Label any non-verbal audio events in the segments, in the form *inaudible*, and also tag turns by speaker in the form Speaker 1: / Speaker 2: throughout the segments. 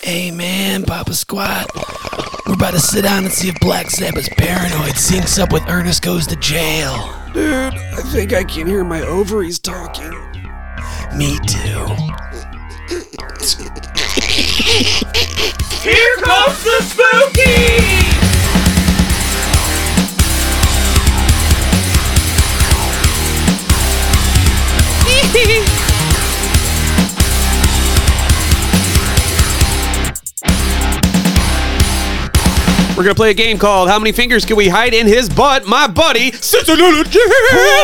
Speaker 1: Hey man, Papa Squat. We're about to sit down and see if Black Sabbath's Paranoid syncs up with Ernest Goes to Jail.
Speaker 2: Dude, I think I can hear my ovaries talking.
Speaker 1: Me too.
Speaker 3: Here comes the spooky!
Speaker 4: We're gonna play a game called "How many fingers can we hide in his butt?" My buddy, Cincinnati Jeff.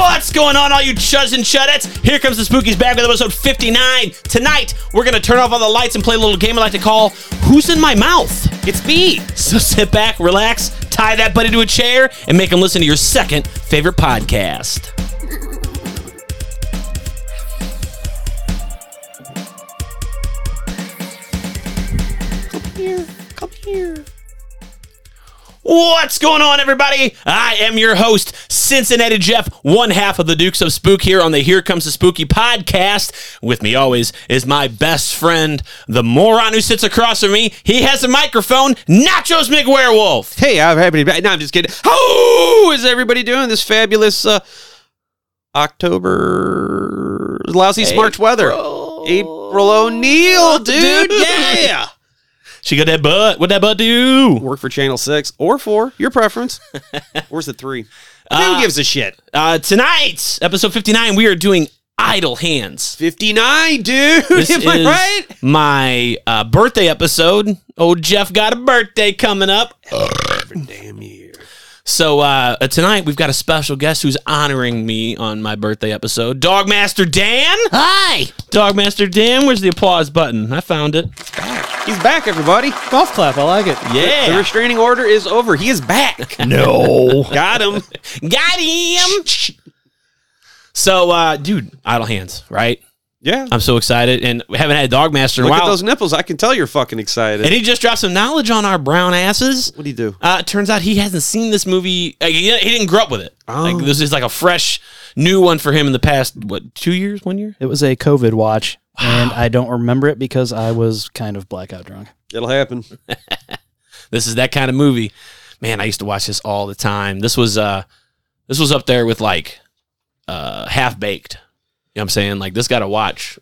Speaker 3: What's going on, all you chuds and chudettes? Here comes the Spookies back with episode 59. Tonight, we're going to turn off all the lights and play a little game I like to call Who's in My Mouth? It's me. So sit back, relax, tie that buddy to a chair, and make him listen to your second favorite podcast. What's going on, everybody? I am your host, Cincinnati Jeff, one half of the Dukes of Spook here on the Here Comes the Spooky podcast. With me always is my best friend, the moron who sits across from me. He has a microphone, Nachos McWerewolf.
Speaker 4: Hey, I'm happy to be. No, I'm just kidding. How is everybody doing this fabulous uh, October lousy March weather? April O'Neil,
Speaker 3: *laughs*
Speaker 4: dude.
Speaker 3: Dude.
Speaker 4: Yeah.
Speaker 3: She got that butt. What that butt do?
Speaker 4: Work for Channel Six or four, your
Speaker 3: *laughs*
Speaker 4: preference. Where's the three? Who gives a shit?
Speaker 3: Uh, tonight, episode 59, we are doing Idle Hands.
Speaker 4: Fifty-nine, dude.
Speaker 3: This
Speaker 4: *laughs* Am I
Speaker 3: is
Speaker 4: right?
Speaker 3: my uh, birthday episode. Old Jeff got a birthday coming up.
Speaker 4: Damn you.
Speaker 3: So uh, uh, tonight we've got a special guest who's honoring me on my birthday episode, Dogmaster Dan. Hi, Dogmaster Dan. Where's the applause button? I found it.
Speaker 4: He's back, everybody.
Speaker 5: Golf clap, I like it.
Speaker 3: Yeah,
Speaker 4: The restraining order is over. He is
Speaker 3: *laughs*
Speaker 4: back.
Speaker 1: No.
Speaker 4: Got him.
Speaker 3: got him. so, uh, dude, idle hands, right?
Speaker 4: Yeah.
Speaker 3: I'm so excited, and we haven't had Dogmaster in a
Speaker 4: Look at
Speaker 3: while.
Speaker 4: those nipples. I can tell you're fucking excited.
Speaker 3: and he just dropped some knowledge on our brown asses.
Speaker 4: what do you do?
Speaker 3: Uh, it turns out he hasn't seen this movie. Like, he, he didn't grow up with it.
Speaker 4: Oh.
Speaker 3: Like this is like a fresh, new one for him in the past what two years, one year.
Speaker 5: It was a COVID watch, and I don't remember it because I was kind of blackout drunk.
Speaker 4: It'll happen.
Speaker 3: This is that kind of movie. Man, I used to watch this all the time. This was uh this was up there with like uh half baked. You know what I'm saying? Like this got to watch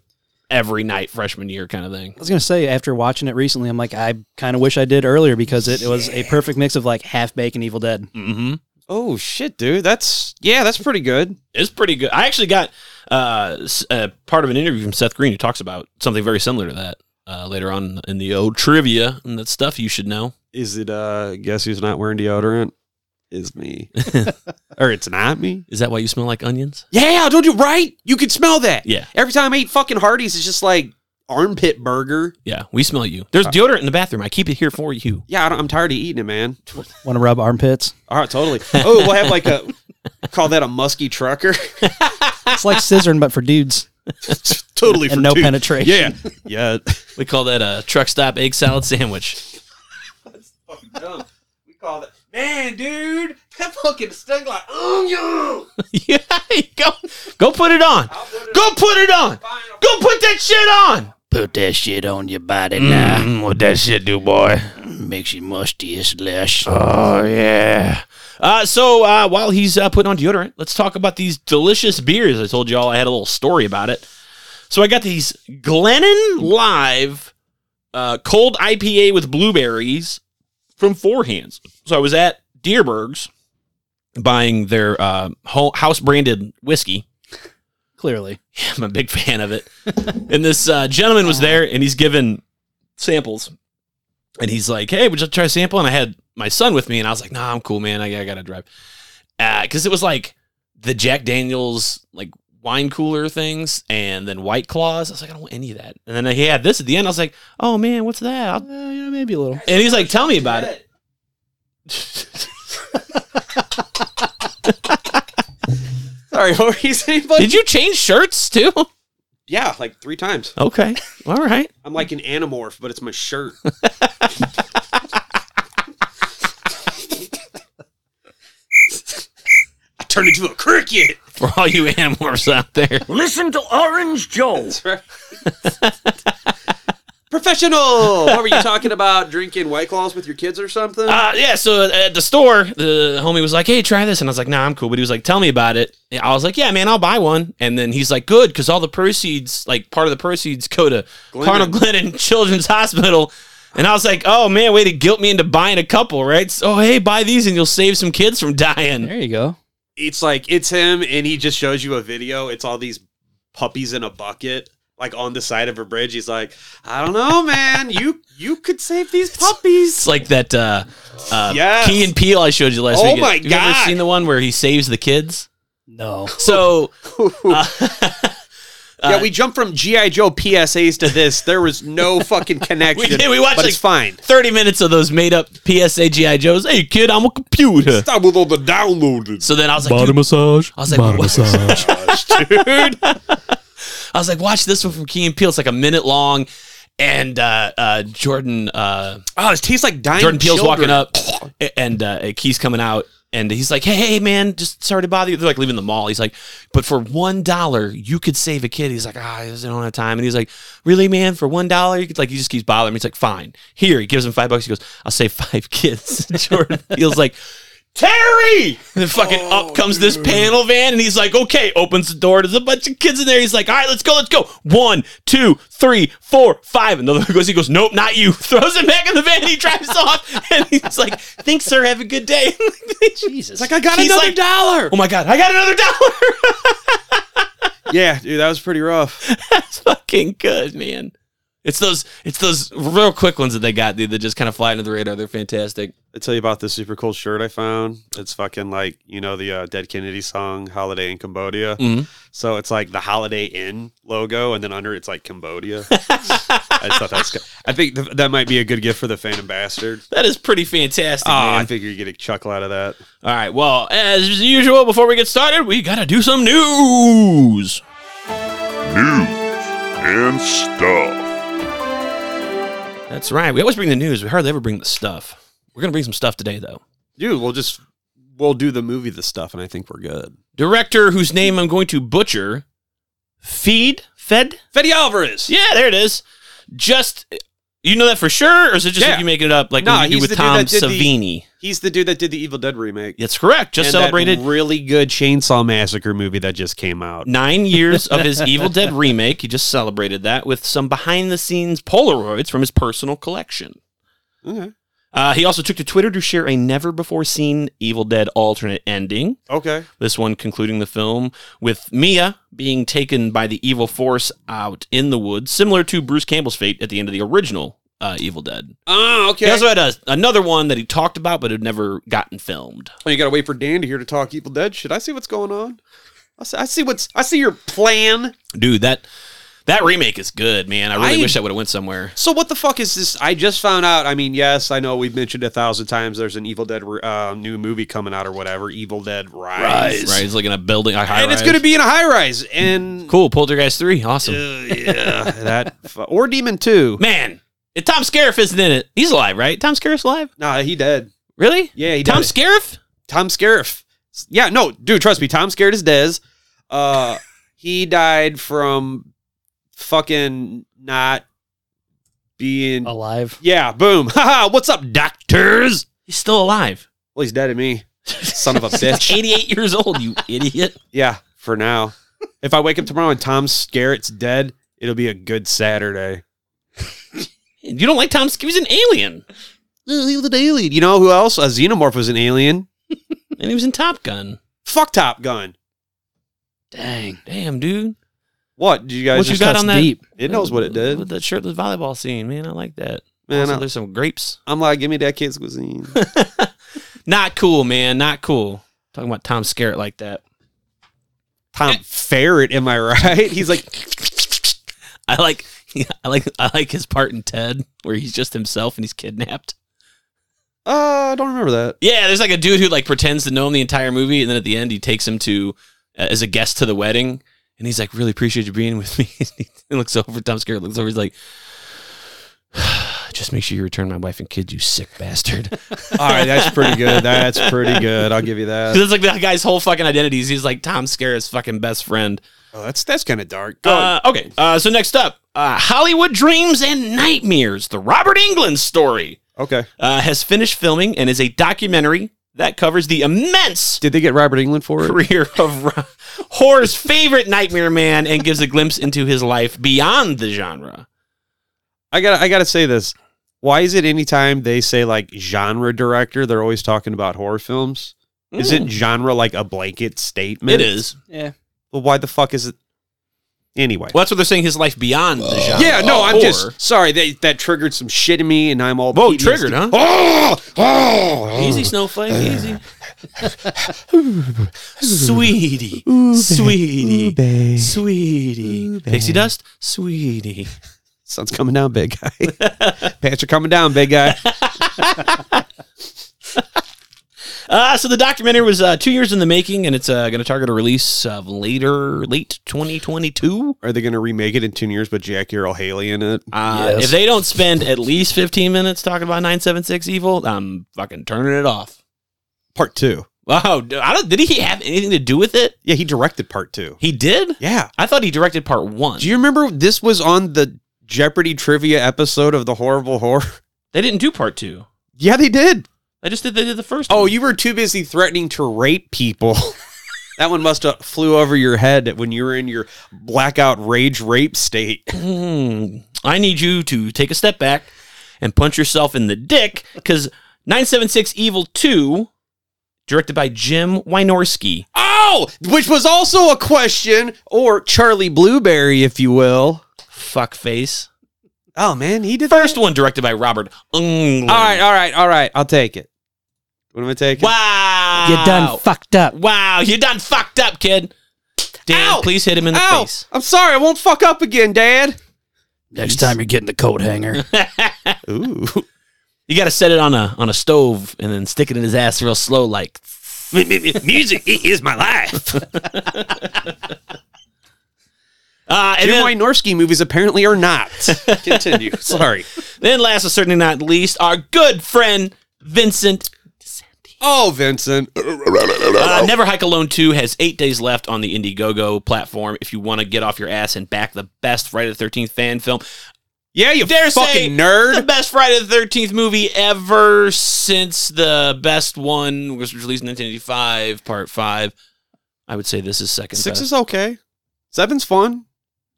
Speaker 3: every night freshman year kind of thing.
Speaker 5: I was gonna say after watching it recently, I'm like, I kind of wish I did earlier because it, was a perfect mix of like half baked and Evil Dead.
Speaker 3: Mhm.
Speaker 4: Oh shit, dude. That's yeah. That's pretty good.
Speaker 3: It's pretty good. I actually got uh s- uh, part of an interview from Seth Green who talks about something very similar to that uh later on in the old trivia and that stuff you should know.
Speaker 4: Is it? uh Guess who's not wearing deodorant? Is me. or it's not me.
Speaker 3: Is that why you smell like onions?
Speaker 4: Yeah. Don't you right? You can smell that.
Speaker 3: Yeah.
Speaker 4: Every time I eat fucking Hardee's, it's just like armpit burger.
Speaker 3: Yeah, we smell you. There's deodorant in the bathroom. I keep it here for you.
Speaker 4: Yeah, I don't, I'm tired of eating it, man.
Speaker 5: Want to rub armpits?
Speaker 4: All right, totally. Oh, we'll have like a call that a musky trucker.
Speaker 5: It's like scissoring, but for dudes
Speaker 4: *laughs* totally
Speaker 5: and no penetration.
Speaker 4: Yeah. Yeah.
Speaker 3: We call that a truck stop egg salad sandwich.
Speaker 4: fucking dumb. *laughs* We call that man, dude. That fucking stunk like onion.
Speaker 3: *laughs* yeah, go go put it on. Go put it on. Go put that shit on. Mm,
Speaker 6: Put that shit on your body now.
Speaker 3: what that shit do, boy?
Speaker 6: Makes you musty, it's lush.
Speaker 3: Oh yeah. Uh, so uh, while he's uh, putting on deodorant, let's talk about these delicious beers. I told you all I had a little story about it. So I got these Glennon Live uh, cold IPA with blueberries from Four Hands. So I was at Deerberg's buying their uh, house branded whiskey.
Speaker 5: Clearly,
Speaker 3: *laughs* I'm a big fan of it. and this uh, gentleman was there, and he's given samples, and he's like, "Hey, would you try a sample?" And I had my son with me, and I was like, "Nah, I'm cool, man. I, I gotta drive," because it was like the Jack Daniels like wine cooler things, and then White Claws. I was like, "I don't want any of that." And then he had this at the end. I was like, "Oh man, what's that?" I'll-"
Speaker 5: uh, you know, maybe a little.
Speaker 3: And he's like, "Tell me about *laughs* it."
Speaker 4: Sorry, what were you saying, buddy?
Speaker 3: Did you change shirts too? *laughs*
Speaker 4: Yeah, like three times.
Speaker 3: okay, all right.
Speaker 4: I'm like an anamorph, but it's my
Speaker 3: *laughs*
Speaker 4: shirt. I turned into a cricket.
Speaker 3: For all you *laughs* animorphs out there,
Speaker 6: Listen to Orange Joe.
Speaker 4: That's right. Professor professional. what were you talking about? Drinking White Claws with your kids or something?
Speaker 3: Uh, yeah, so at the store, the homie was like, "Hey, try this," and I was like, "Nah, I'm cool." But he was like, "Tell me about it." And I was like, "Yeah, man, I'll buy one." And then he's like, "Good," because all the proceeds, like part of the proceeds, go to Carnal Glennon Children's Hospital. And I was like, "Oh man, way to guilt me into buying a couple, right?" So "Oh, hey, buy these and you'll save some kids from dying.
Speaker 5: There you go.
Speaker 4: it's like it's him and he just shows you a video it's all these puppies in a bucket like on the side of a bridge he's like i don't know man you you could save these
Speaker 3: It's
Speaker 4: puppies
Speaker 3: like that uh, uh,
Speaker 4: Yes.
Speaker 3: Key and Peele I showed you last
Speaker 4: Oh
Speaker 3: week.
Speaker 4: my
Speaker 3: Have you ever
Speaker 4: God.
Speaker 3: seen the one where he saves the kids?
Speaker 5: No.
Speaker 3: So uh,
Speaker 4: yeah we jumped from gi joe psas to this there was no fucking connection
Speaker 3: did, *laughs* we watched,
Speaker 4: but it's
Speaker 3: like,
Speaker 4: fine
Speaker 3: 30 minutes of those made up PSA GI Joes. Hey kid, I'm a computer.
Speaker 4: stop with all the downloaded
Speaker 3: So then I was like, dude,
Speaker 1: massage.
Speaker 3: I was like, what? *laughs*
Speaker 1: massage.
Speaker 3: I was like, watch this one from Key and Peele. It's like a minute long, and uh, uh, Jordan uh,
Speaker 4: oh it tastes like dying
Speaker 3: Jordan Peele's
Speaker 4: children.
Speaker 3: walking up, and uh, Key's coming out, and he's like, hey, hey, man, just sorry to bother you. They're like leaving the mall. He's like, but for one dollar, you could save a kid. He's like, ah, I just don't have time. And he's like, really, man, for one dollar, you could like, he just keeps bothering me. He's like, fine, here. He gives him five bucks. He goes, I'll save *laughs* five kids. Jordan Peele's like. Terry! And then fucking
Speaker 4: Oh,
Speaker 3: up comes this panel van, and he's like, okay, opens the door. There's a bunch of kids in there. He's like, all right, let's go, let's go. One, two, three, four, five. Another one goes, he goes, nope, not you. *laughs* Throws him back in the van, he drives off, and he's like, thanks, sir, have a good day. *laughs*
Speaker 5: Jesus.
Speaker 4: like i got
Speaker 3: He's
Speaker 4: another
Speaker 3: like-
Speaker 4: dollar
Speaker 3: oh my God, I got another *laughs* dollar.
Speaker 4: yeah dude that was pretty rough
Speaker 3: That's fucking good, man. It's those, it's those real quick ones that they got, dude, that just kind of fly under the radar. They're fantastic.
Speaker 4: i tell you about this super cool shirt i found it's fucking like you know the uh, dead kennedy song holiday in cambodia
Speaker 3: Mhm.
Speaker 4: So it's like the Holiday Inn logo, and then under it's like *laughs* Cambodia. I just thought that's. Good. I think th- that might be a good gift for the fan ambassador.
Speaker 3: That is pretty fantastic,
Speaker 4: Oh,
Speaker 3: man.
Speaker 4: I figure you get a chuckle out of that.
Speaker 3: All right. Well, as usual, before we get started, we got to do some news.
Speaker 7: news and stuff.
Speaker 3: That's right. We always bring the news. We hardly ever bring the stuff. We're going to bring some stuff today, though.
Speaker 4: Dude, we'll just we'll do the movie the stuff, and I think we're good.
Speaker 3: Director whose name I'm going to butcher Feed? Fed?
Speaker 4: Fede Alvarez.
Speaker 3: Yeah, there it is. Just, you know that for sure? Or is it just
Speaker 4: Yeah.
Speaker 3: like you making it up like
Speaker 4: No,
Speaker 3: when you do
Speaker 4: he's
Speaker 3: with
Speaker 4: the dude
Speaker 3: Tom
Speaker 4: that did the-
Speaker 3: Savini?
Speaker 4: He's the dude that did the Evil Dead remake.
Speaker 3: That's correct. Just
Speaker 4: And that
Speaker 3: celebrated
Speaker 4: really good Chainsaw Massacre movie that just came out.
Speaker 3: nine years of
Speaker 4: *laughs*
Speaker 3: his Evil Dead remake. He just celebrated that with some behind the scenes Polaroids from his personal collection.
Speaker 4: Okay.
Speaker 3: Uh, he also took to Twitter to share a never before seen Evil Dead alternate ending.
Speaker 4: Okay.
Speaker 3: This one concluding the film with Mia being taken by the evil force out in the woods, similar to Bruce Campbell's fate at the end of the original uh, Evil Dead.
Speaker 4: Oh, okay.
Speaker 3: He also had a, another one that he talked about but had never gotten filmed.
Speaker 4: Oh, you gotta wait for Dan to hear to talk Evil Dead. Should I see what's going on? I see, I see what's. I see your plan.
Speaker 3: Dude, that that remake is good, man. I really
Speaker 4: I-
Speaker 3: wish I would have went somewhere.
Speaker 4: So what the fuck is this? I just found out. I mean, yes, I know we've mentioned a thousand times. There's an Evil Dead uh, new movie coming out or whatever. Evil Dead Rise,
Speaker 3: Right, he's like in a building, a high
Speaker 4: and it's
Speaker 3: rise.
Speaker 4: going to be in a high rise and
Speaker 3: cool. Poltergeist three, awesome.
Speaker 4: yeah, that fu- or Demon
Speaker 3: *laughs*
Speaker 4: Two.
Speaker 3: Man, if Tom Scariff isn't in it, he's alive, right? Tom Scariff's alive,
Speaker 4: Nah, he dead.
Speaker 3: really?
Speaker 4: Yeah, he dead.
Speaker 3: Tom Scariff?
Speaker 4: Tom Scariff. Yeah, no, dude, trust me. Tom Scared is Dez.
Speaker 3: *laughs*
Speaker 4: Uh, he died from fucking not being.
Speaker 3: Oh.
Speaker 5: Alive.
Speaker 4: Yeah, boom. *laughs* Haha, what's up, doctors?
Speaker 3: He's still
Speaker 4: *laughs*
Speaker 3: alive.
Speaker 4: Well, he's dead at
Speaker 3: *laughs*
Speaker 4: me. Son of a bitch.
Speaker 3: 88 years old, *laughs* you idiot.
Speaker 4: Yeah, for now. If I wake up tomorrow and Tom Skerritt's dead, it'll be a good Saturday.
Speaker 3: You don't like Tom Skerritt? He was an alien,
Speaker 4: He was an alien. You know who else? A xenomorph was an alien.
Speaker 3: and he was in Top Gun.
Speaker 4: Fuck Top Gun.
Speaker 5: Dang.
Speaker 3: Damn, dude.
Speaker 4: What did you guys?
Speaker 3: What you
Speaker 4: just-
Speaker 3: got
Speaker 5: cuts
Speaker 3: on that?
Speaker 5: deep.
Speaker 4: It knows what it
Speaker 3: With
Speaker 4: did.
Speaker 3: that shirtless volleyball scene, man. I like that.
Speaker 4: Man,
Speaker 3: also,
Speaker 4: I-
Speaker 3: there's some grapes.
Speaker 4: I'm like, give me that kid's cuisine.
Speaker 3: Not cool, man. Not cool. Talking about Tom Skerritt like that.
Speaker 4: Tom Ferret, am I right? He's like,
Speaker 3: I like, *laughs* I like, I like his part in Ted where he's just himself and he's kidnapped.
Speaker 4: uh, I don't remember that.
Speaker 3: Yeah, there's like a dude who like pretends to know him the entire movie, and then at the end he takes him to uh, as a guest to the wedding, and he's like, "Really appreciate you being with me." *laughs* and he looks over, Tom Skerritt looks over, he's like, *sighs* "Just make sure you return my wife and kids, you sick bastard." *laughs*
Speaker 4: All right, that's pretty good. That's pretty good. I'll give you that. *laughs*
Speaker 3: 'Cause That's like that guy's whole fucking identity. is He's like Tom Skerritt's fucking best friend.
Speaker 4: Oh, that's that's kind of dark. Go
Speaker 3: Uh, okay, uh, so next up, uh, Hollywood Dreams and Nightmares, the Robert England story,
Speaker 4: Okay.
Speaker 3: uh, has finished filming and is a documentary that covers the immense
Speaker 4: Did they get Robert England for it?
Speaker 3: career of Ro- horror's favorite nightmare man and gives a glimpse into his life beyond the genre.
Speaker 4: I got I got to say this. Why is it anytime they say like genre director, they're always talking about horror films? Isn't genre like a blanket statement?
Speaker 3: It is.
Speaker 4: Well, why the fuck is it? Anyway.
Speaker 3: Well, that's what they're saying. His life beyond the genre.
Speaker 4: Yeah, no,
Speaker 3: of
Speaker 4: I'm
Speaker 3: horror.
Speaker 4: just sorry that that triggered some shit in me, and I'm all
Speaker 3: Whoa,
Speaker 4: PTSD.
Speaker 3: triggered, huh?
Speaker 4: Oh, oh,
Speaker 3: Easy,
Speaker 4: *laughs*
Speaker 3: Snowflake. Easy. sweetie. sweetie. sweetie. Pixie dust? Sweetie.
Speaker 4: sun's coming down, big guy. *laughs* Pants are coming down, big guy.
Speaker 3: Uh, so the documentary was uh, two years in the making, and it's uh, going to target a release of later, late 2022.
Speaker 4: Are they going to remake it in two years? But Jackie Earl Haley in it.
Speaker 3: Uh, If they don't spend at least 15 minutes talking about 976 Evil, I'm fucking turning it off.
Speaker 4: Part two.
Speaker 3: Wow. d- I don't, did he have anything to do with it?
Speaker 4: Yeah, he directed part two.
Speaker 3: He did?
Speaker 4: Yeah.
Speaker 3: I thought he directed part one.
Speaker 4: Do you remember this was on the Jeopardy trivia episode of the Horrible Horror? *laughs*
Speaker 3: they didn't do part two.
Speaker 4: Yeah, they did.
Speaker 3: They just did, they did the first
Speaker 4: Oh,
Speaker 3: one.
Speaker 4: you were too busy threatening to rape people. *laughs* that one must have flew over your head when you were in your blackout rage rape state.
Speaker 3: Hmm. I need you to take a step back and punch yourself in the dick because 976 Evil 2, directed by Jim Wynorski.
Speaker 4: Oh, which was also a question, or Charlie Blueberry, if you will.
Speaker 3: Fuckface.
Speaker 4: Oh man, he did
Speaker 3: First one directed by Robert Englund.
Speaker 4: All right, all right, all right. I'll take it. What am I taking?
Speaker 3: Wow.
Speaker 5: You done fucked up.
Speaker 3: Wow, you done fucked up, kid. Dan,
Speaker 4: Ow!
Speaker 3: please hit him in the
Speaker 4: Ow!
Speaker 3: face.
Speaker 4: I'm sorry. I won't fuck up again, Dad.
Speaker 6: Next time you're getting the coat hanger.
Speaker 4: *laughs* Ooh.
Speaker 3: You got to set it on a on a stove and then stick it in his ass real slow, like music is my *laughs* life. uh, and
Speaker 4: Jim
Speaker 3: then,
Speaker 4: Wynorski movies apparently are *laughs* not. Continue. sorry.
Speaker 3: then last but certainly not least, our good friend Vincent.
Speaker 4: Oh, Vincent.
Speaker 3: Uh, Never Hike Alone 2 has eight days left on the Indiegogo platform. If you want to get off your ass and back the best Friday the 13th fan film,
Speaker 4: Yeah, you
Speaker 3: Dare say-
Speaker 4: fucking *laughs*
Speaker 3: the
Speaker 4: nerd.
Speaker 3: best Friday the 13th movie ever since the best one was released in 1985, part five. I would say this is second
Speaker 4: Six
Speaker 3: best.
Speaker 4: is okay. Seven's fun.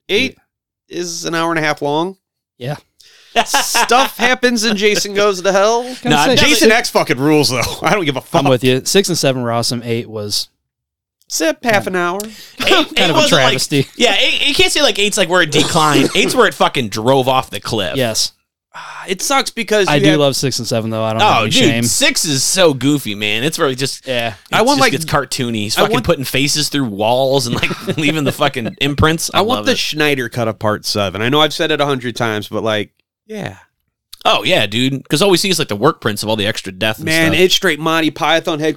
Speaker 4: Eight is an hour and a half long.
Speaker 5: Yeah.
Speaker 4: *laughs* Stuff happens and Jason goes to hell.
Speaker 5: Can I
Speaker 3: Nah,
Speaker 5: say-
Speaker 4: Jason X fucking rules though. *laughs* I don't give a fuck.
Speaker 5: I'm with you. Six and seven were awesome. Eight was
Speaker 4: Sip half an hour.
Speaker 3: Eight- eight
Speaker 5: kind of a
Speaker 3: wasn't
Speaker 5: travesty.
Speaker 3: Like, yeah, eight, you can't say like eight's like where it declined. eight's where it fucking drove off the cliff.
Speaker 5: yes,
Speaker 4: Ah, It sucks because
Speaker 5: I
Speaker 4: you
Speaker 5: do
Speaker 4: have-
Speaker 5: love six and seven though. I don't have
Speaker 3: Oh,
Speaker 5: any
Speaker 3: dude,
Speaker 5: shame.
Speaker 3: six is so goofy, man. It's really just.
Speaker 5: Yeah,
Speaker 3: I want like it's cartoony. He's
Speaker 4: I
Speaker 3: fucking
Speaker 4: want-
Speaker 3: putting faces through walls and like *laughs* leaving the fucking imprints. I,
Speaker 4: I, want
Speaker 3: love
Speaker 4: the
Speaker 3: it.
Speaker 4: Schneider cut apart seven. I know I've said it a hundred times, but like, yeah,
Speaker 3: oh yeah, dude. Because all we see is like the work prints of all the extra death. And
Speaker 4: man,
Speaker 3: stuff.
Speaker 4: it's straight Monty Python head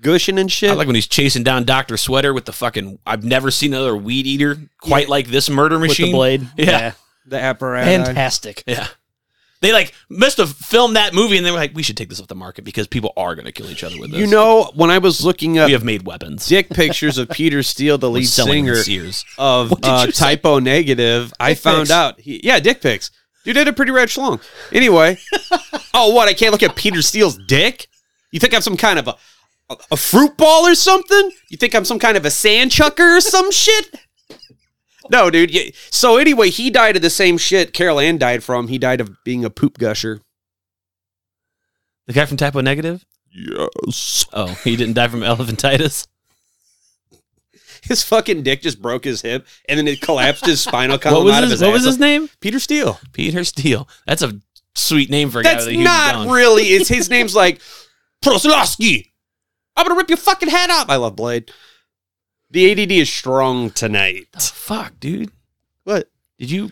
Speaker 4: gushing and shit.
Speaker 3: I like when he's chasing down Doctor Sweater with the fucking. I've never seen another weed eater quite like this murder
Speaker 5: with
Speaker 3: machine.
Speaker 5: the blade.
Speaker 3: Yeah.
Speaker 4: the apparatus.
Speaker 5: fantastic.
Speaker 3: Yeah, they like must have filmed that movie and they were like, we should take this off the market because people are going to kill each other with this.
Speaker 4: you know, when I was looking up
Speaker 3: we have made weapons.
Speaker 4: dick pictures of Peter Steele, the
Speaker 3: We're
Speaker 4: lead
Speaker 3: selling
Speaker 4: singer
Speaker 3: Sears.
Speaker 4: of
Speaker 3: What did
Speaker 4: uh,
Speaker 3: you say?
Speaker 4: Typo Negative, I found
Speaker 5: pics.
Speaker 4: out. He, yeah, dick pics. Dude had a pretty red schlong.
Speaker 3: *laughs*
Speaker 4: Anyway, oh what? I can't look at Peter Steele's dick. You think I'm some kind of a a, a fruit ball or something? You think I'm some kind of a sand chucker or some shit? No, dude. yeah. So anyway, he died of the same shit Carol Ann died from. He died of being a poop gusher. *laughs*
Speaker 3: The guy from Typo Negative.
Speaker 7: Yes.
Speaker 3: Oh, he didn't die from elephantitis.
Speaker 4: His fucking dick just broke his hip, and then it collapsed his spinal column
Speaker 3: *laughs* What was
Speaker 4: out
Speaker 3: his,
Speaker 4: of his
Speaker 3: What
Speaker 4: ass.
Speaker 3: was his name?
Speaker 4: Peter Steele.
Speaker 3: Peter Steele. That's a sweet name for a guy
Speaker 4: That's
Speaker 3: with a huge
Speaker 4: not
Speaker 3: dong.
Speaker 4: really. *laughs* It's his name's like Proslowski. I'm gonna rip your fucking head off. I love Blade. The ADD is strong
Speaker 3: The
Speaker 4: tonight.
Speaker 3: fuck, dude.
Speaker 4: What?
Speaker 3: Did you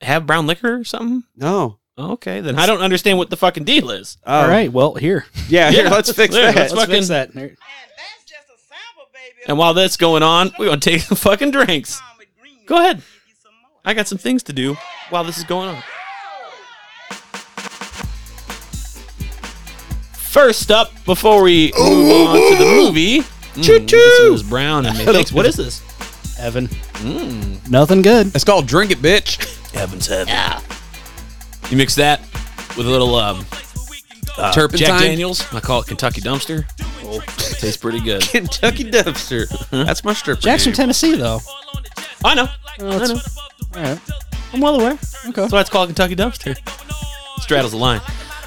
Speaker 3: have brown liquor or something?
Speaker 4: No.
Speaker 3: Oh, Okay, then I don't understand what the fucking deal is.
Speaker 4: Oh.
Speaker 5: All right. Well, here.
Speaker 4: Yeah. Here, *laughs*
Speaker 3: Yeah.
Speaker 4: let's fix
Speaker 3: There,
Speaker 4: that.
Speaker 3: let's
Speaker 5: Let's fix
Speaker 3: Fucking-
Speaker 5: that.
Speaker 8: And that's just a sample, baby.
Speaker 3: And while that's going on, we're gonna take the fucking drinks. Go ahead. I got some things to do while this is going on. First up, before we Mm, *laughs* move on to the movie, choo choo. This is brown and mixed. What is this?
Speaker 5: Evan. Mm. Nothing good.
Speaker 4: It's called drink it, bitch.
Speaker 1: Heaven's heaven. You mix that with a little um, uh,
Speaker 4: Turpentine?
Speaker 3: Jack Daniels. I call it Kentucky Dumpster. Oh, tastes pretty
Speaker 4: *laughs*
Speaker 3: good.
Speaker 4: Kentucky dumpster. That's my stripper.
Speaker 5: Jackson,
Speaker 4: name.
Speaker 5: Tennessee, though.
Speaker 3: I know. I
Speaker 5: Oh, that's-
Speaker 3: know.
Speaker 5: All right. I'm well aware. Okay.
Speaker 3: That's why it's called Kentucky Dumpster. Straddles the line.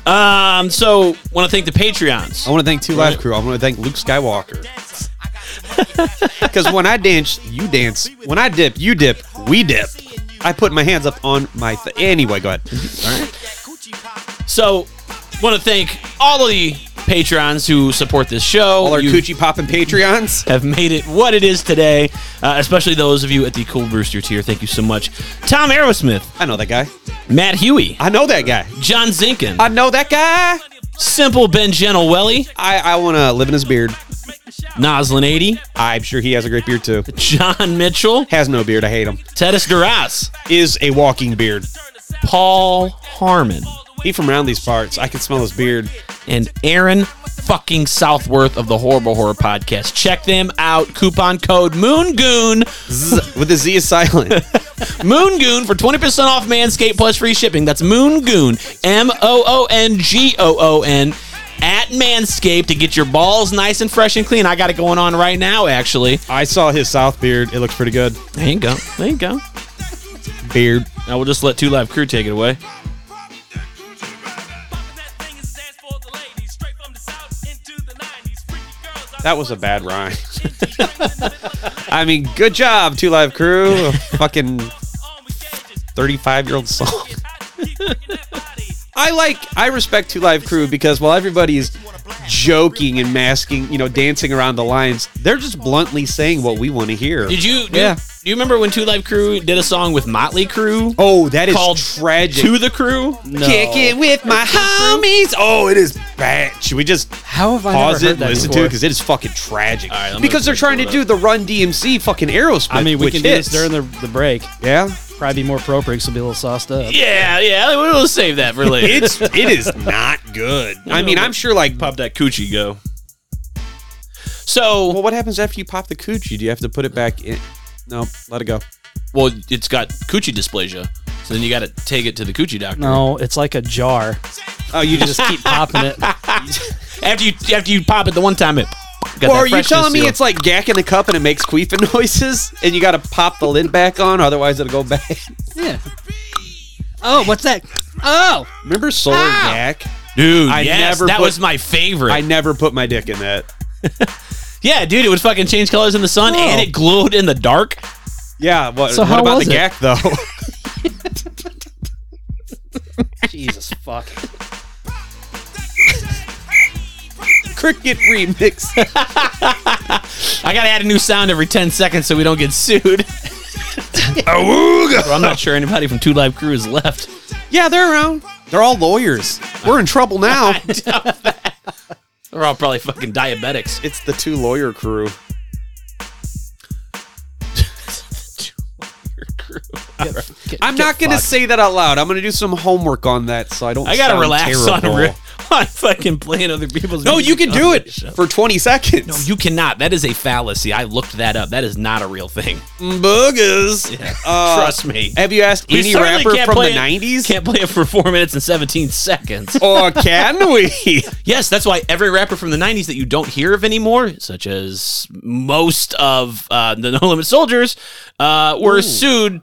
Speaker 3: Um, so want to thank the Patreons.
Speaker 4: I want to thank Two Live Crew. I want to thank Luke *laughs* Skywalker. Because when I dance, you dance. When I dip, you dip. We dip. I put my hands up on my. Th- anyway, go ahead.
Speaker 3: So want to thank all of the patrons who support this show.
Speaker 4: All our
Speaker 3: You-
Speaker 4: coochie popping Patreons.
Speaker 3: have made it what it is today, uh, especially those of you at the Cool Brewster tier. Thank you so much. Tom Aerosmith,
Speaker 4: I know that guy.
Speaker 3: Matt Huey,
Speaker 4: I know that guy.
Speaker 3: John Zinkin,
Speaker 4: I know that guy.
Speaker 3: Simple Ben Genowelli,
Speaker 4: I, I want to live in his beard.
Speaker 3: Noslin80,
Speaker 4: I'm sure he has a great beard too.
Speaker 3: John Mitchell,
Speaker 4: Has no beard. I hate him.
Speaker 3: Tedis Duras,
Speaker 4: Is a walking beard.
Speaker 3: Paul Harmon,
Speaker 4: He from around these parts. I can smell his beard.
Speaker 3: and Aaron fucking Southworth of the Horrible Horror Podcast. Check them out. Coupon code MOONGOON
Speaker 4: Z- with the Z is silent.
Speaker 3: Moon Goon for 20% off Manscaped plus free shipping. That's Moon Goon, M O O N G O O N, at Manscaped to get your balls nice and fresh and clean. I got it going on right now, actually.
Speaker 4: I saw his south beard. It looks pretty good.
Speaker 3: There you go. There you go.
Speaker 4: Beard.
Speaker 3: Now we'll just let Two Live Crew take it away.
Speaker 4: That was a bad rhyme. *laughs* I mean, good job, Two Live Crew. A fucking 35 year old song. I like, I respect Two Live Crew because while everybody's joking and masking, you know, dancing around the lines, they're just bluntly saying what we want to hear.
Speaker 3: Did you? Do
Speaker 4: Yeah.
Speaker 3: You, do you remember when Two Live Crew did a song with Motley Crew?
Speaker 4: Oh, that is
Speaker 3: Called
Speaker 4: tragic.
Speaker 3: To the Crew?
Speaker 4: Kick it with my homies. Oh, it is bad. Should we just
Speaker 5: How have I
Speaker 4: pause it
Speaker 5: never heard
Speaker 4: and
Speaker 5: that
Speaker 4: listen to
Speaker 5: before?
Speaker 4: it because it is fucking tragic.
Speaker 3: right, I'm gonna
Speaker 4: because they're
Speaker 3: pull
Speaker 4: trying to
Speaker 3: it up.
Speaker 4: do the Run DMC fucking Aerosmith.
Speaker 5: I mean, we
Speaker 4: which
Speaker 5: can do
Speaker 4: hits.
Speaker 5: this during the, the break.
Speaker 4: yeah.
Speaker 5: Probably be more appropriate, so be a little sauced up.
Speaker 3: Yeah, yeah. We'll save that for later.
Speaker 4: It's it is not good. I mean, I'm sure like
Speaker 3: Pop that coochie go. So,
Speaker 4: well, what happens after you pop the coochie? Do you have to put it back in? No, let it go.
Speaker 3: well, it's got coochie dysplasia. So then you got to take it to the coochie doctor.
Speaker 5: No, it's like a jar.
Speaker 4: Oh, you
Speaker 5: You
Speaker 4: just
Speaker 5: just keep popping
Speaker 4: *laughs*
Speaker 5: it.
Speaker 3: After you after you pop it the one time, it. Got
Speaker 4: Well,
Speaker 3: that
Speaker 4: are you
Speaker 3: freshness
Speaker 4: telling me
Speaker 3: seal.
Speaker 4: it's like gack in the cup and it makes queefing *laughs* noises and you got to pop the lid back on, otherwise it'll go bad?
Speaker 5: *laughs* Yeah. Oh, what's that? Oh,
Speaker 4: Remember Solar Yak?
Speaker 3: dude?
Speaker 4: I
Speaker 3: yes,
Speaker 4: never
Speaker 3: that
Speaker 4: put-
Speaker 3: was my favorite.
Speaker 4: I never put my dick in that.
Speaker 3: yeah, dude, it would fucking change colors in the sun, and it glowed in the dark.
Speaker 4: Yeah, what,
Speaker 5: So
Speaker 4: what
Speaker 5: how
Speaker 4: about
Speaker 5: was
Speaker 4: the
Speaker 5: it?
Speaker 4: gack
Speaker 5: *laughs*
Speaker 4: though?
Speaker 5: Jesus fuck.
Speaker 4: Cricket remix.
Speaker 3: I gotta add a new sound every ten seconds so we don't get sued. *laughs* Well, I'm not sure anybody from Two Live Crew is left.
Speaker 4: Yeah, they're around. They're all lawyers. We're in trouble
Speaker 5: *laughs*
Speaker 4: now.
Speaker 3: They're all probably fucking diabetics.
Speaker 4: it's the two lawyer crew.
Speaker 3: *laughs*
Speaker 4: I'm not going to say that out loud. I'm going to do some homework on that so I don't
Speaker 3: I gotta
Speaker 4: sound
Speaker 3: relax
Speaker 4: terrible.
Speaker 3: on, re- *laughs* on fucking playing other people's.
Speaker 4: *laughs* No, you
Speaker 3: music
Speaker 4: can
Speaker 3: on
Speaker 4: do
Speaker 3: *laughs*
Speaker 4: it
Speaker 3: this show.
Speaker 4: for 20 seconds.
Speaker 3: No, you cannot. That is a fallacy. I looked that up. That is not a real thing.
Speaker 4: *laughs* boogers. Uh,
Speaker 3: Trust *laughs* me.
Speaker 4: Have you asked
Speaker 3: We
Speaker 4: any
Speaker 3: certainly
Speaker 4: rapper
Speaker 3: can't
Speaker 4: from the
Speaker 3: play it-
Speaker 4: 90s?
Speaker 3: Can't play it for four minutes and 17 seconds.
Speaker 4: Or can we?
Speaker 3: *laughs* yes, that's why every rapper from the 90s that you don't hear of anymore, such as most of uh, the No Limit Soldiers, uh, were sued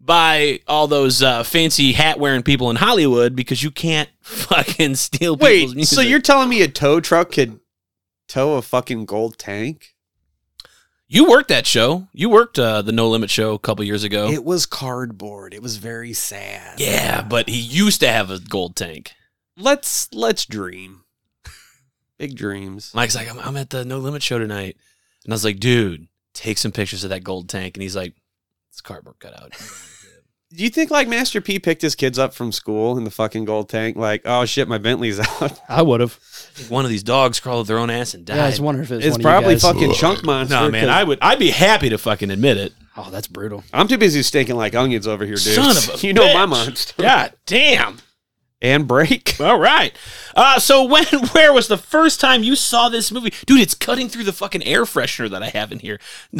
Speaker 3: by all those uh, fancy hat wearing people in Hollywood because you can't *laughs* fucking steal people's
Speaker 4: Wait,
Speaker 3: music.
Speaker 4: so you're telling me a tow truck could tow a fucking gold tank?
Speaker 3: you worked that show. You worked uh, the No Limit show a couple years ago.
Speaker 2: It was cardboard. It was very sad.
Speaker 3: yeah, but he used to have a gold tank.
Speaker 4: let's let's dream. Big dreams.
Speaker 3: Mike's like, I'm, I'm at the No Limit show tonight. And I was like, dude, take some pictures of that gold tank. And he's like, it's cardboard cutout. *laughs*
Speaker 4: Do you think like Master P picked his kids up from school in the fucking gold tank? Like, oh shit, my Bentley's out.
Speaker 5: I would have.
Speaker 3: One of these dogs crawled their own ass and died.
Speaker 5: Yeah, I was wondering if it was
Speaker 4: It's
Speaker 5: one
Speaker 4: probably
Speaker 5: of you guys.
Speaker 4: fucking chunk monster.
Speaker 3: *laughs* no, man, I would, I'd be happy to fucking admit it.
Speaker 5: Oh, that's brutal.
Speaker 4: *laughs* am too busy stinking like onions over here, dude.
Speaker 3: Son of a
Speaker 4: you know my
Speaker 3: bitch.
Speaker 4: monster.
Speaker 3: God damn.
Speaker 4: and break.
Speaker 3: All right. Uh, so *laughs* when, where was the first time you saw this movie, dude? It's cutting through the fucking air freshener that I have in here. *laughs*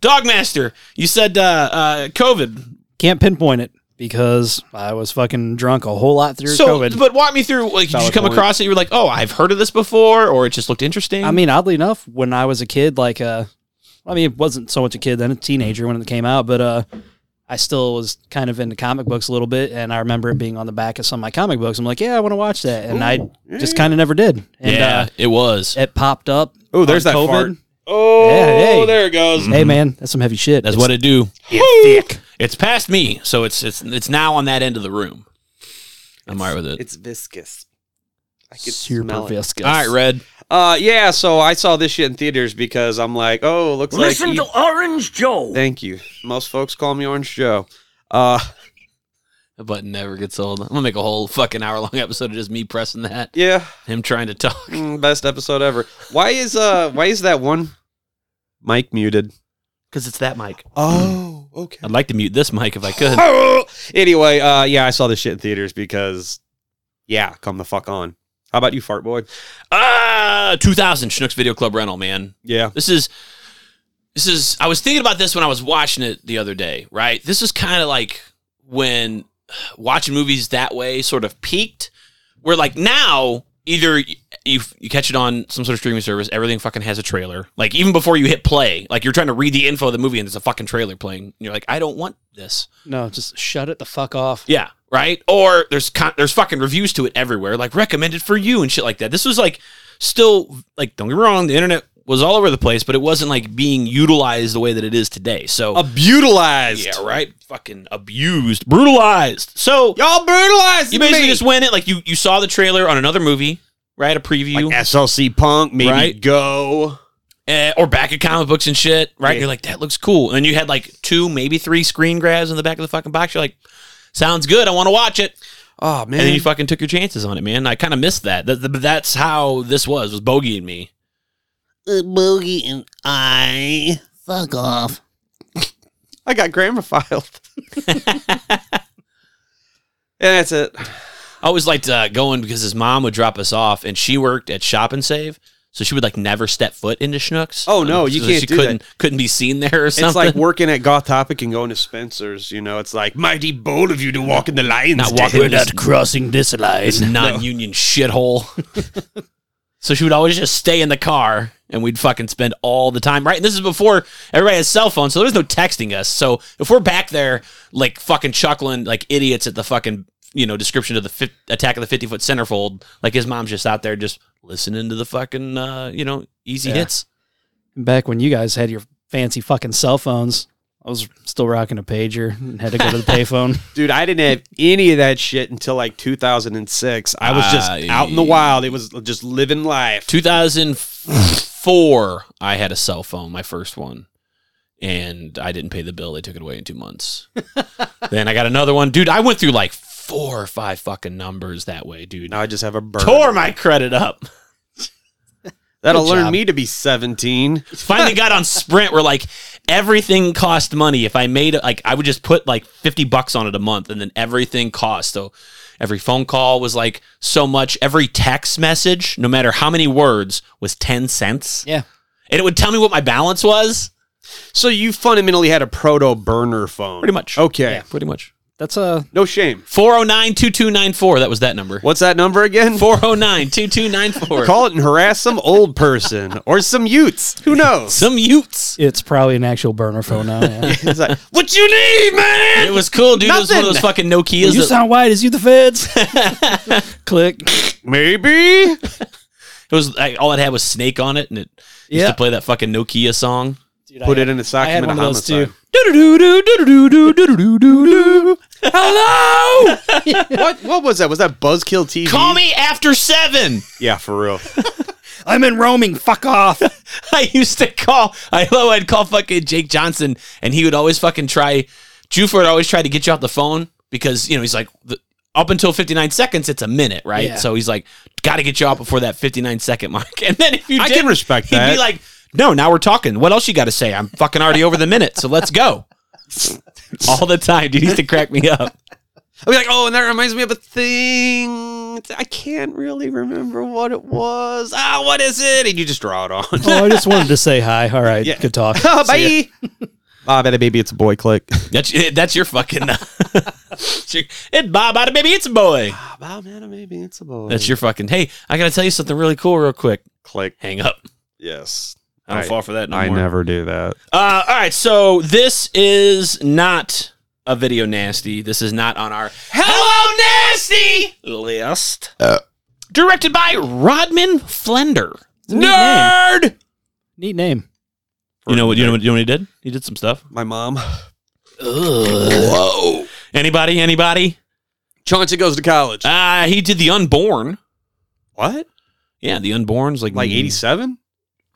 Speaker 3: Dogmaster, you said uh, uh, COVID.
Speaker 5: Can't pinpoint it because I was fucking drunk a whole lot through
Speaker 3: So,
Speaker 5: COVID.
Speaker 3: but walk me through. Like, did you
Speaker 5: Valid
Speaker 3: come
Speaker 5: point.
Speaker 3: across it? You were like, oh, I've heard of this before, or it just looked interesting.
Speaker 5: I mean, oddly enough, when I was a kid, like, uh, I mean, it wasn't so much a kid then, a teenager when it came out, but uh, I still was kind of into comic books a little bit, and I remember it being on the back of some of my comic books. I'm like, yeah, I want to watch that, and I just kind of never did. And
Speaker 3: yeah, it was.
Speaker 5: uh, it popped up.
Speaker 4: Oh, there's that
Speaker 5: on
Speaker 4: fart.
Speaker 5: Oh, hey, hey.
Speaker 4: it
Speaker 3: Mm.
Speaker 4: goes.
Speaker 5: Hey, man, that's some heavy
Speaker 3: Mm-hmm.
Speaker 5: shit.
Speaker 3: That's
Speaker 5: It's-
Speaker 3: what it do. It's past me, so it's it's it's now on that end of the room. I'm all right with it.
Speaker 4: It's viscous. I could
Speaker 5: super
Speaker 4: smell it.
Speaker 5: viscous.
Speaker 3: all right, Red.
Speaker 4: Uh, yeah. So I saw this shit in theaters because I'm like, oh, looks
Speaker 9: Listen
Speaker 4: like.
Speaker 9: to Orange Joe.
Speaker 4: Thank you. Most folks call me Orange Joe. Uh,
Speaker 3: The button never gets old. I'm gonna make a whole fucking hour long *laughs* episode of just me pressing that,
Speaker 4: yeah.
Speaker 3: him trying
Speaker 4: *laughs*
Speaker 3: to talk.
Speaker 4: Mm, best episode ever. Why is uh why is that one mic muted?
Speaker 3: Because it's that mic.
Speaker 4: Oh, okay.
Speaker 3: I'd like to mute this mic if I could.
Speaker 4: *laughs* Anyway, uh yeah, I saw this shit in theaters because yeah, come the fuck on. How about you, fart boy?
Speaker 3: Ah, 2000 Schnucks Video Club rental, man.
Speaker 4: Yeah.
Speaker 3: This is this is I was thinking about this when I was watching it the other day, right? This is kind of like when watching movies that way sort of peaked where like now either you, you catch it on some sort of streaming service everything fucking has a trailer like even before you hit play like you're trying to read the info of the movie and there's a fucking trailer playing and you're like i don't want this
Speaker 5: No, just shut it the fuck off.
Speaker 3: yeah, right. Or there's con- there's fucking reviews to it everywhere, like recommended for you and shit like that. This was like still like don't get me wrong, the internet was all over the place, but it wasn't like being utilized the way that it is today. So
Speaker 4: Abutilized.
Speaker 3: yeah, right. Fucking abused, brutalized. So
Speaker 4: Y'all brutalized.
Speaker 3: you basically just went it like you you saw the trailer on another movie, right? A preview.
Speaker 4: SLC Punk, maybe
Speaker 3: Right.
Speaker 4: go.
Speaker 3: eh, or back of comic books and shit, right?
Speaker 4: Yeah.
Speaker 3: You're like, that looks cool. And then you had like two, maybe three screen grabs in the back of the fucking box. You're like, sounds good. I want to watch it.
Speaker 4: Oh man.
Speaker 3: And then you fucking took your chances on it, man. I kind of missed that. That- that- That's how this was, was Bogey and me.
Speaker 4: Boogie and I.
Speaker 6: Fuck off.
Speaker 4: I got grammar filed. *laughs* and that's it.
Speaker 3: I always liked uh, going because his mom would drop us off, and she worked at Shop and Save, so she would like never step foot into Schnucks. Um,
Speaker 4: Oh, no, you
Speaker 3: So
Speaker 4: can't
Speaker 3: She
Speaker 4: do that.
Speaker 3: couldn't couldn't be seen there or something.
Speaker 4: It's like working at Goth Topic and going to Spencer's. You know, it's like mighty bold of you to walk in the lion's
Speaker 3: Not
Speaker 4: den.
Speaker 3: walking in this,
Speaker 6: crossing this line.
Speaker 3: this non-union shithole. *laughs* so she would always just stay in the car, and we'd fucking spend all the time. Right, and this is before everybody has cell phones, so there's no texting us. So if we're back there, like fucking chuckling like idiots at the fucking you know description of the fif- attack of the 50 foot centerfold, like his mom's just out there just listening to the fucking uh, you know easy hits.
Speaker 5: Back when you guys had your fancy fucking cell phones, I was still rocking a pager and had to go to the
Speaker 3: *laughs*
Speaker 5: payphone.
Speaker 4: Dude, I didn't have any of that shit until like 2006. I was just
Speaker 3: I-
Speaker 4: out in the wild. It was just living life.
Speaker 3: 2004, I had a cell phone, my first one, and I didn't pay the bill. They took it away in two *laughs* months. then I got another one, dude. I went through like four or five fucking numbers that way, dude.
Speaker 4: Now I just have a burn.
Speaker 3: Tore my credit up.
Speaker 4: That'll
Speaker 5: Good
Speaker 4: learn
Speaker 5: job.
Speaker 4: me to be 17.
Speaker 3: *laughs* Finally got on Sprint where like everything cost money. If I made like I would just put like 50 bucks on it a month and then everything cost. So every phone call was like so much. Every text message, no matter how many words, was 10 cents.
Speaker 5: Yeah.
Speaker 3: And it would tell me what my balance was.
Speaker 4: So you fundamentally had a proto burner phone.
Speaker 3: Pretty much.
Speaker 4: Okay.
Speaker 5: Yeah.
Speaker 3: Pretty much.
Speaker 5: That's uh, a
Speaker 4: No shame.
Speaker 3: 409 2294. That was that number.
Speaker 4: What's that number again?
Speaker 3: 409 2294.
Speaker 4: *laughs* Call it and harass some old person or some youths. Who knows?
Speaker 3: Some Utes.
Speaker 5: It's probably an actual burner phone now. Yeah.
Speaker 4: It's like, what you need, man?
Speaker 3: It was cool, dude. It was one
Speaker 4: Nothing.
Speaker 3: of those fucking Nokias.
Speaker 5: you
Speaker 3: that-
Speaker 5: sound white. Is you the feds? Click.
Speaker 4: Maybe.
Speaker 3: it was like, all it had was Snake on it, and it used
Speaker 5: Yeah.
Speaker 3: to play that fucking Nokia song.
Speaker 4: Put it in a sock
Speaker 5: I had
Speaker 4: and a
Speaker 5: one of those
Speaker 4: homicide.
Speaker 5: too. *laughs*
Speaker 3: Hello!
Speaker 4: What, what was that? Was that Buzzkill TV?
Speaker 3: Call me after seven.
Speaker 4: Yeah, for real.
Speaker 6: I'm in roaming. Fuck off.
Speaker 3: *laughs* I used to call. I know I'd call fucking Jake Johnson, and he would always fucking try. Juford always tried to get you off the phone because you know he's like the, up until fifty nine seconds, it's a minute, right? So he's like, got to get you off before that fifty nine second mark. *laughs* And then if you,
Speaker 4: I
Speaker 3: didn't,
Speaker 4: can respect
Speaker 3: He'd
Speaker 4: that.
Speaker 3: be like, no, now we're talking. What else you got to say? I'm
Speaker 4: *laughs*
Speaker 3: fucking already over the minute, so let's go. All the time, dude. He used to crack me up.
Speaker 4: I'll be like, oh, and that reminds me of a thing. I can't really remember what it was. Ah, what is it? And you just draw it on. *laughs*
Speaker 5: Oh, I just wanted to say hi. All right,
Speaker 4: Yeah. Oh,
Speaker 5: good talk.
Speaker 4: *laughs*
Speaker 5: See ya.
Speaker 4: Bye. Bob had a Ah, baby. It's a boy. *laughs* Click.
Speaker 3: That's eh, that's your fucking. *laughs* it's your- it Bob out of baby. It's a boy.
Speaker 4: Bob had a Ah, baby. It's a boy.
Speaker 3: That's your fucking. Hey, I gotta tell you something really cool, real quick.
Speaker 4: click.
Speaker 3: Hang up.
Speaker 4: Yes.
Speaker 3: I don't
Speaker 4: I-
Speaker 3: fall for that. No more.
Speaker 4: never do that.
Speaker 3: Uh, all right, so this is not a video nasty. This is not on our Hello Nasty list. Directed by Rodman Flender.
Speaker 5: Nerd. Neat name.
Speaker 3: You know what? You know what? You know what he did? He did some stuff.
Speaker 4: My mom. *sighs*
Speaker 3: Whoa! Anybody? Anybody?
Speaker 4: Chauncey goes to college.
Speaker 3: Uh, he did the Unborn.
Speaker 4: what?
Speaker 3: Yeah, the Unborn's like
Speaker 4: Like eighty-seven?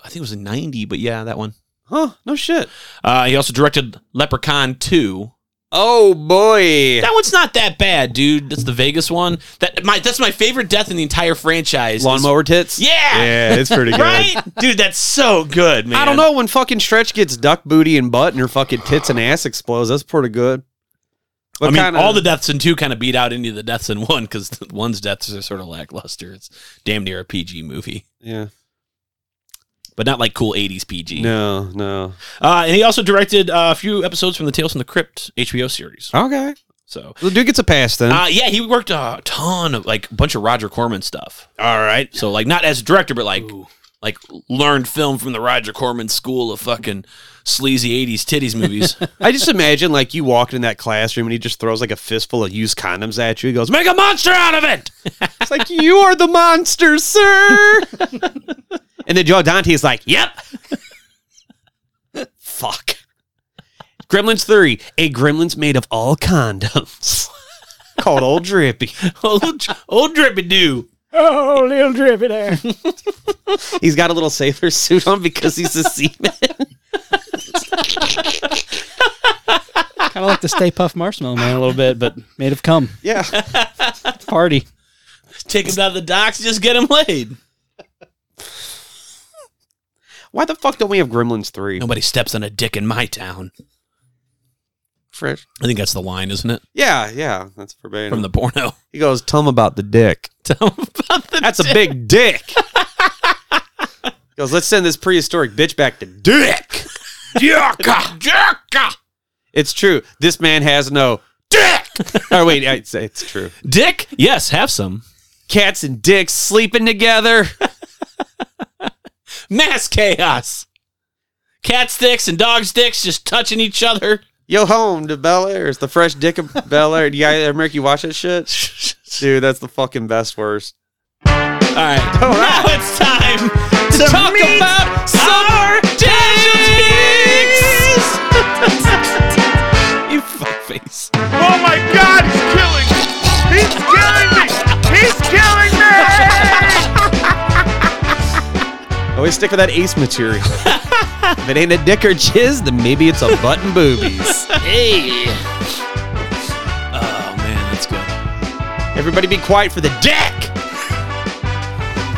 Speaker 3: I think it was ninety, but yeah, that one.
Speaker 4: Huh? No shit.
Speaker 3: Uh, he also directed Leprechaun Two.
Speaker 4: Oh boy.
Speaker 3: That one's not that bad, dude. That's the Vegas one. That my that's my favorite death in the entire franchise.
Speaker 4: Lawnmower tits.
Speaker 3: Yeah.
Speaker 4: it's *laughs* pretty
Speaker 3: Right? Dude, that's so good, man.
Speaker 4: I don't know when fucking Stretch gets duck booty and butt and her fucking tits and ass explodes. That's pretty good. What
Speaker 3: I mean,
Speaker 4: kinda-
Speaker 3: all the deaths in two kind of beat out any of the deaths in one because one's deaths are sort of lackluster. It's damn near a PG movie,
Speaker 4: yeah.
Speaker 3: but not like cool 80s PG.
Speaker 4: No, no.
Speaker 3: Uh, and he also directed uh, a few episodes from the Tales from the Crypt HBO series.
Speaker 4: Okay.
Speaker 3: So,
Speaker 4: The dude gets a pass then.
Speaker 3: uh, yeah, he worked a ton of like a bunch of Roger Corman stuff. All right. So, like, not as a director, but like. Like learned film from the Roger Corman school of fucking sleazy '80s
Speaker 4: *laughs*
Speaker 3: titties movies.
Speaker 4: I just imagine like you walked in that classroom and he just throws like a fistful of used condoms at you. He goes, "Make a monster out of it!" it's like you are the monster, *laughs* sir. and then Joe Dante's like, "Yep." Fuck. Gremlins three, a Gremlins made of all condoms, called Old Drippy.
Speaker 3: old, old drippy do.
Speaker 5: Oh, little drippy *laughs* there.
Speaker 4: He's got a little sailor suit on because he's a seaman.
Speaker 5: kind of like the Stay Puff Marshmallow Man a little bit, but made of cum.
Speaker 4: yeah,
Speaker 5: Party.
Speaker 3: Take him down to the docks, just get him laid.
Speaker 4: why the fuck don't we have Gremlins three?
Speaker 3: Nobody steps on a dick in my town.
Speaker 4: Fresh.
Speaker 3: I think that's the line, isn't it?
Speaker 4: Yeah, yeah, that's verbatim.
Speaker 3: From the porno. *laughs*
Speaker 4: he goes, "Tell him about the dick."
Speaker 3: Tell him about the
Speaker 4: That's a *laughs* big dick. Goes, let's send this prehistoric bitch back to dick.
Speaker 3: Jerka! Jerka!
Speaker 4: It's true. This man has no dick. oh wait, I say it's true.
Speaker 3: Dick? Yes, have some.
Speaker 4: Cats and dicks sleeping together.
Speaker 3: Mass chaos. Cat sticks and dog sticks just touching each other.
Speaker 4: *laughs* Yo home to Bel Air. It's the fresh dick of Bel Air. Do you guys America, you watch that *laughs* shit? Dude, that's the fucking best worst.
Speaker 3: All right.
Speaker 4: right.
Speaker 3: Now it's time to, talk about summer *laughs* you fuckface.
Speaker 7: Oh my god, he's killing me! He's killing me! He's killing me!
Speaker 4: Always stick with that ace material. if it ain't a dick or jizz, then maybe it's a butt and boobies.
Speaker 3: Oh man, that's good.
Speaker 4: Everybody be quiet for the dick!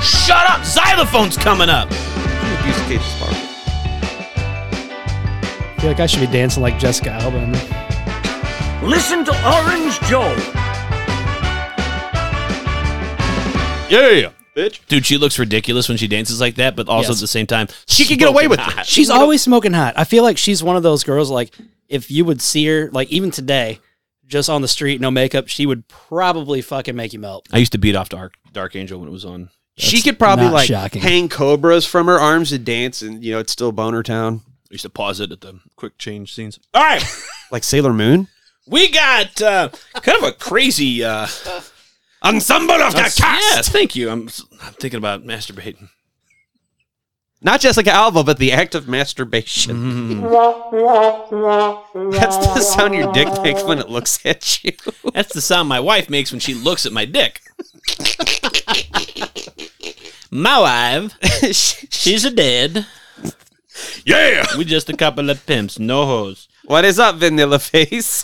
Speaker 3: Shut up! Xylophone's coming up.
Speaker 4: Abuse of Cajun Spark.
Speaker 5: I feel like I should be dancing like Jessica Alba. in there.
Speaker 9: Listen to Orange Joe.
Speaker 4: Yeah, bitch.
Speaker 3: Dude, she looks ridiculous when she dances like that, but also
Speaker 5: Yes.
Speaker 3: at the same time,
Speaker 4: She could get away with
Speaker 3: smoking
Speaker 4: it.
Speaker 3: hot.
Speaker 5: She's always smoking hot. I feel like she's one of those girls. Like if you would see her, like even today, just on the street, no makeup, she would probably fucking make you melt.
Speaker 3: I used to beat off Dark Dark Angel when it was on.
Speaker 4: she could probably
Speaker 5: not
Speaker 4: like
Speaker 5: shocking.
Speaker 4: hang cobras from her arms and dance, and you know it's still boner town,
Speaker 3: I used to pause it at the quick change scenes. All right,
Speaker 4: like Sailor Moon.
Speaker 3: we got uh, kind of a crazy uh,
Speaker 4: Ensemble of
Speaker 3: Yeah, thank you. I'm I'm thinking about masturbating.
Speaker 4: Not Jessica Alba, but the act of masturbation. *laughs* That's the sound your dick makes when it looks at you.
Speaker 3: That's the sound my wife makes when she looks at my dick. *laughs* my wife, she's a dead.
Speaker 7: Yeah!
Speaker 3: We just a couple of pimps, no hoes.
Speaker 4: what is up, Vanilla Face?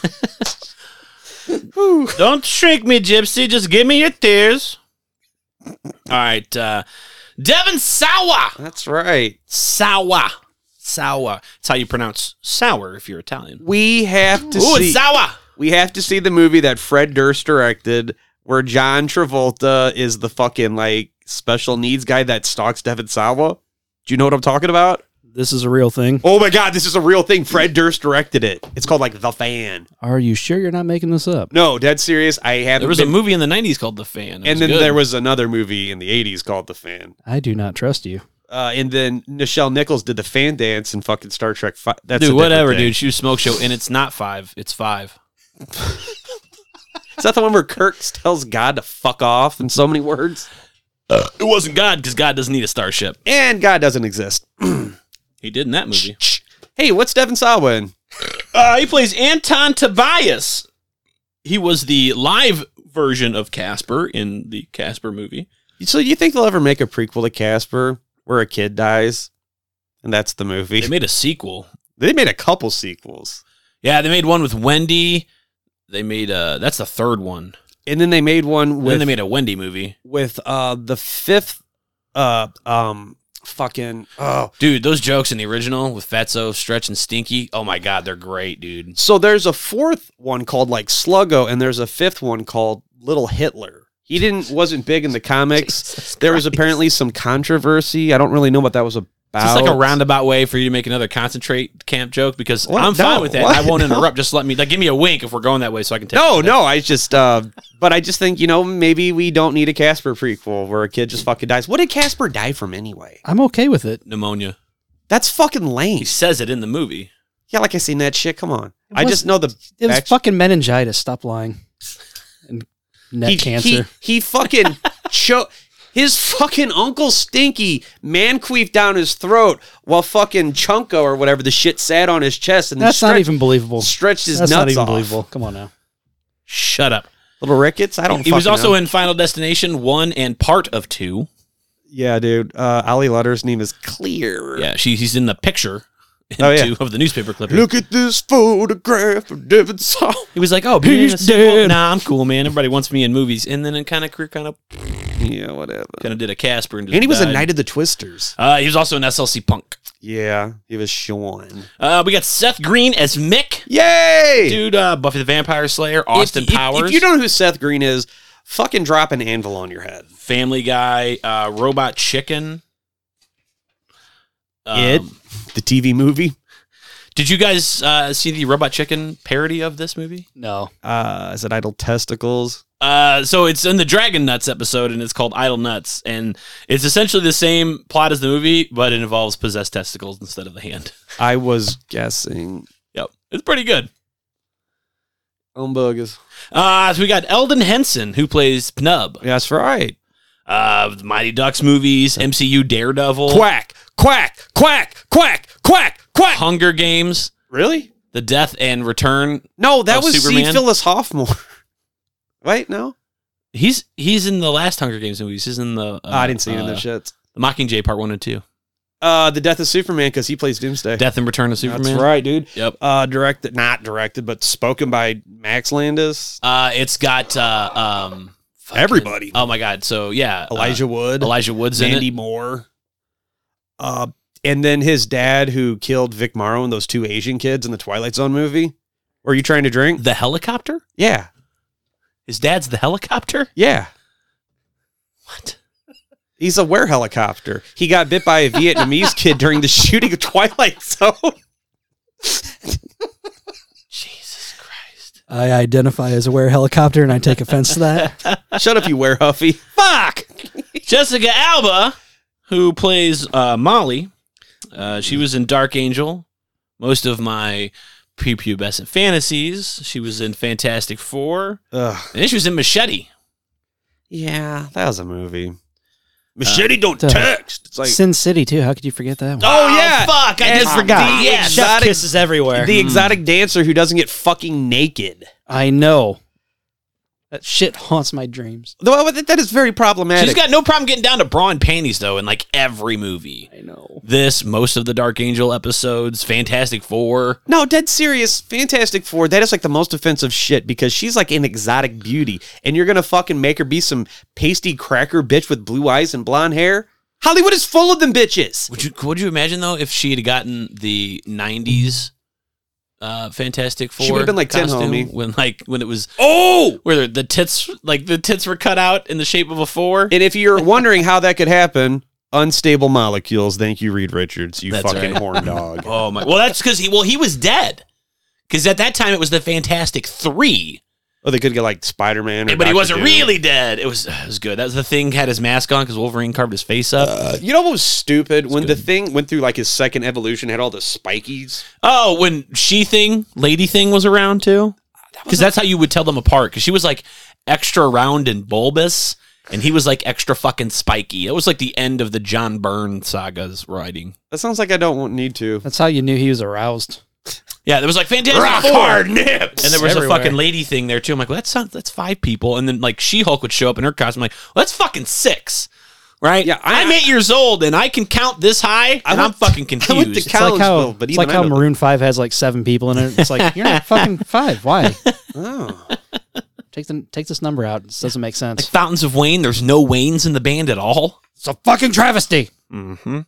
Speaker 4: *laughs*
Speaker 3: Don't shrink me, Gypsy. Just give me your tears. All right, uh, Devin Sawa.
Speaker 4: That's right.
Speaker 3: Sawa. Sawa. It's how you pronounce sour if you're Italian.
Speaker 4: We have to
Speaker 3: Ooh,
Speaker 4: see.
Speaker 3: it's sawa.
Speaker 4: We have to see the movie that Fred Durst directed, where John Travolta is the fucking like special needs guy that stalks Devin Sawa. Do you know what I'm talking about?
Speaker 5: This is a real thing.
Speaker 4: Oh my god, this is a real thing. Fred Durst directed it. It's called like The Fan.
Speaker 5: Are you sure you're not making this up?
Speaker 4: No, dead serious. I have.
Speaker 3: There was a movie in the '90s called The Fan. It
Speaker 4: and
Speaker 3: was
Speaker 4: then
Speaker 3: good.
Speaker 4: there was another movie in the '80s called The Fan.
Speaker 5: I do not trust you.
Speaker 4: Uh, and then Nichelle Nichols did the fan dance in fucking Star Trek. Fi- That's a
Speaker 3: dude,
Speaker 4: different
Speaker 3: whatever,
Speaker 4: thing.
Speaker 3: dude. She was smoke show, and it's not five. It's five.
Speaker 4: Is that the one where Kirk tells God to fuck off in so many words?
Speaker 3: It wasn't God because God doesn't need a starship.
Speaker 4: And God doesn't exist.
Speaker 3: He did in that movie.
Speaker 4: Hey, what's Devin Sawa in?
Speaker 3: Uh, he plays Anton Tobias. He was the live version of Casper in the Casper movie.
Speaker 4: So you think they'll ever make a prequel to Casper where a kid dies? And that's the movie.
Speaker 3: They made a sequel.
Speaker 4: They made a couple sequels.
Speaker 3: Yeah, they made one with Wendy. They made uh that's the third one.
Speaker 4: And then they made one
Speaker 3: then
Speaker 4: with
Speaker 3: they made a Wendy movie.
Speaker 4: with uh the fifth uh um fucking oh
Speaker 3: Dude, those jokes in the original with Fatso, Stretch, and Stinky. Oh my god, they're great, dude.
Speaker 4: so there's a fourth one called like Sluggo and there's a fifth one called Little Hitler. He didn't wasn't big in the
Speaker 5: *laughs*
Speaker 4: comics. there was apparently some controversy. I don't really know what that was about.
Speaker 3: It's just like a roundabout way for you to make another concentrate camp joke because
Speaker 4: What?
Speaker 3: I'm
Speaker 4: No,
Speaker 3: fine with that.
Speaker 4: what?
Speaker 3: I won't
Speaker 4: *laughs* No.
Speaker 3: interrupt. Just let me like give me a wink if we're going that way so I can take
Speaker 4: No, no, I just uh but I just think, you know, maybe we don't need a Casper prequel where a kid just fucking dies. What did Casper die from anyway?
Speaker 5: I'm okay with it.
Speaker 3: pneumonia.
Speaker 4: That's fucking lame.
Speaker 3: He says it in the movie.
Speaker 4: Yeah, like I seen that shit. Come on. I
Speaker 5: was-
Speaker 4: just know the
Speaker 5: It was
Speaker 4: back-
Speaker 5: fucking meningitis. Stop lying. And neck cancer.
Speaker 4: He, he
Speaker 5: *laughs*
Speaker 4: fucking cho- his fucking uncle Stinky manqueefed down his throat while fucking Chunko or whatever the shit sat on his chest and then
Speaker 5: That's not
Speaker 4: stretch-
Speaker 5: even believable.
Speaker 4: stretched his
Speaker 5: That's
Speaker 4: nuts
Speaker 5: not even
Speaker 4: off.
Speaker 5: believable. Come on now.
Speaker 3: Shut up.
Speaker 4: Little rickets. I don't.
Speaker 3: He was
Speaker 4: fucking
Speaker 3: also
Speaker 4: know.
Speaker 3: in Final Destination 1 and part of 2.
Speaker 4: Yeah, dude. Uh, Ali Lutter's name is Clear.
Speaker 3: Yeah, she, he's in the picture in
Speaker 4: Oh, yeah.
Speaker 3: two of the newspaper clipping.
Speaker 4: Look at this photograph of Devin Sawa.
Speaker 3: He was like, "Oh, being in
Speaker 5: He's
Speaker 3: a sequel?
Speaker 5: dead.
Speaker 3: Nah, I'm cool, man. Everybody wants me in movies." And then, it kind of career, kind of,
Speaker 4: Yeah, whatever.
Speaker 3: kind of did a Casper, and, just
Speaker 4: And he was
Speaker 3: died.
Speaker 4: a Knight of the Twisters.
Speaker 3: Uh, he was also in SLC Punk.
Speaker 4: Yeah, he was Sean.
Speaker 3: Uh, we got Seth Green as Mick,
Speaker 4: Yay!
Speaker 3: dude. Uh, Buffy the Vampire Slayer, Austin
Speaker 4: If- if-
Speaker 3: Powers,
Speaker 4: If you don't know who Seth Green is, fucking drop an anvil on your head.
Speaker 3: Family Guy, uh, Robot Chicken. Um,
Speaker 4: the TV movie.
Speaker 3: Did you guys uh, see the Robot Chicken parody of this movie?
Speaker 5: No.
Speaker 4: uh is it idle testicles
Speaker 3: Uh, so it's in the Dragon Nuts episode, and it's called Idle Nuts, and it's essentially the same plot as the movie, but it involves possessed testicles instead of the hand.
Speaker 4: i was guessing
Speaker 3: Yep, it's pretty good.
Speaker 4: umbuggers
Speaker 3: Uh, so we got Eldon Henson, who plays Pnub,
Speaker 4: that's right
Speaker 3: uh, the Mighty Ducks movies, MCU Daredevil,
Speaker 4: quack quack quack quack quack quack
Speaker 3: Hunger Games,
Speaker 4: really
Speaker 3: The Death and Return.
Speaker 4: no that
Speaker 3: Of
Speaker 4: was C.
Speaker 3: Oh, Superman?
Speaker 4: phyllis hoffman *laughs* wait no
Speaker 3: He's he's in the last Hunger Games movies. He's in the uh,
Speaker 4: i didn't see it in
Speaker 3: uh,
Speaker 4: the shits
Speaker 3: Mockingjay Part One and Two,
Speaker 4: uh the death of superman because he plays doomsday
Speaker 3: Death and Return of Superman.
Speaker 4: that's right dude
Speaker 3: Yep.
Speaker 4: uh directed not directed but spoken by max landis
Speaker 3: Uh, it's got uh, um, fucking-
Speaker 4: Everybody.
Speaker 3: Oh my god! So yeah, uh,
Speaker 4: elijah wood
Speaker 3: Elijah Wood's in
Speaker 4: Mandy
Speaker 3: it.
Speaker 4: Moore. Uh, and then his dad who killed Vic Morrow and those two Asian kids in the Twilight Zone movie. Were you trying to drink?
Speaker 3: The helicopter?
Speaker 4: Yeah.
Speaker 3: His dad's the helicopter?
Speaker 4: Yeah.
Speaker 3: What?
Speaker 4: He's a were helicopter. He got bit by a Vietnamese kid during the shooting of Twilight Zone. *laughs*
Speaker 3: Jesus Christ.
Speaker 5: I identify as a wear helicopter and I take offense to that.
Speaker 4: Shut up, you were huffy. Fuck.
Speaker 3: Jessica Alba, who plays uh, Molly, uh, she was in Dark Angel, most of my prepubescent fantasies. She was in Fantastic Four,
Speaker 4: Ugh.
Speaker 3: and then she was in Machete.
Speaker 4: Yeah, that was a
Speaker 3: Uh,
Speaker 4: movie.
Speaker 7: Machete don't
Speaker 5: Duh.
Speaker 4: *laughs*
Speaker 7: text.
Speaker 4: It's like
Speaker 5: Sin City too. How could you forget that? One?
Speaker 4: Oh, yeah.
Speaker 3: Fuck, I
Speaker 4: And
Speaker 3: just
Speaker 4: the
Speaker 3: forgot.
Speaker 4: exotic-
Speaker 3: Yes.
Speaker 5: kisses everywhere.
Speaker 4: the exotic dancer who doesn't get fucking naked.
Speaker 5: I know. That shit haunts my dreams.
Speaker 4: Though that that is very problematic.
Speaker 3: She's got no problem getting down to bra and panties though, in like every movie.
Speaker 5: I know.
Speaker 3: This, most of the Dark Angel episodes, Fantastic Four.
Speaker 4: No, dead serious. Fantastic Four. That is like the most offensive shit because she's like an exotic beauty, and you're gonna fucking make her be some pasty cracker bitch with blue eyes and blonde hair. Hollywood is full of them bitches.
Speaker 3: Would you could you imagine though if she had gotten the '90s uh, Fantastic Four.
Speaker 4: She would've been like 10,
Speaker 3: costume
Speaker 4: homie.
Speaker 3: when like when it was
Speaker 4: Oh!
Speaker 3: where the tits like the tits were cut out in the shape of a four.
Speaker 4: And if you're wondering how that could happen, unstable molecules. Thank you, Reed Richards. You
Speaker 3: That's
Speaker 4: fucking
Speaker 3: right. *laughs*
Speaker 4: horn dog.
Speaker 3: Oh my! Well, that's because he well he was dead. Because at that time it was the Fantastic Three,
Speaker 4: Oh, they could get like Spider Man.
Speaker 3: but he wasn't really dead. It was it was good. That was the thing had his mask on because Wolverine carved his face up.
Speaker 4: You know what was stupid? when the thing went through like his second evolution, had all the spikies.
Speaker 3: oh, when she thing, lady thing was around too, because that's how you would tell them apart. Because she was like extra round and bulbous, and he was like extra fucking spiky. It was like the end of the John Byrne saga's writing.
Speaker 4: That sounds like I don't want, need to.
Speaker 5: That's how you knew he was aroused.
Speaker 3: Yeah, there was like Fantastic Four.
Speaker 4: nips.
Speaker 3: And there was
Speaker 5: everywhere.
Speaker 3: a fucking lady thing there too. I'm like, well, that's not, that's five people. And then like She Hulk would show up in her costume. like, well, that's fucking six, right?
Speaker 4: Yeah, I-
Speaker 3: I, am eight years old and I can count this high, and I'm
Speaker 4: went-
Speaker 3: *laughs* fucking
Speaker 4: *laughs* I went
Speaker 3: confused.
Speaker 4: to
Speaker 5: It's like
Speaker 4: college,
Speaker 5: how,
Speaker 4: though, but
Speaker 5: it's
Speaker 4: even
Speaker 5: like how
Speaker 4: I know
Speaker 5: Maroon Five has like seven people in it.
Speaker 4: *laughs*
Speaker 5: It's like you're not fucking five. Why?
Speaker 4: Oh.
Speaker 5: Take the take this number out. This doesn't make
Speaker 3: like
Speaker 5: sense.
Speaker 3: Fountains of Wayne, there's no Waynes in the band at all.
Speaker 5: It's a fucking travesty.
Speaker 3: Uh,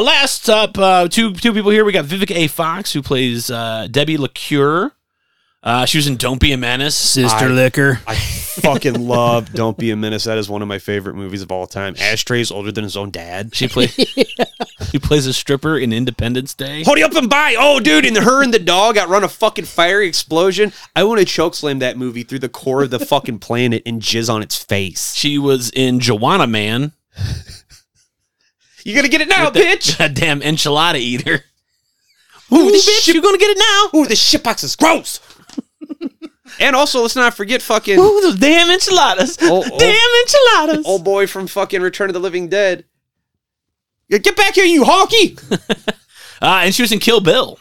Speaker 3: last up, uh, two two people here. We got Vivica A. Fox who plays uh, Debbie LaCure. Uh, she was in Don't Be a Menace.
Speaker 6: Sister Liquor.
Speaker 4: I fucking love Don't Be a Menace. That is one of my favorite movies of all time. Ashtray's older than his own dad.
Speaker 3: *laughs* She
Speaker 6: *laughs*
Speaker 3: plays she plays a stripper in Independence Day.
Speaker 4: Hold you up and buy. Oh, dude, and her and the dog outrun a fucking fiery explosion. I want to chokeslam that movie through the core *laughs* of the fucking planet and jizz on its face.
Speaker 3: She was in Joanna Man. *laughs*
Speaker 4: You're gonna get it now, bitch.
Speaker 3: Goddamn enchilada eater.
Speaker 4: *laughs* Ooh,
Speaker 3: Ooh,
Speaker 4: the
Speaker 3: bitch,
Speaker 4: shit,
Speaker 3: you gonna get it now?
Speaker 4: ooh, this shit box is gross. *laughs* and also, let's not forget fucking
Speaker 3: Ooh, those damn enchiladas.
Speaker 4: Oh, oh.
Speaker 3: Damn enchiladas.
Speaker 4: old boy from fucking Return of the Living Dead. Yeah, Get back here, you honky!
Speaker 3: Uh, and she was in Kill Bill.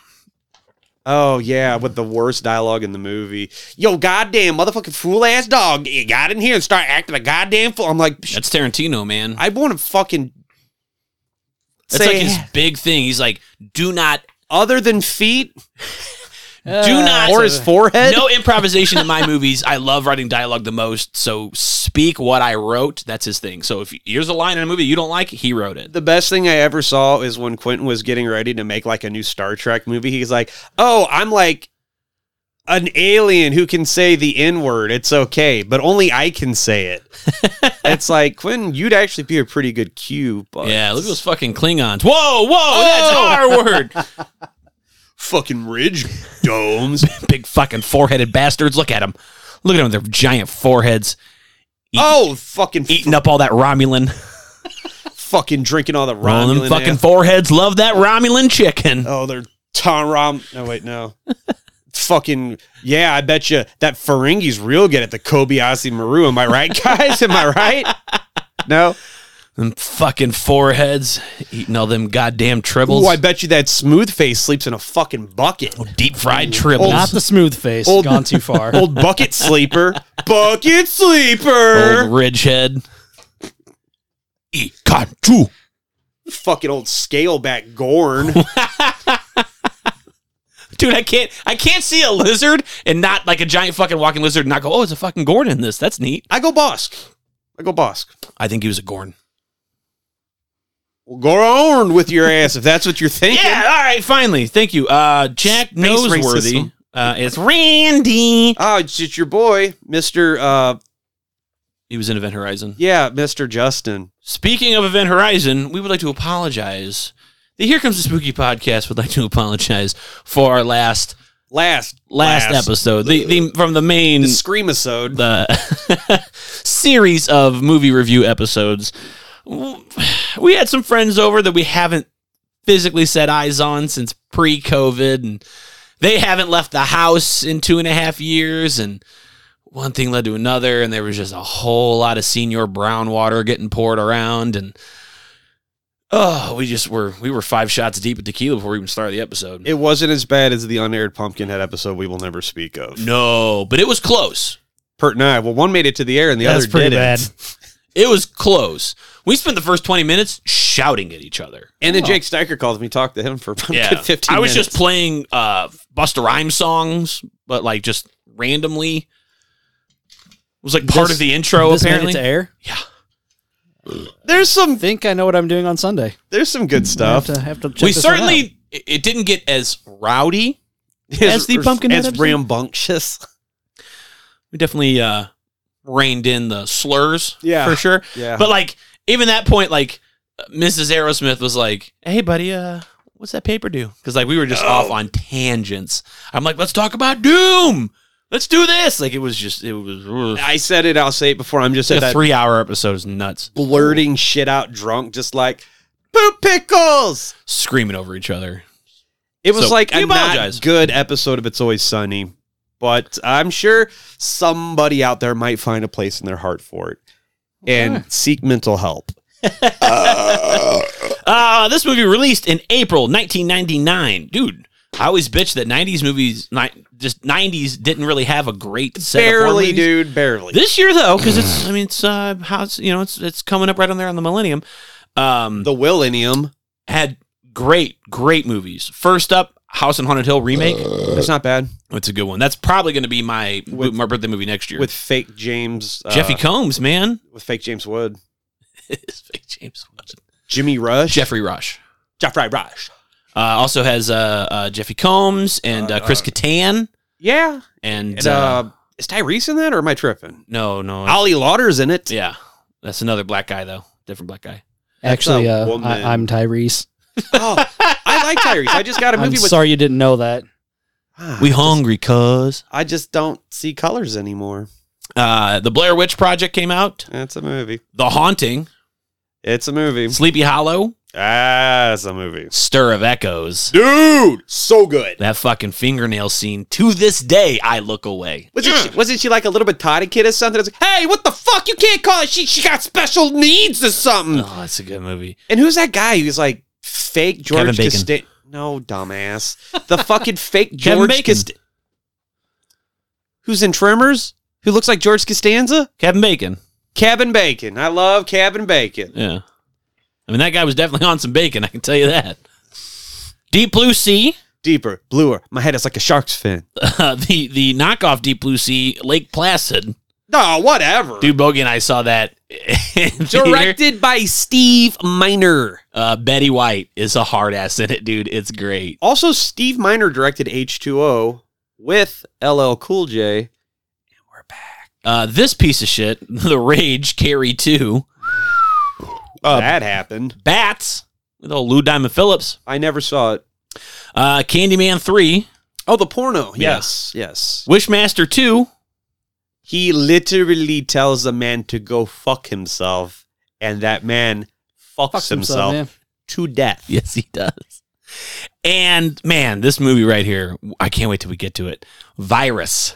Speaker 4: Oh yeah, with the worst dialogue in the movie. Yo, goddamn motherfucking fool ass dog, you got in here and start acting a goddamn fool. I'm like, psh,
Speaker 3: That's Tarantino, man.
Speaker 4: I want to fucking
Speaker 3: That's
Speaker 4: say
Speaker 3: like his big thing. He's like, do not,
Speaker 4: *laughs* other than feet
Speaker 5: Uh,
Speaker 3: do not,
Speaker 4: or his forehead.
Speaker 3: no improvisation in my movies. I love writing dialogue the most. So speak what I wrote. That's his thing. So if here's a line in a movie you don't like, he wrote it.
Speaker 4: The best thing I ever saw is when Quentin was getting ready to make like a new Star Trek movie. He's like, "Oh, I'm like an alien who can say the N word. It's okay, but only I can say it."
Speaker 3: *laughs*
Speaker 4: it's like Quentin, you'd actually be a pretty good Q. But
Speaker 3: Yeah, look at those fucking Klingons. Whoa, whoa, that's our word. *laughs*
Speaker 4: fucking ridge domes.
Speaker 3: Big fucking foreheaded bastards. Look at them. Look at them with their giant foreheads
Speaker 4: oh, fucking
Speaker 3: eating up all that Romulan.
Speaker 4: fucking drinking all the
Speaker 3: Roll
Speaker 4: Romulan.
Speaker 3: them fucking
Speaker 4: ass-
Speaker 3: foreheads. Love that Romulan chicken.
Speaker 4: oh, they're Tom Rom. No, wait, no. fucking yeah, I bet you that Ferengi's real good at the Kobayashi Maru. Am I right, guys? Am I right? No.
Speaker 3: Them fucking foreheads eating all them goddamn tribbles.
Speaker 4: Oh, I bet you that smooth face sleeps in a fucking bucket.
Speaker 3: Deep fried tribbles.
Speaker 5: Not the smooth face.
Speaker 4: Old-
Speaker 5: gone too
Speaker 4: *laughs*
Speaker 5: far.
Speaker 4: Old bucket sleeper. Bucket sleeper.
Speaker 3: Old ridgehead. Eat two.
Speaker 4: Fucking old scaleback
Speaker 3: *laughs*
Speaker 4: Gorn.
Speaker 3: Dude, I can't I can't see a lizard and not like a giant fucking walking lizard and not go, oh, it's a fucking Gorn in this. That's neat.
Speaker 4: I go Bosk. I go Bosk.
Speaker 3: I think he was a Gorn.
Speaker 4: Well, Gorn with your ass if that's what you're thinking.
Speaker 3: Yeah, all right, finally. Thank you. Uh Jack Noseworthy.
Speaker 4: racism.
Speaker 3: Uh, it's Randy.
Speaker 4: Oh, it's just your boy, Mister. Uh,
Speaker 3: He was in Event Horizon.
Speaker 4: yeah, Mister Justin.
Speaker 3: Speaking of Event Horizon, we would like to apologize. The Here Comes the Spooky podcast would like to apologize for our last
Speaker 4: Last,
Speaker 3: last, episode, the, the from the main
Speaker 4: the screamisode.
Speaker 3: the *laughs* series of movie review episodes. We had some friends over that we haven't physically set eyes on since pre-COVID, and they haven't left the house in two and a half years, and one thing led to another, and there was just a whole lot of senior brown water getting poured around, and oh, we just were we were five shots deep of tequila before we even started the episode.
Speaker 4: it wasn't as bad as the unaired Pumpkinhead episode we will never speak of.
Speaker 3: no, but it was close.
Speaker 4: Pert and I. Well, one made it to the air and the
Speaker 5: That's
Speaker 4: other
Speaker 5: pretty
Speaker 4: didn't.
Speaker 5: bad.
Speaker 3: It was close. We spent the first 20 minutes shouting at each other.
Speaker 4: And then Jake Steiker calls me, talked to him for *laughs* about
Speaker 3: Yeah.
Speaker 4: 15
Speaker 3: I was
Speaker 4: minutes.
Speaker 3: just playing uh Buster Rhymes songs, but like just randomly. It was like part
Speaker 5: This-
Speaker 3: of the intro
Speaker 5: This made it
Speaker 3: apparently.
Speaker 5: to air.
Speaker 4: there's some
Speaker 5: Think I know what I'm doing on Sunday.
Speaker 4: there's some good
Speaker 5: I have
Speaker 4: stuff.
Speaker 5: to have to. Check
Speaker 3: We
Speaker 5: this one out.
Speaker 3: certainly it it didn't get as rowdy
Speaker 4: *laughs* As
Speaker 3: the Pumpkinhead
Speaker 4: It's
Speaker 3: episode?
Speaker 4: rambunctious.
Speaker 3: we definitely uh reined in the slurs
Speaker 4: Yeah.
Speaker 3: for sure
Speaker 4: Yeah.
Speaker 3: but like even that point like mrs aerosmith was like hey buddy uh what's that paper do because like we were just
Speaker 4: Oh.
Speaker 3: off on tangents i'm like let's talk about doom let's do this like it was just it was
Speaker 4: I said it. I'll say it before. I'm just
Speaker 3: it's
Speaker 4: at
Speaker 3: like a
Speaker 4: that
Speaker 3: three hour episode is nuts
Speaker 4: blurting shit out drunk, just like poop pickles.
Speaker 3: screaming over each other
Speaker 4: It was
Speaker 3: So,
Speaker 4: like
Speaker 3: we
Speaker 4: a
Speaker 3: apologize.
Speaker 4: not good episode of It's Always Sunny, but I'm sure somebody out there might find a place in their heart for it and seek mental help.
Speaker 3: uh this movie released in april 1999 dude I always bitch that '90s movies, ni- just '90s, didn't really have a great set of horror
Speaker 4: Barely,
Speaker 3: movies.
Speaker 4: dude. Barely.
Speaker 3: This year though, because it's I mean it's uh how's you know it's it's coming up right on there on the millennium. Um,
Speaker 4: the Willennium.
Speaker 3: had great great movies. First up, House on Haunted Hill remake.
Speaker 4: That's not bad.
Speaker 3: It's a good one. That's probably going to be my
Speaker 4: With-
Speaker 3: my birthday movie next year
Speaker 4: With fake James. Uh,
Speaker 3: Jeffy Combs, man. *laughs*
Speaker 4: With fake James Wood.
Speaker 3: James
Speaker 4: Jimmy Rush.
Speaker 3: Jeffrey Rush.
Speaker 4: Jeffrey Rush.
Speaker 3: Uh, also has uh, uh, Jeffy Combs and uh, Chris Kattan
Speaker 4: Yeah.
Speaker 3: and,
Speaker 4: And,
Speaker 3: uh,
Speaker 4: uh, is Tyrese in that or am I tripping?
Speaker 3: no no
Speaker 4: Ollie Lauder's in it.
Speaker 3: yeah that's another black guy though different black guy.
Speaker 5: Actually,
Speaker 4: a
Speaker 5: uh,
Speaker 4: woman.
Speaker 5: I, I'm Tyrese.
Speaker 4: Oh, I like Tyrese. I just
Speaker 3: *laughs*
Speaker 4: got a
Speaker 5: I'm
Speaker 4: movie with.
Speaker 5: sorry you didn't know that.
Speaker 4: Ah,
Speaker 3: We hungry cuz.
Speaker 4: I just don't see colors anymore.
Speaker 3: Uh, the Blair Witch Project came out.
Speaker 4: It's a movie.
Speaker 3: The Haunting.
Speaker 4: It's a movie.
Speaker 3: Sleepy Hollow.
Speaker 4: Ah, it's a movie.
Speaker 3: Stir of Echoes.
Speaker 4: Dude, so good.
Speaker 3: That fucking fingernail scene. To this day, I look away.
Speaker 4: Wasn't, she, wasn't she like a little bit Toddy kid or something? It's like, hey, what the fuck? You can't call it. She she got special needs or something.
Speaker 3: Oh, that's a good movie.
Speaker 4: And who's that guy who's like fake George
Speaker 3: Kevin Bacon.
Speaker 4: Costa- No, dumbass. The fucking fake
Speaker 3: *laughs* Kevin
Speaker 4: George
Speaker 3: Bacon.
Speaker 4: Costa- Who's in Tremors? Who looks like George Costanza?
Speaker 3: Kevin Bacon.
Speaker 4: Cabin Bacon. I love Cabin Bacon.
Speaker 3: Yeah. I mean, that guy was definitely *laughs* on some bacon, I can tell you that. Deep Blue Sea, *laughs*
Speaker 4: Deeper, bluer. My head is like a shark's fin.
Speaker 3: uh, the the knockoff Deep Blue Sea, Lake Placid.
Speaker 4: No, whatever.
Speaker 3: Dude, Bogey and I saw that. *laughs* in theater. *laughs*
Speaker 4: Directed by Steve Miner.
Speaker 3: Uh, Betty White is a hard ass in it, dude. It's great.
Speaker 4: Also, Steve Miner directed H2O with LL Cool J.
Speaker 3: Uh, this piece of shit, *laughs* The Rage, Carrie 2,
Speaker 4: that happened.
Speaker 3: Bats, with old Lou Diamond Phillips,
Speaker 4: I never saw it.
Speaker 3: uh, Candyman 3,
Speaker 4: Oh, the porno.
Speaker 3: Yeah.
Speaker 4: Yes, yes.
Speaker 3: Wishmaster 2,
Speaker 4: He literally tells a man to go fuck himself, and that man fucks, himself,
Speaker 5: So, yeah.
Speaker 4: to death.
Speaker 3: *laughs* Yes, he does. And man, this movie right here, I can't wait till we get to it. Virus.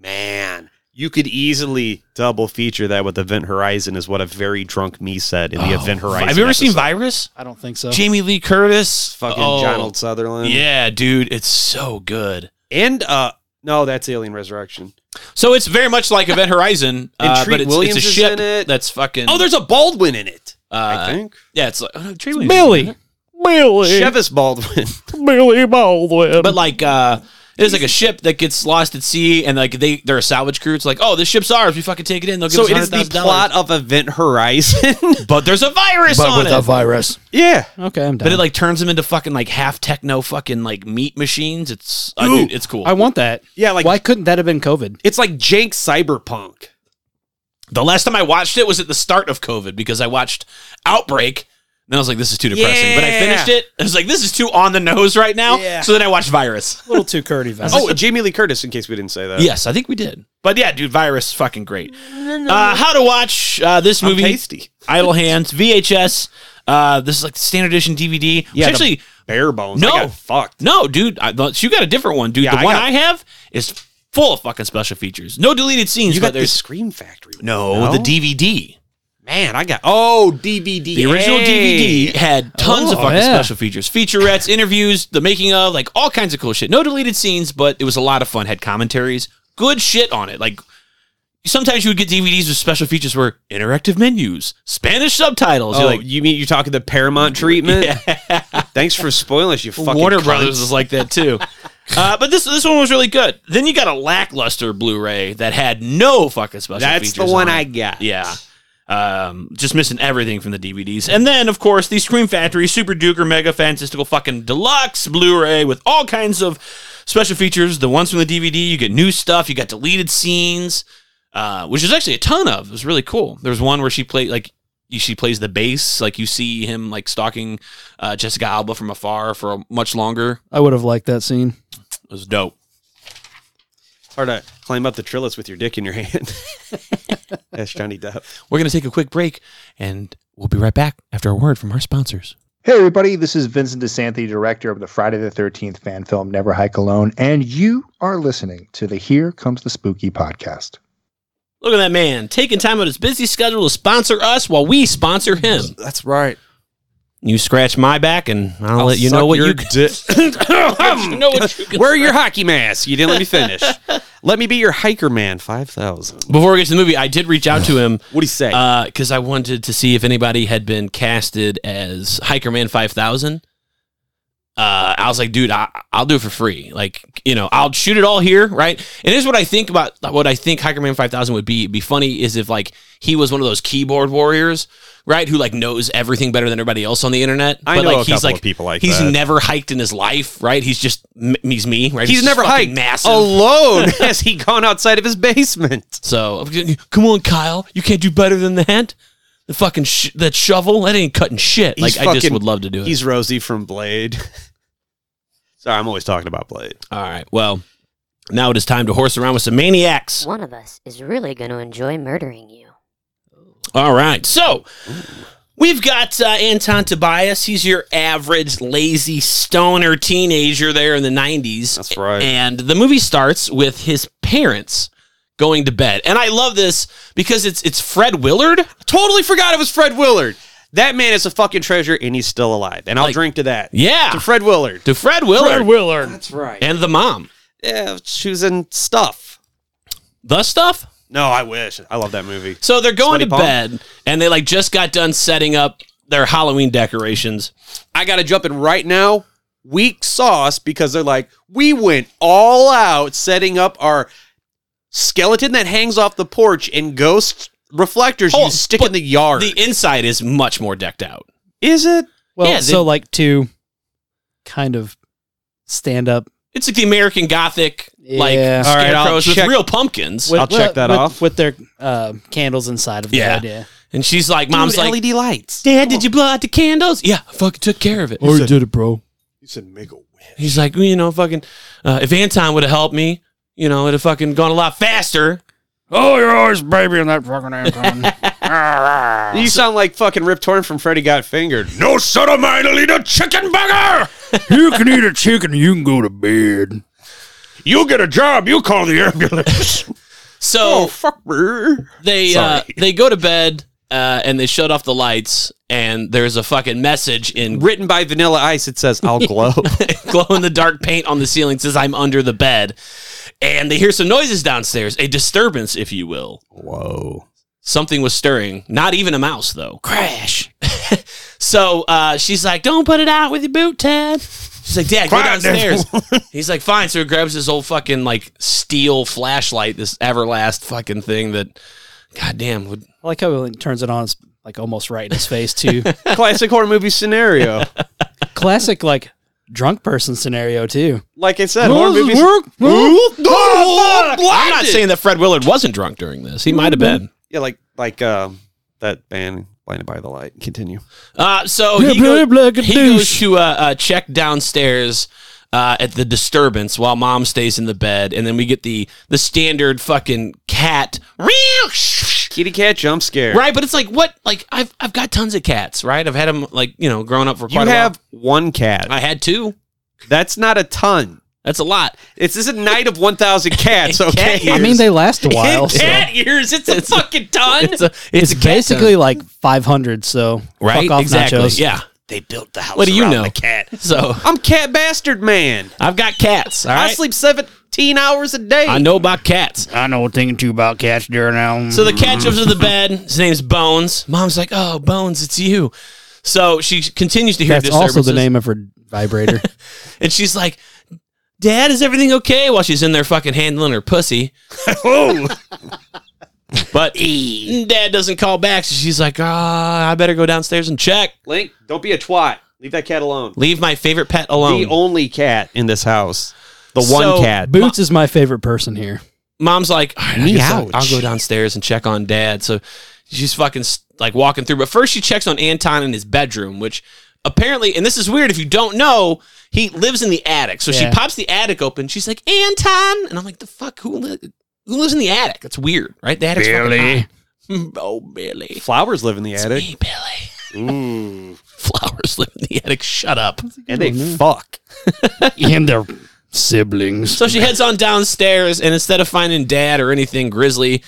Speaker 4: Man, you could easily double feature that with Event Horizon, is what a very drunk me said in the
Speaker 3: Oh,
Speaker 4: Event Horizon.
Speaker 3: Have you ever seen
Speaker 4: episode.
Speaker 3: Virus?
Speaker 5: I don't think so.
Speaker 3: Jamie Lee Curtis.
Speaker 4: Fucking
Speaker 3: Oh,
Speaker 4: Donald Sutherland.
Speaker 3: Yeah, dude, it's so good.
Speaker 4: And, uh, no, that's Alien Resurrection.
Speaker 3: So it's very much like Event
Speaker 4: *laughs*
Speaker 3: Horizon,
Speaker 4: And
Speaker 3: uh,
Speaker 4: Treat
Speaker 3: but it's,
Speaker 4: Williams
Speaker 3: it's a
Speaker 4: is
Speaker 3: ship
Speaker 4: in it.
Speaker 3: that's fucking.
Speaker 4: Oh, there's a Baldwin in it.
Speaker 3: uh,
Speaker 4: I think.
Speaker 3: yeah, it's like oh, no, Treat Williams.
Speaker 5: Billy, Billy,
Speaker 4: Chevis Baldwin.
Speaker 5: Billy Baldwin.
Speaker 3: but like uh it's like a ship that gets lost at sea, and like they they're a salvage crew. It's like, oh, this ship's ours. We fucking take it in. They'll give
Speaker 4: *laughs* so
Speaker 3: us
Speaker 4: it is the
Speaker 3: $100,000.
Speaker 4: plot of Event Horizon. *laughs*
Speaker 3: but there's a virus on it.
Speaker 6: virus.
Speaker 4: yeah.
Speaker 5: okay, I'm
Speaker 3: But
Speaker 5: done.
Speaker 3: it like turns them into fucking like half techno fucking like meat machines. It's uh, dude, it's cool.
Speaker 5: I want that.
Speaker 4: Yeah, like
Speaker 5: Why couldn't that have been COVID?
Speaker 4: it's like Jank Cyberpunk.
Speaker 3: the last time I watched it was at the start of COVID because I watched Outbreak. And then I was like, this is too depressing. But I
Speaker 4: Yeah.
Speaker 3: finished it. I was like, this is too on the nose right now.
Speaker 4: Yeah.
Speaker 3: So then I watched Virus.
Speaker 5: A little
Speaker 4: *laughs*
Speaker 5: too curdy, Vest.
Speaker 4: Oh, Jamie Lee Curtis, in case we didn't say that.
Speaker 3: Yes, I think we did. But yeah, dude, Virus, fucking great. Uh, how to watch uh, this
Speaker 4: I'm
Speaker 3: movie?
Speaker 4: tasty.
Speaker 3: Idle Hands VHS. Uh, this is like the standard edition DVD.
Speaker 4: Yeah,
Speaker 3: which
Speaker 4: the-
Speaker 3: actually,
Speaker 4: Bare bones.
Speaker 3: No.
Speaker 4: I got fucked.
Speaker 3: No, dude, I, thought- you got a different one, dude.
Speaker 4: Yeah,
Speaker 3: the
Speaker 4: I
Speaker 3: one
Speaker 4: got-
Speaker 3: I have is full of fucking special features. No deleted scenes,
Speaker 4: You
Speaker 3: but
Speaker 4: got the
Speaker 3: there's
Speaker 4: Scream Factory. one.
Speaker 3: no, the DVD.
Speaker 4: Man, I got. Oh, DVD.
Speaker 3: The original DVD had tons of
Speaker 5: Oh,
Speaker 3: fucking
Speaker 5: yeah.
Speaker 3: special features, featurettes, interviews, the making of, like all kinds of cool shit. No deleted scenes, but it was a lot of fun. Had commentaries, good shit on it. Like sometimes you would get DVDs with special features where interactive menus, Spanish subtitles.
Speaker 4: Oh,
Speaker 3: You're like,
Speaker 4: you mean you're talking the Paramount
Speaker 3: *laughs*
Speaker 4: treatment? Thanks for spoiling us, you fucking
Speaker 3: Warner
Speaker 4: cunts.
Speaker 3: Brothers is like
Speaker 4: *laughs*
Speaker 3: that too. uh, but this this one was really good. Then you got a lackluster Blu-ray that had no fucking special.
Speaker 4: That's the
Speaker 3: features
Speaker 4: one
Speaker 3: on
Speaker 4: I
Speaker 3: it.
Speaker 4: got.
Speaker 3: Yeah. Um, just missing everything from the DVDs. And then, of course, the Scream Factory Super Duker Mega Fantastical fucking Deluxe Blu ray with all kinds of special features, the ones from the DVD. You get new stuff. You got deleted scenes, uh, which is actually a ton of. It was really cool. There's one where she played like you- she plays the bass. Like you see him like stalking uh, Jessica Alba from afar for a much longer.
Speaker 5: I would have liked that scene.
Speaker 3: It was dope.
Speaker 4: It's hard to climb up the trellis with your dick in your hand. *laughs* That's Johnny Depp.
Speaker 3: We're gonna take a quick break, and we'll be right back after a word from our sponsors.
Speaker 10: Hey, everybody, this is Vincent DeSanti, director of the Friday the 13th fan film Never Hike Alone, and you are listening to the Here Comes the Spooky podcast.
Speaker 3: Look at that man taking time out of his busy schedule to sponsor us while we sponsor him.
Speaker 2: That's right.
Speaker 3: You scratch my back, and I'll, let you
Speaker 4: suck
Speaker 3: know what
Speaker 4: your
Speaker 3: you.
Speaker 4: di- *laughs*
Speaker 3: you *laughs* know what you
Speaker 4: Wear your hockey mask. You didn't let me finish. let me be your hiker man. Five thousand.
Speaker 3: Before we get to the movie, I did reach out to him
Speaker 4: What do you say?
Speaker 3: because Uh, I wanted to see if anybody had been casted as Hikerman Five Thousand. Uh, I was like, dude, I, I'll do it for free. Like, you know, I'll shoot it all here, right? And here's what I think about what I think Hikerman Five Thousand would be. It'd be funny is if like he was one of those keyboard warriors, right? Who like knows everything better than everybody else on the internet.
Speaker 4: I know
Speaker 3: like
Speaker 4: a couple of people like
Speaker 3: he's
Speaker 4: that.
Speaker 3: never hiked in his life, right? He's just m- he's me, right?
Speaker 4: He's
Speaker 3: just
Speaker 4: never
Speaker 3: fucking
Speaker 4: hiked Oh,
Speaker 3: massive. *laughs*
Speaker 4: alone. Has he gone outside of his basement?
Speaker 3: So come on, Kyle, you can't do better than that. The fucking sh- that shovel that ain't cutting shit. Like
Speaker 4: He's
Speaker 3: I just
Speaker 4: fucking-
Speaker 3: would love to do it.
Speaker 4: He's Rosie from Blade. *laughs* Sorry, I'm always talking about Blade.
Speaker 3: All right, well, now it is time to horse around with some maniacs.
Speaker 11: One of us is really going to enjoy murdering you.
Speaker 3: All right, so we've got uh, Anton Tobias. He's your average lazy stoner teenager there in the '90s.
Speaker 4: That's right.
Speaker 3: And the movie starts with his parents going to bed, and I love this because it's it's Fred Willard.
Speaker 4: Totally forgot it was Fred Willard. That man is a fucking treasure, and he's still alive. And I'll
Speaker 3: Like-
Speaker 4: drink to that.
Speaker 3: Yeah,
Speaker 4: To Fred Willard.
Speaker 3: to Fred Willard. Fred Willard.
Speaker 2: That's right.
Speaker 3: and the mom.
Speaker 4: Yeah, choosing stuff.
Speaker 3: The stuff.
Speaker 4: No, I wish. I love that movie.
Speaker 3: So they're going
Speaker 4: Sweaty
Speaker 3: to
Speaker 4: palm?
Speaker 3: bed, and they like just got done setting up their Halloween decorations.
Speaker 4: I gotta jump in right now. Weak sauce because they're like, we went all out setting up our skeleton that hangs off the porch and ghost reflectors
Speaker 3: Oh,
Speaker 4: you stick
Speaker 3: but
Speaker 4: in the yard.
Speaker 3: The inside is much more decked out.
Speaker 4: is it?
Speaker 5: Well,
Speaker 3: Yeah,
Speaker 5: so
Speaker 3: they-
Speaker 5: like to kind of stand up.
Speaker 3: It's like the American Gothic, like
Speaker 5: Yeah. All
Speaker 4: right, I'll
Speaker 3: scarecrows with
Speaker 4: check-
Speaker 3: real pumpkins.
Speaker 4: I'll check that
Speaker 5: with-
Speaker 4: off.
Speaker 5: with their uh, candles inside of the
Speaker 3: Yeah.
Speaker 5: bed. Yeah,
Speaker 3: and she's like, "Mom's
Speaker 4: Dude,
Speaker 3: like,
Speaker 4: LED lights.
Speaker 3: Dad, did you blow out the candles? Yeah, I fucking took care of it."
Speaker 5: already did it, bro.
Speaker 3: He's like, well, "You know, fucking, uh, if Anton would have helped me, you know, it'd have fucking gone a lot faster."
Speaker 6: Oh, you're always babying that fucking Anton.
Speaker 4: You sound like fucking Rip Torn from Freddy Got Fingered. No son of mine will eat a chicken burger.
Speaker 6: you can eat a chicken. You can go to bed.
Speaker 7: You get a job, you call the ambulance.
Speaker 3: So
Speaker 4: Oh, fuck. brr.
Speaker 3: they uh,
Speaker 4: Sorry.
Speaker 3: they go to bed uh, and they shut off the lights, and there's a fucking message in
Speaker 4: Written by Vanilla Ice, it says, I'll glow.
Speaker 3: glow in the dark paint on the ceiling says I'm under the bed. And they hear some noises downstairs, a disturbance, if you will.
Speaker 4: Whoa.
Speaker 3: Something was stirring, not even a mouse, though. Crash. *laughs* so uh, she's like, Don't put it out with your boot, Ted. She's like, Dad, go
Speaker 7: Quiet,
Speaker 3: downstairs. He's like, Fine. So he grabs this old fucking like steel flashlight, this everlast fucking thing that, goddamn, would.
Speaker 5: I like how he turns it on. It's like almost right in his face *laughs* too.
Speaker 4: Classic horror movie scenario.
Speaker 5: Classic like drunk person scenario too.
Speaker 4: Like I said, horror movies.
Speaker 3: I'm not saying that Fred Willard wasn't drunk during this. He might have been.
Speaker 4: Yeah, like like um that band Blinded by the Light. Continue.
Speaker 3: Uh, so he, go- he goes to uh, uh, check downstairs uh, at the disturbance while mom stays in the bed, and then we get the the standard fucking cat. Right,
Speaker 4: Kitty cat jump scare.
Speaker 3: but it's like what? Like I've I've got tons of cats, right? I've had them like you know growing up for
Speaker 4: You
Speaker 3: quite a
Speaker 4: have one cat.
Speaker 3: while. I had two.
Speaker 4: That's not a ton.
Speaker 3: That's a lot.
Speaker 4: It's this is a night of one thousand cats.
Speaker 3: Cat
Speaker 4: Okay.
Speaker 3: years.
Speaker 5: I mean, they
Speaker 4: *laughs*
Speaker 5: last a while. so.
Speaker 3: cat years. It's a fucking ton. It's, a,
Speaker 5: It's basically like 500. So
Speaker 3: right.
Speaker 5: fuck off
Speaker 3: exactly.
Speaker 5: nachos.
Speaker 3: Yeah.
Speaker 6: They built the house.
Speaker 3: What do you
Speaker 6: around
Speaker 3: know?
Speaker 6: The cat.
Speaker 3: So
Speaker 4: I'm cat bastard man.
Speaker 3: I've got cats. All right.
Speaker 4: I sleep seventeen hours a day. *laughs*
Speaker 3: I know about cats.
Speaker 6: I know a thing or two about cats, dear. Now,
Speaker 3: So the cat jumps into the bed. His name's Bones. Mom's like, "Oh, Bones, it's you." So she continues to hear
Speaker 5: That's
Speaker 3: disturbances,
Speaker 5: also the name of her *laughs* vibrator.
Speaker 3: and she's like, "Dad, is everything okay?" While she's in there fucking handling her pussy. but Dad doesn't call back, so she's like, "Ah, I better go downstairs and check.
Speaker 4: Link, don't be a twat. Leave that cat alone.
Speaker 3: Leave my favorite pet alone."
Speaker 4: The only cat in this house. The
Speaker 3: So-
Speaker 4: one cat.
Speaker 5: Boots is my favorite person here.
Speaker 3: mom's like, "All right, I
Speaker 4: Me
Speaker 3: guess I'll,
Speaker 4: ouch.
Speaker 3: I'll go downstairs and check on dad. So she's fucking like walking through. But first, she checks on Anton in his bedroom, which apparently, and this is weird if you don't know, he lives in the attic. So she
Speaker 5: Yeah.
Speaker 3: pops the attic open. She's like, Anton. And I'm like, the fuck? Who, li- who lives in the attic? That's weird, right? The attic's fucking
Speaker 6: Billy.
Speaker 3: hot. *laughs* oh, Billy.
Speaker 4: Flowers live in the attic.
Speaker 3: Hey, Billy.
Speaker 4: Ooh.
Speaker 3: Flowers live in the attic. Shut up.
Speaker 4: And they fuck.
Speaker 6: and their siblings.
Speaker 3: So she heads on downstairs, and instead of finding Dad or anything grisly,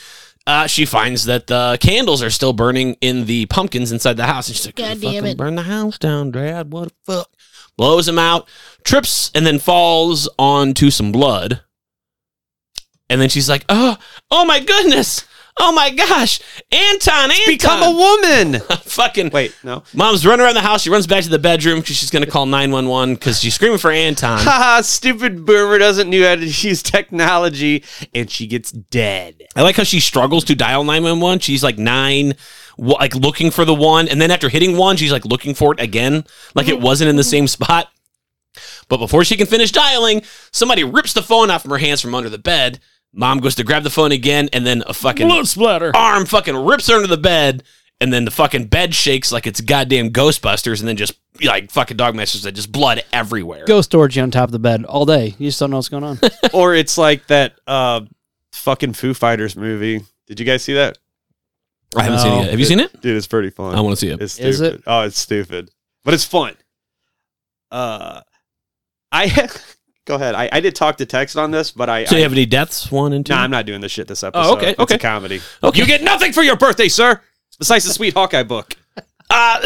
Speaker 3: uh, she finds that the candles are still burning in the pumpkins inside the house. And she's like, God damn it. Burn the house down, Dad. What the fuck? Blows him out, trips, and then falls onto some blood. And then she's like, oh, oh my goodness. Oh my gosh. Anton, Anton.
Speaker 4: Become a woman.
Speaker 3: *laughs* fucking.
Speaker 4: Wait, no.
Speaker 3: Mom's running around the house. She runs back to the bedroom because she's going to call 911 because she's screaming for *laughs* Anton.
Speaker 4: Haha, stupid boomer doesn't know how to use technology and she gets
Speaker 3: *laughs*
Speaker 4: dead.
Speaker 3: I like how she struggles to dial 911. She's like nine, w- like looking for the one. And then after hitting one, she's like looking for it again, like
Speaker 6: Mm-hmm.
Speaker 3: it wasn't in the same spot. But before she can finish dialing, somebody rips the phone off from her hands from under the bed. Mom goes to grab the phone again, and then a fucking
Speaker 6: Blood splatter.
Speaker 3: arm fucking rips her under the bed. And then the fucking bed shakes like it's goddamn Ghostbusters, and then just like fucking Dogmasters that just blood everywhere.
Speaker 5: Ghost orgy on top of the bed all day. You just don't know what's going on.
Speaker 4: or it's like that uh fucking Foo Fighters movie. Did you guys see that?
Speaker 3: I haven't seen it.
Speaker 5: No.
Speaker 3: Yet. Have you seen it?
Speaker 4: Dude, it's pretty fun.
Speaker 3: I want to see it.
Speaker 4: It's stupid.
Speaker 5: Is it?
Speaker 4: Oh, it's stupid. But it's fun. Uh I *laughs* go ahead. I, I did talk to text on this, but I,
Speaker 3: So
Speaker 4: I
Speaker 3: you have any deaths? One and two. Oh,
Speaker 4: No, I'm not doing this shit this episode.
Speaker 3: okay,
Speaker 4: It's
Speaker 3: okay.
Speaker 4: a comedy.
Speaker 3: Okay.
Speaker 4: You get nothing for your birthday, sir. Besides the sweet Hawkeye book.
Speaker 3: Uh,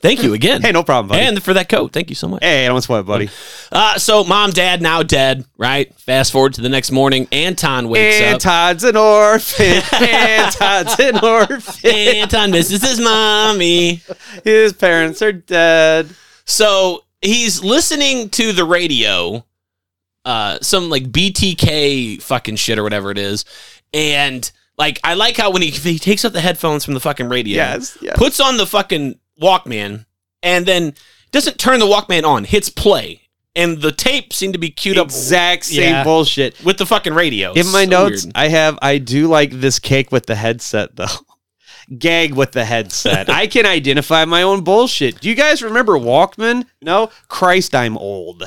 Speaker 3: thank you again.
Speaker 4: Hey, no problem, buddy.
Speaker 3: and for that coat. Thank you so much.
Speaker 4: hey, I don't sweat, buddy.
Speaker 3: Uh, so, mom, dad, now dead, right? Fast forward to the next morning. Anton
Speaker 4: *laughs*
Speaker 3: wakes up.
Speaker 4: Anton's an
Speaker 3: *laughs*
Speaker 4: orphan. Anton's an orphan.
Speaker 3: Anton misses his mommy.
Speaker 4: His parents are dead.
Speaker 3: So, he's listening to the radio, uh, some like BTK fucking shit or whatever it is. And, like, I like how when he, he takes up the headphones from the fucking radio,
Speaker 4: Yes. yes.
Speaker 3: puts on the fucking Walkman, and then doesn't turn the Walkman on, hits play. And the tape seemed to be queued up
Speaker 4: exact same
Speaker 3: Yeah.
Speaker 4: bullshit.
Speaker 3: with the fucking radio.
Speaker 4: In my
Speaker 3: So
Speaker 4: notes,
Speaker 3: weird.
Speaker 4: I have I do like this cake with the headset though. *laughs* Gag with the headset. I can identify my own bullshit. Do you guys remember Walkman? No? Christ, I'm
Speaker 3: *laughs*
Speaker 4: old.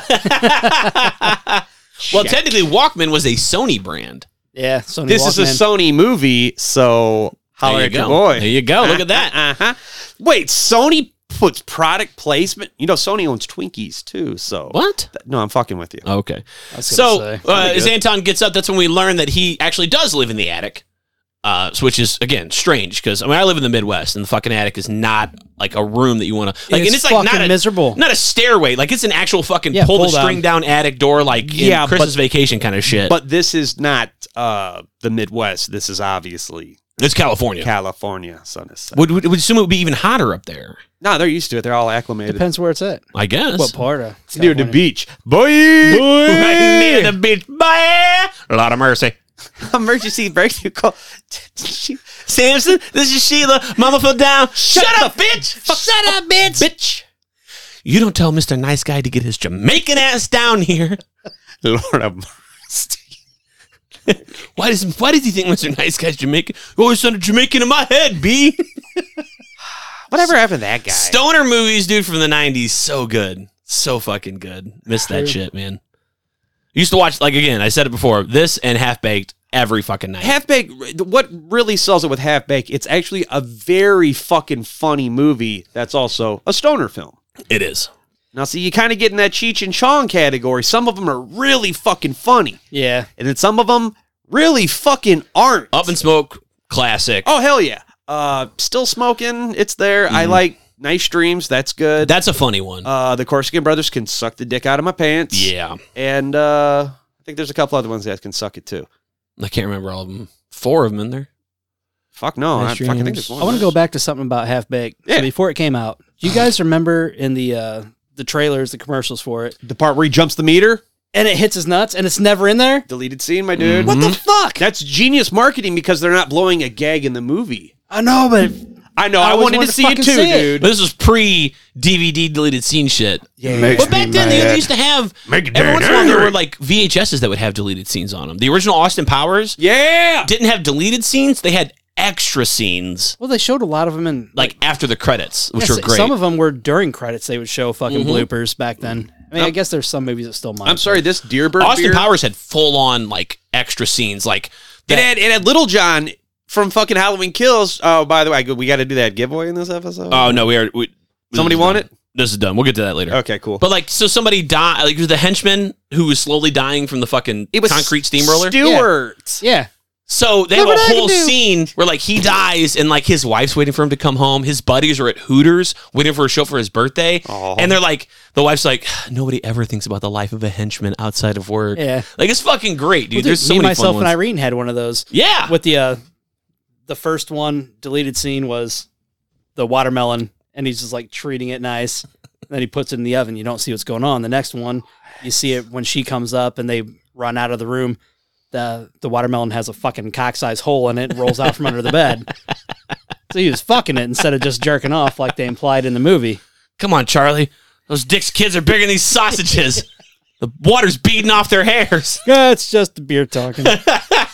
Speaker 3: well, technically, Walkman was a Sony brand.
Speaker 5: *laughs* yeah. Sony
Speaker 4: this is a
Speaker 5: Walkman.
Speaker 4: Sony movie, so holler
Speaker 3: there you
Speaker 4: at your
Speaker 3: go.
Speaker 4: boy.
Speaker 3: There you go. Look at that.
Speaker 4: Uh huh. Wait, Sony puts product placement. You know, Sony owns Twinkies too. So
Speaker 3: What?
Speaker 4: Th- No, I'm fucking with you.
Speaker 3: Okay.
Speaker 5: I was gonna
Speaker 3: So
Speaker 5: say.
Speaker 3: uh, as Anton gets up, that's when we learn that he actually does live in the attic, uh, so- which is again strange because I mean I live in the Midwest and the fucking attic is not like a room that you want to like, and it's like not
Speaker 5: fucking
Speaker 3: a
Speaker 5: miserable.
Speaker 3: not a stairway, like it's an actual fucking
Speaker 5: Yeah,
Speaker 3: pull the
Speaker 5: pull down.
Speaker 3: string down attic door, like in
Speaker 4: Yeah,
Speaker 3: Christmas vacation kind of shit. But
Speaker 4: But this is not uh, the Midwest. This is obviously
Speaker 3: it's California.
Speaker 4: California. Son is
Speaker 3: would, would would assume it would be even hotter up there.
Speaker 4: No, they're used to it. They're all acclimated.
Speaker 5: Depends where it's at.
Speaker 3: I guess.
Speaker 5: What part of?
Speaker 4: It's near the
Speaker 5: California.
Speaker 4: beach. Boy,
Speaker 3: Right *laughs* near the beach, boy. A lot of mercy.
Speaker 4: emergency breakthrough call.
Speaker 3: Samson, this is Sheila. Mama fell down. Shut, up, bitch. Shut up, bitch. Bitch. You don't tell Mr. Nice Guy to get his Jamaican ass down here.
Speaker 4: Lord have mercy.
Speaker 3: Why does why does he think Mr. Nice Guy's Jamaican? Oh, it's not a Jamaican in my head, B.
Speaker 4: Whatever happened to that guy?
Speaker 3: Stoner movies, dude, from the nineties, so good. So fucking good. Miss that shit, man. Used to watch like again, I said it before, this and half baked every fucking night.
Speaker 4: Half Baked, what really sells it with Half Baked, it's actually a very fucking funny movie that's also a stoner film.
Speaker 3: it is.
Speaker 4: Now, see, you kind of get in that Cheech and Chong category. Some of them are really fucking funny,
Speaker 5: Yeah.
Speaker 4: and then some of them really fucking aren't.
Speaker 3: Up in smoke, classic.
Speaker 4: oh, hell yeah. Uh, Still Smoking, it's there. I like Nice Dreams, that's good.
Speaker 3: That's a funny one.
Speaker 4: uh, the Corsican Brothers can suck the dick out of my pants.
Speaker 3: yeah.
Speaker 4: And uh, I think there's a couple other ones that can suck it too.
Speaker 3: I can't remember all of them. Four of them in there.
Speaker 4: Fuck no. I,
Speaker 5: Nice
Speaker 4: fuck, I think
Speaker 5: dreams.
Speaker 4: there's one.
Speaker 5: I want to go back to something about Half Baked.
Speaker 4: Yeah.
Speaker 5: So before it came out,
Speaker 3: *sighs*
Speaker 5: do you guys remember in the uh, the trailers, the commercials for it,
Speaker 4: The part where he jumps the meter.
Speaker 5: and it hits his nuts, and it's never in there?
Speaker 4: Deleted scene, my
Speaker 5: Mm-hmm.
Speaker 4: dude.
Speaker 3: Mm-hmm.
Speaker 5: What the fuck?
Speaker 4: That's genius marketing because they're not blowing a gag in the movie.
Speaker 5: I know, but
Speaker 4: I know. I,
Speaker 3: always
Speaker 4: wanted to see it
Speaker 3: fucking
Speaker 4: too, dude.
Speaker 3: This is pre DVD deleted scene shit.
Speaker 4: Yeah.
Speaker 6: Makes
Speaker 3: But back
Speaker 6: me
Speaker 3: then, they
Speaker 6: mad.
Speaker 3: used to have
Speaker 6: Make it
Speaker 3: every once in a while there
Speaker 6: angry.
Speaker 3: were like VHSs that would have deleted scenes on them. The original Austin Powers
Speaker 4: Yeah.
Speaker 3: didn't have deleted scenes; they had extra scenes,
Speaker 5: Well, they showed a lot of them in
Speaker 3: like after the credits, which
Speaker 5: Yes,
Speaker 3: were great. Mm-hmm.
Speaker 5: Some of them were during credits. They would show fucking bloopers back then. I mean, i
Speaker 4: I'm-
Speaker 5: guess there's some movies that still might.
Speaker 4: I'm sorry, this Deerbird
Speaker 3: Austin
Speaker 4: beer.
Speaker 3: Powers had full on like extra scenes, like
Speaker 4: It
Speaker 3: that-
Speaker 4: had it had Little John from fucking Halloween Kills. Oh, by the way, we got to do that giveaway in this episode.
Speaker 3: Oh no, we are. We,
Speaker 4: Somebody Oh.
Speaker 3: this is
Speaker 4: want
Speaker 3: done.
Speaker 4: it?
Speaker 3: This is done. We'll get to that later.
Speaker 4: Okay, cool.
Speaker 3: But like, so somebody died. Like, it was the henchman who was slowly dying from the fucking concrete steamroller.
Speaker 4: Stewart.
Speaker 5: Yeah,
Speaker 3: so they have a whole scene where like he dies and like his wife's waiting for him to come home. His buddies are at Hooters waiting for a show for his birthday,
Speaker 4: Oh.
Speaker 3: and they're like, the wife's like, nobody ever thinks about the life of a henchman outside of work.
Speaker 5: yeah.
Speaker 3: Like it's fucking great, dude.
Speaker 5: Well, dude,
Speaker 3: There's so
Speaker 5: me,
Speaker 3: many fun
Speaker 5: myself, and
Speaker 3: ones.
Speaker 5: Irene had one of those
Speaker 3: yeah,
Speaker 5: with the uh, the first one deleted scene was the watermelon, and he's just like treating it nice. And then he puts it in the oven. You don't see what's going on. The next one, you see it when she comes up and they run out of the room. the The watermelon has a fucking cock size hole in it, and rolls out from under the bed. So he was fucking it instead of just jerking off like they implied in the movie.
Speaker 3: come on, Charlie. Those dicks kids are bigger than these
Speaker 5: *laughs*
Speaker 3: sausages. the water's beating off their hairs.
Speaker 5: Yeah, it's just the beer talking.
Speaker 3: *laughs*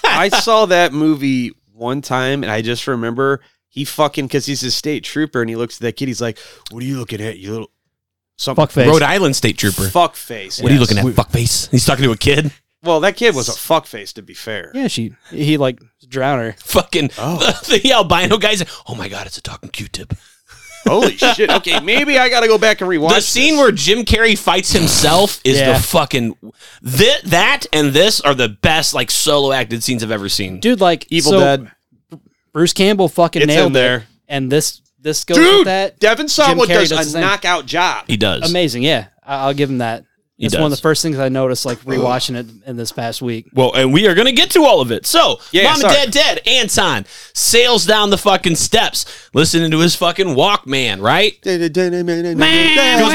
Speaker 4: I saw that movie one time, and I just remember he fucking because he's a state trooper, and he looks at that kid. He's like, "What are you looking at, you little something
Speaker 5: Fuck face.
Speaker 3: Rhode Island State Trooper.
Speaker 4: fuck face?"
Speaker 3: What are you looking at, fuckface? He's talking to a kid. *laughs*
Speaker 4: Well, that kid was a fuck face, to be fair.
Speaker 5: Yeah, she he like drowned her.
Speaker 3: Fucking
Speaker 4: Oh.
Speaker 3: *laughs* the, albino guy's. Oh my god, it's a talking Q-tip. *laughs*
Speaker 4: Holy shit! Okay, maybe I gotta go back and rewatch
Speaker 3: the scene where Jim Carrey fights himself is
Speaker 5: Yeah.
Speaker 3: the fucking th- that and this are the best like solo acted scenes I've ever seen.
Speaker 5: Dude, like
Speaker 4: Evil
Speaker 5: so
Speaker 4: Dead.
Speaker 5: Bruce Campbell fucking
Speaker 4: It's
Speaker 5: nailed
Speaker 4: in there.
Speaker 5: it. And this this goes
Speaker 4: Dude,
Speaker 5: with that.
Speaker 4: Devin Sawa
Speaker 5: Jim Carrey
Speaker 4: does,
Speaker 5: does the
Speaker 4: a
Speaker 5: same.
Speaker 4: knockout
Speaker 5: *laughs*
Speaker 4: job.
Speaker 3: He does.
Speaker 5: Amazing, yeah. I- I'll give him that.
Speaker 3: He
Speaker 5: It's one of
Speaker 3: does.
Speaker 5: the first things I noticed, like rewatching it in this past week.
Speaker 3: Well, and we are going to get to all of it. So,
Speaker 4: Yeah,
Speaker 3: mom
Speaker 4: sorry.
Speaker 3: and dad, dead. Anton sails down the fucking steps, listening to his fucking Walkman. Right? Mom, goes to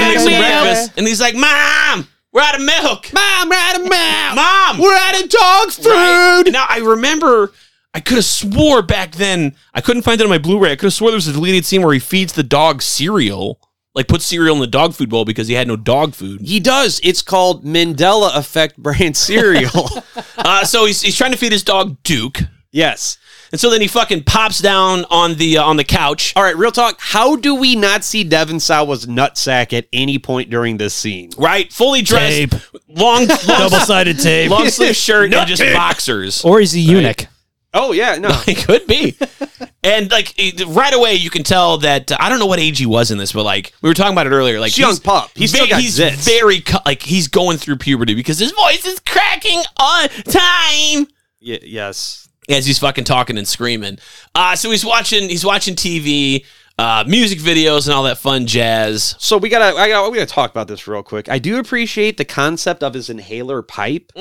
Speaker 3: make some breakfast, and he's like, "Mom, we're out of milk. Mom, we're out of milk. Mom, we're out of dog food." Now I remember. I could have swore back then. I couldn't find it on my Blu-ray. I could have swore there was a deleted scene where he feeds the dog cereal, like puts cereal in the dog food bowl because he had no dog food.
Speaker 4: He does. It's called Mandela Effect *laughs* brand cereal.
Speaker 3: Uh, so he's, he's trying to feed his dog Duke,
Speaker 4: yes.
Speaker 3: and so then he fucking pops down on the uh, on the couch.
Speaker 4: All right, real talk. How do we not see Devin Sawa's nutsack at any point during this scene?
Speaker 3: Right, fully dressed,
Speaker 6: Tape.
Speaker 5: *laughs*
Speaker 3: long, long,
Speaker 5: sided
Speaker 3: *laughs*
Speaker 5: tape.
Speaker 3: long sleeve shirt, and just boxers.
Speaker 5: Or he's a eunuch.
Speaker 4: Oh yeah, no. *laughs*
Speaker 3: *laughs* It could be. and like it- right away, you can tell that uh, I don't know what age he was in this, but like we were talking about it earlier. Like
Speaker 4: He's young pup. He's still
Speaker 3: ve-
Speaker 4: got
Speaker 3: he's
Speaker 4: zits.
Speaker 3: very cu- like he's going through puberty because his voice is cracking on time
Speaker 4: Y- yes.
Speaker 3: as he's fucking talking and screaming. Uh so he's watching he's watching TV, uh, music videos, and all that fun jazz.
Speaker 4: So we gotta, I gotta, we gotta talk about this real quick. I do appreciate the concept of his inhaler pipe,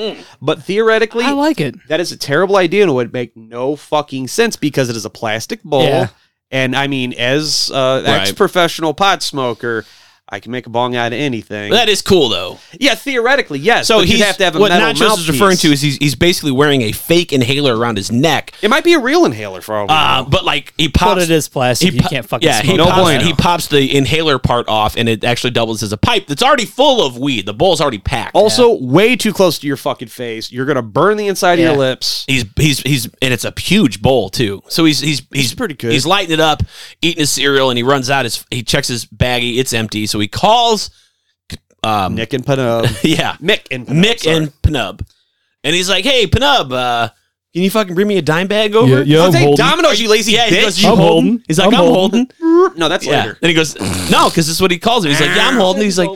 Speaker 4: but theoretically,
Speaker 5: I like it.
Speaker 4: that is a terrible idea and it would make no fucking sense because it is a plastic bowl.
Speaker 5: Yeah.
Speaker 4: And I mean, as uh, ex professional pot smoker, I can make a bong out of anything.
Speaker 3: That is cool though.
Speaker 4: yeah, theoretically, yes.
Speaker 3: So
Speaker 4: but
Speaker 3: he's
Speaker 4: you'd have to have a
Speaker 3: what
Speaker 4: metal
Speaker 3: Nachos is referring
Speaker 4: mouthpiece.
Speaker 3: to is he's, he's basically wearing a fake inhaler around his neck.
Speaker 4: It might be a real inhaler for all we
Speaker 3: Uh,
Speaker 4: know.
Speaker 3: but like he
Speaker 5: But
Speaker 3: pops
Speaker 5: it is plastic. you
Speaker 3: po-
Speaker 5: can't fucking
Speaker 3: yeah,
Speaker 5: smoke.
Speaker 3: he
Speaker 5: it.
Speaker 4: No
Speaker 3: pops,
Speaker 4: bueno.
Speaker 3: he pops the inhaler part off, and it actually doubles as a pipe that's already full of weed. The bowl's already packed.
Speaker 4: Also, way too close to your fucking face. You're gonna burn the inside of
Speaker 5: Yeah.
Speaker 4: your lips.
Speaker 3: he's he's he's and it's a huge bowl too. So he's he's he's
Speaker 4: pretty good.
Speaker 3: He's lighting it up, eating his cereal, and he runs out. His he checks his baggie, it's empty. So he calls, *laughs* um,
Speaker 4: Nick and
Speaker 3: *laughs*
Speaker 4: Panub.
Speaker 3: yeah,
Speaker 4: Mick and Panub,
Speaker 3: Mick
Speaker 4: sorry.
Speaker 3: and Penub, and he's like, "Hey, Penub, uh, can you fucking bring me a dime bag over?"
Speaker 6: Yeah, yeah,
Speaker 4: I'll
Speaker 6: I'm
Speaker 4: take
Speaker 6: holding.
Speaker 4: Domino's, you lazy
Speaker 3: Yeah, he
Speaker 4: bitch.
Speaker 3: goes, "You
Speaker 6: I'm
Speaker 3: holding?"
Speaker 6: holding.
Speaker 3: He's like, "I'm,
Speaker 6: I'm
Speaker 3: holding."
Speaker 4: no, that's
Speaker 3: Yeah.
Speaker 4: later.
Speaker 3: Then he goes, no, because this is what he calls him. He's like, yeah, I'm holding. He's like,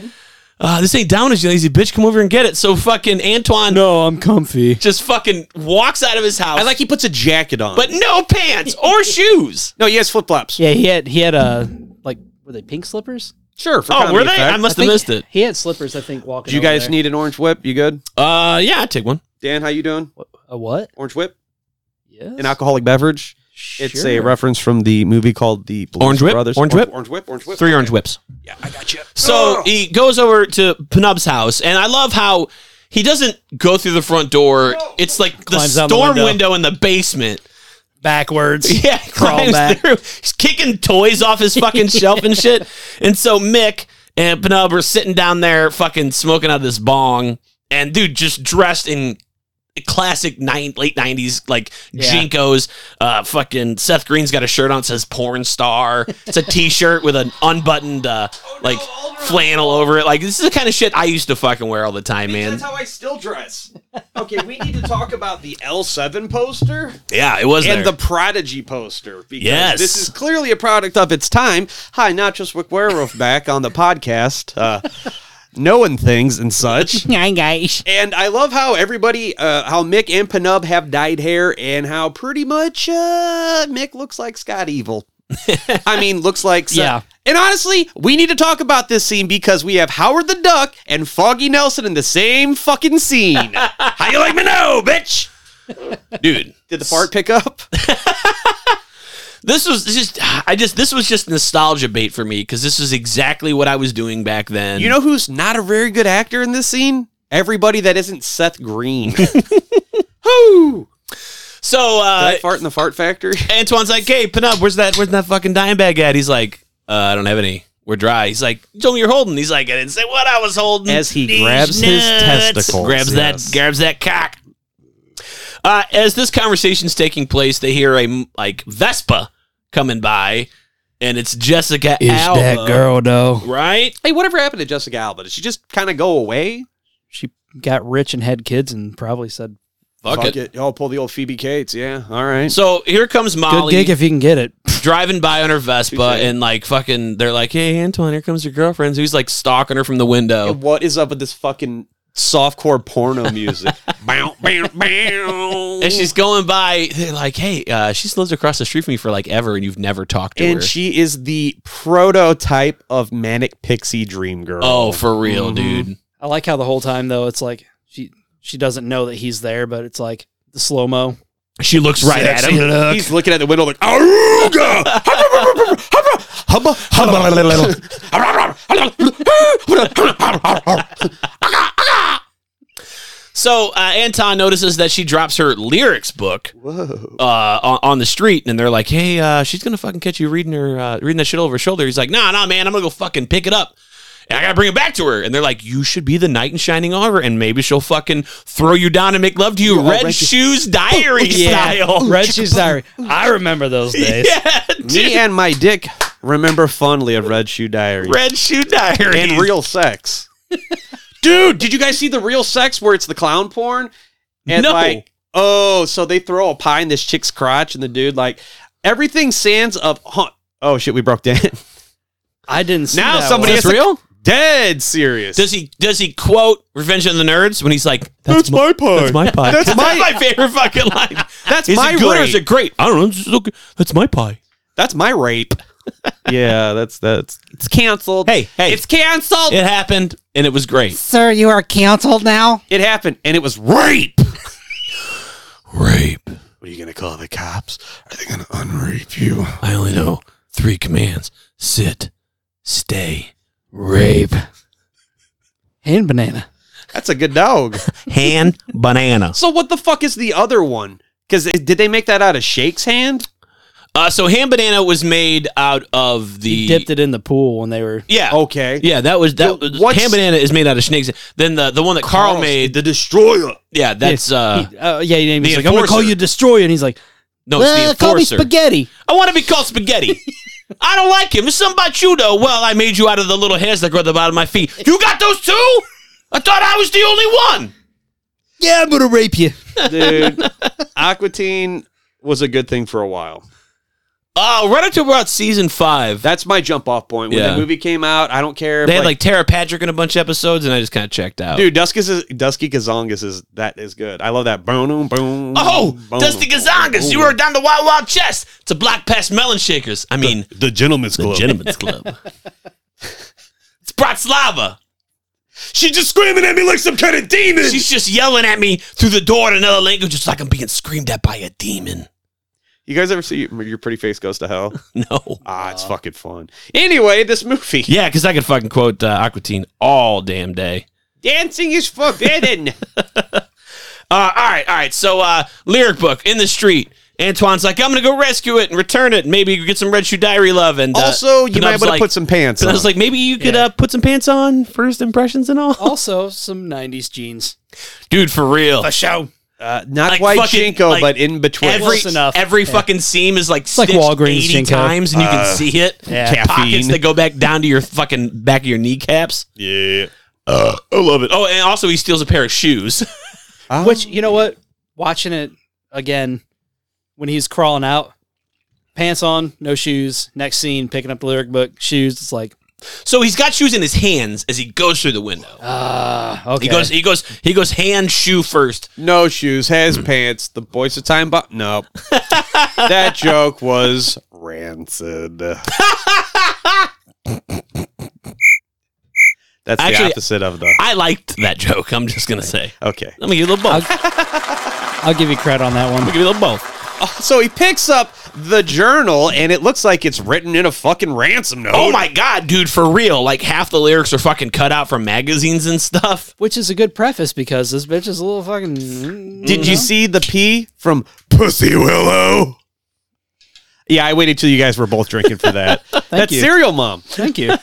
Speaker 3: uh, this ain't down, you lazy bitch. Come over and get it. So fucking Antoine
Speaker 5: No, I'm comfy.
Speaker 3: just fucking walks out of his house,
Speaker 4: I like he puts a jacket on.
Speaker 3: but no pants
Speaker 4: *laughs*
Speaker 3: or shoes.
Speaker 4: no, he has flip flops.
Speaker 5: Yeah, he had he had a like were they pink slippers?
Speaker 4: Sure. For
Speaker 3: Oh,
Speaker 4: comedy
Speaker 3: were they?
Speaker 4: effect.
Speaker 3: I must
Speaker 5: I
Speaker 3: have
Speaker 5: think-
Speaker 3: missed it.
Speaker 5: He had slippers, I think. Walking.
Speaker 4: Do you
Speaker 5: over
Speaker 4: guys
Speaker 5: there.
Speaker 4: need an orange whip? You good?
Speaker 3: Uh, yeah, I take one.
Speaker 4: Dan, how you doing?
Speaker 5: a what?
Speaker 4: Orange whip?
Speaker 5: Yes.
Speaker 4: An alcoholic beverage? It's a
Speaker 5: Sure.
Speaker 4: reference from the movie called The Blues
Speaker 3: Orange Whip?
Speaker 4: Brothers.
Speaker 3: Orange Whip?
Speaker 4: Orange Whip? Orange Whip?
Speaker 3: Three orange whips.
Speaker 4: Yeah, I got you. Oh.
Speaker 3: So
Speaker 4: Ugh.
Speaker 3: he goes over to Penub's house, and I love how he doesn't go through the front door. It's like the
Speaker 5: Climbs down the
Speaker 3: storm
Speaker 5: window.
Speaker 3: window in the basement.
Speaker 5: *laughs* backwards.
Speaker 3: *laughs* Yeah,
Speaker 5: crawl
Speaker 3: climbs
Speaker 5: back.
Speaker 3: through. He's kicking toys off his fucking
Speaker 5: *laughs*
Speaker 3: shelf and shit. And so Mick and Penelope are sitting down there, fucking smoking out of this bong, and dude just dressed in classic nine, late nineties like
Speaker 5: Yeah.
Speaker 3: jinkos. Uh, fucking Seth Green's got a shirt on that says porn star. It's a T-shirt with an unbuttoned uh, like flannel over it. Like this is the kind of shit I used to fucking wear all the time, man.
Speaker 4: That's how I still dress. Okay, we need to talk about the L7 poster
Speaker 3: Yeah, it was.
Speaker 4: and
Speaker 3: there.
Speaker 4: the Prodigy poster. Because
Speaker 3: Yes.
Speaker 4: This is clearly a product of its time. Hi, not just Wick
Speaker 3: *laughs*
Speaker 4: Werewolf back on the podcast, uh, knowing things and
Speaker 3: *laughs*
Speaker 4: such. And I love how everybody, uh, how Mick and Penub have dyed hair, and how pretty much uh, Mick looks like Scott
Speaker 3: *laughs*
Speaker 4: Evil. I mean, looks like Seth.
Speaker 5: Yeah.
Speaker 4: And honestly, we need to talk about this scene because we have Howard the Duck and Foggy Nelson in the same fucking
Speaker 3: *laughs*
Speaker 4: scene. how you like me now, bitch?
Speaker 3: dude.
Speaker 4: Did the fart pick up?
Speaker 3: this was just I just this was just nostalgia bait for me because this is exactly what I was doing back then.
Speaker 4: You know who's not a very good actor in this scene? Everybody that isn't Seth
Speaker 3: *laughs*
Speaker 4: Green. Whoo!
Speaker 3: so uh,
Speaker 4: That fart in the fart factory.
Speaker 3: Antoine's like, "Hey, Penub, where's that where's that fucking dime bag at?" He's like, uh, "I don't have any. We're dry." He's like, "You told me you're holding." He's like, "I didn't say what I was holding."
Speaker 4: As he
Speaker 3: These
Speaker 4: grabs his
Speaker 3: nuts."
Speaker 4: testicles,
Speaker 3: grabs
Speaker 4: yes.
Speaker 3: that, grabs that cock. Uh, as this conversation's taking place, they hear a like Vespa coming by, and it's Jessica
Speaker 6: Is
Speaker 3: Alba,
Speaker 6: that girl though?
Speaker 3: right?
Speaker 4: *laughs* Hey, whatever happened to Jessica Alba? Did she just kind of go away?
Speaker 5: She got rich and had kids and probably said,
Speaker 3: Fuck, it.
Speaker 4: Oh, pull the old Phoebe Cates. Yeah. All right.
Speaker 3: So here comes
Speaker 5: "Good
Speaker 3: Molly.
Speaker 5: dick if you can get it."
Speaker 3: driving by on her Vespa
Speaker 4: Touche.
Speaker 3: and like fucking they're like, Hey Antoine, here comes your girlfriend. So he's like stalking her from the window.
Speaker 4: And what is up with this fucking softcore porno music? *laughs* bow, bow, bow.
Speaker 3: And she's going by, they're like, Hey, uh, she's lived across the street from me for like ever and you've never talked to her.
Speaker 4: and she is the prototype of manic pixie dream girl.
Speaker 3: oh, for real, dude.
Speaker 5: I like how the whole time though, it's like she she doesn't know that he's there, but it's like the slow mo.
Speaker 3: She looks right at him.
Speaker 4: he's looking at the window like "Oh, *laughs* aruga, hubba, hubba, hubba, hubba.
Speaker 3: So uh, Anton notices that she drops her lyrics book
Speaker 4: Whoa.
Speaker 3: uh, on, on the street, and they're like, "Hey, uh, she's gonna fucking catch you reading her uh, reading that shit over her shoulder." He's like, "Nah, nah, man, I'm gonna go fucking pick it up." And I gotta bring it back to her. And they're like, you should be the knight in shining armor, and maybe she'll fucking throw you down and make love to you. Red
Speaker 4: right. *laughs*
Speaker 3: shoes diary style.
Speaker 5: Red Shoes Diary. I remember those days.
Speaker 3: *laughs* Yeah,
Speaker 4: *laughs* Me
Speaker 3: dude.
Speaker 4: and my dick remember fondly of Red Shoe Diary
Speaker 3: Red shoe diary.
Speaker 4: and real sex. *laughs* Dude, did you guys see the real sex where it's the clown porn? And
Speaker 3: No.
Speaker 4: like, oh, so they throw a pie in this chick's crotch, and the dude like everything sands of. Huh, oh shit, we broke down.
Speaker 5: I didn't
Speaker 4: *laughs*
Speaker 5: see
Speaker 4: now
Speaker 5: that
Speaker 4: somebody
Speaker 5: one.
Speaker 4: is real. Dead serious.
Speaker 3: Does he does he quote Revenge of the Nerds when he's like, that's, my,
Speaker 4: pie.
Speaker 3: *laughs* that's my pie.
Speaker 4: That's my- *laughs*
Speaker 3: my favorite fucking line.
Speaker 4: That's
Speaker 3: is
Speaker 4: my
Speaker 3: it good or
Speaker 4: rape.
Speaker 3: is it great? I don't know. Just look, that's my pie.
Speaker 4: That's my rape. *laughs* yeah, that's that's. It's canceled.
Speaker 3: Hey, hey.
Speaker 4: it's canceled.
Speaker 3: It happened and it was great.
Speaker 5: Sir, you are canceled now.
Speaker 4: It happened, and it was rape.
Speaker 1: Rape.
Speaker 4: What are you gonna call the cops?
Speaker 1: Are they going to unrape you? I only know three commands sit, stay, rape.
Speaker 5: Hand banana.
Speaker 4: That's a good dog.
Speaker 3: Hand *laughs* banana.
Speaker 4: so what the fuck is the other one? Because did they make that out of Shake's hand?
Speaker 3: Uh, so hand banana was made out of the
Speaker 5: He dipped it in the pool when they were.
Speaker 3: Yeah.
Speaker 4: Okay.
Speaker 3: Oh, *laughs* Yeah, that was that.
Speaker 4: Yo,
Speaker 3: was-
Speaker 4: what's-
Speaker 3: hand banana is made out of snakes. Then the the one that Carl,
Speaker 4: Carl's
Speaker 3: made.
Speaker 4: the destroyer.
Speaker 3: Yeah, that's uh
Speaker 5: He- uh, yeah, he-
Speaker 3: the
Speaker 5: he's like, I'm gonna call
Speaker 3: enforcer.
Speaker 5: you destroyer, and he's like,
Speaker 3: no, it's the
Speaker 5: well, call me
Speaker 3: enforcer.
Speaker 5: spaghetti.
Speaker 3: I want to be called
Speaker 5: *laughs*
Speaker 3: spaghetti. I don't like him. It's something about you though. Well, I made you out of the little hairs that grow at the bottom of my feet. You got those too? I thought I was the only one.
Speaker 5: Yeah, I'm gonna rape you.
Speaker 4: Dude, Aquatine was a good thing for a while.
Speaker 3: Uh, right up to about season five,
Speaker 4: That's my jump off point. When
Speaker 3: Yeah.
Speaker 4: the movie came out, I don't care. if,
Speaker 3: they had like Tara Patrick in a bunch of episodes, and I just kind of checked out.
Speaker 4: dude, Dusky is, Dusky Kazongas is that is good. I love that. Boom, boom.
Speaker 3: Oh,
Speaker 4: boom,
Speaker 3: Dusty
Speaker 4: boom,
Speaker 3: Gazangas,
Speaker 4: boom.
Speaker 3: you are down the Wild Wild Chest to Black Past Melon Shakers. I mean,
Speaker 4: the gentleman's
Speaker 3: the Gentlemen's Club.
Speaker 4: *laughs*
Speaker 3: it's Bratislava.
Speaker 4: She's just screaming at me like some kind of demon.
Speaker 3: She's just yelling at me through the door in another language, just like I'm being screamed at by a demon. *laughs*
Speaker 4: you guys ever see Your Pretty Face Goes to Hell?
Speaker 3: No.
Speaker 4: Ah, it's fucking fun. Anyway, this movie. *laughs*
Speaker 3: Yeah, because I could fucking quote uh, Aquatine all damn day.
Speaker 4: Dancing is
Speaker 3: *laughs*
Speaker 4: forbidden.
Speaker 3: Uh, all right, all right. So, uh, lyric book in the street. Antoine's like, I'm gonna go rescue it and return it, and maybe get some Red Shoe Diary love. And uh,
Speaker 4: Also, you might want
Speaker 3: Penob's
Speaker 4: to
Speaker 3: like-
Speaker 4: put some pants on.
Speaker 3: Penob's like, maybe you could
Speaker 5: Yeah.
Speaker 3: uh, put some pants on, first impressions and all.
Speaker 5: Also, some '90s jeans.
Speaker 3: *laughs* Dude, for real.
Speaker 5: show.
Speaker 4: uh, not
Speaker 3: like
Speaker 4: quite
Speaker 3: fucking-
Speaker 4: Jinko,
Speaker 3: like
Speaker 4: but in between.
Speaker 3: Every
Speaker 5: Close enough.
Speaker 3: every
Speaker 5: Yeah.
Speaker 3: fucking seam is like
Speaker 5: like
Speaker 3: stitched
Speaker 5: Walgreens,
Speaker 3: eighty
Speaker 5: Jinko.
Speaker 3: times, and you can
Speaker 4: Uh,
Speaker 3: see it.
Speaker 5: yeah.
Speaker 3: Pockets
Speaker 4: Caffeine.
Speaker 3: that go back down to your fucking back of your kneecaps.
Speaker 4: yeah.
Speaker 3: Uh, I love it. Oh, and also he steals a pair of shoes. *laughs*
Speaker 4: Oh.
Speaker 5: Which you know what? Watching it again when he's crawling out, pants on, no shoes. Next scene, picking up the lyric book, shoes. It's like
Speaker 3: so he's got shoes in his hands as he goes through the window.
Speaker 5: ah, okay.
Speaker 3: He goes, he goes, he goes hand shoe first.
Speaker 4: No shoes, has pants. The voice of time bomb. No, *laughs* that joke was rancid. That's
Speaker 3: Actually-
Speaker 4: the opposite of the.
Speaker 3: I liked that joke. I'm just gonna say.
Speaker 4: Okay,
Speaker 3: Let me give you a little both. Let
Speaker 5: I'll give you credit on that
Speaker 3: me
Speaker 5: one.
Speaker 3: give you a little both.
Speaker 4: so he picks up the journal, and it looks like it's written in a fucking ransom note.
Speaker 3: *laughs* Oh my god, dude, for real! Like half the lyrics are fucking cut out from magazines and stuff.
Speaker 5: Which is a good preface because this bitch is a little fucking.
Speaker 4: Did you see the P from Pussy Willow? Yeah, I waited till you guys were both drinking for that. That's
Speaker 5: you.
Speaker 4: cereal mom.
Speaker 5: Thank *laughs* you.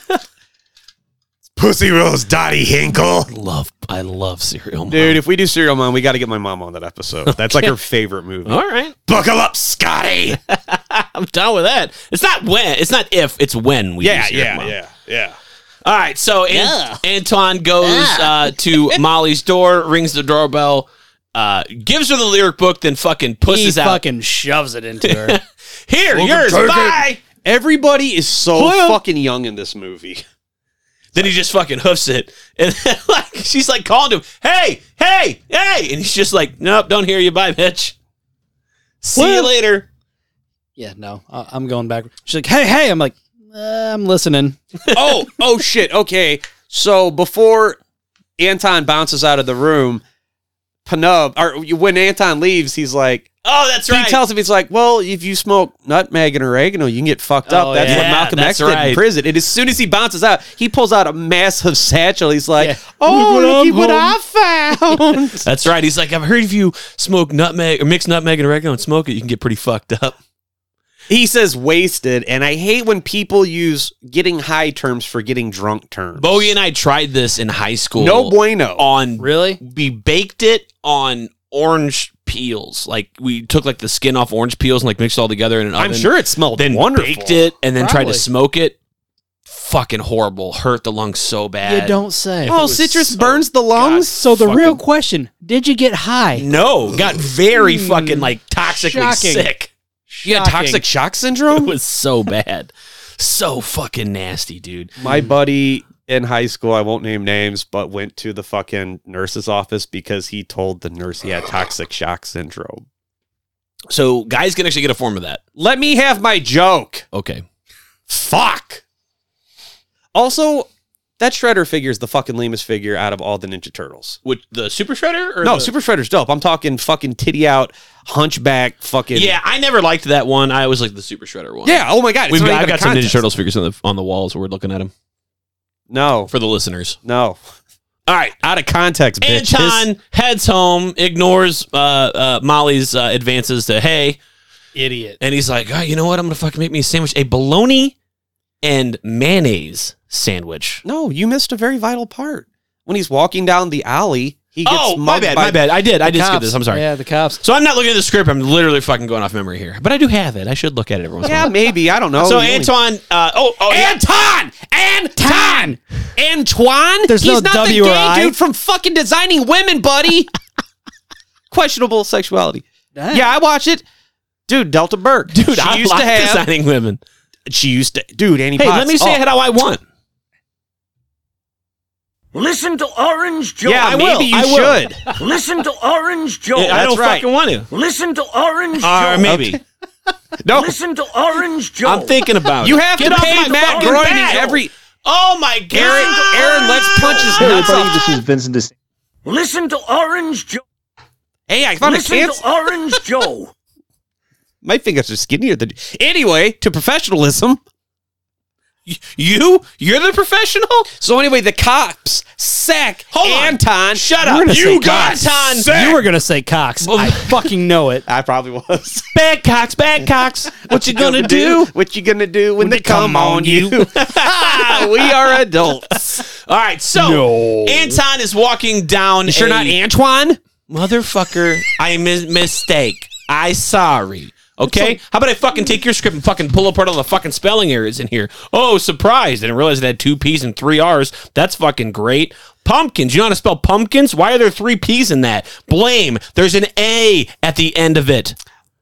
Speaker 4: Pussy Willow's Dottie Hinkle.
Speaker 3: Love, I love cereal, Mom.
Speaker 4: Dude, if we do Serial Mom, we got to get my mom on that *laughs* episode. That's like her favorite movie.
Speaker 3: All right,
Speaker 4: Buckle up, *laughs* Scotty.
Speaker 3: I'm down with that. It's not when, it's not if, it's when we.
Speaker 4: Yeah,
Speaker 3: use your
Speaker 4: yeah,
Speaker 3: mom.
Speaker 4: yeah, yeah.
Speaker 3: All right, so An- Anton goes uh,
Speaker 4: *laughs*
Speaker 3: to Molly's door, rings the doorbell, uh, gives her the lyric book, then fucking
Speaker 5: He
Speaker 3: pushes out.
Speaker 5: fucking shoves it into her.
Speaker 3: Here, yours, bye.
Speaker 4: Everybody is so
Speaker 3: Well-
Speaker 4: fucking young in this movie. *laughs*
Speaker 3: Then he just fucking hoofs it, and *laughs* then, like she's like calling to him, "Hey, hey, hey!" And he's just like, "Nope, don't hear you. Bye, bitch. See you
Speaker 5: Well-
Speaker 3: later."
Speaker 5: yeah, no, I- I'm going back. She's like, hey, hey. I'm like, uh, I'm listening.
Speaker 4: oh, oh shit. Okay. So before Anton bounces out of the room, Penub, or when Anton leaves, he's like,
Speaker 3: Oh, that's right.
Speaker 4: he tells him, he's like, well, if you smoke nutmeg and oregano, you can get fucked up.
Speaker 5: Oh,
Speaker 4: that's what
Speaker 3: yeah,
Speaker 4: Malcolm
Speaker 3: that's
Speaker 4: X did
Speaker 3: right.
Speaker 4: in prison. And as soon as he bounces out, he pulls out a massive satchel. He's like,
Speaker 5: Yeah.
Speaker 4: oh,
Speaker 5: Look
Speaker 4: look what
Speaker 5: what I'm
Speaker 4: I found.
Speaker 3: that's right. He's like, "I've heard if you smoke nutmeg or mix nutmeg and oregano and smoke it, you can get pretty fucked up."
Speaker 4: He says wasted, and I hate when people use getting high terms for getting drunk terms.
Speaker 3: Bowie and I tried this in high school.
Speaker 4: No bueno.
Speaker 3: on
Speaker 5: Really?
Speaker 3: we baked it on orange peels. Like we took like the skin off orange peels and like mixed it all together in an oven.
Speaker 4: I'm sure it smelled
Speaker 3: then
Speaker 4: wonderful.
Speaker 3: baked it and then tried
Speaker 5: Probably.
Speaker 3: to smoke it. Fucking horrible. Hurt the lungs so bad.
Speaker 5: You don't say.
Speaker 4: Oh, citrus
Speaker 3: so
Speaker 4: burns the lungs.
Speaker 5: so the
Speaker 3: fucking-
Speaker 5: real question: Did you get high?
Speaker 3: No, got very
Speaker 4: Hmm.
Speaker 3: fucking like toxically *laughs*
Speaker 5: Shocking.
Speaker 3: sick. Yeah,
Speaker 4: Toxic
Speaker 3: toxic.
Speaker 4: shock
Speaker 3: It
Speaker 4: syndrome.
Speaker 3: was so bad. So fucking nasty, dude.
Speaker 4: *laughs* My buddy in high school, I won't name names, but went to the fucking nurse's office because he told the nurse he had toxic shock syndrome.
Speaker 3: So guys can actually get a form of that.
Speaker 4: Let me have my joke.
Speaker 3: Okay.
Speaker 4: Fuck. Also, that shredder figure is the fucking lamest figure out of all the Ninja Turtles.
Speaker 3: With the super shredder or
Speaker 4: no,
Speaker 3: the-
Speaker 4: Super Shredder's dope. I'm talking fucking titty out, hunchback, fucking
Speaker 3: Yeah, I never liked that one. I always liked the super shredder one.
Speaker 4: yeah. Oh my god, it's
Speaker 3: We've
Speaker 4: not
Speaker 3: got,
Speaker 4: even
Speaker 3: I've
Speaker 4: a
Speaker 3: got some Ninja
Speaker 4: contest.
Speaker 3: Turtles figures on the on the walls. Where we're looking at them
Speaker 4: No,
Speaker 3: for the listeners.
Speaker 4: no,
Speaker 3: All right,
Speaker 4: out of context, bitch.
Speaker 3: Anton
Speaker 4: His-
Speaker 3: heads home, ignores uh, uh, Molly's uh, advances to hey,
Speaker 5: Idiot.
Speaker 3: and he's like, oh, you know what? I'm gonna fucking make me a sandwich, a bologna and mayonnaise sandwich.
Speaker 4: no, you missed a very vital part. When he's walking down the alley, he gets
Speaker 3: Oh, my
Speaker 4: mugged
Speaker 3: bad,
Speaker 4: by-
Speaker 3: my bad. I did, I did skip
Speaker 5: Cops.
Speaker 3: this. I'm sorry.
Speaker 5: Yeah, the cops.
Speaker 3: So I'm not looking at the script. I'm literally fucking going off memory here, but I do have it. I should look at it every once in
Speaker 4: *laughs*
Speaker 3: a
Speaker 4: Yeah,
Speaker 3: while.
Speaker 4: maybe I don't know.
Speaker 3: So
Speaker 4: He only-
Speaker 3: Antoine, uh, oh, oh,
Speaker 4: *laughs*
Speaker 3: yeah.
Speaker 4: Anton, Anton, Antoine.
Speaker 5: There's
Speaker 4: he's
Speaker 5: no
Speaker 4: not
Speaker 5: W
Speaker 4: the
Speaker 5: or
Speaker 4: gay
Speaker 5: I.
Speaker 4: dude from fucking designing women, buddy. Questionable sexuality. Yeah, I watch it. Dude, Delta Burke.
Speaker 3: dude,
Speaker 4: she
Speaker 3: I
Speaker 4: used
Speaker 3: like
Speaker 4: to have.
Speaker 3: designing women.
Speaker 4: She used to. Dude, Annie
Speaker 3: Hey,
Speaker 4: Potts.
Speaker 3: let me say
Speaker 4: oh.
Speaker 3: it how I want.
Speaker 9: Listen to Orange Joe.
Speaker 4: Yeah,
Speaker 3: I
Speaker 4: maybe
Speaker 3: will,
Speaker 4: you
Speaker 3: I will.
Speaker 4: should.
Speaker 3: *laughs*
Speaker 9: Listen to Orange Joe.
Speaker 3: I don't
Speaker 4: right.
Speaker 3: fucking want to.
Speaker 9: Listen to Orange Joe.
Speaker 3: Or Uh, maybe.
Speaker 4: No,
Speaker 9: Listen to Orange Joe.
Speaker 3: I'm thinking about it.
Speaker 4: you have
Speaker 3: Get
Speaker 4: to
Speaker 3: off
Speaker 4: pay
Speaker 3: my
Speaker 4: Matt
Speaker 3: fucking
Speaker 4: Groening
Speaker 3: back.
Speaker 4: every.
Speaker 3: Oh my god.
Speaker 4: Aaron, Aaron, let's punch his
Speaker 10: Hey,
Speaker 4: nuts
Speaker 10: everybody,
Speaker 4: off.
Speaker 10: this is Vincent DeSantis.
Speaker 9: Listen to Orange Joe.
Speaker 4: Hey, I found a
Speaker 9: Listen
Speaker 4: cancer.
Speaker 9: to Orange
Speaker 3: *laughs*
Speaker 9: Joe.
Speaker 4: My fingers are skinnier than. Anyway, to professionalism.
Speaker 3: You? You're the professional?
Speaker 4: So anyway, the cops sack
Speaker 3: Hold on.
Speaker 4: Anton.
Speaker 3: Shut
Speaker 5: You were
Speaker 3: up.
Speaker 5: gonna say
Speaker 3: You got
Speaker 5: Cox.
Speaker 3: Anton.
Speaker 5: You were gonna say Cox. I fucking know it.
Speaker 4: I probably was.
Speaker 3: Bad Cox, bad Cox. What you *laughs* gonna
Speaker 4: *laughs*
Speaker 3: do?
Speaker 4: What you gonna do when, they, come, on you? *laughs*
Speaker 3: *laughs*
Speaker 4: we are adults.
Speaker 3: All right, so
Speaker 6: No.
Speaker 3: Anton is walking down.
Speaker 4: You're
Speaker 3: a-
Speaker 4: not Antoine.
Speaker 3: motherfucker. I mis- mistake. I sorry. Okay, how about I fucking take your script and fucking pull apart all the fucking spelling errors in here? Oh, surprise! Didn't realize it had two P's and three R's. That's fucking great. Pumpkins. You know how to spell pumpkins? Why are there three P's in that? Blame. There's an A at the end of it.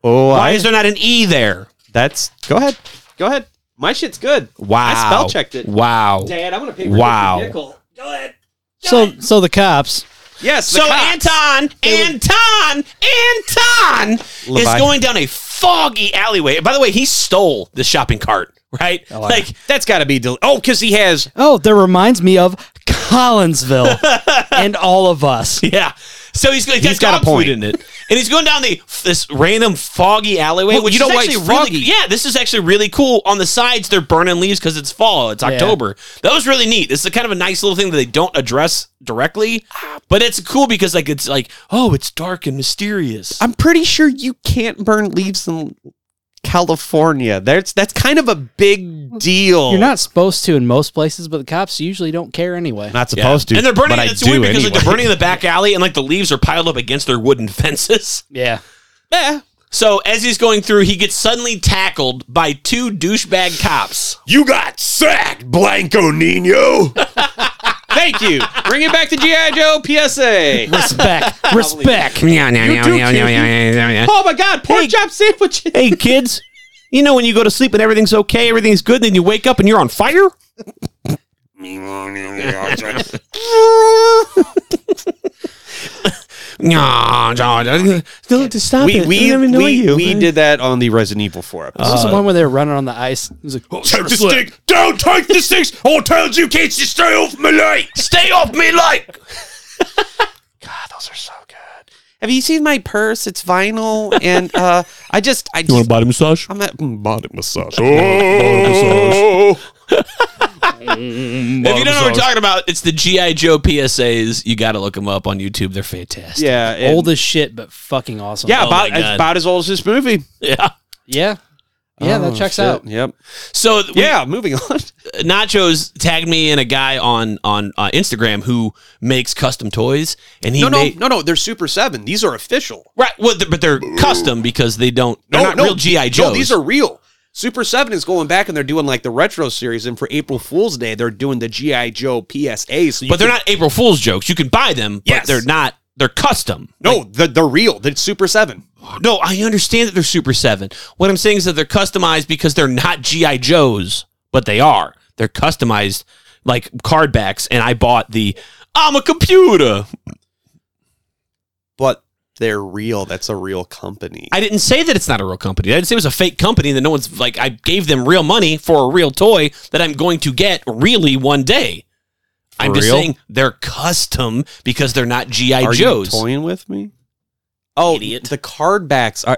Speaker 4: Oh,
Speaker 3: Why is there not an E there?
Speaker 4: that's go ahead. Go ahead. My shit's good.
Speaker 3: Wow.
Speaker 4: I spell checked it.
Speaker 3: Wow.
Speaker 4: Dad, I'm gonna pay for
Speaker 3: Wow.
Speaker 4: wow. nickel. Go ahead.
Speaker 5: So so the cops.
Speaker 4: Yes. the
Speaker 3: So
Speaker 4: cops.
Speaker 3: Anton, Anton, Anton is
Speaker 4: Levi.
Speaker 3: going down a foggy alleyway. By the way, he stole the shopping cart, right? like
Speaker 4: That's got to be del- oh, because he has
Speaker 5: Oh, that reminds me of Collinsville and all of us.
Speaker 3: Yeah. So he's, he's
Speaker 4: He's got a
Speaker 3: dog food
Speaker 4: point.
Speaker 3: in it, and he's going down the this random foggy alleyway,
Speaker 4: Well,
Speaker 3: which
Speaker 4: you know
Speaker 3: is
Speaker 4: why
Speaker 3: actually
Speaker 4: it's
Speaker 3: really
Speaker 4: foggy?
Speaker 3: yeah. This is actually really cool. On the sides, they're burning leaves because it's fall. It's October. That was really neat. This is kind of a nice little thing that they don't address directly,
Speaker 4: Ah.
Speaker 3: but it's cool because like it's like oh, it's dark and mysterious.
Speaker 4: I'm pretty sure you can't burn leaves in California. That's that's kind of a big deal.
Speaker 5: You're not supposed to in most places, but the cops usually don't care anyway.
Speaker 4: not
Speaker 3: Yeah. and they're burning. It's weird because like they're burning in the back alley, and like the leaves are piled up against their wooden *laughs* fences.
Speaker 5: Yeah.
Speaker 4: Yeah.
Speaker 3: So as he's going through, he gets suddenly tackled by two douchebag cops.
Speaker 7: You got sacked, Blanco Nino.
Speaker 4: Thank you. Bring it back to GI Joe *laughs* PSA.
Speaker 5: Respect. respect.
Speaker 4: oh my God, pork chop sandwiches.
Speaker 3: hey kids, you know when you go to sleep and everything's okay, everything's good, then you wake up and you're on fire? No, no, no, to stop
Speaker 4: We we
Speaker 3: even know
Speaker 4: we,
Speaker 3: you.
Speaker 4: we did that on the Resident Evil 4 episode.
Speaker 5: This was the one where they were running on the ice. It was like,
Speaker 7: Take the stick. Don't take the sticks. I told you kids to stay off my light.
Speaker 3: Stay off me, like
Speaker 4: Have you seen my purse? It's vinyl, and uh, I just I just,
Speaker 3: body massage.
Speaker 4: I'm at mm, bottom massage.
Speaker 3: If you don't know what we're talking about, it's the GI Joe PSAs. You got to look them up on YouTube. They're fantastic.
Speaker 4: Yeah, and-
Speaker 5: old as shit, but fucking awesome.
Speaker 4: yeah,
Speaker 3: Oh
Speaker 4: about
Speaker 3: my God.
Speaker 4: about as old as this movie.
Speaker 3: Yeah.
Speaker 5: Yeah. Yeah,
Speaker 4: Oh,
Speaker 5: that checks out.
Speaker 4: Yep.
Speaker 3: So we-
Speaker 4: Yeah, moving on.
Speaker 3: Nachos tagged me and a guy on on uh, Instagram who makes custom toys, and he
Speaker 4: No, no,
Speaker 3: made
Speaker 4: no, no. They're Super Seven. These are official.
Speaker 3: right. Well, they're- but they're custom because they don't. They're not real GI Joes.
Speaker 4: No, these are real. Super Seven is going back and they're doing like the retro series, and for April Fool's Day, they're doing the GI Joe PSA. So you
Speaker 3: but they're
Speaker 4: can-
Speaker 3: not April Fool's jokes. You can buy them, but
Speaker 4: Yes.
Speaker 3: they're not. They're custom.
Speaker 4: No, the, they're real. They're Super Seven.
Speaker 3: No, I understand that they're Super Seven. What I'm saying is that they're customized because they're not GI Joes, but they are. They're customized like card backs, and I bought the. I'm a computer.
Speaker 4: But they're real. That's a real company.
Speaker 3: I didn't say that it's not a real company. I didn't say it was a fake company that no one's like I gave them real money for a real toy that I'm going to get really one day. I'm just
Speaker 4: real?
Speaker 3: saying they're custom because they're not GI
Speaker 4: are
Speaker 3: Joes.
Speaker 4: you toying with me? Oh, the card backs are.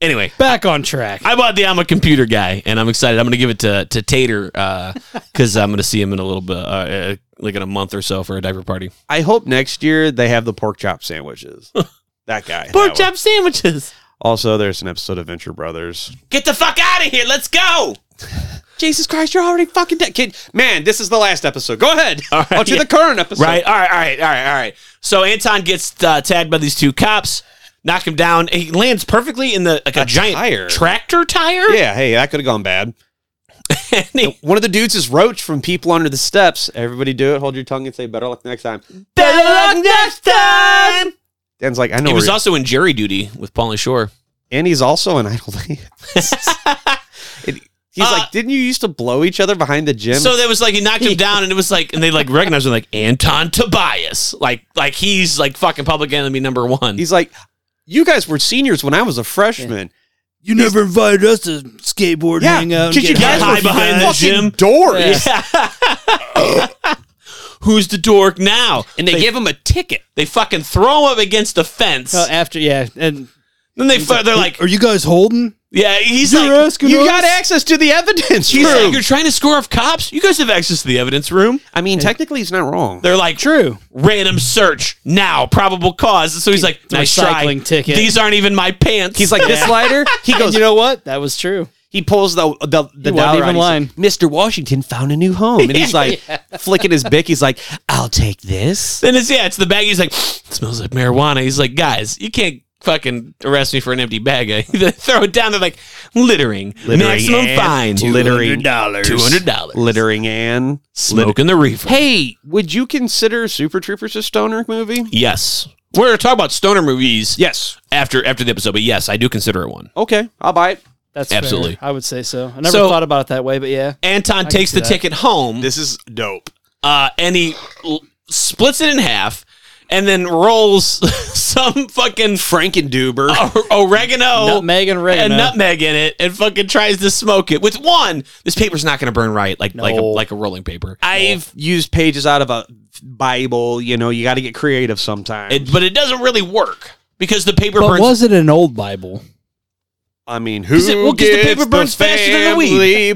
Speaker 3: anyway,
Speaker 5: Back on track.
Speaker 3: I bought the I'm a computer guy and I'm excited. I'm going to give it to to Tater *laughs* uh cuz I'm going to see him in a little bit uh, uh, like in a month or so for a diaper party.
Speaker 4: I hope next year they have the pork chop sandwiches. that guy. that
Speaker 3: Pork
Speaker 4: one.
Speaker 3: chop sandwiches.
Speaker 4: Also, there's an episode of Venture Brothers.
Speaker 3: Get the fuck out of here. Let's go.
Speaker 4: Jesus Christ, you're already fucking dead, kid. Man, this is the last episode. Go *laughs* ahead.
Speaker 3: All right,
Speaker 4: Oh, to
Speaker 3: yeah.
Speaker 4: the current episode.
Speaker 3: Right. All right. All right. All right. All right. So Anton gets uh, tagged by these two cops, knock him down. He lands perfectly in the like a,
Speaker 4: A
Speaker 3: giant
Speaker 4: tire.
Speaker 3: tractor tire.
Speaker 4: Yeah, hey, that could have gone bad.
Speaker 3: *laughs* And he-
Speaker 4: One of the dudes is Roach from People Under the Steps. Everybody do it. Hold your tongue and say better luck next time.
Speaker 3: Better luck next time.
Speaker 4: Dan's like, I know.
Speaker 3: He
Speaker 4: where
Speaker 3: was
Speaker 4: you're-
Speaker 3: also in jury duty with Paulie Shore.
Speaker 4: *laughs* and he's also an idol. *laughs* And he's *laughs*
Speaker 3: Uh,
Speaker 4: like, didn't you used to blow each other behind the gym?
Speaker 3: So that was like he knocked him down, and it was like, and they like recognized him like Anton Tobias, like like he's like fucking public enemy number one. *laughs*
Speaker 4: he's like, you guys were seniors when I was a freshman.
Speaker 5: You never invited us to skateboard
Speaker 4: Yeah,
Speaker 5: and
Speaker 4: did you
Speaker 5: get
Speaker 3: guys
Speaker 5: high.
Speaker 3: were behind the
Speaker 4: fucking
Speaker 3: gym?
Speaker 4: doors?
Speaker 3: *laughs* Who's the dork now?
Speaker 4: And they, give him a ticket.
Speaker 3: They fucking throw him up against the fence.
Speaker 5: Well, after yeah, and
Speaker 3: then they fu- they're like,
Speaker 5: are you guys holding?
Speaker 3: Yeah, he's
Speaker 5: You're
Speaker 3: like,
Speaker 5: asking
Speaker 4: You
Speaker 5: us?
Speaker 4: got access to the evidence
Speaker 3: he's like,
Speaker 4: room.
Speaker 3: you're trying to score off cops. You guys have access to the evidence room.
Speaker 4: I mean, technically, he's not wrong.
Speaker 3: They're like
Speaker 5: True.
Speaker 3: random search now, probable cause. So he's like, nice
Speaker 5: Recycling
Speaker 3: try.
Speaker 5: ticket.
Speaker 3: These aren't even my pants.
Speaker 4: He's like this lighter. He
Speaker 5: And
Speaker 4: goes.
Speaker 5: you know what? That was true.
Speaker 4: he pulls the the, the
Speaker 5: He wasn't
Speaker 4: dollar
Speaker 5: even
Speaker 4: out. He's
Speaker 5: lying.
Speaker 4: like, Mr. Washington found a new home, and
Speaker 3: *laughs*
Speaker 4: he's like flicking his bick. He's like, "I'll take this."
Speaker 3: then it's yeah, it's the bag. He's like, smells like marijuana. He's like, guys, you can't fucking arrest me for an empty bag. I *laughs* throw it down. They're like littering, maximum fine,
Speaker 4: littering,
Speaker 3: two hundred dollars,
Speaker 4: littering, and
Speaker 3: smoking the reefer.
Speaker 4: Hey, would you consider Super Troopers a stoner movie?
Speaker 3: Yes, we're gonna talk about stoner movies
Speaker 4: Yes.
Speaker 3: after after the episode, but yes, I do consider it one.
Speaker 4: Okay, I'll buy it.
Speaker 5: That's fair.
Speaker 3: Absolutely.
Speaker 5: I would say so. I never
Speaker 3: So-
Speaker 5: thought about it that way, but yeah.
Speaker 3: Anton takes
Speaker 5: see
Speaker 3: the
Speaker 5: that.
Speaker 3: ticket home.
Speaker 7: This is dope.
Speaker 3: uh, and he l- splits it in half and then rolls *laughs* some fucking
Speaker 4: Frankenduber.
Speaker 3: o- oregano
Speaker 5: nutmeg and
Speaker 3: Oh, and
Speaker 5: oregano.
Speaker 3: nutmeg in it and fucking tries to smoke it with one this paper's not going to burn right like like a,
Speaker 4: No.
Speaker 3: like a rolling paper
Speaker 4: I've used pages out of a Bible. You know, you got to get creative sometimes.
Speaker 3: It- but it doesn't really work because the paper
Speaker 5: but
Speaker 3: burns
Speaker 5: was it an old Bible?
Speaker 4: I mean, who
Speaker 3: 'Cause it- well, 'cause the
Speaker 4: gets
Speaker 3: paper burns faster than the weed.
Speaker 4: family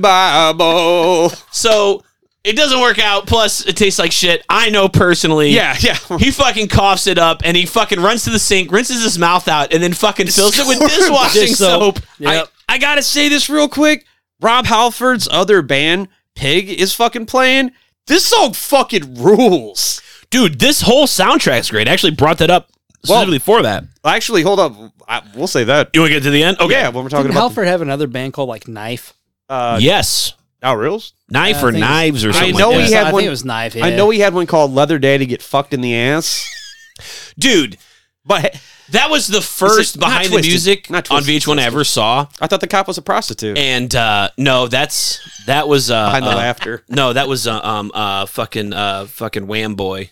Speaker 4: Bible?
Speaker 3: so it doesn't work out plus it tastes like shit i know personally
Speaker 4: yeah, yeah.
Speaker 3: he fucking coughs it up and he fucking runs to the sink, rinses his mouth out, and then fucking
Speaker 4: *laughs*
Speaker 3: fills it with dishwashing
Speaker 5: Dish
Speaker 3: soap.
Speaker 5: soap.
Speaker 3: I-
Speaker 4: I gotta say this real quick. Rob Halford's other band, Pig, is fucking playing. This song fucking rules.
Speaker 3: dude, this whole soundtrack's great. I actually brought that up specifically for that.
Speaker 4: Actually, hold up. I, we'll say that. Oh,
Speaker 3: You want to get to the end? Okay.
Speaker 4: Yeah, when we're talking
Speaker 5: Didn't
Speaker 4: about
Speaker 5: Halford have another band called like Knife?
Speaker 4: the, uh,
Speaker 3: yes.
Speaker 4: Now Reels.
Speaker 3: Knife
Speaker 5: I
Speaker 3: or
Speaker 5: think-
Speaker 3: knives or
Speaker 4: I
Speaker 3: something.
Speaker 4: know
Speaker 3: like
Speaker 4: he
Speaker 3: that.
Speaker 4: had
Speaker 5: I
Speaker 4: one-
Speaker 5: think it was Knife. Yeah.
Speaker 4: I know he had one called Leather Daddy Get Fucked in the Ass,
Speaker 3: Dude,
Speaker 4: but
Speaker 3: that was the first
Speaker 4: not
Speaker 3: behind the
Speaker 4: Twisted.
Speaker 3: music
Speaker 4: Not
Speaker 3: on
Speaker 4: Twisted,
Speaker 3: VH1 I ever saw.
Speaker 4: I thought the cop was a prostitute.
Speaker 3: And uh, no, that's that was uh,
Speaker 4: Behind the
Speaker 3: uh,
Speaker 4: laughter.
Speaker 3: No, that was uh, um uh fucking uh fucking Wham Boy.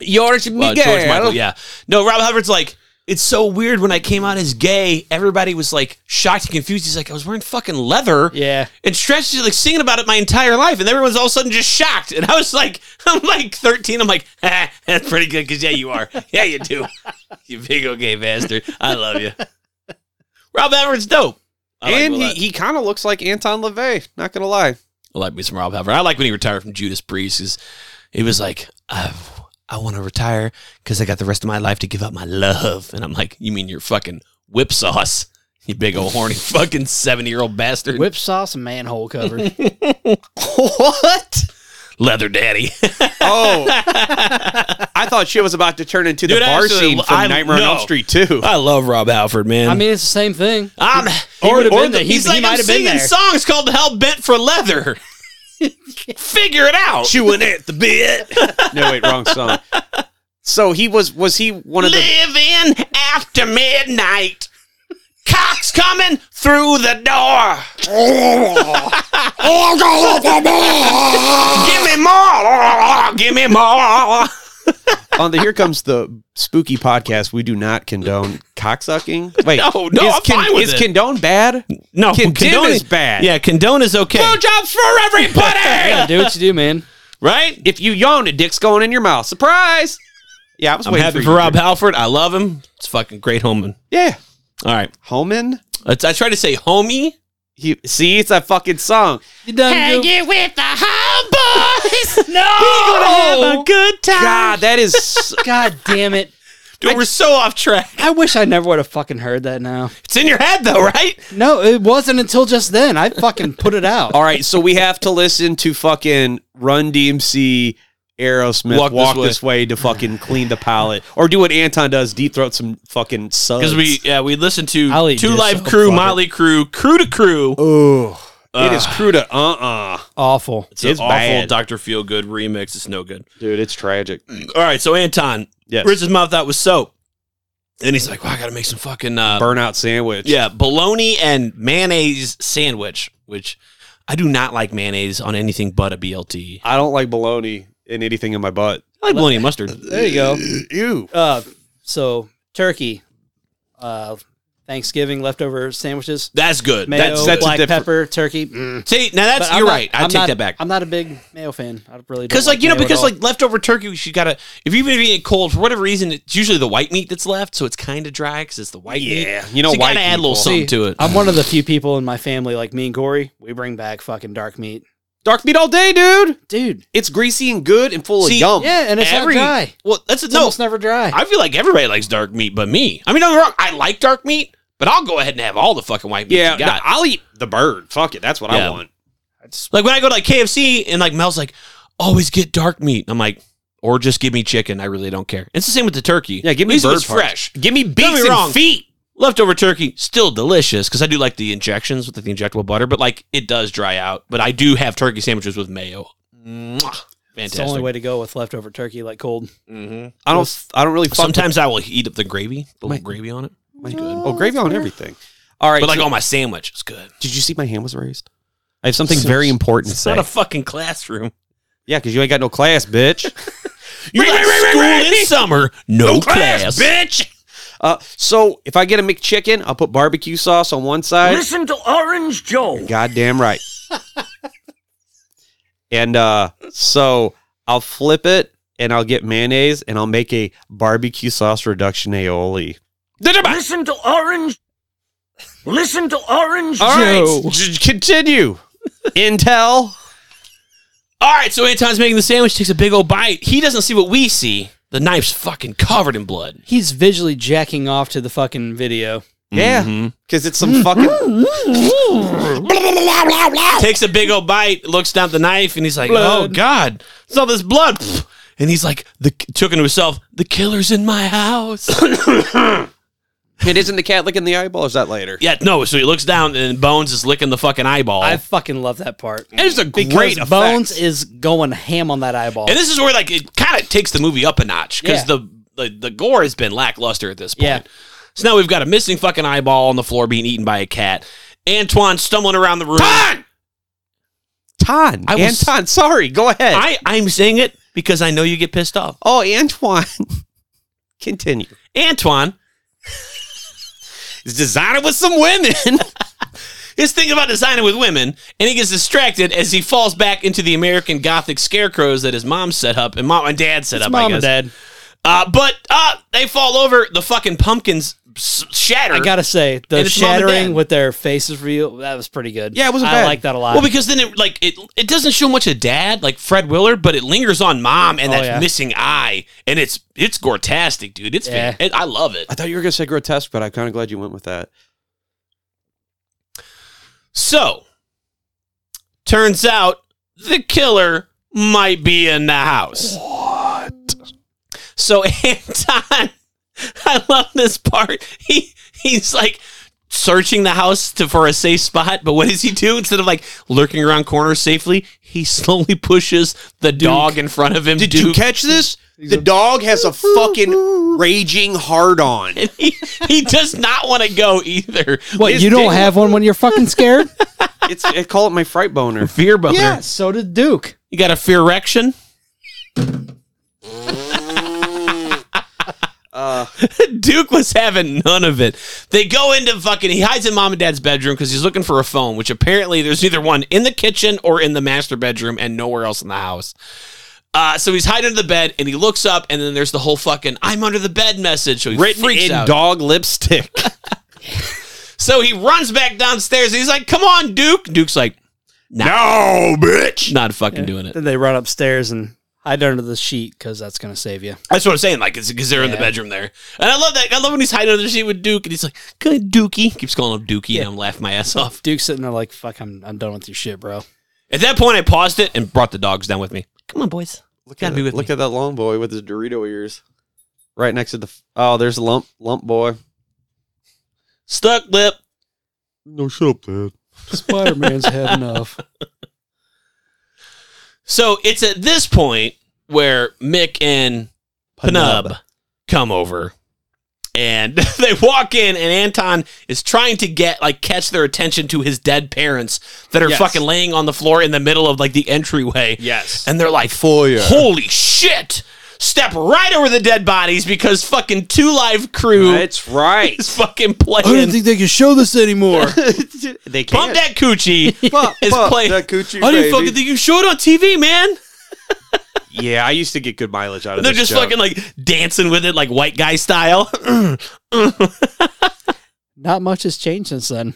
Speaker 3: Yours George Michael, yeah. No, Rob Hubbard's like, it's so weird when I came out as gay, everybody was like shocked and confused. He's like, I was wearing fucking leather
Speaker 5: Yeah.
Speaker 3: and stretched like singing about it my entire life, and everyone's all of a sudden just shocked. And I was like, *laughs* I'm like 13. I'm like, *laughs* ah, that's pretty good because yeah, you are. Yeah, you do. *laughs* you big old gay bastard. I love you. Rob Hubbard's dope. I like him
Speaker 4: and
Speaker 3: a lot.
Speaker 4: he, he kind of looks like Anton LaVey, not going to lie.
Speaker 3: I like me some Rob Halford. I like when he retired from Judas Priest because he was like, I, I want to retire because I got the rest of my life to give up my love. And I'm like, you mean your fucking whip sauce, you big old horny *laughs* fucking 70 year old bastard.
Speaker 5: Whip sauce and manhole cover.
Speaker 3: *laughs*
Speaker 4: what?
Speaker 3: Leather *laughs* daddy.
Speaker 4: Oh. I thought shit was about to turn into the
Speaker 3: Dude, I
Speaker 4: bar
Speaker 3: absolutely-
Speaker 4: scene from
Speaker 3: I-
Speaker 4: Nightmare
Speaker 3: no.
Speaker 4: on Elm Street 2.
Speaker 3: I love Rob Halford, man. Ah,
Speaker 5: I mean, it's the same thing.
Speaker 3: I'm,
Speaker 5: He would've
Speaker 4: or
Speaker 5: been there. He-
Speaker 3: he's
Speaker 5: he
Speaker 3: like,
Speaker 5: might
Speaker 3: I'm
Speaker 5: have been
Speaker 3: singing
Speaker 5: there.
Speaker 3: songs called Hell Bent for Leather. *laughs* Figure it out.
Speaker 4: Chewing at the bit. no, wait, wrong song. So he was, was he one of the,
Speaker 3: *laughs* Living after midnight. Cock's coming through the door. Give me more. Give me more.
Speaker 4: on the Here Comes the Spooky podcast, we do not condone cocksucking. Wait,
Speaker 3: No, no,
Speaker 4: is,
Speaker 3: I'm fine with
Speaker 4: is
Speaker 3: it.
Speaker 4: condone bad?
Speaker 3: No,
Speaker 4: Condone
Speaker 3: condone
Speaker 4: is bad.
Speaker 3: Yeah, condone is okay.
Speaker 4: jobs for *laughs*
Speaker 5: Yeah,
Speaker 4: everybody!
Speaker 5: do what you do, man.
Speaker 3: Right?
Speaker 4: if you yawn, a dick's going in your mouth. Surprise! Yeah, I was
Speaker 3: I'm
Speaker 4: waiting
Speaker 3: happy
Speaker 4: for,
Speaker 3: for
Speaker 4: you.
Speaker 3: Rob Halford. I love him. It's fucking great homie.
Speaker 4: Yeah.
Speaker 3: All right.
Speaker 4: Homan?
Speaker 3: Let's- I try to say homie.
Speaker 4: He, see, it's that fucking song.
Speaker 5: You done do-
Speaker 3: with the high boys. no.
Speaker 4: gonna have a
Speaker 3: good time.
Speaker 4: God, that
Speaker 3: *laughs*
Speaker 4: is.
Speaker 5: God damn it.
Speaker 3: Dude, we're so off track.
Speaker 5: I wish I never would have fucking heard that now.
Speaker 3: It's in your head though, right?
Speaker 5: No, it wasn't until just then. I fucking put it
Speaker 4: *laughs*
Speaker 5: out.
Speaker 4: All right, so we have to listen to fucking Run DMC, Aerosmith,
Speaker 3: Walk
Speaker 4: Walk,
Speaker 3: This
Speaker 4: this,
Speaker 3: Way.
Speaker 4: way. to fucking clean the palate, or do what Anton does, deep throat some fucking suds.
Speaker 3: Because we yeah we listened to
Speaker 5: I'll eat
Speaker 3: Two
Speaker 5: this.
Speaker 3: Live
Speaker 5: Oh,
Speaker 3: Crew,
Speaker 5: fuck it.
Speaker 3: Motley Crew, Crew to Crew.
Speaker 4: oh, it is
Speaker 3: Ugh.
Speaker 4: crude. Uh uh
Speaker 5: Awful.
Speaker 3: It's, an
Speaker 4: it's
Speaker 3: awful
Speaker 4: bad.
Speaker 3: Doctor Feel Good remix. It's no good.
Speaker 4: dude, it's tragic.
Speaker 3: All right, so Anton
Speaker 4: Yes,
Speaker 3: rinsed his mouth out with soap, and he's like, "Well, I gotta make some fucking uh,
Speaker 4: burnout sandwich.
Speaker 3: yeah bologna and mayonnaise sandwich." Which I do not like mayonnaise on anything but a BLT.
Speaker 4: I don't like bologna in anything in my butt.
Speaker 3: I like bologna and mustard.
Speaker 4: There you go. Ew.
Speaker 5: Uh, so turkey, uh, Thanksgiving leftover sandwiches.
Speaker 3: That's good.
Speaker 5: Mayo,
Speaker 3: that's that's a
Speaker 5: black
Speaker 3: different-
Speaker 5: pepper, turkey.
Speaker 3: See, now that's
Speaker 5: But I'm
Speaker 3: you're
Speaker 5: not-
Speaker 3: right. I
Speaker 5: I'm
Speaker 3: take
Speaker 5: not-
Speaker 3: that back.
Speaker 5: I'm not a big mayo fan. I really don't
Speaker 3: Because like, you know,
Speaker 5: mayo at
Speaker 3: because
Speaker 5: all.
Speaker 3: like leftover turkey, you gotta if you've been eating it cold for whatever reason, it's usually the white meat that's left, so it's kind of dry because it's the white meat.
Speaker 4: Yeah, you know
Speaker 3: so you
Speaker 4: white
Speaker 3: gotta add a little
Speaker 4: people.
Speaker 3: something
Speaker 5: See,
Speaker 3: to it.
Speaker 5: I'm one of the few people in my family, like me and Gory, we bring back fucking dark meat,
Speaker 4: Dark meat all day, dude.
Speaker 5: dude.
Speaker 4: It's greasy and good and full
Speaker 3: See,
Speaker 4: of yum.
Speaker 5: Yeah, and it's
Speaker 3: Every-
Speaker 5: not dry.
Speaker 3: Well, that's
Speaker 5: It's
Speaker 3: no.
Speaker 5: almost never dry.
Speaker 3: I feel like everybody likes dark meat, but me. I mean, don't get me wrong. I like dark meat, but I'll go ahead and have all the fucking white meat.
Speaker 4: Yeah,
Speaker 3: you got.
Speaker 4: no, I'll eat the bird. Fuck it, that's what
Speaker 3: Yeah.
Speaker 4: I want.
Speaker 3: like when I go to like KFC and like Mel's like, always get dark meat. I'm like, or just give me chicken. I really don't care. It's the same with the turkey.
Speaker 4: Yeah, give me
Speaker 3: At least if
Speaker 4: bird
Speaker 3: it's
Speaker 4: parts.
Speaker 3: fresh.
Speaker 4: Give me
Speaker 3: Don't
Speaker 4: beaks
Speaker 3: get me wrong.
Speaker 4: and feet.
Speaker 3: Leftover turkey still delicious because I do like the injections with the injectable butter, but like it does dry out. But I do have turkey sandwiches with mayo. Mwah.
Speaker 5: it's
Speaker 3: Fantastic.
Speaker 5: the only way to go with leftover turkey, like cold.
Speaker 3: Mhm.
Speaker 4: I don't. I don't really. Fuck
Speaker 3: Sometimes I will eat up the gravy, the little
Speaker 4: Wait.
Speaker 3: gravy on it.
Speaker 4: with, oh gravy on everything. All right,
Speaker 3: But like
Speaker 4: so-
Speaker 3: on my sandwich, it's good.
Speaker 4: did you see my hand was raised? I have something
Speaker 3: *laughs*
Speaker 4: very important to
Speaker 3: It's
Speaker 4: say.
Speaker 3: not a fucking classroom.
Speaker 4: yeah, because you ain't got no class,
Speaker 3: *laughs*
Speaker 4: bitch.
Speaker 3: You like school in summer, no, class.
Speaker 4: bitch. Uh, so if I get a McChicken, I'll put barbecue sauce on one side.
Speaker 9: Listen to Orange Joe.
Speaker 4: Goddamn
Speaker 3: *laughs*
Speaker 4: right. and uh, so I'll flip it and I'll get mayonnaise and I'll make a barbecue sauce reduction aioli.
Speaker 9: Listen to
Speaker 4: *laughs*
Speaker 9: Orange. Listen to Orange
Speaker 4: All
Speaker 9: Joe.
Speaker 4: right, j-
Speaker 3: *laughs*
Speaker 4: continue. Intel.
Speaker 3: All right, so Anton's making the sandwich, takes a big old bite. He doesn't see what we see. The knife's fucking covered in blood.
Speaker 5: He's visually jacking off to the fucking video.
Speaker 3: Mm-hmm.
Speaker 4: Yeah, because it's some
Speaker 3: Mm.
Speaker 4: fucking.
Speaker 3: Takes a big old bite, looks down at the knife, and he's like,
Speaker 5: Blood.
Speaker 3: "Oh God, it's all this blood." And he's like, "The took into himself, the killer's in my
Speaker 4: *coughs*
Speaker 3: house."
Speaker 4: it isn't the cat licking the eyeball. Or is that later?
Speaker 3: yeah, no. So he looks down, and Bones is licking the fucking eyeball.
Speaker 1: Oh.
Speaker 5: I fucking love that part.
Speaker 4: It's a
Speaker 5: Because Bones is going ham on that eyeball.
Speaker 3: and this is where like it kind of takes the movie up a notch because
Speaker 5: Yeah.
Speaker 3: the, the the gore has been lackluster at this point.
Speaker 5: Yeah.
Speaker 3: So now we've got a missing fucking eyeball on the floor being eaten by a cat. Antoine stumbling around the room.
Speaker 5: Ah!
Speaker 4: Ton.
Speaker 3: I was-
Speaker 4: Anton, sorry. Go ahead.
Speaker 3: I, I'm saying it because I know you get pissed off.
Speaker 4: oh, Antoine. *laughs* continue.
Speaker 3: Antoine
Speaker 4: It's designer with some women.
Speaker 3: is thinking about designing with women, and he gets distracted as he falls back into the American Gothic scarecrows that his mom set up and mom and dad set up. I
Speaker 5: mom
Speaker 3: guess.
Speaker 5: and dad.
Speaker 3: Uh, but uh, they fall over. The fucking pumpkins s- shatter.
Speaker 5: I gotta say,
Speaker 3: And
Speaker 5: the
Speaker 3: it's mom and
Speaker 5: shattering
Speaker 3: dad.
Speaker 5: with their faces real, that was pretty good.
Speaker 4: Yeah, it wasn't
Speaker 5: I
Speaker 4: bad.
Speaker 5: like that a lot.
Speaker 3: well, because then it like it it doesn't show much of dad, like Fred Willard, but it lingers on mom and
Speaker 5: Oh,
Speaker 3: that
Speaker 5: yeah.
Speaker 3: missing eye, and it's it's gortastic, dude. It's
Speaker 5: Yeah.
Speaker 3: fan- I love it.
Speaker 4: *laughs* I thought you were going to say grotesque, but I'm kind of glad you went with that.
Speaker 3: So, turns out the killer might be in the house. What? So *laughs* Anton, I love this part. He he's like searching the house to for a safe spot, but what does he do instead of like lurking around corners safely? He slowly pushes the dog in front of him.
Speaker 4: Did you
Speaker 3: Duke.
Speaker 4: catch this? The dog has a fucking *laughs* raging hard on.
Speaker 3: *laughs* He, he does not want to go either.
Speaker 5: what
Speaker 4: his
Speaker 5: you don't
Speaker 4: dick-
Speaker 5: have one when you're fucking scared?
Speaker 4: It's I call it my fright *laughs* boner.
Speaker 3: Fear boner.
Speaker 5: yeah, so did Duke.
Speaker 3: You got a fear
Speaker 5: *laughs*
Speaker 3: erection? *laughs*
Speaker 4: Uh,
Speaker 3: Duke was having none of it. They go into fucking. He hides in mom and dad's bedroom because he's looking for a phone, which apparently there's either one in the kitchen or in the master bedroom and nowhere else in the house. Uh, so he's hiding under the bed and he looks up and then there's the whole fucking "I'm under the bed" message. So he
Speaker 4: written
Speaker 3: freaks
Speaker 4: in
Speaker 3: out.
Speaker 4: dog lipstick.
Speaker 3: so he runs back downstairs. He's like, "Come on, Duke!" Duke's like, "No, bitch, not fucking doing it."
Speaker 5: Then they run upstairs and hide under the sheet because that's gonna save you.
Speaker 3: That's what I'm saying. Like, it's because they're in the
Speaker 5: Yeah.
Speaker 3: bedroom there, and I love that. I love when he's hiding under the sheet with Duke and he's like, "Good Dookie," keeps calling him Dookie, and I'm laughing my ass off.
Speaker 5: Duke's sitting there like, "Fuck, I'm I'm done with your shit, bro."
Speaker 3: At that point, I paused it and brought the dogs down with me. Come on, boys.
Speaker 4: Look
Speaker 3: Gotta
Speaker 4: at
Speaker 3: be
Speaker 4: it-
Speaker 3: with
Speaker 4: look
Speaker 3: me.
Speaker 4: at that long boy with his Dorito ears, right next to the. f- Oh, there's a lump lump boy.
Speaker 3: Stuck lip.
Speaker 4: No, shut up, man.
Speaker 5: Spider Man's had enough.
Speaker 3: So it's at this point where Mick and Penub, come over, and *laughs* they walk in, and Anton is trying to get like catch their attention to his dead parents that are
Speaker 4: Yes.
Speaker 3: fucking laying on the floor in the middle of like the entryway,
Speaker 4: Yes.
Speaker 3: and they're like,
Speaker 4: Foyer.
Speaker 3: "Holy shit!" step right over the dead bodies because fucking Two Live Crew
Speaker 4: That's right.
Speaker 3: is fucking playing.
Speaker 6: think they can show this anymore.
Speaker 4: *laughs* they can't.
Speaker 3: Bump that
Speaker 4: *laughs*
Speaker 3: coochie
Speaker 4: Bump,
Speaker 3: is
Speaker 4: bump
Speaker 3: playing.
Speaker 4: that coochie,
Speaker 3: I didn't
Speaker 4: baby.
Speaker 3: fucking think you showed it on TV, man.
Speaker 4: Yeah, I used to get good mileage out of
Speaker 3: They're
Speaker 4: this
Speaker 3: just
Speaker 4: joke.
Speaker 3: fucking like dancing with it like white guy style.
Speaker 5: *laughs*
Speaker 3: *clears throat*
Speaker 5: Not much has changed since then.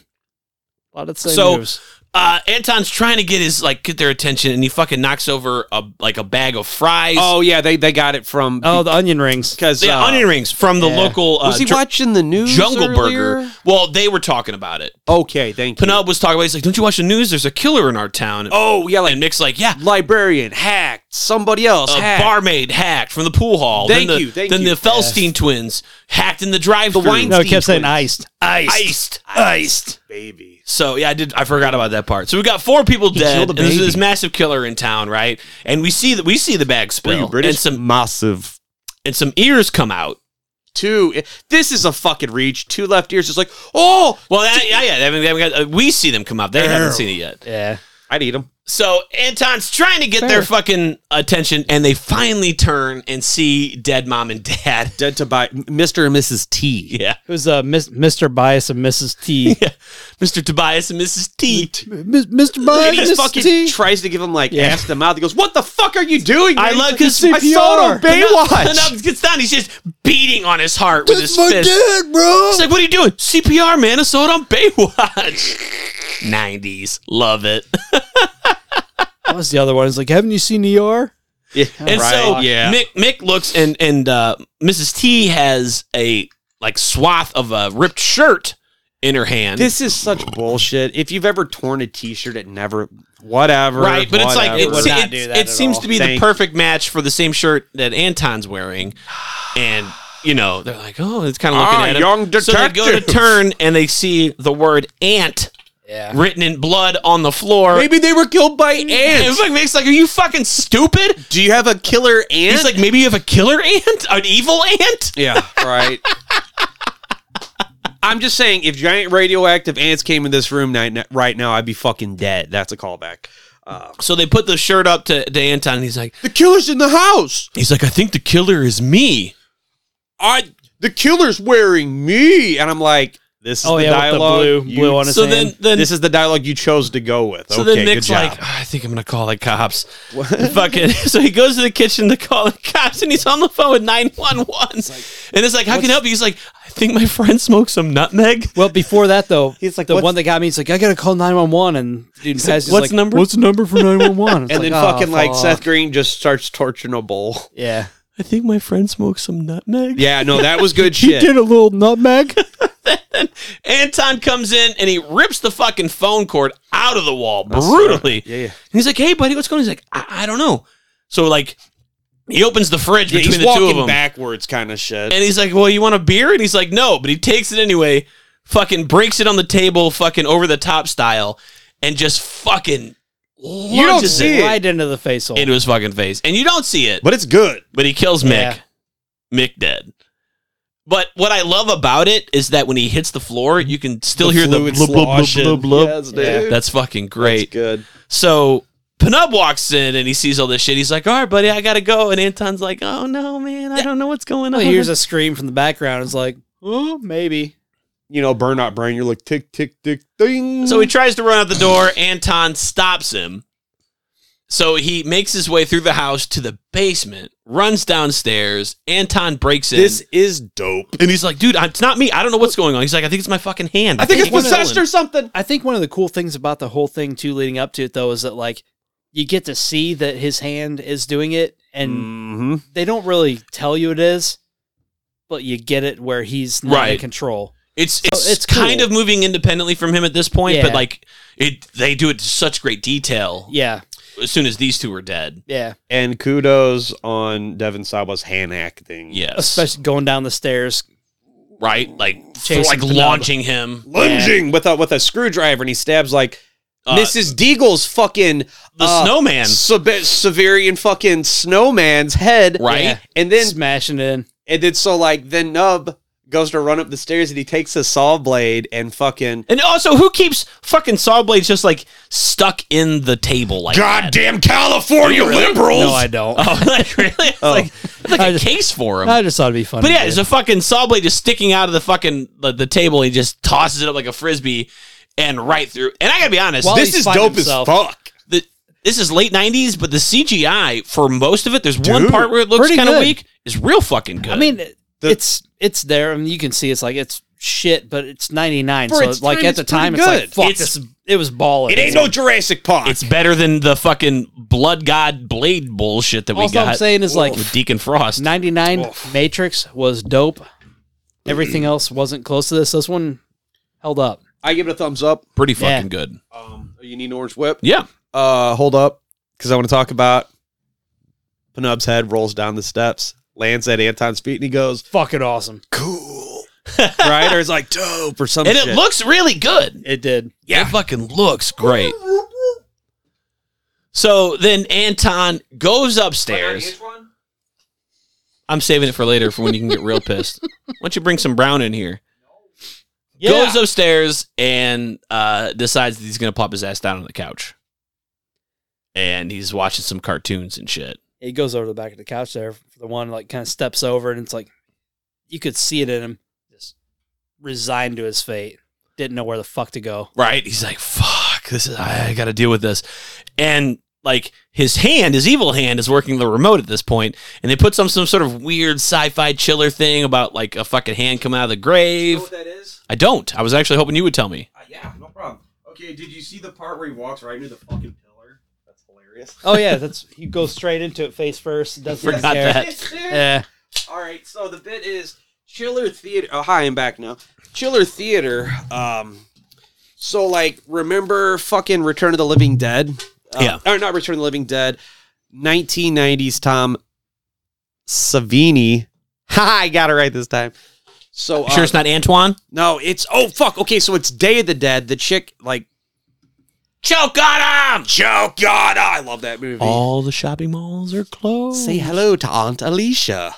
Speaker 5: A lot of the same
Speaker 3: So-
Speaker 5: moves.
Speaker 3: uh, Anton's trying to get his like get their attention, and he fucking knocks over a like a bag of fries.
Speaker 4: Oh yeah, they they got it from
Speaker 5: Oh, the onion rings.
Speaker 4: because
Speaker 3: the
Speaker 4: uh,
Speaker 3: onion rings from the
Speaker 5: yeah.
Speaker 3: local uh,
Speaker 4: Was he
Speaker 3: Jer-
Speaker 4: watching the news?
Speaker 3: Jungle Burger.
Speaker 4: earlier?
Speaker 3: Well, they were talking about it.
Speaker 4: Okay, thank you.
Speaker 3: Penub was talking about. It. He's like, "Don't you watch the news? There's a killer in our town." And,
Speaker 4: Oh yeah, like
Speaker 3: and Nick's like, "Yeah,
Speaker 4: librarian hacked somebody
Speaker 3: a
Speaker 4: else. hacked.
Speaker 3: barmaid hacked from the pool hall."
Speaker 4: Thank
Speaker 3: then the,
Speaker 4: you, thank
Speaker 3: then
Speaker 4: you.
Speaker 3: the Felstein twins hacked in the drive-through.
Speaker 4: The Weinstein
Speaker 5: No, it kept saying
Speaker 4: twins.
Speaker 5: iced. Iced.
Speaker 3: iced, iced.
Speaker 4: baby.
Speaker 3: So yeah, I did. I forgot about that part. So we got four people dead,
Speaker 5: killed a
Speaker 3: and there's
Speaker 5: baby.
Speaker 3: this massive killer in town, right? And we see that we see the bag
Speaker 4: Were you
Speaker 3: spill,
Speaker 4: British?
Speaker 3: and some
Speaker 4: massive
Speaker 3: and some ears come out.
Speaker 4: two. eh, This is a fucking reach. Two left ears, just like oh,
Speaker 3: Well, that, yeah, yeah. They haven't, they haven't got, uh, we see them come out. They haven't seen it yet.
Speaker 5: Yeah.
Speaker 4: I'd eat them.
Speaker 3: So Anton's trying to get their fucking attention, and they finally turn and see dead mom and dad. *laughs*
Speaker 4: Dead to buy Mr. and Mrs. T.
Speaker 3: Yeah,
Speaker 5: It was uh, Mis- Mr. Bias and Mrs. *laughs* T.
Speaker 3: Mr. Tobias and Mrs. T.
Speaker 5: Mis- Mr.
Speaker 4: And he
Speaker 5: Bias, Mrs.
Speaker 4: fucking
Speaker 5: T.
Speaker 4: tries to give him like
Speaker 5: Yeah.
Speaker 4: ass to mouth. He goes, "What the fuck are you doing?"
Speaker 3: I
Speaker 4: man?"
Speaker 3: love
Speaker 4: He's
Speaker 3: his
Speaker 4: like, I saw it on
Speaker 3: *laughs* And
Speaker 4: Baywatch.
Speaker 3: up gets down. He's just beating on his heart with his fist.
Speaker 6: bro.
Speaker 3: It's like, what are you doing? CPR, man. I saw it on Baywatch. *laughs* 90s. Love it.
Speaker 5: What was the other one? It's like, haven't you seen ER?
Speaker 4: Yeah,
Speaker 3: And so
Speaker 4: yeah.
Speaker 3: Mick, Mick looks and, and uh, Mrs. T has a like swath of a ripped shirt in her hand.
Speaker 4: This is such bullshit. If you've ever torn a T-shirt, it never, whatever.
Speaker 3: right, but it's like
Speaker 4: whatever.
Speaker 3: it,
Speaker 5: would
Speaker 3: se-
Speaker 5: not
Speaker 3: it's-
Speaker 5: do that
Speaker 3: it
Speaker 5: at
Speaker 3: seems
Speaker 5: all.
Speaker 3: to be the
Speaker 4: Thank-
Speaker 3: perfect match for the same shirt that Anton's wearing. And you know, they're like, "Oh, it's kind of looking
Speaker 4: Ah,
Speaker 3: at him."
Speaker 4: young
Speaker 3: So they go to
Speaker 4: detective.
Speaker 3: turn and they see the word ant written in blood on the floor.
Speaker 4: maybe they were killed by
Speaker 3: And
Speaker 4: ants.
Speaker 3: Mick's like, "Are you fucking stupid?"
Speaker 4: Do you have a killer ant?
Speaker 3: He's like, maybe you have a killer ant, an evil ant.
Speaker 4: yeah, right. I'm just saying, if giant radioactive ants came in this room night, right now, I'd be fucking dead. That's a callback.
Speaker 3: So they put the shirt up to, to Anton. And he's like,
Speaker 4: The killer's in the house.
Speaker 3: he's like, I think the killer is me.
Speaker 4: I. The killer's wearing me, and I'm like, this is
Speaker 5: Oh,
Speaker 4: the
Speaker 5: yeah, with the
Speaker 4: dialogue.
Speaker 5: blue-
Speaker 4: you-
Speaker 5: blue on his
Speaker 3: So then,
Speaker 5: hand.
Speaker 3: then,
Speaker 4: this is the dialogue you chose to go with.
Speaker 3: so
Speaker 4: okay,
Speaker 3: then Nick's
Speaker 4: good job.
Speaker 3: like, "Ah, I think I'm gonna call the cops. *laughs* Fucking. So he goes to the kitchen to call the cops, and he's on the phone with nine one one. And it's like, how can I help you? He's like, I think my friend smoked some nutmeg.
Speaker 5: Well, before that though, *laughs* he's
Speaker 4: like,
Speaker 5: the
Speaker 4: "What's-"
Speaker 5: one that got me. He's like, I gotta call nine one one, and dude, he's
Speaker 3: "What's the number?"
Speaker 5: What's the number *laughs* for nine one one? "Ah,
Speaker 4: and then fucking like "Oh, Seth Green just starts torching a bowl.
Speaker 5: Yeah,
Speaker 3: I think my friend smoked some
Speaker 4: *laughs*
Speaker 3: nutmeg.
Speaker 4: Yeah, no, that was *laughs* good
Speaker 5: he
Speaker 4: shit.
Speaker 5: did a little nutmeg.
Speaker 3: Anton comes in and he rips the fucking phone cord out of the wall brutally.
Speaker 4: Yeah, yeah.
Speaker 3: And he's like, "Hey, buddy, what's going?" on? He's like, "I, I don't know." So like, he opens the fridge
Speaker 4: Yeah,
Speaker 3: between
Speaker 4: he's
Speaker 3: the two of
Speaker 4: walking
Speaker 3: them,
Speaker 4: backwards kind of shit.
Speaker 3: and he's like, "Well, you want a beer?" And he's like, "No," but he takes it anyway. Fucking breaks it on the table, fucking over the top style, and just fucking
Speaker 4: don't
Speaker 3: launches
Speaker 4: see
Speaker 3: it
Speaker 4: Dude.
Speaker 5: right into the face hole.
Speaker 3: into his fucking face, and you don't see it,
Speaker 4: Oh. But it's good.
Speaker 3: but he kills
Speaker 5: Yeah.
Speaker 3: Mick. Mick dead. But what I love about it is that when he hits the floor, you can still hear the
Speaker 4: fluid
Speaker 3: blub, blub, blub,
Speaker 4: sloshing.
Speaker 3: blub, blub.
Speaker 4: Yes, dude.
Speaker 5: Yeah,
Speaker 3: That's fucking great.
Speaker 4: good.
Speaker 3: So Penub walks in and he sees all this shit. He's like, "All right, buddy, I gotta go." And Anton's like, "Oh no, man, I don't know what's going on."
Speaker 1: *laughs*
Speaker 5: Well, he hears a scream from the background. It's like, oh, maybe.
Speaker 4: You know, burnout brain. You're like tick, tick, tick, ding.
Speaker 3: so he tries to run out the door. Anton stops him. So he makes his way through the house to the basement, runs downstairs. Anton breaks in,
Speaker 4: this is dope.
Speaker 3: and he's like, "Dude, it's not me. I don't know what's going on." He's like, "I think it's my fucking hand.
Speaker 4: I think it's
Speaker 3: I'm
Speaker 4: possessed
Speaker 3: stolen."
Speaker 4: or something.
Speaker 5: I think one of the cool things about the whole thing too, leading up to it though, is that like you get to see that his hand is doing it, and
Speaker 4: Mm-hmm.
Speaker 5: they don't really tell you it is, but you get it where he's not in
Speaker 3: Right.
Speaker 5: control.
Speaker 3: It's it's,
Speaker 5: Oh, it's
Speaker 3: kind
Speaker 5: cool.
Speaker 3: of moving independently from him at this point,
Speaker 5: Yeah.
Speaker 3: but like it, they do it to such great detail.
Speaker 5: Yeah,
Speaker 3: As soon as these two are dead,
Speaker 5: yeah.
Speaker 4: And kudos on Devin Sawa's hand acting.
Speaker 3: yes,
Speaker 5: Especially going down the stairs,
Speaker 3: right? Like,
Speaker 5: Chasing
Speaker 3: like
Speaker 5: the nub.
Speaker 3: launching him.
Speaker 4: Lunging with a with a screwdriver, and he stabs like
Speaker 3: Uh,
Speaker 4: Mrs. Deagle's fucking
Speaker 3: The
Speaker 4: uh,
Speaker 3: snowman.
Speaker 4: Sib- Severian fucking snowman's head.
Speaker 3: Right.
Speaker 4: And then
Speaker 5: smashing it in.
Speaker 4: And then so like then Nub goes to run up the stairs and he takes a saw blade and fucking
Speaker 3: And also, who keeps fucking saw blades just like stuck in the table like that?
Speaker 4: goddamn California liberals.
Speaker 5: No, I
Speaker 3: *laughs*
Speaker 5: don't.
Speaker 3: Oh, like really? It's like it's like
Speaker 5: I
Speaker 3: a
Speaker 5: just-
Speaker 3: case for him.
Speaker 5: Um, I just thought it'd be funny.
Speaker 3: But yeah,
Speaker 5: to-
Speaker 3: there's a fucking saw blade just sticking out of the fucking the, the table. He just tosses it up like a frisbee and right through. And I gotta be honest,
Speaker 5: Well,
Speaker 3: this,
Speaker 4: this
Speaker 5: he's
Speaker 4: is
Speaker 5: fighting
Speaker 4: dope
Speaker 5: himself.
Speaker 4: as fuck.
Speaker 3: the, this is late '90s, but the CGI for most of it, there's one
Speaker 4: Dude,
Speaker 3: part where it looks
Speaker 5: pretty
Speaker 3: kind of
Speaker 5: good.
Speaker 3: weak, is real fucking good.
Speaker 5: I mean, it-
Speaker 4: The-
Speaker 5: it's it's there. I mean, you can see it's like it's shit, but it's 99.
Speaker 4: For
Speaker 5: so
Speaker 4: its
Speaker 5: like
Speaker 4: time,
Speaker 5: at the
Speaker 4: it's pretty
Speaker 5: time, it's like
Speaker 4: good.
Speaker 5: fuck.
Speaker 3: It's-
Speaker 5: this, it was balling.
Speaker 4: It ain't no Jurassic Park.
Speaker 3: it's better than the fucking blood god blade bullshit that we
Speaker 5: All
Speaker 3: got.
Speaker 5: I'm saying is like
Speaker 3: with Deacon Frost.
Speaker 5: 99 Matrix was dope. Everything else wasn't close to this. This one held up.
Speaker 4: I give it a thumbs up.
Speaker 3: Pretty
Speaker 5: Yeah.
Speaker 3: fucking good.
Speaker 4: Um, you need an orange whip.
Speaker 3: Yeah.
Speaker 4: Uh, hold up, because I want to talk about Penub's head rolls down the steps, lands at Anton's feet, and he
Speaker 3: *laughs*
Speaker 4: goes
Speaker 5: Fucking awesome.
Speaker 4: cool, right? Or it's like dope or something.
Speaker 3: And it looks really good.
Speaker 5: It did.
Speaker 3: Yeah. It fucking looks great. So then Anton goes upstairs. I'm saving it for later for when you can get real pissed. Why don't you bring some brown in here? Goes upstairs and uh, decides that he's gonna pop his ass down on the couch. And he's watching some cartoons and shit.
Speaker 5: He goes over to the back of the couch there. For the one like kind of steps over and it's like you could see it in him. Just resigned to his fate. Didn't know where the fuck to go.
Speaker 3: Right? He's like, "Fuck, this is I, I got to deal with this." And like his hand, his evil hand, is working the remote at this point, and they put some some sort of weird sci-fi chiller thing about like a fucking hand coming out of the grave.
Speaker 4: that is?
Speaker 3: I don't. I was actually hoping you would tell me.
Speaker 4: Uh, yeah, no problem. Okay, did you see the part where he walks right into the fucking pillar? That's hilarious.
Speaker 5: Oh yeah, that's he goes straight into it face first. Doesn't
Speaker 3: Forgot
Speaker 5: care.
Speaker 3: that.
Speaker 5: Yeah.
Speaker 4: All right, so the bit is Chiller Theater. Oh, hi, I'm back now. Chiller Theater. Um, so like, remember fucking Return of the Living Dead? Uh,
Speaker 3: Yeah.
Speaker 4: or not Return of the Living Dead. 1990s Tom Savini. *laughs* Ha! I got it right this time. So uh,
Speaker 3: sure, it's not Antoine.
Speaker 4: no, it's oh fuck. Okay, so it's Day of the Dead. The chick like
Speaker 3: Choke on him.
Speaker 4: Joe God. I love that movie.
Speaker 3: All the shopping malls are closed.
Speaker 4: Say hello to Aunt Alicia.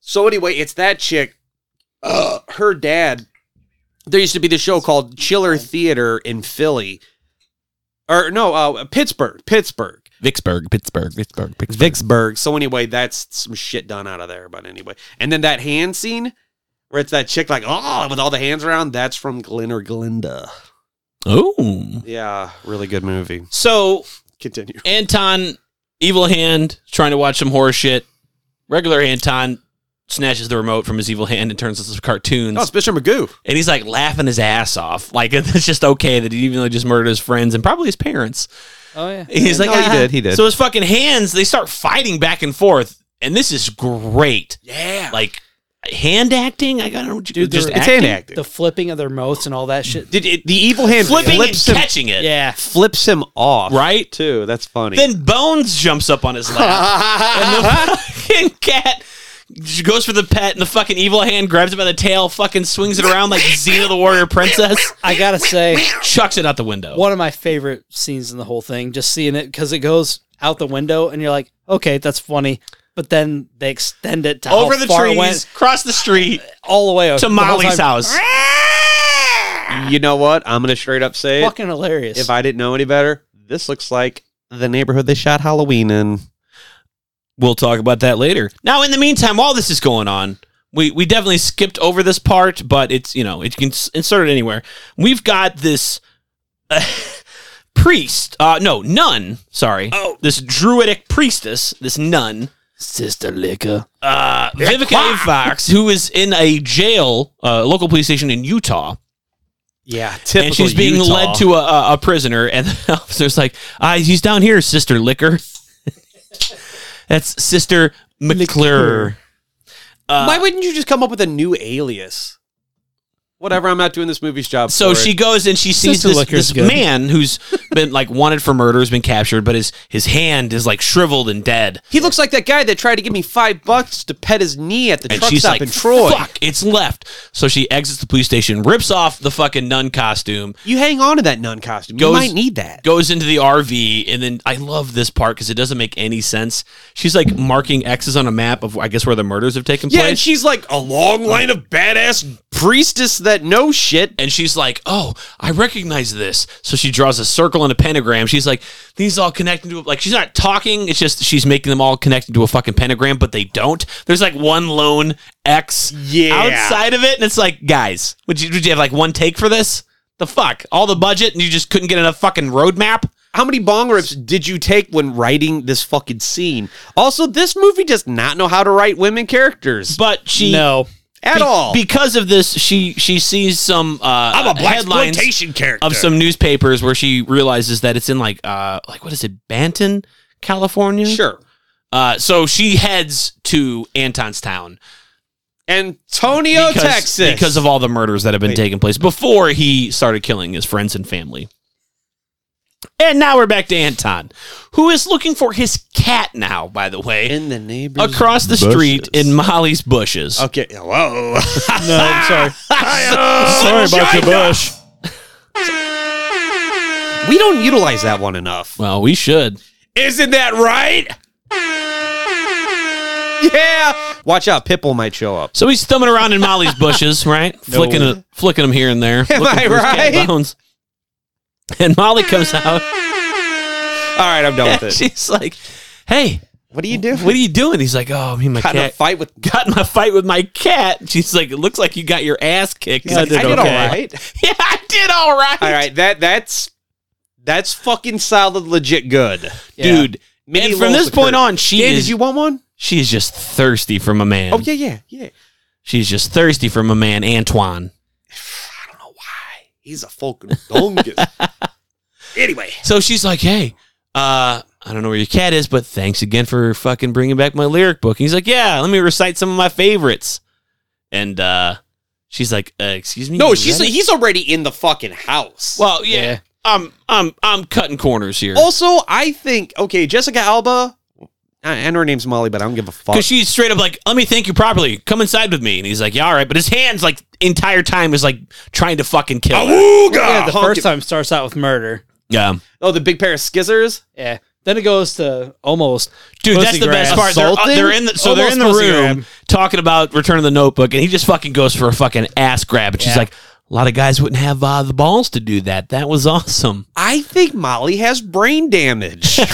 Speaker 4: So anyway, it's that chick. Uh, her dad. There used to be this show called Chiller Theater in Philly, or no, uh, Pittsburgh, Pittsburgh,
Speaker 3: Vicksburg, Pittsburgh, Vicksburg, Pittsburgh.
Speaker 4: Vicksburg. So anyway, that's some shit done out of there. But anyway, and then that hand scene where it's that chick like oh with all the hands around. That's from Glenn or Glinda.
Speaker 3: Oh.
Speaker 4: Yeah, really good movie.
Speaker 3: So
Speaker 4: Continue.
Speaker 3: Anton, evil hand, trying to watch some horror shit. Regular Anton snatches the remote from his evil hand and turns into some cartoons.
Speaker 4: Oh, it's Mr. Magoo.
Speaker 3: And he's like laughing his ass off. Like *laughs* it's just okay that he even though he just murdered his friends and probably his parents.
Speaker 5: Oh yeah.
Speaker 3: He's like,
Speaker 4: No, he
Speaker 3: "Ah."
Speaker 4: did, he did.
Speaker 3: So his fucking hands, they start fighting back and forth, and this is great.
Speaker 4: Yeah,
Speaker 3: Like hand acting, I don't know what you
Speaker 5: Dude,
Speaker 3: just
Speaker 5: they're-
Speaker 4: it's
Speaker 3: acting.
Speaker 4: hand acting.
Speaker 5: The flipping of their mouths and all that shit.
Speaker 4: Did it, the evil hand
Speaker 3: flipping and
Speaker 4: flips him,
Speaker 3: catching it.
Speaker 5: Yeah.
Speaker 4: flips him off?
Speaker 3: Right?
Speaker 4: too. That's funny. *laughs*
Speaker 3: Then Bones jumps up on his *laughs* lap. and the fucking cat goes for the pet, and the fucking evil hand grabs it by the tail, fucking swings it around like Xena the Warrior Princess,
Speaker 5: I gotta *laughs* say,
Speaker 3: chucks it out the window.
Speaker 5: one of my favorite scenes in the whole thing, just seeing it because it goes out the window and you're like, okay, that's funny. But then they extend it to
Speaker 3: Over
Speaker 5: how
Speaker 3: the
Speaker 5: far it
Speaker 3: trees,
Speaker 5: went,
Speaker 3: across the street
Speaker 5: all the way
Speaker 3: to
Speaker 5: the whole
Speaker 3: Molly's
Speaker 5: time.
Speaker 3: house. *laughs*
Speaker 4: you know what? I'm gonna straight up say it.
Speaker 5: Fucking hilarious.
Speaker 4: If I didn't know any better, this looks like the neighborhood they shot Halloween in.
Speaker 3: We'll talk about that later. Now, in the meantime, while this is going on, we, we definitely skipped over this part, but it's, you know, it can s- insert it anywhere. We've got this *laughs* uh, priest, uh, no, nun, sorry. Oh. This druidic priestess, this nun,
Speaker 5: Sister Liquor.
Speaker 3: uh, Vivica A. *laughs* Fox, who is in a jail, uh, local police station in Utah,
Speaker 4: Yeah, *laughs*
Speaker 3: and she's being led to a, a, a prisoner, and *laughs* the officer's like, ah, he's down here, Sister Liquor. *laughs* That's Sister McClure. Uh,
Speaker 4: Why wouldn't you just come up with a new alias? Whatever, I'm not doing this movie's job. for
Speaker 3: so she
Speaker 4: it.
Speaker 3: goes and she sees
Speaker 5: Sister
Speaker 3: this,
Speaker 5: Licker's
Speaker 3: this
Speaker 5: good.
Speaker 3: man who's been like *laughs* wanted for murder, has been captured, but his his hand is like shriveled and dead.
Speaker 4: He looks like that guy that tried to give me five bucks to pet his knee at the
Speaker 3: And
Speaker 4: truck
Speaker 3: she's
Speaker 4: stop
Speaker 3: like,
Speaker 4: in Troy.
Speaker 3: "Fuck, it's left." So she exits the police station, rips off the fucking nun costume,
Speaker 4: You hang on to that nun costume.
Speaker 3: Goes-
Speaker 4: you might need that.
Speaker 3: goes into the RV, and then I love this part because it doesn't make any sense. She's like marking X's on a map of I guess where the murders have taken
Speaker 4: Yeah, and
Speaker 3: place.
Speaker 4: she's like a long line of badass priestess that know shit.
Speaker 3: and she's like, "Oh, I recognize this." So she draws a circle and a pentagram. She's like, "These all connect into like." She's not talking. It's just she's making them all connect into a fucking pentagram, but they don't. There's like one lone X
Speaker 4: Yeah.
Speaker 3: outside of it, and it's like, guys, would you would you have like one take for this? The fuck, all the budget, and you just couldn't get enough fucking roadmap.
Speaker 4: How many bong rips did you take when writing this fucking scene? Also, this movie does not know how to write women characters
Speaker 3: But she
Speaker 5: no.
Speaker 4: at
Speaker 3: be-
Speaker 4: all.
Speaker 3: because of this. She she sees some. Uh, I'm headlines
Speaker 4: character.
Speaker 3: of some newspapers where she realizes that it's in like uh like what is it Banton, California?
Speaker 4: Sure.
Speaker 3: Uh, so she heads to Antonstown,
Speaker 4: Antonio,
Speaker 3: because-
Speaker 4: Texas.
Speaker 3: because of all the murders that have been
Speaker 4: Wait.
Speaker 3: taking place before he started killing his friends and family. And now we're back to Anton, who is looking for his cat now. By the way,
Speaker 4: in the neighborhood.
Speaker 3: across the street in Molly's bushes. *laughs*
Speaker 4: Okay. Hello.
Speaker 5: No, I'm sorry. sorry about your bush.
Speaker 4: *laughs* we don't utilize that one enough.
Speaker 3: Well, we should.
Speaker 4: Isn't that right? Yeah. Watch out, Pipple might show up.
Speaker 3: So he's thumbing around in Molly's bushes, *laughs* right? Flicking, a, flicking them here and there.
Speaker 4: *laughs* Am
Speaker 3: looking
Speaker 4: I
Speaker 3: for his cat
Speaker 4: right?
Speaker 3: Bones. And Molly comes out.
Speaker 4: All right, I'm
Speaker 3: *laughs*
Speaker 4: done
Speaker 3: And
Speaker 4: with it.
Speaker 3: she's like, "Hey,
Speaker 4: What do you do?
Speaker 3: what are you doing?" He's like, "Oh, me and my
Speaker 4: Got in a
Speaker 3: cat
Speaker 4: fight with.
Speaker 3: got in a fight with my cat." And She's like, "It looks like you got your ass kicked." He's
Speaker 4: I
Speaker 3: like, *laughs*
Speaker 4: did,
Speaker 3: "I
Speaker 4: all right.
Speaker 3: yeah, I did all right,
Speaker 4: All right, that that's that's fucking solid, legit good.
Speaker 3: dude."
Speaker 4: Mini
Speaker 3: and from
Speaker 4: rolls
Speaker 3: this
Speaker 4: of
Speaker 3: point
Speaker 4: curd.
Speaker 3: on, she
Speaker 4: Dan,
Speaker 3: is
Speaker 4: did you want one?
Speaker 3: she is just thirsty from a man.
Speaker 4: Oh yeah, yeah, yeah. *sighs*
Speaker 3: She's just thirsty from a man, Antoine.
Speaker 4: I don't know why. He's a fucking dongus.
Speaker 3: *laughs*
Speaker 4: anyway,
Speaker 3: So she's like, "Hey, uh, I don't know where your cat is, but thanks again for fucking bringing back my lyric book." And he's like, "Yeah, let me recite some of my favorites." And uh, she's like, uh, "Excuse me."
Speaker 4: no,
Speaker 3: you
Speaker 4: she's
Speaker 3: read it?"
Speaker 4: he's already in the fucking house.
Speaker 3: Well, yeah,
Speaker 5: Yeah.
Speaker 3: I'm I'm I'm cutting corners here
Speaker 4: also, I think okay, Jessica Alba. I, I know her name's Molly, but I don't give a fuck.
Speaker 3: because she's straight up like, "Let me thank you properly. Come inside with me." And he's like, "Yeah, all right," but his hands like entire time is like trying to fucking kill. Her.
Speaker 5: Yeah, the
Speaker 4: Ah, honk
Speaker 5: first
Speaker 4: it.
Speaker 5: time starts out with murder.
Speaker 3: Yeah,
Speaker 4: Oh, the big pair of skizzers.
Speaker 5: Yeah. Then it goes to almost.
Speaker 3: dude,
Speaker 5: pussy
Speaker 3: that's the
Speaker 5: grab.
Speaker 3: best part. They're, uh,
Speaker 5: Assaulting?
Speaker 3: they're in the so they're in the
Speaker 5: Almost pussy
Speaker 3: room
Speaker 5: grab.
Speaker 3: talking about Return of the Notebook, and he just fucking goes for a fucking ass grab, and she's
Speaker 5: Yeah.
Speaker 3: like, "A lot of guys wouldn't have uh, the balls to do that. That was awesome."
Speaker 4: I think Molly has brain
Speaker 3: *laughs*
Speaker 4: damage. *laughs*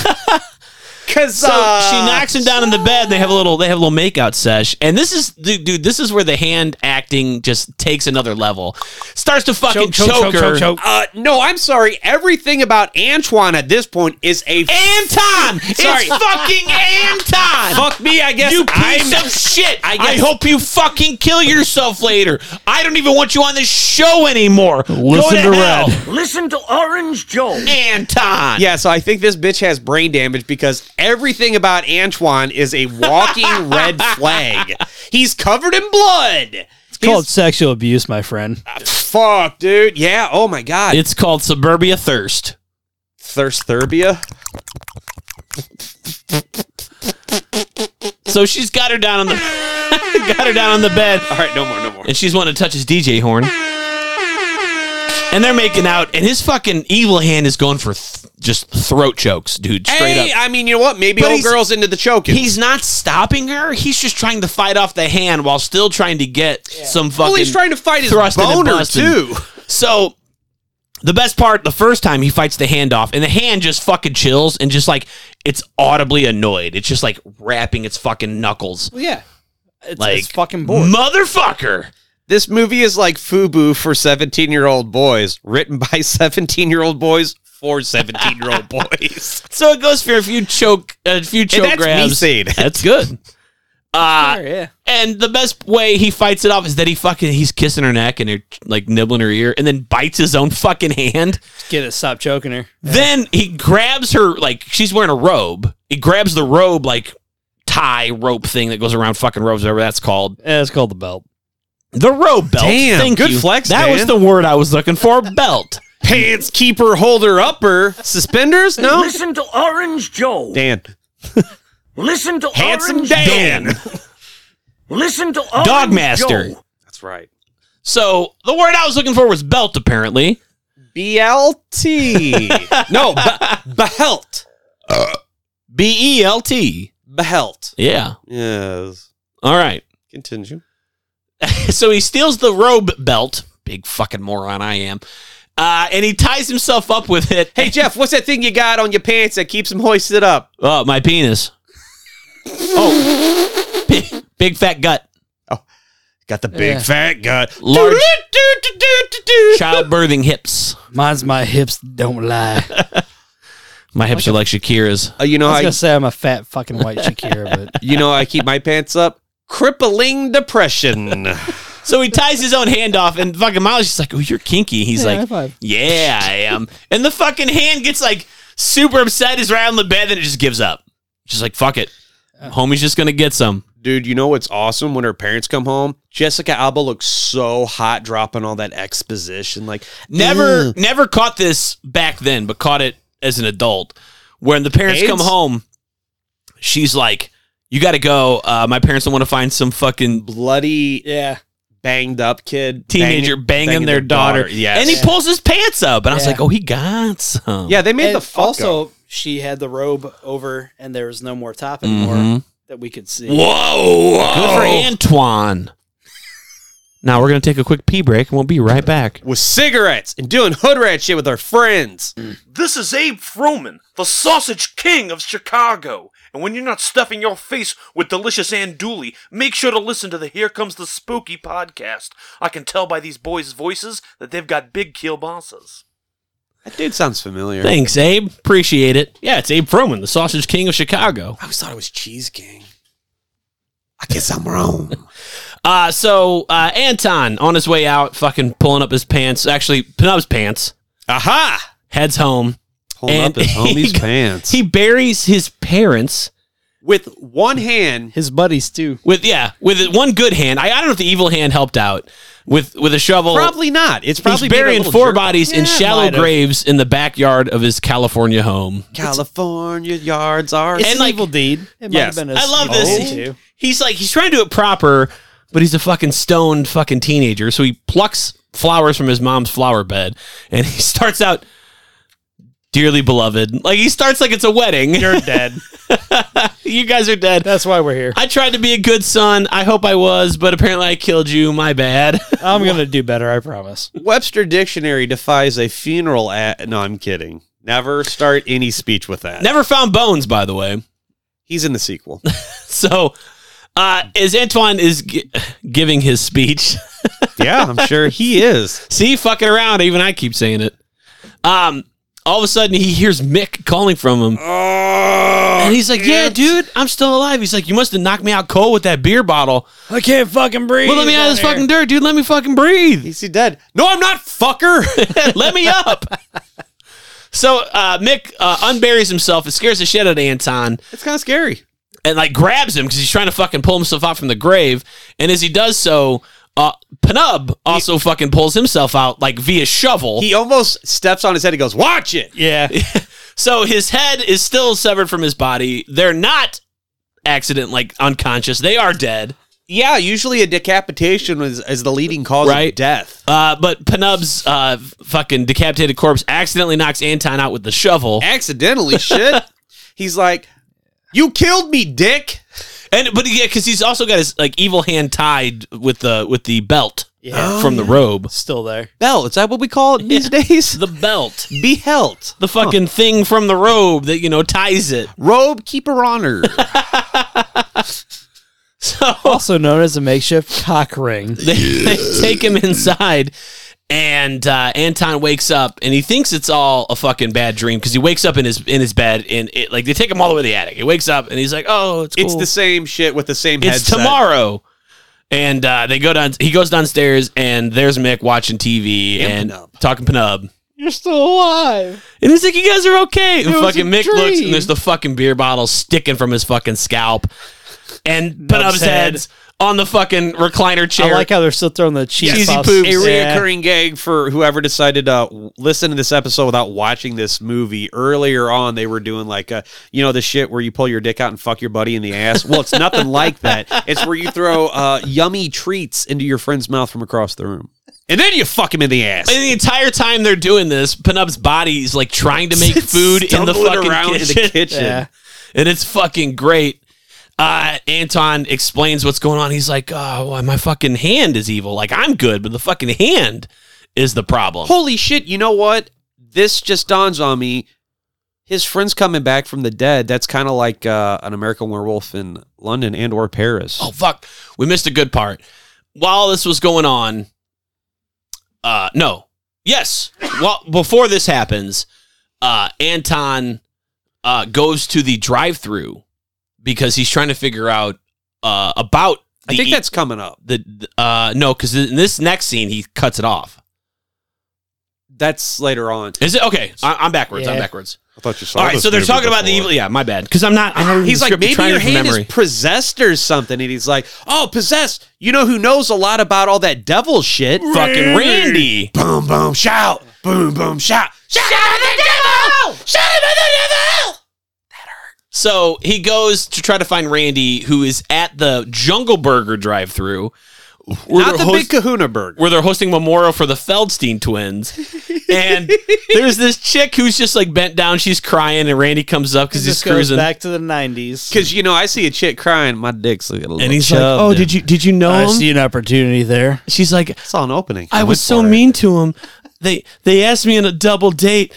Speaker 4: Cause
Speaker 3: So
Speaker 4: uh,
Speaker 3: she knocks him down in the bed. They have a little they have a little makeout sesh, and this is dude, dude this is where the hand acting just takes another level. Starts to fucking choke, her.
Speaker 4: Uh, no, I'm sorry. Everything about Antoine at this point is a
Speaker 3: Anton,
Speaker 4: Sorry.
Speaker 3: it's fucking Anton.
Speaker 4: fuck me. I guess
Speaker 3: you piece
Speaker 4: I'm-
Speaker 3: of shit! I,
Speaker 4: guess-
Speaker 3: hope you fucking kill yourself later. I don't even want you on this show anymore. Listen to, Red,
Speaker 9: Listen to Orange Joe.
Speaker 3: Anton.
Speaker 4: *laughs* Yeah, so I think this bitch has brain damage because everything about Antoine is a
Speaker 3: *laughs*
Speaker 4: walking red flag. He's covered in blood. It's
Speaker 5: Called sexual abuse, my friend.
Speaker 4: fuck, dude. Yeah. Oh my god.
Speaker 3: it's called suburbia thirst.
Speaker 4: thirst thurbia.
Speaker 3: So she's got her down on the *laughs* got her down on the bed.
Speaker 4: All right, no more, no more.
Speaker 3: and she's wanting to touch his DJ horn. And they're making out, and his fucking evil hand is going for th- just throat chokes, dude, straight
Speaker 4: hey,
Speaker 3: up.
Speaker 4: I mean, you know what? Maybe
Speaker 3: But
Speaker 4: old
Speaker 3: he's-
Speaker 4: girl's into the choking.
Speaker 3: He's not stopping her. He's just trying to fight off the hand while still trying to get some fucking.
Speaker 4: well, he's trying to fight his
Speaker 3: thrusting and
Speaker 4: boner
Speaker 3: busting.
Speaker 4: too.
Speaker 3: So the best part, the first time he fights the hand off, and the hand just fucking chills and just like it's audibly annoyed. It's just like wrapping its fucking knuckles.
Speaker 5: Well, yeah. It's,
Speaker 3: Like,
Speaker 5: it's fucking bored.
Speaker 4: *laughs*
Speaker 3: Motherfucker.
Speaker 4: This movie is like FUBU for 17-year-old boys, written by *laughs* 17-year-old boys for
Speaker 3: *laughs*
Speaker 4: 17-year-old boys.
Speaker 3: So it goes for a few choke, a few choke
Speaker 4: that's me
Speaker 3: grabs.
Speaker 4: saying it.
Speaker 3: That's good. Uh,
Speaker 5: Sure, yeah.
Speaker 3: And the best way he fights it off is that he fucking he's kissing her neck and her *laughs* like nibbling her ear, and then bites his own fucking hand.
Speaker 5: Just get it. Stop choking her.
Speaker 3: Then he grabs her like she's wearing a robe. He grabs the robe like tie rope thing that goes around fucking robes, whatever that's called.
Speaker 5: Yeah, it's called the belt.
Speaker 3: The robe belt.
Speaker 4: Damn,
Speaker 3: Thank
Speaker 4: good
Speaker 3: you.
Speaker 4: flex,
Speaker 3: That was
Speaker 4: Dan.
Speaker 3: the word I was looking for. Belt.
Speaker 4: Pants keeper, holder upper, *laughs* suspenders? No?
Speaker 9: Listen to Orange Joe.
Speaker 4: Dan.
Speaker 9: Listen to
Speaker 4: Handsome
Speaker 9: Orange
Speaker 4: Dan.
Speaker 9: Joe. Listen to Orange
Speaker 3: Dogmaster.
Speaker 9: Joe.
Speaker 4: That's right.
Speaker 3: So the word I was looking for was belt, apparently.
Speaker 4: BLT. no, be- behelt.
Speaker 3: B E L T.
Speaker 4: *laughs* Behelt.
Speaker 3: Yeah.
Speaker 4: Yes.
Speaker 3: All right.
Speaker 4: Continue.
Speaker 3: so he steals the robe belt. Big fucking moron I am. Uh, and he ties himself up with it. *laughs*
Speaker 4: Hey, Jeff, what's that thing you got on your pants that keeps them hoisted *laughs* up?
Speaker 3: Oh, my penis. oh, big, big fat gut.
Speaker 4: Got the big
Speaker 5: Yeah.
Speaker 4: fat gut. *laughs*
Speaker 3: Large childbirthing hips.
Speaker 5: Mine's my hips don't lie. I
Speaker 3: My hips are like Shakira's.
Speaker 4: Uh, you know
Speaker 5: was
Speaker 4: how I,
Speaker 5: gonna say I'm a fat fucking white Shakira,
Speaker 4: *laughs*
Speaker 5: but
Speaker 4: you know how I keep my pants up? Crippling depression. *laughs*
Speaker 3: So he ties his own hand off, and fucking Molly's just like, "Oh, you're kinky." He's like, "Yeah, I am." And the fucking hand gets like super upset, is right on the bed, then it just gives up. Just like, "Fuck it, homie's just gonna get some."
Speaker 4: Dude, you know what's awesome when her parents come home? Jessica Alba looks so hot dropping all that exposition. Like,
Speaker 3: Never,
Speaker 4: "Ugh."
Speaker 3: never caught this back then, but caught it as an adult. When the parents
Speaker 4: AIDS?
Speaker 3: come home, she's like, "You got to go. Uh, my parents don't want to find some fucking
Speaker 4: bloody
Speaker 5: yeah,
Speaker 4: banged up kid.
Speaker 3: teenager
Speaker 4: bang-
Speaker 3: banging, their, daughter."
Speaker 4: Yes.
Speaker 3: And he pulls his pants up, and I was
Speaker 5: Yeah.
Speaker 3: like, "Oh, he got
Speaker 1: Mm.
Speaker 3: some."
Speaker 4: yeah, they made
Speaker 5: and
Speaker 4: the fuck up.
Speaker 5: also she had the robe over, and there was no more top anymore
Speaker 3: Mhm.
Speaker 5: that we could see.
Speaker 3: Whoa! Good for Antoine. now we're gonna take a quick pee break and we'll be right back.
Speaker 4: with cigarettes and doing hood rat shit with our friends.
Speaker 7: This is Abe Froman, the sausage king of Chicago. And when you're not stuffing your face with delicious andouille, make sure to listen to the Here Comes the Spooky podcast. I can tell by these boys' voices that they've got big kielbasas.
Speaker 4: That dude sounds familiar.
Speaker 3: Thanks, Abe. Appreciate it. Yeah, it's Abe Froman, the Sausage King of Chicago.
Speaker 4: I always thought it was Cheese Gang. I guess I'm wrong.
Speaker 3: Uh, so uh, Anton on his way out, fucking pulling up his pants. Actually, pulling up his pants.
Speaker 4: Aha!
Speaker 3: Heads home.
Speaker 4: Pulling
Speaker 3: And
Speaker 4: up his homie's
Speaker 3: *laughs* he-
Speaker 4: pants.
Speaker 3: He buries his parents
Speaker 4: with one hand,
Speaker 5: His buddies too.
Speaker 3: with yeah with one good hand. I, I don't know if the evil hand helped out with with a shovel.
Speaker 4: probably not. It's probably
Speaker 3: He's
Speaker 4: been a
Speaker 3: burying
Speaker 4: little
Speaker 3: four
Speaker 4: jerk.
Speaker 3: bodies in
Speaker 5: Yeah,
Speaker 3: shallow
Speaker 5: might've.
Speaker 3: graves in the backyard of his California home.
Speaker 4: California yards are.
Speaker 3: It's- And, like-
Speaker 5: deed. It might
Speaker 4: Yes.
Speaker 5: have been a
Speaker 3: I love
Speaker 5: evil
Speaker 3: this.
Speaker 5: deed, too.
Speaker 3: He's like he's trying to do it proper, but he's a fucking stoned fucking teenager. So he plucks flowers from his mom's flower bed, and *laughs* he starts out dearly beloved. Like he starts like it's a wedding.
Speaker 5: You're dead.
Speaker 3: *laughs* you guys are dead.
Speaker 5: That's why we're here.
Speaker 3: I tried to be a good son. I hope I was, but apparently I killed you. My bad. *laughs*
Speaker 5: I'm gonna do better. I promise.
Speaker 4: Webster Dictionary defies a funeral at. No, I'm kidding. Never start any speech with that.
Speaker 3: Never found bones, by the way.
Speaker 4: He's in the sequel. *laughs*
Speaker 3: So, uh, as Antoine is gi- giving his speech, *laughs*
Speaker 4: yeah, I'm sure he is.
Speaker 3: See, fucking around. Even I keep saying it. Um, all of a sudden he hears Mick calling from him,
Speaker 4: Oh,
Speaker 3: and he's like, "Yeah, dude, I'm still alive." He's like, "You must have knocked me out cold with that beer bottle."
Speaker 5: I can't fucking breathe.
Speaker 3: Well, let me out of this fucking dirt, dude. Let me fucking breathe.
Speaker 4: Is he dead? No, I'm not, fucker.
Speaker 3: *laughs* let me up. So uh, Mick uh, unburies himself. It scares the shit out of Anton,
Speaker 4: it's kind of scary.
Speaker 3: and like grabs him because he's trying to fucking pull himself out from the grave. And as he does so, uh, Penub also fucking pulls himself out like via shovel.
Speaker 4: He almost steps on his head and goes, Watch it.
Speaker 5: Yeah.
Speaker 3: So his head is still severed from his body. They're not accident like unconscious. They are dead.
Speaker 4: Yeah, usually a decapitation is, is the leading cause
Speaker 3: Right.
Speaker 4: of death.
Speaker 3: Uh, but Penub's uh, fucking decapitated corpse accidentally knocks Anton out with the shovel.
Speaker 4: Accidentally, *laughs* shit. He's like, You killed me, dick.
Speaker 3: And but yeah, because he's also got his like evil hand tied with the with the belt
Speaker 5: Yeah.
Speaker 3: from the robe.
Speaker 5: Still there.
Speaker 4: Bell, is that what we call it these days?
Speaker 3: The belt.
Speaker 4: Behelt.
Speaker 3: The fucking thing from the robe that you know ties it.
Speaker 4: Robe keeper honor.
Speaker 3: So
Speaker 5: *laughs* Also known as a makeshift cock ring.
Speaker 3: they, *laughs* they take him inside and uh, Anton wakes up and he thinks it's all a fucking bad dream because he wakes up in his in his bed and it like they take him all the way to the attic. He wakes up and he's like, "Oh, it's
Speaker 4: it's
Speaker 3: cool.
Speaker 4: the same shit with the same
Speaker 3: It's
Speaker 4: headset.
Speaker 3: tomorrow." And uh, they go down. He goes downstairs and there's Mick watching TV and
Speaker 4: Penub.
Speaker 3: talking Penub.
Speaker 5: You're still alive.
Speaker 3: And he's like, "You guys are okay." And
Speaker 5: was
Speaker 3: fucking
Speaker 5: a
Speaker 3: Mick looks
Speaker 5: dream.
Speaker 3: and there's the fucking beer bottle sticking from his fucking scalp. and put up his
Speaker 5: head.
Speaker 3: heads on the fucking recliner chair.
Speaker 5: I like how they're still throwing the cheese
Speaker 3: Cheesy
Speaker 5: puffs.
Speaker 3: poops.
Speaker 4: a reoccurring gag for whoever decided to uh, listen to this episode without watching this movie. Earlier on, they were doing like, uh, you know, the shit where you pull your dick out and fuck your buddy in the ass. Well, it's nothing like that. It's where you throw uh, yummy treats into your friend's mouth from across the room, and then you fuck him in the ass.
Speaker 3: And the entire time they're doing this, Penup's body is like trying to
Speaker 4: *laughs*
Speaker 3: make food in the
Speaker 4: Stumbling
Speaker 3: fucking
Speaker 4: around in the
Speaker 3: kitchen.
Speaker 4: kitchen. Yeah.
Speaker 3: And it's fucking great. Uh, Anton explains what's going on. He's like, oh, why my fucking hand is evil. Like, I'm good, but the fucking hand is the problem.
Speaker 4: Holy shit! You know what? This just dawns on me. His friend's coming back from the dead. That's kind of like uh, an American Werewolf in London and or Paris.
Speaker 3: Oh, fuck. We missed a good part. While this was going on, uh, no. Yes. Well, before this happens, uh, Anton uh, goes to the drive through because he's trying to figure out uh, about.
Speaker 4: I think that's coming up.
Speaker 3: the uh no because in this next scene he cuts it off
Speaker 4: That's later on.
Speaker 3: is it okay I, i'm backwards i'm
Speaker 4: Yeah.
Speaker 3: backwards
Speaker 4: I thought you
Speaker 3: all right so they're talking about the evil yeah my bad because i'm not i'm not reading
Speaker 4: He's
Speaker 3: the
Speaker 4: like,
Speaker 3: script, I'm
Speaker 4: maybe
Speaker 3: trying
Speaker 4: your
Speaker 3: to use
Speaker 4: hand
Speaker 3: memory.
Speaker 4: is possessed or something. And he's like, oh, possessed. You know who knows a lot about all that devil shit?
Speaker 3: Fucking Randy.
Speaker 4: Boom, boom, shout. Boom, boom, shout. Shout at the devil! Shout at the devil!
Speaker 3: So he goes to try to find Randy, who is at the Jungle Burger drive-throrough. where
Speaker 4: Not
Speaker 3: they're
Speaker 4: the
Speaker 3: host-
Speaker 4: big kahuna burger.
Speaker 3: where they're hosting memorial for the Feldstein twins, and there's this chick who's just like bent down, she's crying, and Randy comes up because he's
Speaker 5: This goes
Speaker 3: cruising,
Speaker 5: back to the '90s.
Speaker 4: Because, you know, I see a chick crying. My dick's looking a little
Speaker 3: and he's like,
Speaker 4: chubbed
Speaker 3: "Oh,
Speaker 4: in.
Speaker 3: did you did you know
Speaker 5: I
Speaker 3: him?"
Speaker 5: see an opportunity there.
Speaker 3: She's like,
Speaker 4: I saw an opening.
Speaker 3: I was
Speaker 4: went
Speaker 3: so
Speaker 4: for it."
Speaker 3: mean to him. They they asked me on a double date,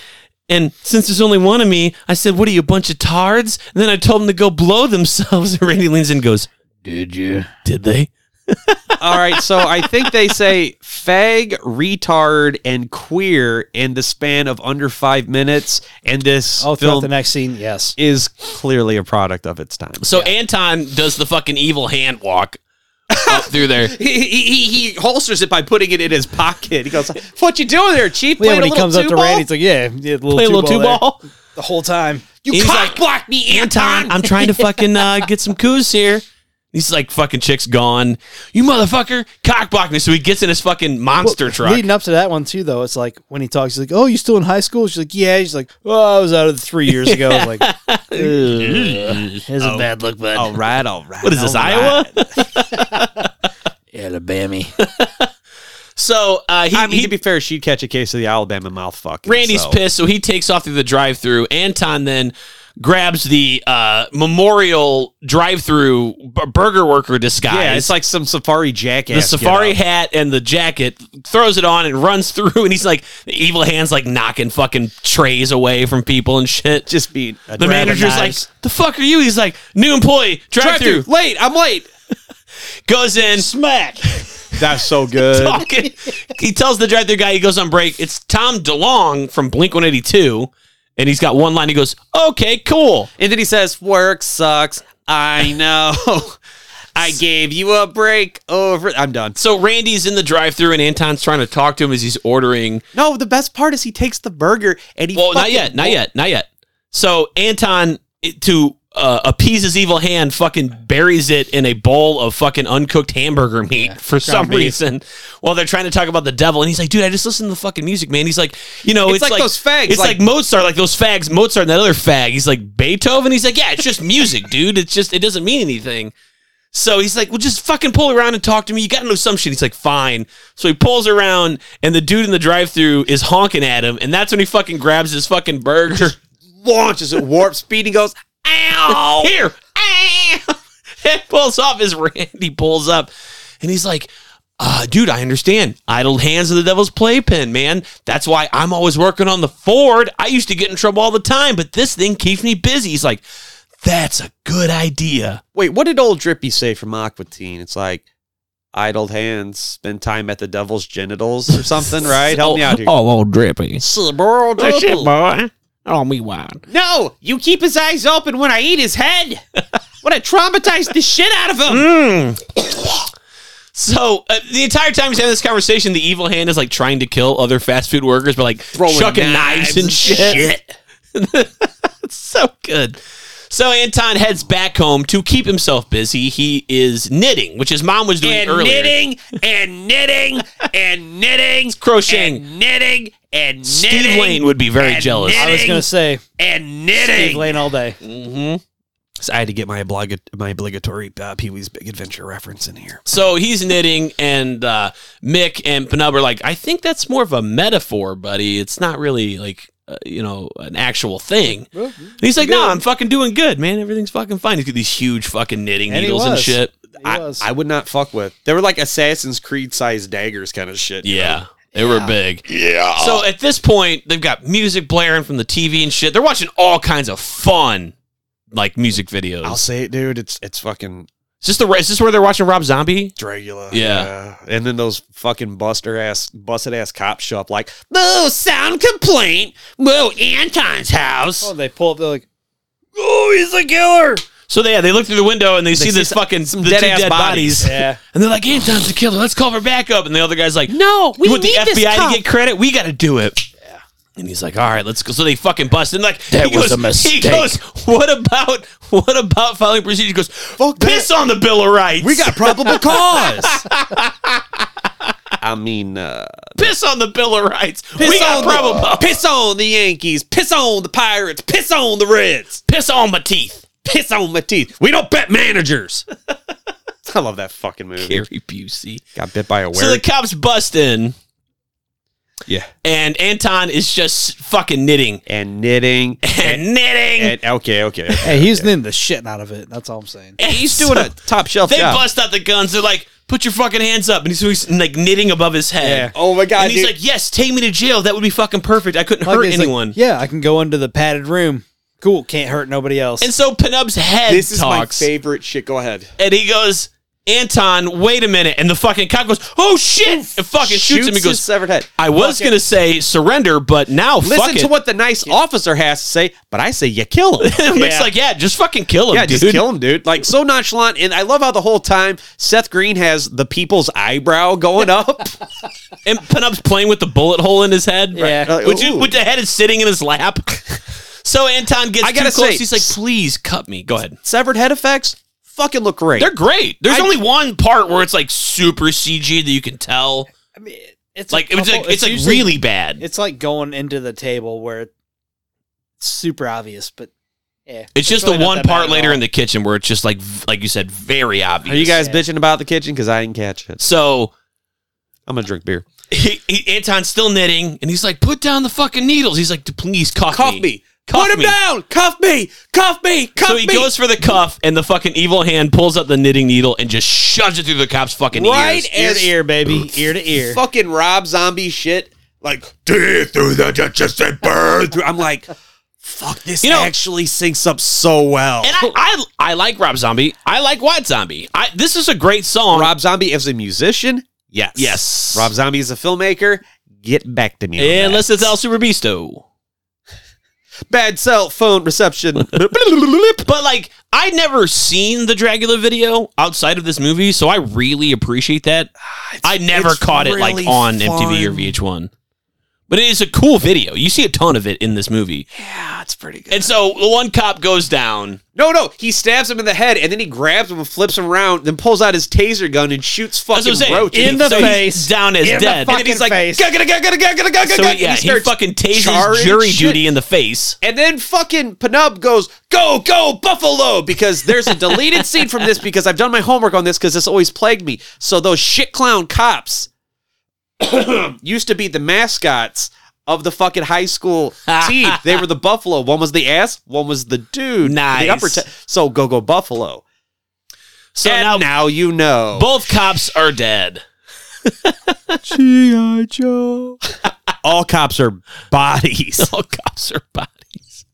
Speaker 3: and since there's only one of me, I said, "What are you, a bunch of tards?" And then I told them to go blow themselves. *laughs* And Randy leans in and goes, "Did you? Did they?"
Speaker 4: *laughs* All right, so I think they say fag, retard, and queer in the span of under five minutes, and this
Speaker 5: Oh, throughout
Speaker 4: film
Speaker 5: the next scene, yes.
Speaker 4: is clearly a product of its time.
Speaker 3: So Anton does the fucking evil hand walk up through there.
Speaker 4: He, he, he- he holsters it by putting it in his pocket. He goes, "What you doing there, chief?
Speaker 5: Yeah,
Speaker 4: Playing
Speaker 5: when
Speaker 4: a
Speaker 5: he
Speaker 4: little
Speaker 5: comes up to
Speaker 4: two-ball?
Speaker 5: Randy, it's like, yeah, yeah little
Speaker 3: Play a little two
Speaker 5: there.
Speaker 3: ball.
Speaker 5: the whole time.
Speaker 4: you
Speaker 3: he's
Speaker 4: cock
Speaker 3: like,
Speaker 4: block me,
Speaker 3: Anton,
Speaker 4: Anton."
Speaker 3: I'm trying to
Speaker 4: *laughs*
Speaker 3: fucking uh, get some coos here. He's like, fucking chick's gone. You motherfucker, cock block me. So he gets in his fucking monster
Speaker 5: Well,
Speaker 3: truck.
Speaker 5: Leading up to that one too, though, it's like when he talks, he's like, "Oh, you still in high school?" She's like, "Yeah." He's like, "Oh, I was out of the three years ago."
Speaker 3: *laughs*
Speaker 5: I was like, "Ugh, "Here's
Speaker 3: Oh.
Speaker 5: a bad look, bud."
Speaker 4: all right, all right.
Speaker 3: What is this,
Speaker 4: all right.
Speaker 3: Iowa?
Speaker 5: Alabama.
Speaker 3: So uh, he,
Speaker 4: I mean,
Speaker 3: he
Speaker 4: to be fair, she'd catch a case of the Alabama mouth fuck.
Speaker 3: Randy's pissed, so he takes off through the drive-through. Anton then grabs the uh, memorial drive-through b- burger worker disguise.
Speaker 4: Yeah, it's like some safari jackass.
Speaker 3: the safari
Speaker 4: get-up.
Speaker 3: hat and the jacket. Throws it on and runs *laughs* through, and he's like, the evil hands like knocking fucking trays away from people and shit.
Speaker 4: just being a
Speaker 3: the
Speaker 4: grab a
Speaker 3: manager's like,
Speaker 4: knives.
Speaker 3: "The fuck are you?" He's like, "New employee, drive-through."
Speaker 4: drive-through, late. I'm late.
Speaker 3: Goes in, *laughs* smack.
Speaker 4: That's *laughs* so good.
Speaker 3: talking. he tells the drive-through guy he goes on break. It's Tom DeLong from Blink 182, and he's got one line. He goes, "Okay, cool."
Speaker 4: And then he says, "Work sucks. I *laughs* know. I gave you a break over. I'm done."
Speaker 3: So Randy's in the drive-through, and Anton's trying to talk to him as he's ordering.
Speaker 4: No, the best part is he takes the burger and he.
Speaker 3: Well, not
Speaker 4: fucking-
Speaker 3: yet, not yet, not yet. So Anton it- to. Uh, appease his evil hand, fucking buries it in a bowl of fucking uncooked hamburger meat for some reason. While they're trying to talk about the devil, and he's like, "Dude, I just listened to the fucking music, man." He's like, "You know, it's,
Speaker 4: It's like those fags,
Speaker 3: It's like,
Speaker 4: like-
Speaker 3: Mozart, like those fags, Mozart and that other fag." He's like Beethoven. He's like, "Yeah, it's just music, *laughs* dude. It's just it doesn't mean anything." So he's like, well, just fucking pull around and talk to me. You got to know some shit. He's like, fine. So he pulls around, and the dude in the drive-through is honking at him, and that's when he fucking grabs his fucking burger.
Speaker 4: launches at warp speed. He goes,
Speaker 3: Ow! Here! Ow! *laughs* It pulls off as *laughs* Randy pulls up, and he's like, uh, dude, I understand. Idle hands of the devil's playpen, man. That's why I'm always working on the Ford. I used to get in trouble all the time, but this thing keeps me busy. He's like, that's a good idea.
Speaker 4: "Wait, what did old Drippy say from Aqua Teen? It's like idle hands spend time at the devil's genitals or something, right? Help me out here.
Speaker 1: Oh, old drippy.
Speaker 4: Subaru Dripple.
Speaker 1: boy. Oh, me wine.
Speaker 4: No, you keep his eyes open when I eat his head. when I traumatize the shit out of him.
Speaker 3: Mm. So uh, the entire time he's having this conversation, the evil hand is like trying to kill other fast food workers by *laughs* like chucking knives, and shit. so good. So Anton heads back home to keep himself busy. He is knitting, which his mom was doing
Speaker 4: and
Speaker 3: earlier.
Speaker 4: knitting and knitting and knitting,
Speaker 3: crocheting,
Speaker 4: and knitting and knitting.
Speaker 3: Steve Lane would be very
Speaker 4: and
Speaker 3: jealous.
Speaker 5: I was gonna say
Speaker 4: and knitting.
Speaker 5: Steve Lane all day.
Speaker 3: Mm-hmm.
Speaker 2: So I had to get my oblig- my obligatory uh, Pee Wee's Big Adventure reference in here.
Speaker 3: So he's knitting, and uh, Mick and Penub are like, I think that's more of a metaphor, buddy. It's not really like, uh, you know, an actual thing. And he's like, No, I'm fucking doing good, man. Everything's fucking fine. He's got these huge fucking knitting
Speaker 5: And he
Speaker 3: needles and
Speaker 5: was.
Speaker 3: shit.
Speaker 5: I,
Speaker 4: I would not fuck with. They were like Assassin's Creed sized daggers, kind of shit. you
Speaker 3: Yeah. They were big.
Speaker 4: Yeah.
Speaker 3: So at this point, they've got music blaring from the TV and shit. They're watching all kinds of fun, like music videos.
Speaker 4: I'll say it, dude. It's it's fucking
Speaker 3: is this the is this where they're watching Rob Zombie?
Speaker 4: Dragula.
Speaker 3: Yeah.
Speaker 4: yeah. And then those fucking buster ass busted ass cops show up like,
Speaker 3: Oh,
Speaker 4: Boo, sound complaint. Boo, Anton's house.
Speaker 5: Oh, they pull up. They're like,
Speaker 4: Oh, he's a killer.
Speaker 3: So they, yeah, they look through the window and they, see, this fucking the two
Speaker 4: dead-ass
Speaker 3: dead bodies,
Speaker 4: bodies.
Speaker 5: yeah,
Speaker 3: and they're like, "Anton's the killer. Let's call her back up." And the other guy's like,
Speaker 4: No,
Speaker 3: "You want the FBI to get credit? We got to do it." Yeah. And he's like, "All right, let's go." So they fucking bust and like
Speaker 1: That
Speaker 3: he
Speaker 1: was
Speaker 3: goes,
Speaker 1: a mistake.
Speaker 3: He goes, "What about what about filing procedure?" He goes, "Fuck, piss on the bill of rights.
Speaker 4: We got probable cause. *laughs* I mean, uh,
Speaker 3: piss on the bill of rights.
Speaker 4: piss
Speaker 3: we got
Speaker 4: on the-
Speaker 3: probable
Speaker 4: piss on the Yankees, piss on the Pirates, piss on the Reds,
Speaker 3: piss on my teeth."
Speaker 4: piss on my teeth. We don't bet managers. I love that fucking movie.
Speaker 3: *laughs* Gary Busey.
Speaker 4: Got bit by a werewolf.
Speaker 3: So the cops bust in,
Speaker 4: yeah,
Speaker 3: and Anton is just fucking knitting *laughs*
Speaker 4: and knitting.
Speaker 3: and knitting.
Speaker 4: And, okay, okay.
Speaker 5: hey, he's knitting the shit out of it. That's all I'm saying.
Speaker 3: *laughs* he's
Speaker 4: Doing a top shelf
Speaker 3: They
Speaker 4: job.
Speaker 3: bust out the guns. They're like, "Put your fucking hands up!" And he's, he's, like knitting above his head.
Speaker 4: Yeah. Oh my God,
Speaker 3: And he's
Speaker 4: dude.
Speaker 3: like, "Yes, take me to jail. That would be fucking perfect. I couldn't
Speaker 5: Like,
Speaker 3: hurt
Speaker 5: it's like,
Speaker 3: anyone."
Speaker 5: yeah, I can go into the padded room. Cool, can't hurt nobody else.
Speaker 3: And so Penub's head
Speaker 4: This is
Speaker 3: talks,
Speaker 4: my favorite shit. Go ahead.
Speaker 3: and he goes, "Anton, wait a minute!" And the fucking cop goes, "Oh shit!" And fucking shoots, him. He
Speaker 4: his
Speaker 3: goes,
Speaker 4: severed head.
Speaker 3: "I was
Speaker 4: Fucking-
Speaker 3: gonna say surrender, but now fuck
Speaker 4: listen
Speaker 3: it."
Speaker 4: to what the nice officer has to say, but I say you kill
Speaker 3: *laughs*
Speaker 4: him.
Speaker 3: Mick's like, "Yeah, just fucking kill him,
Speaker 4: yeah,
Speaker 3: dude."
Speaker 4: just kill him, dude. Like so nonchalant, and I love how the whole time Seth Green has the people's eyebrow
Speaker 3: *laughs*
Speaker 4: going up.
Speaker 3: And *laughs* Penup's playing with the bullet hole in his head.
Speaker 5: Yeah.
Speaker 4: Like,
Speaker 3: Which, is,
Speaker 4: Uh, ooh.
Speaker 3: which the head is sitting in
Speaker 4: *laughs*
Speaker 3: his lap. So Anton gets
Speaker 4: I
Speaker 3: too
Speaker 4: gotta
Speaker 3: close.
Speaker 4: say-
Speaker 3: He's like, please cut me. Go ahead.
Speaker 4: Severed head effects fucking look great.
Speaker 3: They're great. There's
Speaker 4: I-
Speaker 3: only one part where it's like super CG that you can tell.
Speaker 5: I mean, it's
Speaker 3: Like
Speaker 5: a
Speaker 3: it was
Speaker 5: couple-
Speaker 3: like it's, like
Speaker 5: usually-
Speaker 3: really bad. It's,
Speaker 5: It's like going into the table where it's super obvious, but yeah,
Speaker 3: just the one part later in the kitchen where it's just like v- like you said, very obvious.
Speaker 4: Are you guys
Speaker 5: Yeah.
Speaker 4: bitching about the kitchen? Because I didn't catch it.
Speaker 3: So
Speaker 4: I'm gonna drink beer.
Speaker 3: he, he, Anton's still knitting, and he's like, "Put down the fucking needles." He's like, "Please cuff,
Speaker 4: Cuff me.
Speaker 3: Cuff
Speaker 4: Put him
Speaker 3: me.
Speaker 4: down. Cuff me. Cuff me. Cuff
Speaker 3: so
Speaker 4: me.
Speaker 3: he goes for the cuff, and the fucking evil hand pulls up the knitting needle and just shoves it through the cop's fucking
Speaker 4: Right
Speaker 3: ears.
Speaker 5: ear
Speaker 4: as
Speaker 5: to ear, baby, ear to ear.
Speaker 4: fucking Rob Zombie shit. Like "Tear through the just said burn through. I'm like, fuck. This
Speaker 3: You know-
Speaker 4: actually syncs up so well.
Speaker 3: And I, I, I like Rob Zombie. I like White Zombie. I, this is a great song.
Speaker 4: Rob Zombie as a musician, yes.
Speaker 3: Yes.
Speaker 4: Rob Zombie as a filmmaker, get back to me. on
Speaker 3: and
Speaker 4: that.
Speaker 3: let's it's El Super Beasto.
Speaker 4: Bad cell phone reception.
Speaker 3: But like, I'd never seen the Dracula video outside of this movie, so I really appreciate that. I never
Speaker 4: it's
Speaker 3: caught it like
Speaker 4: really
Speaker 3: on MTV or
Speaker 4: fun.
Speaker 3: VH1. But it is a cool video. You see a ton of it in this movie.
Speaker 2: Yeah, it's pretty good.
Speaker 3: And so the one cop goes down.
Speaker 4: no, no. He stabs him in the head and then he grabs him and flips him around, then pulls out his taser gun and shoots
Speaker 3: That's what I'm
Speaker 4: fucking
Speaker 3: saying.
Speaker 4: roach.
Speaker 3: In the face, down as dead.
Speaker 4: and then he's like, "Gah, gah, gah, gah, gah, gah, gah,
Speaker 3: so
Speaker 4: gah,"
Speaker 3: yeah,
Speaker 4: and
Speaker 3: he,
Speaker 4: starts
Speaker 3: fucking tases
Speaker 4: charring
Speaker 3: jury
Speaker 4: shit.
Speaker 3: duty in the face.
Speaker 4: And then fucking Penub goes, go, go, Buffalo, because there's a *laughs* deleted scene from this because I've done my homework on this because this always plagued me. So those shit clown cops *coughs* used to be the mascots of the fucking high school *laughs* team. they were the Buffalo. One was the ass, one was the dude.
Speaker 3: Nice.
Speaker 4: The upper te- so go, go, Buffalo.
Speaker 3: So
Speaker 4: and
Speaker 3: now
Speaker 4: now, you know.
Speaker 3: both cops are dead.
Speaker 4: G.I. Joe. All cops are bodies.
Speaker 3: *laughs* All cops are bodies.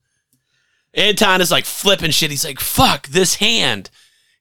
Speaker 3: Anton is like flipping shit. He's like, fuck this hand.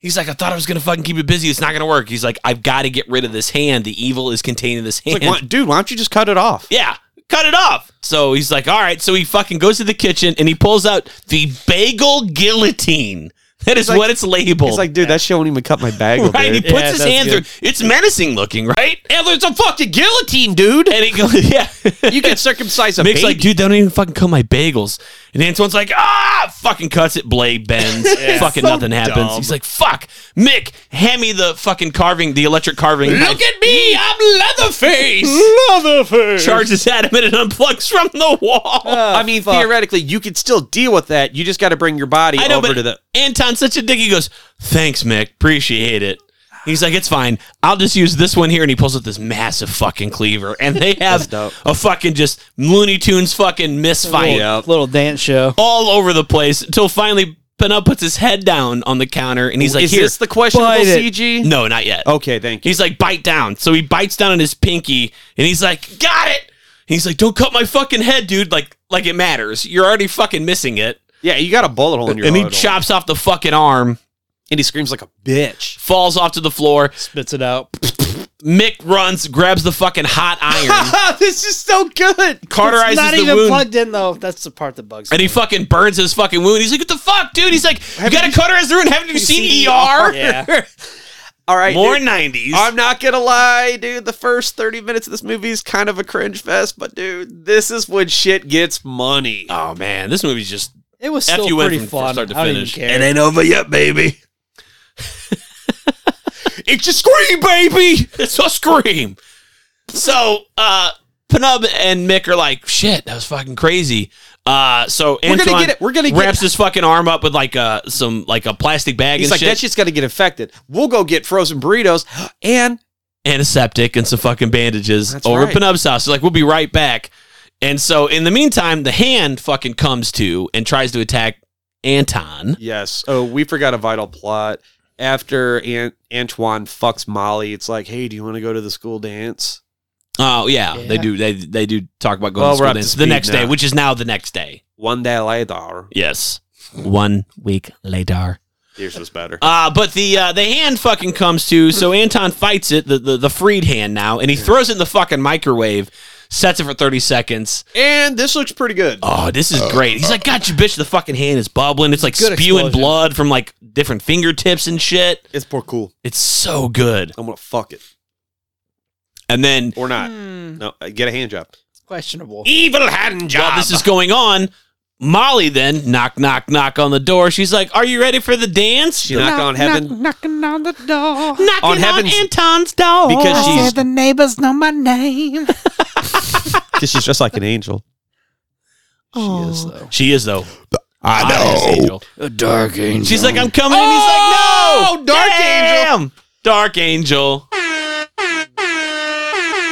Speaker 3: He's like, I thought I was gonna fucking keep it busy. It's not gonna work. He's like, I've got to get rid of this hand. The evil is contained in this hand.
Speaker 4: Like, why- dude, why don't you just cut it off?
Speaker 3: *laughs* yeah, cut it off. So he's like, all right. So he fucking goes to the kitchen and he pulls out the bagel guillotine. That is what it's labeled.
Speaker 4: It's like, dude, that shit won't even cut my bag.
Speaker 3: Right, he puts his hand through. It's menacing looking, right? And it's a fucking guillotine, dude. And he goes, *laughs* yeah.
Speaker 4: You *laughs* can circumcise a
Speaker 3: Mick's
Speaker 4: baby.
Speaker 3: like, dude, they don't even fucking cut my bagels. And Antoine's like, ah, fucking cuts it. Blade bends.
Speaker 7: Yeah.
Speaker 3: Fucking
Speaker 7: So
Speaker 3: nothing happens.
Speaker 7: dumb.
Speaker 3: He's like, fuck, Mick, hand me the fucking carving, the electric carving.
Speaker 7: Look
Speaker 3: knife."
Speaker 7: at me, I'm Leatherface.
Speaker 4: Leatherface
Speaker 3: Charges at him and it unplugs from the wall.
Speaker 4: I mean, theoretically, you could still deal with that. You just got to bring your body
Speaker 3: I know,
Speaker 4: over
Speaker 3: but
Speaker 4: to the.
Speaker 3: Anton's such a dick. He goes, "Thanks, Mick. Appreciate it." He's like, "It's fine. I'll just use this one here." And he pulls out this massive fucking cleaver, and they have a fucking just Looney Tunes fucking misfight
Speaker 5: Little, little dance show.
Speaker 3: all over the place until finally Penup puts his head down on the counter, and he's like,
Speaker 4: Is
Speaker 3: "Here."
Speaker 4: this Oh. the questionable
Speaker 3: bite it."
Speaker 4: CG?
Speaker 3: No, not yet.
Speaker 4: Okay, thank you.
Speaker 3: He's like, "Bite down." So he bites down on his pinky, and he's like, "Got it." He's like, "Don't cut my fucking head, dude. Like, like it matters. You're already fucking missing it."
Speaker 4: Yeah, you got a bullet hole in your.
Speaker 3: and he
Speaker 4: head.
Speaker 3: chops off the fucking arm.
Speaker 4: And he screams like a bitch.
Speaker 3: Falls off to the floor.
Speaker 5: Spits it out.
Speaker 3: Mick runs, grabs the fucking hot iron,
Speaker 4: *laughs* Ah, this is so good.
Speaker 3: cauterizes
Speaker 5: It's not
Speaker 3: the
Speaker 5: even
Speaker 3: wound,
Speaker 5: plugged in though. That's the part that bugs. me.
Speaker 3: and he fucking burns his fucking wound. He's like, "What the fuck, dude?" He's like, "You gotta cauterize the wound. Haven't you seen ER?"
Speaker 4: E
Speaker 5: Yeah.
Speaker 4: *laughs* All right,
Speaker 3: More
Speaker 4: dude.
Speaker 3: nineties.
Speaker 4: I'm not gonna lie, dude. The first 30 minutes of this movie is kind of a cringe fest, but dude, this is when shit gets money.
Speaker 3: Oh man, this movie's just
Speaker 5: It was
Speaker 3: F
Speaker 5: still
Speaker 3: you in
Speaker 5: pretty
Speaker 3: from
Speaker 5: fun.
Speaker 3: start to
Speaker 5: I don't even
Speaker 3: finish.
Speaker 5: care.
Speaker 2: It ain't over yet, baby.
Speaker 3: *laughs* it's a scream, baby. It's a scream. So, uh, Penub and Mick are like, "Shit, that was fucking crazy." Uh, so
Speaker 4: We're gonna
Speaker 3: Antoine
Speaker 4: get it- we're gonna get-
Speaker 3: wraps his fucking arm up with like uh some like a plastic bag
Speaker 4: He's
Speaker 3: and
Speaker 4: like,
Speaker 3: shit.
Speaker 4: that shit's gotta get infected. We'll go get frozen burritos *gasps* and
Speaker 3: antiseptic and some fucking bandages
Speaker 4: That's
Speaker 3: over
Speaker 4: right.
Speaker 3: Penub's house. They're like, we'll be right back. And so in the meantime, the hand fucking comes to and tries to attack Anton.
Speaker 4: Yes. Oh, we forgot a vital plot. After Ant- Antoine fucks Molly, it's like, hey, do you want to go to the school dance?
Speaker 3: Oh yeah, they
Speaker 5: Yeah.
Speaker 3: do. They they do talk about going
Speaker 4: Well,
Speaker 3: to
Speaker 4: we're
Speaker 3: school
Speaker 4: up to
Speaker 3: dance the
Speaker 4: speed
Speaker 3: next day,
Speaker 4: now.
Speaker 3: which is now the next day.
Speaker 4: One day later.
Speaker 3: Yes, one week later.
Speaker 4: Yours was better.
Speaker 3: Uh, but the uh, the hand fucking comes to, so Anton fights it, the, the, the freed hand now, and he throws it in the fucking microwave, sets it for 30 seconds.
Speaker 4: and this looks pretty good.
Speaker 3: Oh, this
Speaker 4: Uh,
Speaker 3: is great. He's like, gotcha, bitch, the fucking hand is bubbling. It's like
Speaker 5: Good
Speaker 3: spewing
Speaker 5: explosion.
Speaker 3: blood from like different fingertips and shit.
Speaker 4: It's poor cool.
Speaker 3: It's so good.
Speaker 4: I'm going to fuck it.
Speaker 3: And then
Speaker 4: Or not.
Speaker 5: Hmm,
Speaker 4: No, uh, get a hand job.
Speaker 5: questionable.
Speaker 4: Evil hand
Speaker 3: while this is going on, Molly then knock, knock, knock on the door. She's like, are you ready for the dance?
Speaker 4: she knocked on heaven
Speaker 6: knocking on the door.
Speaker 3: Knocking
Speaker 4: on
Speaker 3: on,
Speaker 4: heaven's-
Speaker 3: Anton's door.
Speaker 4: because she's
Speaker 6: the neighbors know my name.
Speaker 4: because she's just like an angel.
Speaker 5: She is though.
Speaker 3: She is though.
Speaker 2: I
Speaker 3: Honest angel.
Speaker 6: A dark angel.
Speaker 3: She's like, I'm coming, and he's like, No,
Speaker 4: Oh, Dark
Speaker 3: Angel,
Speaker 4: *laughs*
Speaker 3: Dark Angel.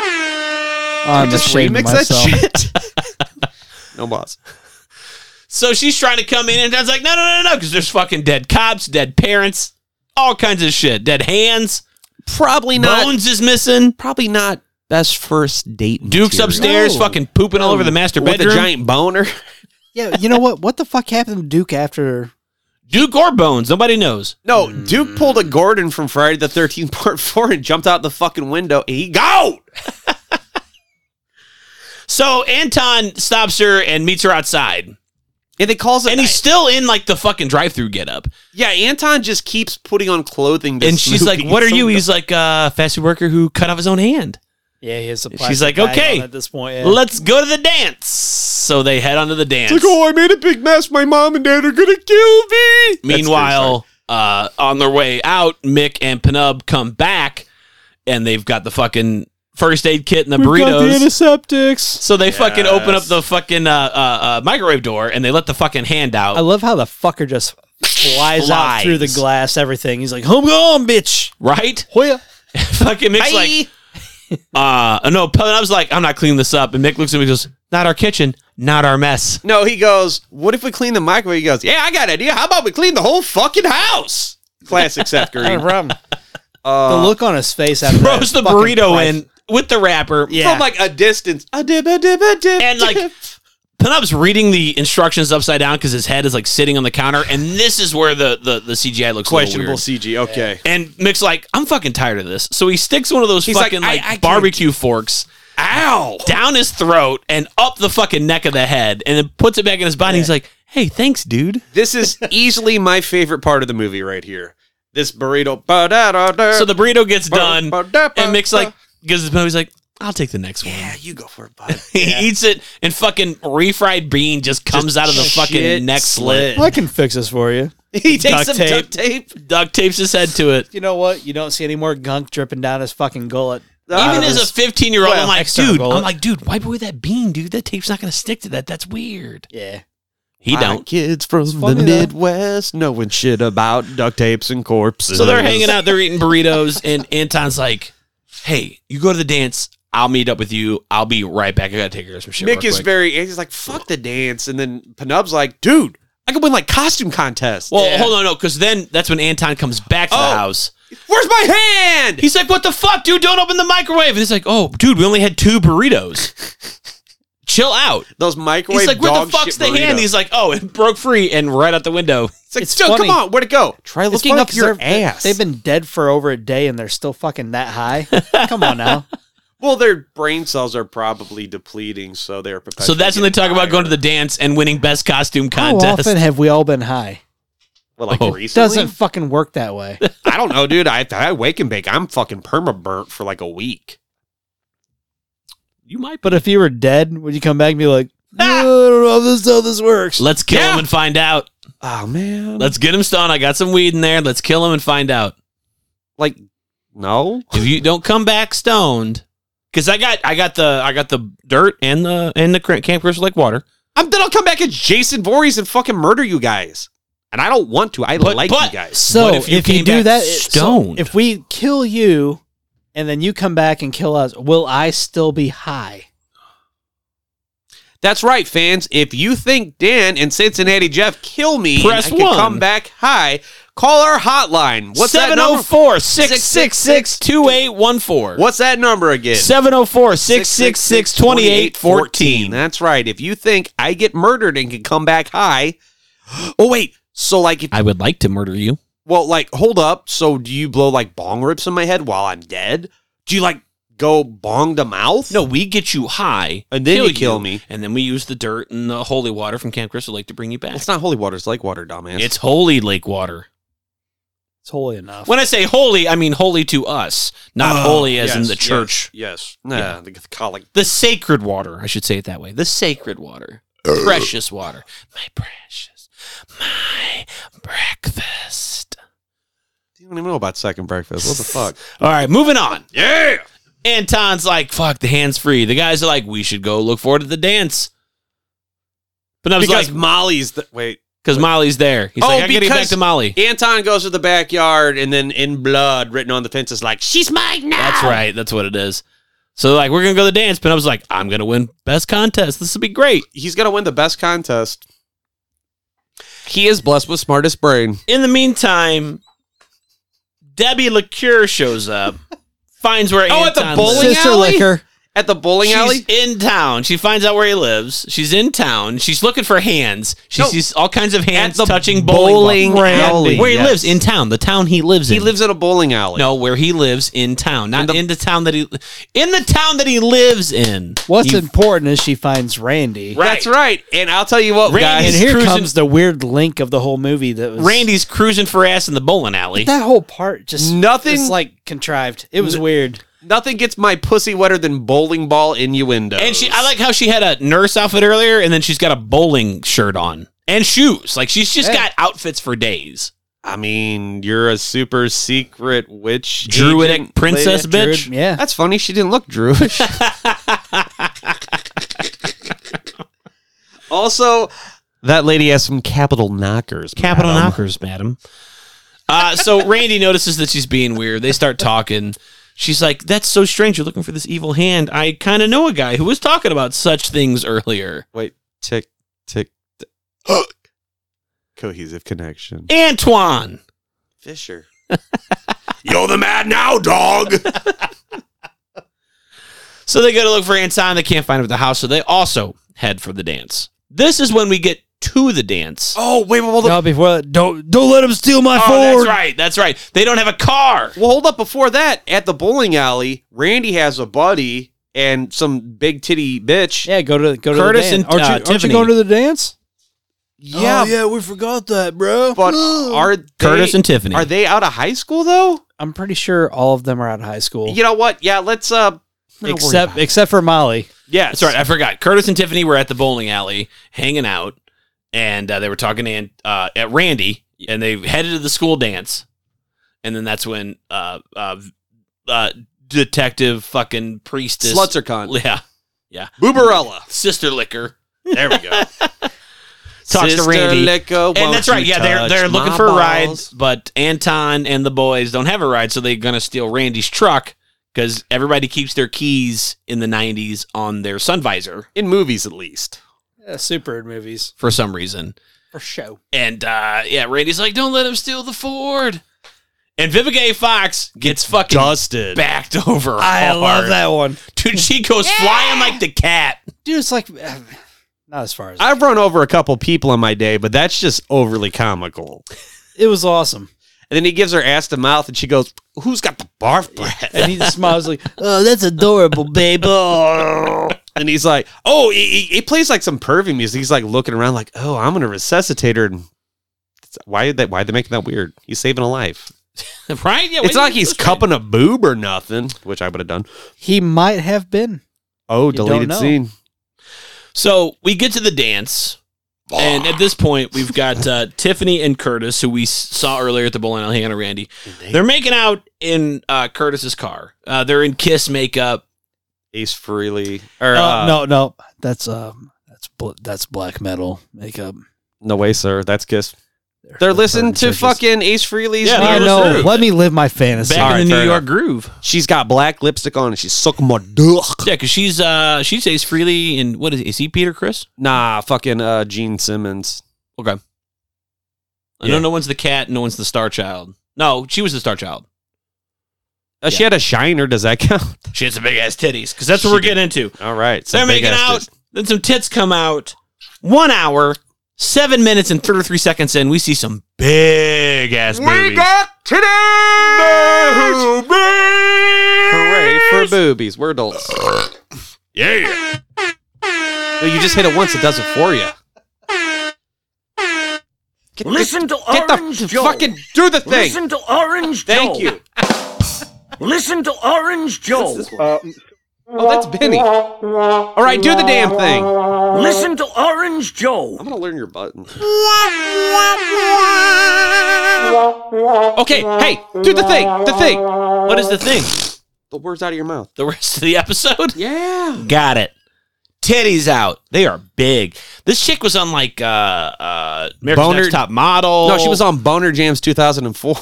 Speaker 5: I'm ashamed of myself.
Speaker 4: shit. no boss.
Speaker 3: So she's trying to come in, and Dad's like, No, no, no, no, because there's fucking dead cops, dead parents, all kinds of shit, dead hands,
Speaker 4: Probably
Speaker 3: bones is missing.
Speaker 4: Probably not best first date.
Speaker 3: Duke's
Speaker 4: material.
Speaker 3: upstairs, fucking pooping all over the master
Speaker 4: with
Speaker 3: bedroom.
Speaker 4: a giant boner. *laughs*
Speaker 6: yeah, you know what? What the fuck happened to Duke after?
Speaker 3: Duke or bones, nobody knows.
Speaker 4: No, Duke pulled a Gordon from Friday the 13th, *laughs* part four, and jumped out the fucking window. And he go!
Speaker 3: So Anton stops her and meets her outside,
Speaker 4: And they calls it.
Speaker 3: and he's still in like the fucking drive-through getup.
Speaker 4: yeah, Anton just keeps putting on clothing. this
Speaker 3: And she's
Speaker 4: movie.
Speaker 3: like, "What are
Speaker 4: So
Speaker 3: you?"
Speaker 4: dumb.
Speaker 3: He's like, "Uh, fast food worker who cut off his own hand."
Speaker 5: Yeah, he has a
Speaker 3: She's
Speaker 5: plastic
Speaker 3: like,
Speaker 5: bag
Speaker 3: okay.
Speaker 5: on at this point. yeah.
Speaker 3: Let's go to the dance. So they head on to the dance.
Speaker 4: It's like, oh, I made a big mess. My mom and dad are going to kill me.
Speaker 3: Meanwhile, uh, on their way out, Mick and Penub come back and they've got the fucking first aid kit and the burritos.
Speaker 5: antiseptics.
Speaker 3: so they fucking open up the fucking uh, uh, uh, microwave door and they let the fucking hand out.
Speaker 5: I love how the fucker just flies, out through the
Speaker 3: Flies.
Speaker 5: glass. Everything. He's like, home gone, bitch.
Speaker 3: right?
Speaker 4: Oh,
Speaker 5: Hoya.
Speaker 3: *laughs* fucking Mick's like, uh, no, Penub's like, I'm not cleaning this up. And Mick looks at me and goes, not our kitchen, not our mess.
Speaker 4: no, he goes, what if we clean the microwave? He goes, yeah, I got an idea. How about we clean the whole fucking house? Classic *laughs* Seth Green.
Speaker 5: problem. The
Speaker 4: Uh,
Speaker 5: look on his face after that
Speaker 3: Throws the
Speaker 5: fucking
Speaker 3: burrito
Speaker 5: price-
Speaker 3: in with the wrapper.
Speaker 4: *laughs*
Speaker 5: Yeah.
Speaker 4: From like a distance. A dip, a dip, a dip,
Speaker 3: And, like,
Speaker 4: dip.
Speaker 3: Penup's reading the instructions upside down because his head is like sitting on the counter, and this is where the the, the CGI looks questionable.
Speaker 4: questionable CG. Okay.
Speaker 3: And Mick's like, I'm fucking tired of this. So he sticks one of those
Speaker 4: He's like,
Speaker 3: fucking
Speaker 4: I-
Speaker 3: like,
Speaker 4: I can't-
Speaker 3: barbecue forks
Speaker 4: Ow!
Speaker 3: down his throat and up the fucking neck of the head, and then puts it back in his body. He's like, Hey, thanks, dude.
Speaker 4: This *laughs* is easily my favorite part of the movie right here. This burrito. ba-da-da-da,
Speaker 3: So the burrito gets done,
Speaker 4: ba-da-ba-da.
Speaker 3: and Mick's like, gives his he's like, I'll take the next one.
Speaker 2: Yeah, you go for it, bud.
Speaker 3: *laughs* he eats it, and fucking refried bean just comes out of the
Speaker 4: shit
Speaker 3: fucking neck slit.
Speaker 4: *laughs*
Speaker 5: I can fix this for you.
Speaker 4: he takes
Speaker 3: duct
Speaker 4: some
Speaker 3: tape.
Speaker 4: duct tape.
Speaker 3: Duct tapes his head to it.
Speaker 5: You know what? You don't see any more gunk dripping down his fucking gullet.
Speaker 3: Even as a 15 year old,
Speaker 5: well,
Speaker 3: I'm like,
Speaker 5: external
Speaker 3: dude,
Speaker 5: bullet.
Speaker 3: I'm like, dude, wipe away that bean, dude. That tape's not gonna stick to that. That's weird.
Speaker 5: Yeah.
Speaker 3: He
Speaker 2: My
Speaker 3: don't.
Speaker 2: Kids from
Speaker 5: funny,
Speaker 2: the
Speaker 5: though.
Speaker 2: Midwest knowing shit about duct tapes and corpses.
Speaker 3: So they're hanging out, they're eating burritos, and Anton's like, hey, you go to the dance. I'll meet up with you. I'll be right back. I gotta take care of some shit.
Speaker 4: Mick
Speaker 3: real
Speaker 4: is
Speaker 3: quick."
Speaker 4: very. He's like, fuck the dance, and then Penub's like, dude, I could win like costume contest.
Speaker 3: Well, hold on, no, because then that's when Anton comes back to
Speaker 4: Oh.
Speaker 3: the house.
Speaker 4: Where's my hand?
Speaker 3: He's like, "What the fuck, dude? Don't open the microwave!" And he's like, "Oh, dude, we only had two burritos. Chill out."
Speaker 4: Those microwave.
Speaker 3: He's like, "Where
Speaker 4: dog
Speaker 3: the fuck's
Speaker 4: shit
Speaker 3: the hand?"
Speaker 4: burritos.
Speaker 3: He's like, "Oh, it broke free and right out the window."
Speaker 4: It's like,
Speaker 5: It's
Speaker 4: dude,
Speaker 5: funny.
Speaker 4: come on, where'd it go? Try
Speaker 5: It's funny 'cause they're- They've been dead for over a day and they're still fucking that high.
Speaker 3: *laughs*
Speaker 5: Come on now.
Speaker 4: well, their brain cells are probably depleting, so they're.
Speaker 3: So that's when they talk about going to the dance and winning best costume
Speaker 5: How
Speaker 3: contest.
Speaker 5: often have we Oh, all been high?
Speaker 4: Well, like
Speaker 3: Oh.
Speaker 5: It
Speaker 4: recently.
Speaker 5: doesn't fucking work that way.
Speaker 4: I don't know, dude. I I wake and bake. I'm fucking perma burnt for like a week.
Speaker 3: You might,
Speaker 5: *laughs* But if you were dead, would you come back and be like, "I don't know if this how this works"?
Speaker 3: let's kill
Speaker 4: Yeah.
Speaker 3: him and find out.
Speaker 4: Oh man.
Speaker 3: Let's get him stoned. I got some weed in there. Let's kill him and find out.
Speaker 4: like no.
Speaker 3: If you don't come back stoned, because I got, I got the, I got the dirt and the and the cr- camp crystal lake water.
Speaker 4: I'm then I'll come back as Jason Voorhees and fucking murder you guys. And I don't want to. I like you guys.
Speaker 5: So
Speaker 3: What
Speaker 5: if you,
Speaker 3: came
Speaker 5: do
Speaker 3: back
Speaker 5: that, it- so
Speaker 3: stoned,
Speaker 5: if we kill you and then you come back and kill us, will I still be high?
Speaker 4: That's right, fans. If you think Dan and Cincinnati Jeff kill me, and
Speaker 3: Press
Speaker 4: I can
Speaker 3: one. oh
Speaker 4: come back high. Call our hotline. What's that number?
Speaker 3: 704 666 2814.
Speaker 4: What's that number again?
Speaker 3: 704 666 2814.
Speaker 4: That's right. If you think I get murdered and can come back high, *gasps* oh wait. So like, if,
Speaker 3: I would like to murder you.
Speaker 4: well, like, hold up. So do you blow like bong rips in my head while I'm dead? Do you like go bong to mouth?
Speaker 3: No, we get you high.
Speaker 4: and then you kill me.
Speaker 3: And then we use the dirt and the holy water from Camp Crystal Lake to bring you back.
Speaker 4: It's not holy water. It's lake water, dumbass.
Speaker 3: It's holy lake water.
Speaker 5: It's holy enough.
Speaker 3: When I say holy, I mean holy to us, not holy as
Speaker 4: Ah,
Speaker 3: in
Speaker 4: yes,
Speaker 3: the church.
Speaker 4: yes. Nah,
Speaker 3: Yeah.
Speaker 4: the colic.
Speaker 3: The sacred water. I should say it that way. The sacred water. precious water. My precious. My breakfast.
Speaker 4: You don't even know about second breakfast.
Speaker 3: *laughs*
Speaker 4: What the fuck?
Speaker 3: All right, moving on. Yeah. Anton's like, fuck, the hand's free. The guys are like, we should go look forward to the dance. But I was
Speaker 4: Because
Speaker 3: like,
Speaker 4: Molly's the wait.
Speaker 3: because Molly's there. He's
Speaker 4: Oh,
Speaker 3: like, I gotta get back
Speaker 4: because-
Speaker 3: to Molly.
Speaker 4: Anton goes to the backyard and then in blood written on the fence is like, she's mine now.
Speaker 3: That's right. That's what it is. So like, we're gonna go to the dance. But I was like, I'm gonna win best contest. This will be great.
Speaker 4: He's gonna win the best contest. He is blessed with smartest brain.
Speaker 3: In the meantime, Debbie Liqueur shows up, finds where
Speaker 4: Oh, at the
Speaker 3: Anton's
Speaker 4: bowling
Speaker 5: Sister
Speaker 4: alley?
Speaker 5: liquor.
Speaker 4: At the bowling
Speaker 3: She's
Speaker 4: alley?
Speaker 3: in town. She finds out where he lives. She's in town. She's looking for hands. She
Speaker 4: No.
Speaker 3: sees all kinds of hands
Speaker 4: the
Speaker 3: touching bowling,
Speaker 4: bowling
Speaker 3: ball-
Speaker 4: alley,
Speaker 3: Where he
Speaker 4: yes.
Speaker 3: lives in town, the town he lives in.
Speaker 4: He lives in a bowling alley.
Speaker 3: no, where he lives in town, not in
Speaker 4: the-
Speaker 3: the, town that he in the town that he lives in.
Speaker 5: What's
Speaker 3: You-
Speaker 5: important is she finds Randy.
Speaker 4: That's right. And I'll tell you what,
Speaker 3: Randy
Speaker 4: guys.
Speaker 5: And
Speaker 3: is
Speaker 5: here
Speaker 3: cruising-
Speaker 5: comes the weird link of the whole movie that was
Speaker 3: Randy's cruising for ass in the bowling alley.
Speaker 5: That whole part just
Speaker 4: Nothing-
Speaker 5: was, like contrived. It was weird.
Speaker 4: Nothing gets my pussy wetter than bowling ball innuendo.
Speaker 3: And she, I like how she had a nurse outfit earlier, and then she's got a bowling shirt on and shoes. Like she's just
Speaker 5: Hey.
Speaker 3: got outfits for days.
Speaker 4: I mean, you're a super secret witch.
Speaker 3: Druidic
Speaker 4: agent
Speaker 3: princess
Speaker 4: lady.
Speaker 3: bitch.
Speaker 5: Druid- yeah.
Speaker 4: That's funny. She didn't look Druish. also, that lady has some capital knockers.
Speaker 3: Capital
Speaker 4: madam.
Speaker 3: knockers, madam. Uh, so Randy notices that she's being weird. They start talking. She's like, "That's so strange. You're looking for this evil hand. I kind of know a guy who was talking about such things earlier."
Speaker 4: Wait, tick, tick. tick. *gasps* Cohesive connection.
Speaker 3: Antoine.
Speaker 4: Fisher.
Speaker 2: You're the man now, dog.
Speaker 3: So they go to look for Anton. They can't find him at the house, so they also head for the dance. This is when we get to the dance. Oh,
Speaker 4: Oh wait, well, hold up.
Speaker 5: No, before that, don't don't let him steal my
Speaker 3: that's
Speaker 5: Ford.
Speaker 3: right. That's right. They don't have a car.
Speaker 4: well, hold up. Before that, at the bowling alley, Randy has a buddy and some big titty bitch.
Speaker 5: Yeah, go to go to
Speaker 3: Curtis
Speaker 5: the
Speaker 3: and,
Speaker 5: dance. aren't, you,
Speaker 3: uh,
Speaker 5: aren't you
Speaker 3: Tiffany.
Speaker 5: going to the dance?
Speaker 4: Yeah.
Speaker 1: yeah, we forgot that, bro.
Speaker 4: But are they,
Speaker 3: Curtis and Tiffany.
Speaker 4: Are they out of high school though?
Speaker 5: I'm pretty sure all of them are out of high school.
Speaker 4: You know what? Yeah, let's uh not worry
Speaker 5: except
Speaker 4: about it.
Speaker 5: except for Molly.
Speaker 4: yeah,
Speaker 3: That's right. I forgot. Curtis and Tiffany were at the bowling alley hanging out, and uh, they were talking to Aunt, uh, at Randy, and they headed to the school dance, and then that's when uh, uh, uh, Detective fucking priestess
Speaker 4: Sluts are con.
Speaker 3: yeah,
Speaker 4: Booberella.
Speaker 3: sister liquor.
Speaker 4: *laughs*
Speaker 3: There we go. Talks
Speaker 4: Sister
Speaker 3: to Randy.
Speaker 4: Licka,
Speaker 3: and
Speaker 4: won't
Speaker 3: that's right.
Speaker 4: you
Speaker 3: Yeah, they're
Speaker 4: touch
Speaker 3: they're looking
Speaker 4: my
Speaker 3: for a ride,
Speaker 4: balls?
Speaker 3: but Anton and the boys don't have a ride, so they're gonna steal Randy's truck because everybody keeps their keys in the '90s on their sun visor
Speaker 4: in movies at least.
Speaker 5: super movies
Speaker 3: for some reason.
Speaker 5: for show.
Speaker 3: And uh, yeah, Randy's like, "Don't let him steal the Ford." And Vivica A. Fox gets fucking
Speaker 2: Dusted.
Speaker 3: backed *laughs* over.
Speaker 5: I love
Speaker 3: hard.
Speaker 5: that one,
Speaker 3: dude. She goes flying like the cat. *laughs*
Speaker 5: dude. It's like eh, not as far as
Speaker 4: I've run over a couple people in my day, but that's just overly comical.
Speaker 5: it was awesome.
Speaker 4: And then he gives her ass to mouth, and she goes, "Who's got the barf breath?"
Speaker 5: And he smiles like
Speaker 6: Oh, that's adorable,
Speaker 5: *laughs*
Speaker 6: babe. Oh.
Speaker 4: And he's like, "Oh, he, he- he plays like some pervy music." He's like looking around, like, "Oh, I'm gonna resuscitate her." And it's- why did that? Why they making that weird? He's saving a life.
Speaker 3: right? Yeah.
Speaker 4: it's
Speaker 3: wait,
Speaker 4: not like he's cupping a boob or nothing, which I would have done.
Speaker 6: He might have been.
Speaker 4: Oh,
Speaker 5: don't
Speaker 4: deleted
Speaker 5: know.
Speaker 4: scene.
Speaker 3: So we get to the dance, and at this point, we've got uh, *laughs* Tiffany and Curtis, who we s- saw earlier at the bowling alley, hanging out with Randy. They're making out in uh, Curtis's car. Uh, they're in kiss makeup.
Speaker 4: Ace Freely or
Speaker 5: Uh,
Speaker 4: uh,
Speaker 5: no, no, that's um, that's bl- that's black metal makeup.
Speaker 4: no way, sir. That's kiss. They're listening to
Speaker 5: Churches.
Speaker 4: fucking Ace Freely's.
Speaker 3: Yeah,
Speaker 5: I
Speaker 3: they're
Speaker 5: know.
Speaker 3: listening.
Speaker 5: Let me live my fantasy.
Speaker 3: Back
Speaker 4: Alright,
Speaker 3: in the
Speaker 4: fair
Speaker 3: New York
Speaker 4: enough.
Speaker 3: groove.
Speaker 4: She's got black lipstick on, and she's sucking my dick.
Speaker 3: Yeah, because she's uh, she says freely. And what is is he Peter Chris?
Speaker 4: Nah, fucking uh, Gene Simmons.
Speaker 3: I know no one's the cat, no one's the star child. No, she was the star child.
Speaker 4: Uh, She had a shiner. Does that count? *laughs*
Speaker 3: She had some big ass titties because that's what we're getting into.
Speaker 4: All right.
Speaker 3: So they're
Speaker 4: some big
Speaker 3: making
Speaker 4: ass
Speaker 3: out,
Speaker 4: tits.
Speaker 3: then some tits come out. One hour, seven minutes, and 33 seconds in, we see some big ass boobies.
Speaker 4: Hooray for boobies. We're adults.
Speaker 3: yeah.
Speaker 4: No, you just hit it once. It does it for you. Get,
Speaker 9: Listen to
Speaker 4: get
Speaker 9: Orange
Speaker 4: the
Speaker 9: Joe.
Speaker 4: fucking do the thing.
Speaker 9: Listen to Orange Joe.
Speaker 4: Thank you.
Speaker 9: Listen to Orange Joe.
Speaker 4: Oh, that's Benny. All right, do the damn thing. I'm
Speaker 9: Listen to Orange Joe.
Speaker 4: gonna learn your button. Okay, hey, do the thing. The thing.
Speaker 3: What is the thing?
Speaker 4: The words out of your mouth.
Speaker 3: The rest of the episode?
Speaker 4: Yeah.
Speaker 3: Got it. Titties out. They are big. This chick was on like uh uh America's
Speaker 4: Boner-
Speaker 3: Next Top Model.
Speaker 4: No, she was on Boner Jams *laughs* 2004.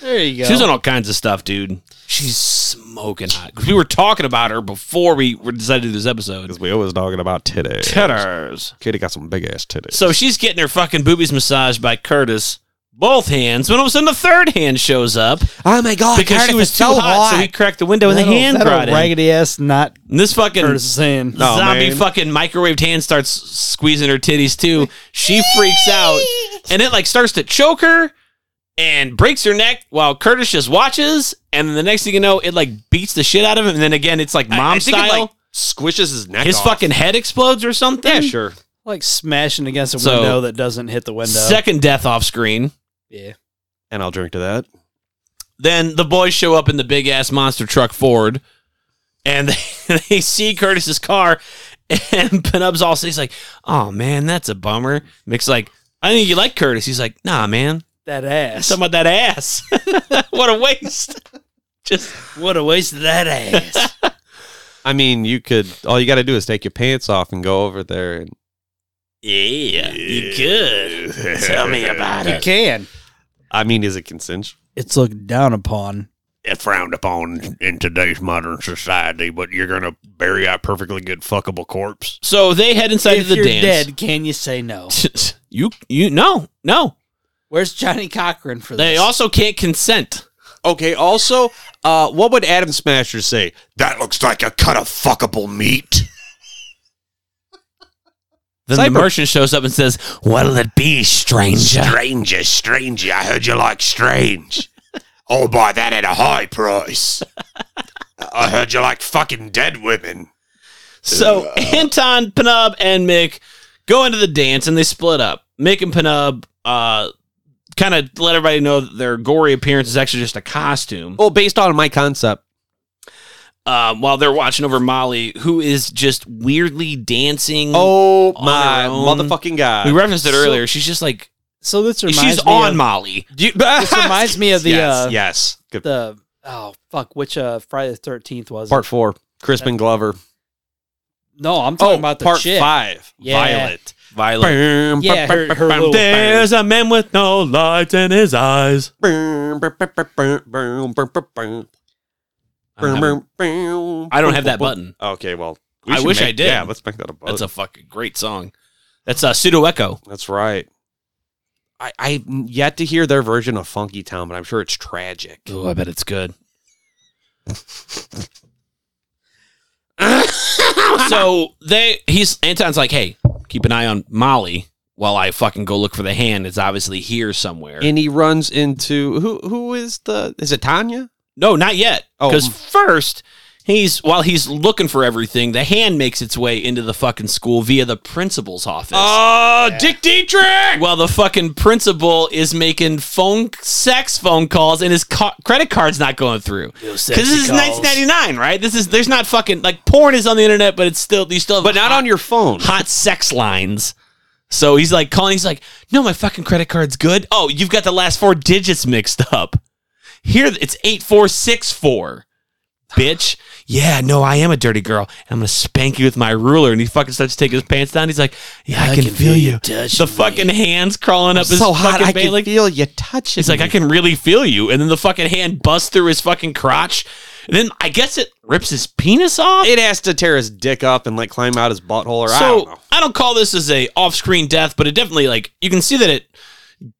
Speaker 5: There you go.
Speaker 3: She was on all kinds of stuff, dude. She's smoking hot. 'Cause We were talking about her before we were- decided to do this episode.
Speaker 4: Because we always talking about titties.
Speaker 3: Titters.
Speaker 4: Kitty got some big ass titties.
Speaker 3: So she's getting her fucking boobies massaged by Curtis, both hands. When all of a sudden, the third hand shows up
Speaker 4: oh my god,
Speaker 3: because she was too hot, so he cracked the window and the
Speaker 5: That'll-
Speaker 3: hand
Speaker 5: that'll
Speaker 3: brought in.
Speaker 5: raggedy ass not
Speaker 3: And this fucking
Speaker 5: Curtis is saying.
Speaker 4: No,
Speaker 3: zombie
Speaker 4: man.
Speaker 3: fucking microwaved hand starts squeezing her titties too. She freaks out and it like starts to choke her and breaks her neck while Curtis just watches. And then the next thing you know, it like beats the shit out of him. And then again, it's like mom
Speaker 4: I think it,
Speaker 3: style.
Speaker 4: like, squishes his neck.
Speaker 3: his
Speaker 4: off.
Speaker 3: fucking head explodes or something.
Speaker 4: Yeah, sure. uh,
Speaker 5: like smashing against a
Speaker 3: So-
Speaker 5: window that doesn't hit the window.
Speaker 3: Second death off screen.
Speaker 5: yeah.
Speaker 4: And I'll drink to that.
Speaker 3: Then the boys show up in the big ass monster truck Ford, and they, *laughs* they see Curtis's car, and *laughs* Penub's all he's like, "Oh man, that's a bummer." Mick's like, "I think you like Curtis." He's like, "Nah, man,
Speaker 5: That ass.
Speaker 3: some of that ass. *laughs* what a waste." Just
Speaker 5: what a waste of that ass.
Speaker 4: I mean, you could. All you got to do is take your pants off and go over there. And
Speaker 3: *laughs* yeah, you could tell me about
Speaker 5: *laughs*
Speaker 3: it.
Speaker 5: can.
Speaker 4: I mean, is it consensual?
Speaker 5: It's looked down upon.
Speaker 2: It's frowned upon in today's modern society, but you're gonna bury a perfectly good fuckable corpse.
Speaker 3: So they head inside of
Speaker 5: if
Speaker 3: the
Speaker 5: you're
Speaker 3: dance.
Speaker 5: dead, can you say no?
Speaker 3: *laughs* you you no no.
Speaker 5: Where's Johnny Cochran for this?
Speaker 3: They also can't consent.
Speaker 4: Okay. Also, uh, what would Adam Smasher say?
Speaker 2: That looks like a cut of fuckable meat.
Speaker 3: Then
Speaker 4: Cyber-
Speaker 3: the merchant shows up and says, "What'll it be, stranger?"
Speaker 2: Stranger, stranger. I heard you like
Speaker 3: *laughs*
Speaker 2: strange. I'll buy that at a high price. I heard you like fucking dead women. uh,
Speaker 3: So Anton, Penub, and Mick go into the dance and they split up. Mick and Penub uh, kind of let everybody know that their gory appearance is actually just a costume.
Speaker 4: Well, Oh, based on my concept.
Speaker 3: Uh, while they're watching over Molly, who is just weirdly dancing.
Speaker 5: Mm,
Speaker 4: Oh
Speaker 3: on
Speaker 4: my
Speaker 3: her own.
Speaker 4: motherfucking god!
Speaker 3: We referenced it
Speaker 5: So-
Speaker 3: earlier. She's just like
Speaker 5: So this reminds
Speaker 3: she's
Speaker 5: me
Speaker 3: on
Speaker 5: of,
Speaker 3: Molly.
Speaker 4: Do you- *laughs*
Speaker 5: This reminds me of the
Speaker 4: yes,
Speaker 5: uh,
Speaker 4: yes. Good.
Speaker 5: the oh fuck, which uh Friday the Thirteenth was. it?
Speaker 4: Part four, Crispin Glover.
Speaker 5: no, I'm talking about the
Speaker 4: Oh, part
Speaker 5: chick.
Speaker 4: five,
Speaker 5: Yeah.
Speaker 4: Violet.
Speaker 3: Violet.
Speaker 4: Bam,
Speaker 5: Yeah,
Speaker 4: bam,
Speaker 5: her-
Speaker 4: bam,
Speaker 5: her
Speaker 4: bam,
Speaker 5: little-
Speaker 4: bam,
Speaker 3: There's a man with no light in his eyes.
Speaker 4: bam, bam, bam, bam, bam, bam, bam, bam.
Speaker 3: I don't have, I don't have that button.
Speaker 4: Okay, well,
Speaker 3: I
Speaker 4: should
Speaker 3: wish
Speaker 4: make-
Speaker 3: I did.
Speaker 4: Yeah, let's make that a button.
Speaker 3: That's a fucking great song. That's uh, Pseudo Echo.
Speaker 4: That's right. I I yet to hear their version of Funky Town, but I'm sure it's tragic.
Speaker 3: Oh, I bet it's good. *laughs* so they he's Anton's like, hey, keep an eye on Molly while I fucking go look for the hand. It's obviously here somewhere.
Speaker 4: And he runs into who? Who is the? Is it Tanya?
Speaker 3: no, not yet.
Speaker 4: Oh.
Speaker 3: Because first he's while he's looking for everything, the hand makes its way into the fucking school via the principal's office.
Speaker 4: Oh, Dick Dietrich.
Speaker 3: while the fucking principal is making phone sex phone calls and his ca- credit card's not going through. Because this is 1999, right? This is there's not fucking like porn is on the internet, but it's still you still have
Speaker 4: But not
Speaker 3: hot,
Speaker 4: on your phone.
Speaker 3: hot sex lines. So he's like calling. He's like, "No, my fucking credit card's good. Oh, you've got the last four digits mixed up. Here, it's eight four six four, bitch. Yeah, no, I am a dirty girl. I'm gonna spank you with my ruler." And he fucking starts taking his pants down. He's like, "Yeah, I, can, feel you. The fucking hands crawling up his
Speaker 4: so hot,
Speaker 3: fucking
Speaker 4: I
Speaker 3: ba-
Speaker 4: can
Speaker 3: like,
Speaker 4: feel you touching.
Speaker 3: He's like, I can really feel you. And then the fucking hand busts through his fucking crotch. And then I guess it rips his penis off.
Speaker 4: it has to tear his dick up and like climb out his butthole, or I don't
Speaker 3: so
Speaker 4: know.
Speaker 3: I don't call this as a off-screen death, but it definitely like you can see that it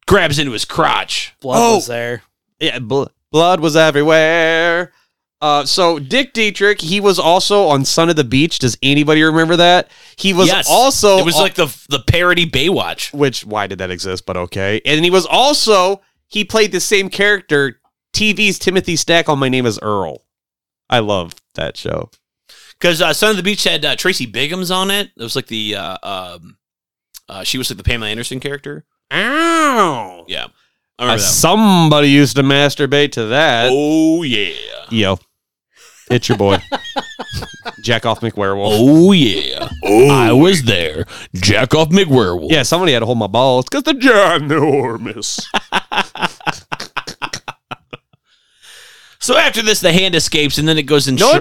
Speaker 3: grabs into his crotch.
Speaker 5: Blood
Speaker 4: Oh.
Speaker 5: was there.
Speaker 4: Yeah, bl- blood was everywhere. Uh, so Dick Dietrich, he was also on Son of the Beach. Does anybody remember that? He was
Speaker 3: Yes.
Speaker 4: also
Speaker 3: it was
Speaker 4: on-
Speaker 3: like the the parody Baywatch.
Speaker 4: which why did that exist? But okay. And he was also he played the same character. TV's Timothy Stack on My Name Is Earl. I love that show.
Speaker 3: Because uh, Son of the Beach had uh, Tracy Biggums on it. It was like the uh, um, uh, she was like the Pamela Anderson character.
Speaker 4: Ow!
Speaker 3: Yeah, I remember that.
Speaker 4: Uh, somebody used to masturbate to that.
Speaker 3: Oh yeah.
Speaker 4: Yo, it's your
Speaker 3: *laughs*
Speaker 4: boy, Jack Off McWerewolf.
Speaker 3: Oh yeah. I was there. Jack off McWerewolf.
Speaker 4: Yeah, somebody had to hold my balls because they're ginormous.
Speaker 3: So after this, the hand escapes, and then it goes and
Speaker 4: No,
Speaker 3: shar-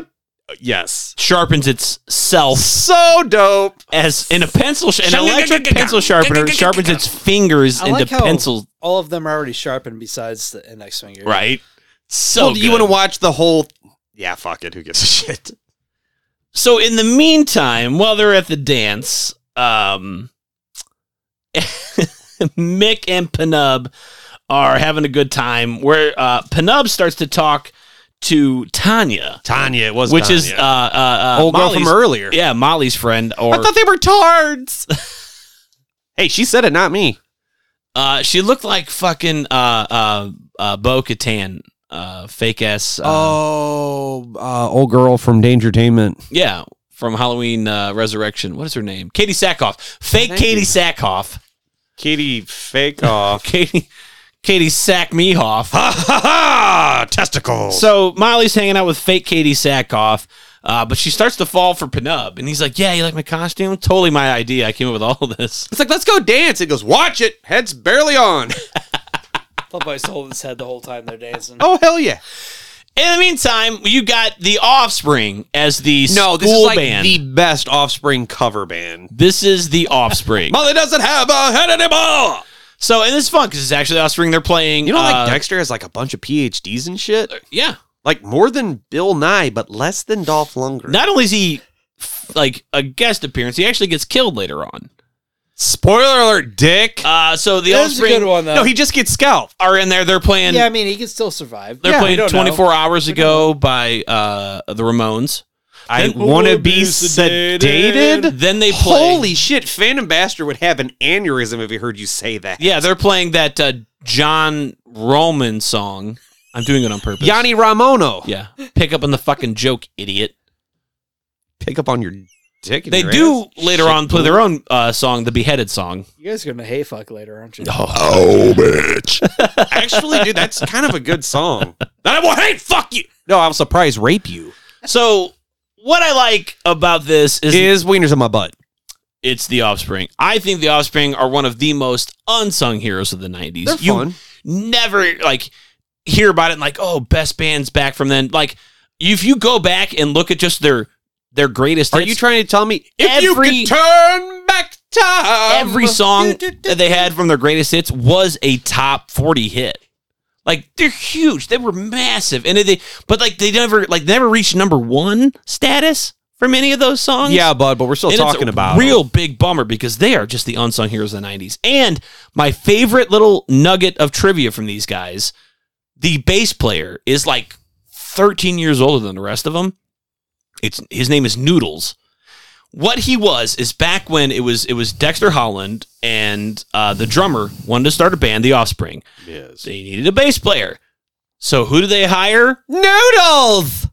Speaker 4: it- yes,
Speaker 3: sharpens itself
Speaker 4: so dope.
Speaker 3: as in a pencil, sh- an electric pencil sharpener sharpens its fingers
Speaker 5: I
Speaker 3: into
Speaker 5: like how-
Speaker 3: pencil.
Speaker 5: All of them are already sharpened besides the index finger.
Speaker 3: Right. So
Speaker 4: So you want to
Speaker 3: good.
Speaker 4: watch the whole? Yeah, fuck it. Who gives a shit?
Speaker 3: So in the meantime, while they're at the dance, um, *laughs* Mick and Penub are having a good time. Where uh, Penub starts to talk to Tanya,
Speaker 4: Tanya, it was
Speaker 3: which is uh, uh, uh,
Speaker 4: old girl
Speaker 3: Molly's-
Speaker 4: from earlier.
Speaker 3: Yeah, Molly's friend,
Speaker 4: I
Speaker 3: or
Speaker 4: thought they were tards. *laughs* hey, she said it, not me.
Speaker 3: uh, she looked like fucking uh, uh, uh, Bo Katan, uh, fake ass. Uh,
Speaker 4: oh, uh, old girl from Dangertainment.
Speaker 3: Yeah, from Halloween uh, Resurrection. What is her name? Katie Sackhoff. Fake
Speaker 4: Thank
Speaker 3: Katie
Speaker 4: you.
Speaker 3: Sackhoff.
Speaker 4: Kitty, fake off.
Speaker 3: *laughs* Katie Katie Sack me off.
Speaker 4: ha ha ha! Testicles.
Speaker 3: So Molly's hanging out with fake Katie Sackhoff. Uh, but she starts to fall for Penub, and he's like, "Yeah, you like my costume? Totally my idea. I came up with all of this."
Speaker 4: it's like, let's go dance. It goes, watch it. Head's barely on.
Speaker 5: Somebody's holding his head the whole time they're dancing.
Speaker 4: *laughs* oh, hell yeah.
Speaker 3: In the meantime, you got the Offspring as the
Speaker 4: No,
Speaker 3: school
Speaker 4: this is like
Speaker 3: band.
Speaker 4: the best offspring cover band.
Speaker 3: this is the Offspring.
Speaker 4: Molly doesn't have a head anymore.
Speaker 3: so and it's fun because it's actually Offspring. They're playing.
Speaker 4: You know, like
Speaker 3: uh,
Speaker 4: Dexter has like a bunch of PhDs and shit.
Speaker 3: yeah.
Speaker 4: Like more than Bill Nye, but less than Dolph Lundgren.
Speaker 3: Not only is he f- like a guest appearance, he actually gets killed later on.
Speaker 4: Spoiler alert, dick.
Speaker 3: Uh, so the
Speaker 5: That was a
Speaker 3: Offspring
Speaker 5: good one, though.
Speaker 4: no, he just gets scalped.
Speaker 3: are in there. They're playing.
Speaker 5: yeah, I mean, he can still survive.
Speaker 3: they're
Speaker 5: Yeah, we
Speaker 3: playing
Speaker 5: don't know.
Speaker 3: 24 hours ago by uh, the Ramones.
Speaker 4: I
Speaker 3: Then-
Speaker 4: want to be sedated.
Speaker 3: Then they play.
Speaker 4: Holy shit, Phantom Bastard would have an aneurysm if he heard you say that.
Speaker 3: Yeah, they're playing that uh, John Roman song. I'm doing it on purpose.
Speaker 4: Yanni Ramono.
Speaker 3: Yeah. Pick up on the fucking joke, idiot.
Speaker 4: Pick up on your dick. in
Speaker 3: They
Speaker 4: your
Speaker 3: do
Speaker 4: ass.
Speaker 3: later on play their own uh, song, the beheaded song.
Speaker 5: You guys are gonna hate fuck later, aren't you?
Speaker 2: Oh, bitch.
Speaker 4: Actually, dude, that's kind of a good song.
Speaker 3: That I will hate fuck you.
Speaker 4: No, I was surprised rape you.
Speaker 3: So what I like about this is
Speaker 4: Is wieners in my butt.
Speaker 3: it's the Offspring. I think the Offspring are one of the most unsung heroes of the '90s.
Speaker 4: They're
Speaker 3: you
Speaker 4: fun.
Speaker 3: never like hear about it. And like, oh, best bands back from then. Like, if you go back and look at just their their greatest,
Speaker 4: Are
Speaker 3: hits,
Speaker 4: you trying to tell me if
Speaker 3: Every-
Speaker 4: you could turn back time?
Speaker 3: every song that they had from their greatest hits was a top 40 hit. Like they're huge. They were massive. And they but like they never like never reached number 1 status from any of those songs.
Speaker 4: Yeah, bud, but we're still
Speaker 3: And it's
Speaker 4: talking
Speaker 3: a
Speaker 4: about 'em.
Speaker 3: real big bummer because they are just the unsung heroes of the 90s. And my favorite little nugget of trivia from these guys, the bass player is like 13 years older than the rest of them. It's his name is Noodles. What he was is back when it was it was Dexter Holland and uh, the drummer wanted to start a band, The Offspring. Yes, they needed a bass player. So who do they hire?
Speaker 4: noodles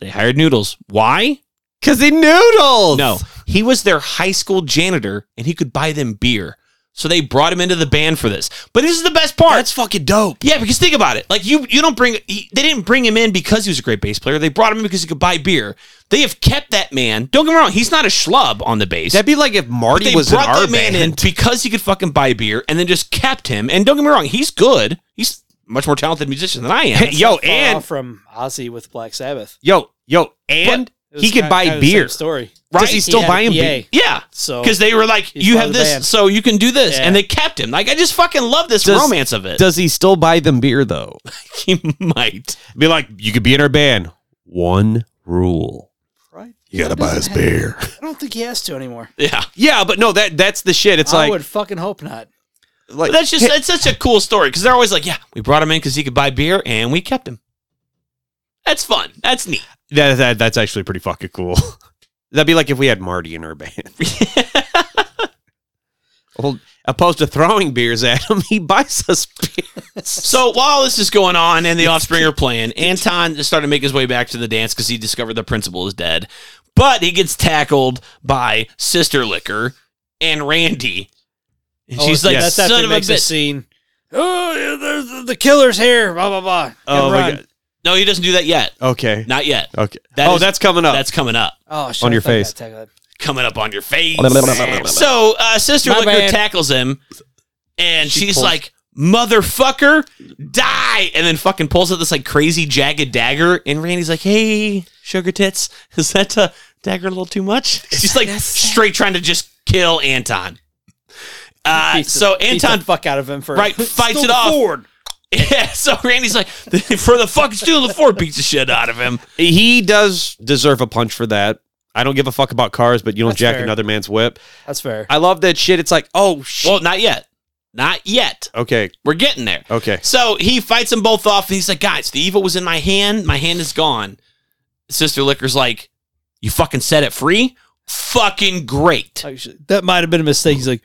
Speaker 3: They hired Noodles. Why?
Speaker 4: because he noodles.
Speaker 3: No, he was their high school janitor, and he could buy them beer. So they brought him into the band for this. But this is the best part.
Speaker 2: That's fucking
Speaker 3: *laughs*
Speaker 2: dope.
Speaker 3: yeah, because think about it. Like you, you don't bring. He, they didn't bring him in because he was a great bass player. They brought him in because he could buy beer. They have kept that man. Don't get me wrong. He's not a schlub on the bass.
Speaker 4: that'd be like if
Speaker 3: But
Speaker 4: Marty
Speaker 3: they
Speaker 4: was in
Speaker 3: brought
Speaker 4: our
Speaker 3: that man
Speaker 4: band. *laughs*
Speaker 3: in because he could fucking buy beer, and then just kept him. And don't get me wrong. He's good. He's a much more talented musician than I am.
Speaker 5: That's
Speaker 4: yo,
Speaker 5: not far
Speaker 4: and-
Speaker 5: off from Ozzy with Black Sabbath,
Speaker 4: Yo, yo, and
Speaker 5: It was
Speaker 4: he
Speaker 5: ki-
Speaker 4: could buy
Speaker 5: kinda the same
Speaker 4: beer.
Speaker 5: story,
Speaker 4: Does he still
Speaker 5: had E
Speaker 4: buy
Speaker 5: a
Speaker 4: him
Speaker 5: PA,
Speaker 4: beer?
Speaker 3: yeah.
Speaker 5: So
Speaker 3: Because they were like,
Speaker 5: He's
Speaker 3: you
Speaker 5: part
Speaker 3: have
Speaker 5: of the
Speaker 3: this,
Speaker 5: band.
Speaker 3: so you can do this,
Speaker 5: Yeah.
Speaker 3: and they kept him. Like I just fucking love this
Speaker 4: Does-
Speaker 3: romance of it.
Speaker 4: Does he still buy them beer though?
Speaker 3: he might.
Speaker 4: Be like, you could be in our band. One rule.
Speaker 5: right?
Speaker 2: You gotta buy us beer.
Speaker 5: I don't think he has to anymore.
Speaker 3: Yeah,
Speaker 4: Yeah, but no, that that's the shit. It's
Speaker 5: I
Speaker 4: like,
Speaker 5: would fucking hope not.
Speaker 4: like
Speaker 3: but that's just that's such a cool story because they're always like, yeah, we brought him in because he could buy beer, and we kept him. That's fun. That's *laughs* neat.
Speaker 4: that, that that's actually pretty fucking cool. *laughs* That'd be like if we had Marty in our band. *laughs* Well, opposed to throwing beers at him, *laughs* he buys us
Speaker 5: *laughs*
Speaker 4: beers.
Speaker 3: So while this is going on and the offspring are playing, Anton is starting to make his way back to the dance because he discovered the principal is dead. But he gets tackled by Sister Liquor and Randy. And she's like,
Speaker 5: that's after
Speaker 3: son
Speaker 5: he
Speaker 3: of a
Speaker 5: makes a
Speaker 3: bitch.
Speaker 5: scene. Oh, yeah, there's the, the killer's here. Blah blah blah. Get
Speaker 4: Oh my
Speaker 5: run.
Speaker 4: god.
Speaker 3: No, he doesn't do
Speaker 4: *laughs*
Speaker 3: that yet.
Speaker 4: Okay.
Speaker 3: Not yet.
Speaker 4: Okay.
Speaker 3: That
Speaker 4: oh,
Speaker 3: is-
Speaker 4: that's coming up.
Speaker 3: That's coming up.
Speaker 5: Oh, shit,
Speaker 4: On
Speaker 5: I
Speaker 4: your
Speaker 5: thought I
Speaker 4: face.
Speaker 5: got tackled.
Speaker 3: coming up on your face.
Speaker 4: So-
Speaker 3: so uh, Sister
Speaker 5: My
Speaker 3: Liquor
Speaker 5: bad.
Speaker 3: tackles him, and
Speaker 4: She
Speaker 3: she's
Speaker 4: pulls-
Speaker 3: like, "Motherfucker, die!" And then fucking pulls out this like crazy jagged dagger, and Randy's like, "Hey, sugar tits, *laughs* is that uh dagger a little too much?" She's like straight trying to just kill Anton. Uh,
Speaker 5: Piece the-
Speaker 3: so
Speaker 5: piece
Speaker 3: Anton
Speaker 5: the fuck out of him for *laughs*
Speaker 3: right fights it off. *laughs* Yeah, so Randy's like, *laughs* "For the fucking stealing the Ford," beats the shit out of him.
Speaker 4: he does deserve a punch for that. I don't give a fuck about cars, but you don't
Speaker 5: That's
Speaker 4: jack
Speaker 5: fair.
Speaker 4: another man's whip.
Speaker 5: That's fair.
Speaker 4: I love that shit. It's like, oh shit.
Speaker 3: Well, not yet, not yet.
Speaker 4: okay,
Speaker 3: We're getting there.
Speaker 4: okay.
Speaker 3: So he fights them both off, and he's like, "Guys, the evil was in my hand. My hand is gone." Sister Liquor's like, "You fucking set it free. Fucking great.
Speaker 5: Like, Oh, shit, that might have been a mistake. He's like,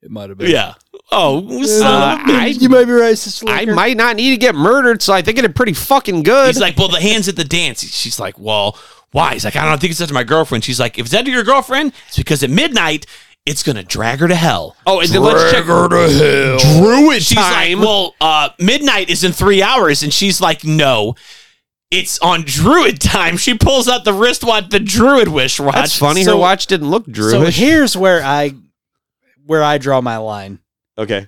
Speaker 5: it might have been.
Speaker 3: Yeah. Oh,
Speaker 4: Uh,
Speaker 3: son of a bitch."
Speaker 4: I,
Speaker 6: You might be right, Sister
Speaker 4: I
Speaker 6: Liquor.
Speaker 4: might not need to get murdered, so I think it did pretty fucking good.
Speaker 3: he's like, "Well, the hands at the dance." She's like, "Well, why?" He's like, "I don't think it's up to my girlfriend." She's like, "If it's up to your girlfriend, it's because at midnight." It's gonna drag her to hell.
Speaker 4: oh, and then let's check.
Speaker 3: Druid she's
Speaker 4: time.
Speaker 3: Like, well, uh, midnight is in three hours, and she's like, no, it's on Druid time. She pulls out the wristwatch, the Druid wish watch.
Speaker 4: That's funny. Her
Speaker 5: So-
Speaker 4: watch didn't look Drewish.
Speaker 5: So here's where I where I draw my line.
Speaker 4: okay.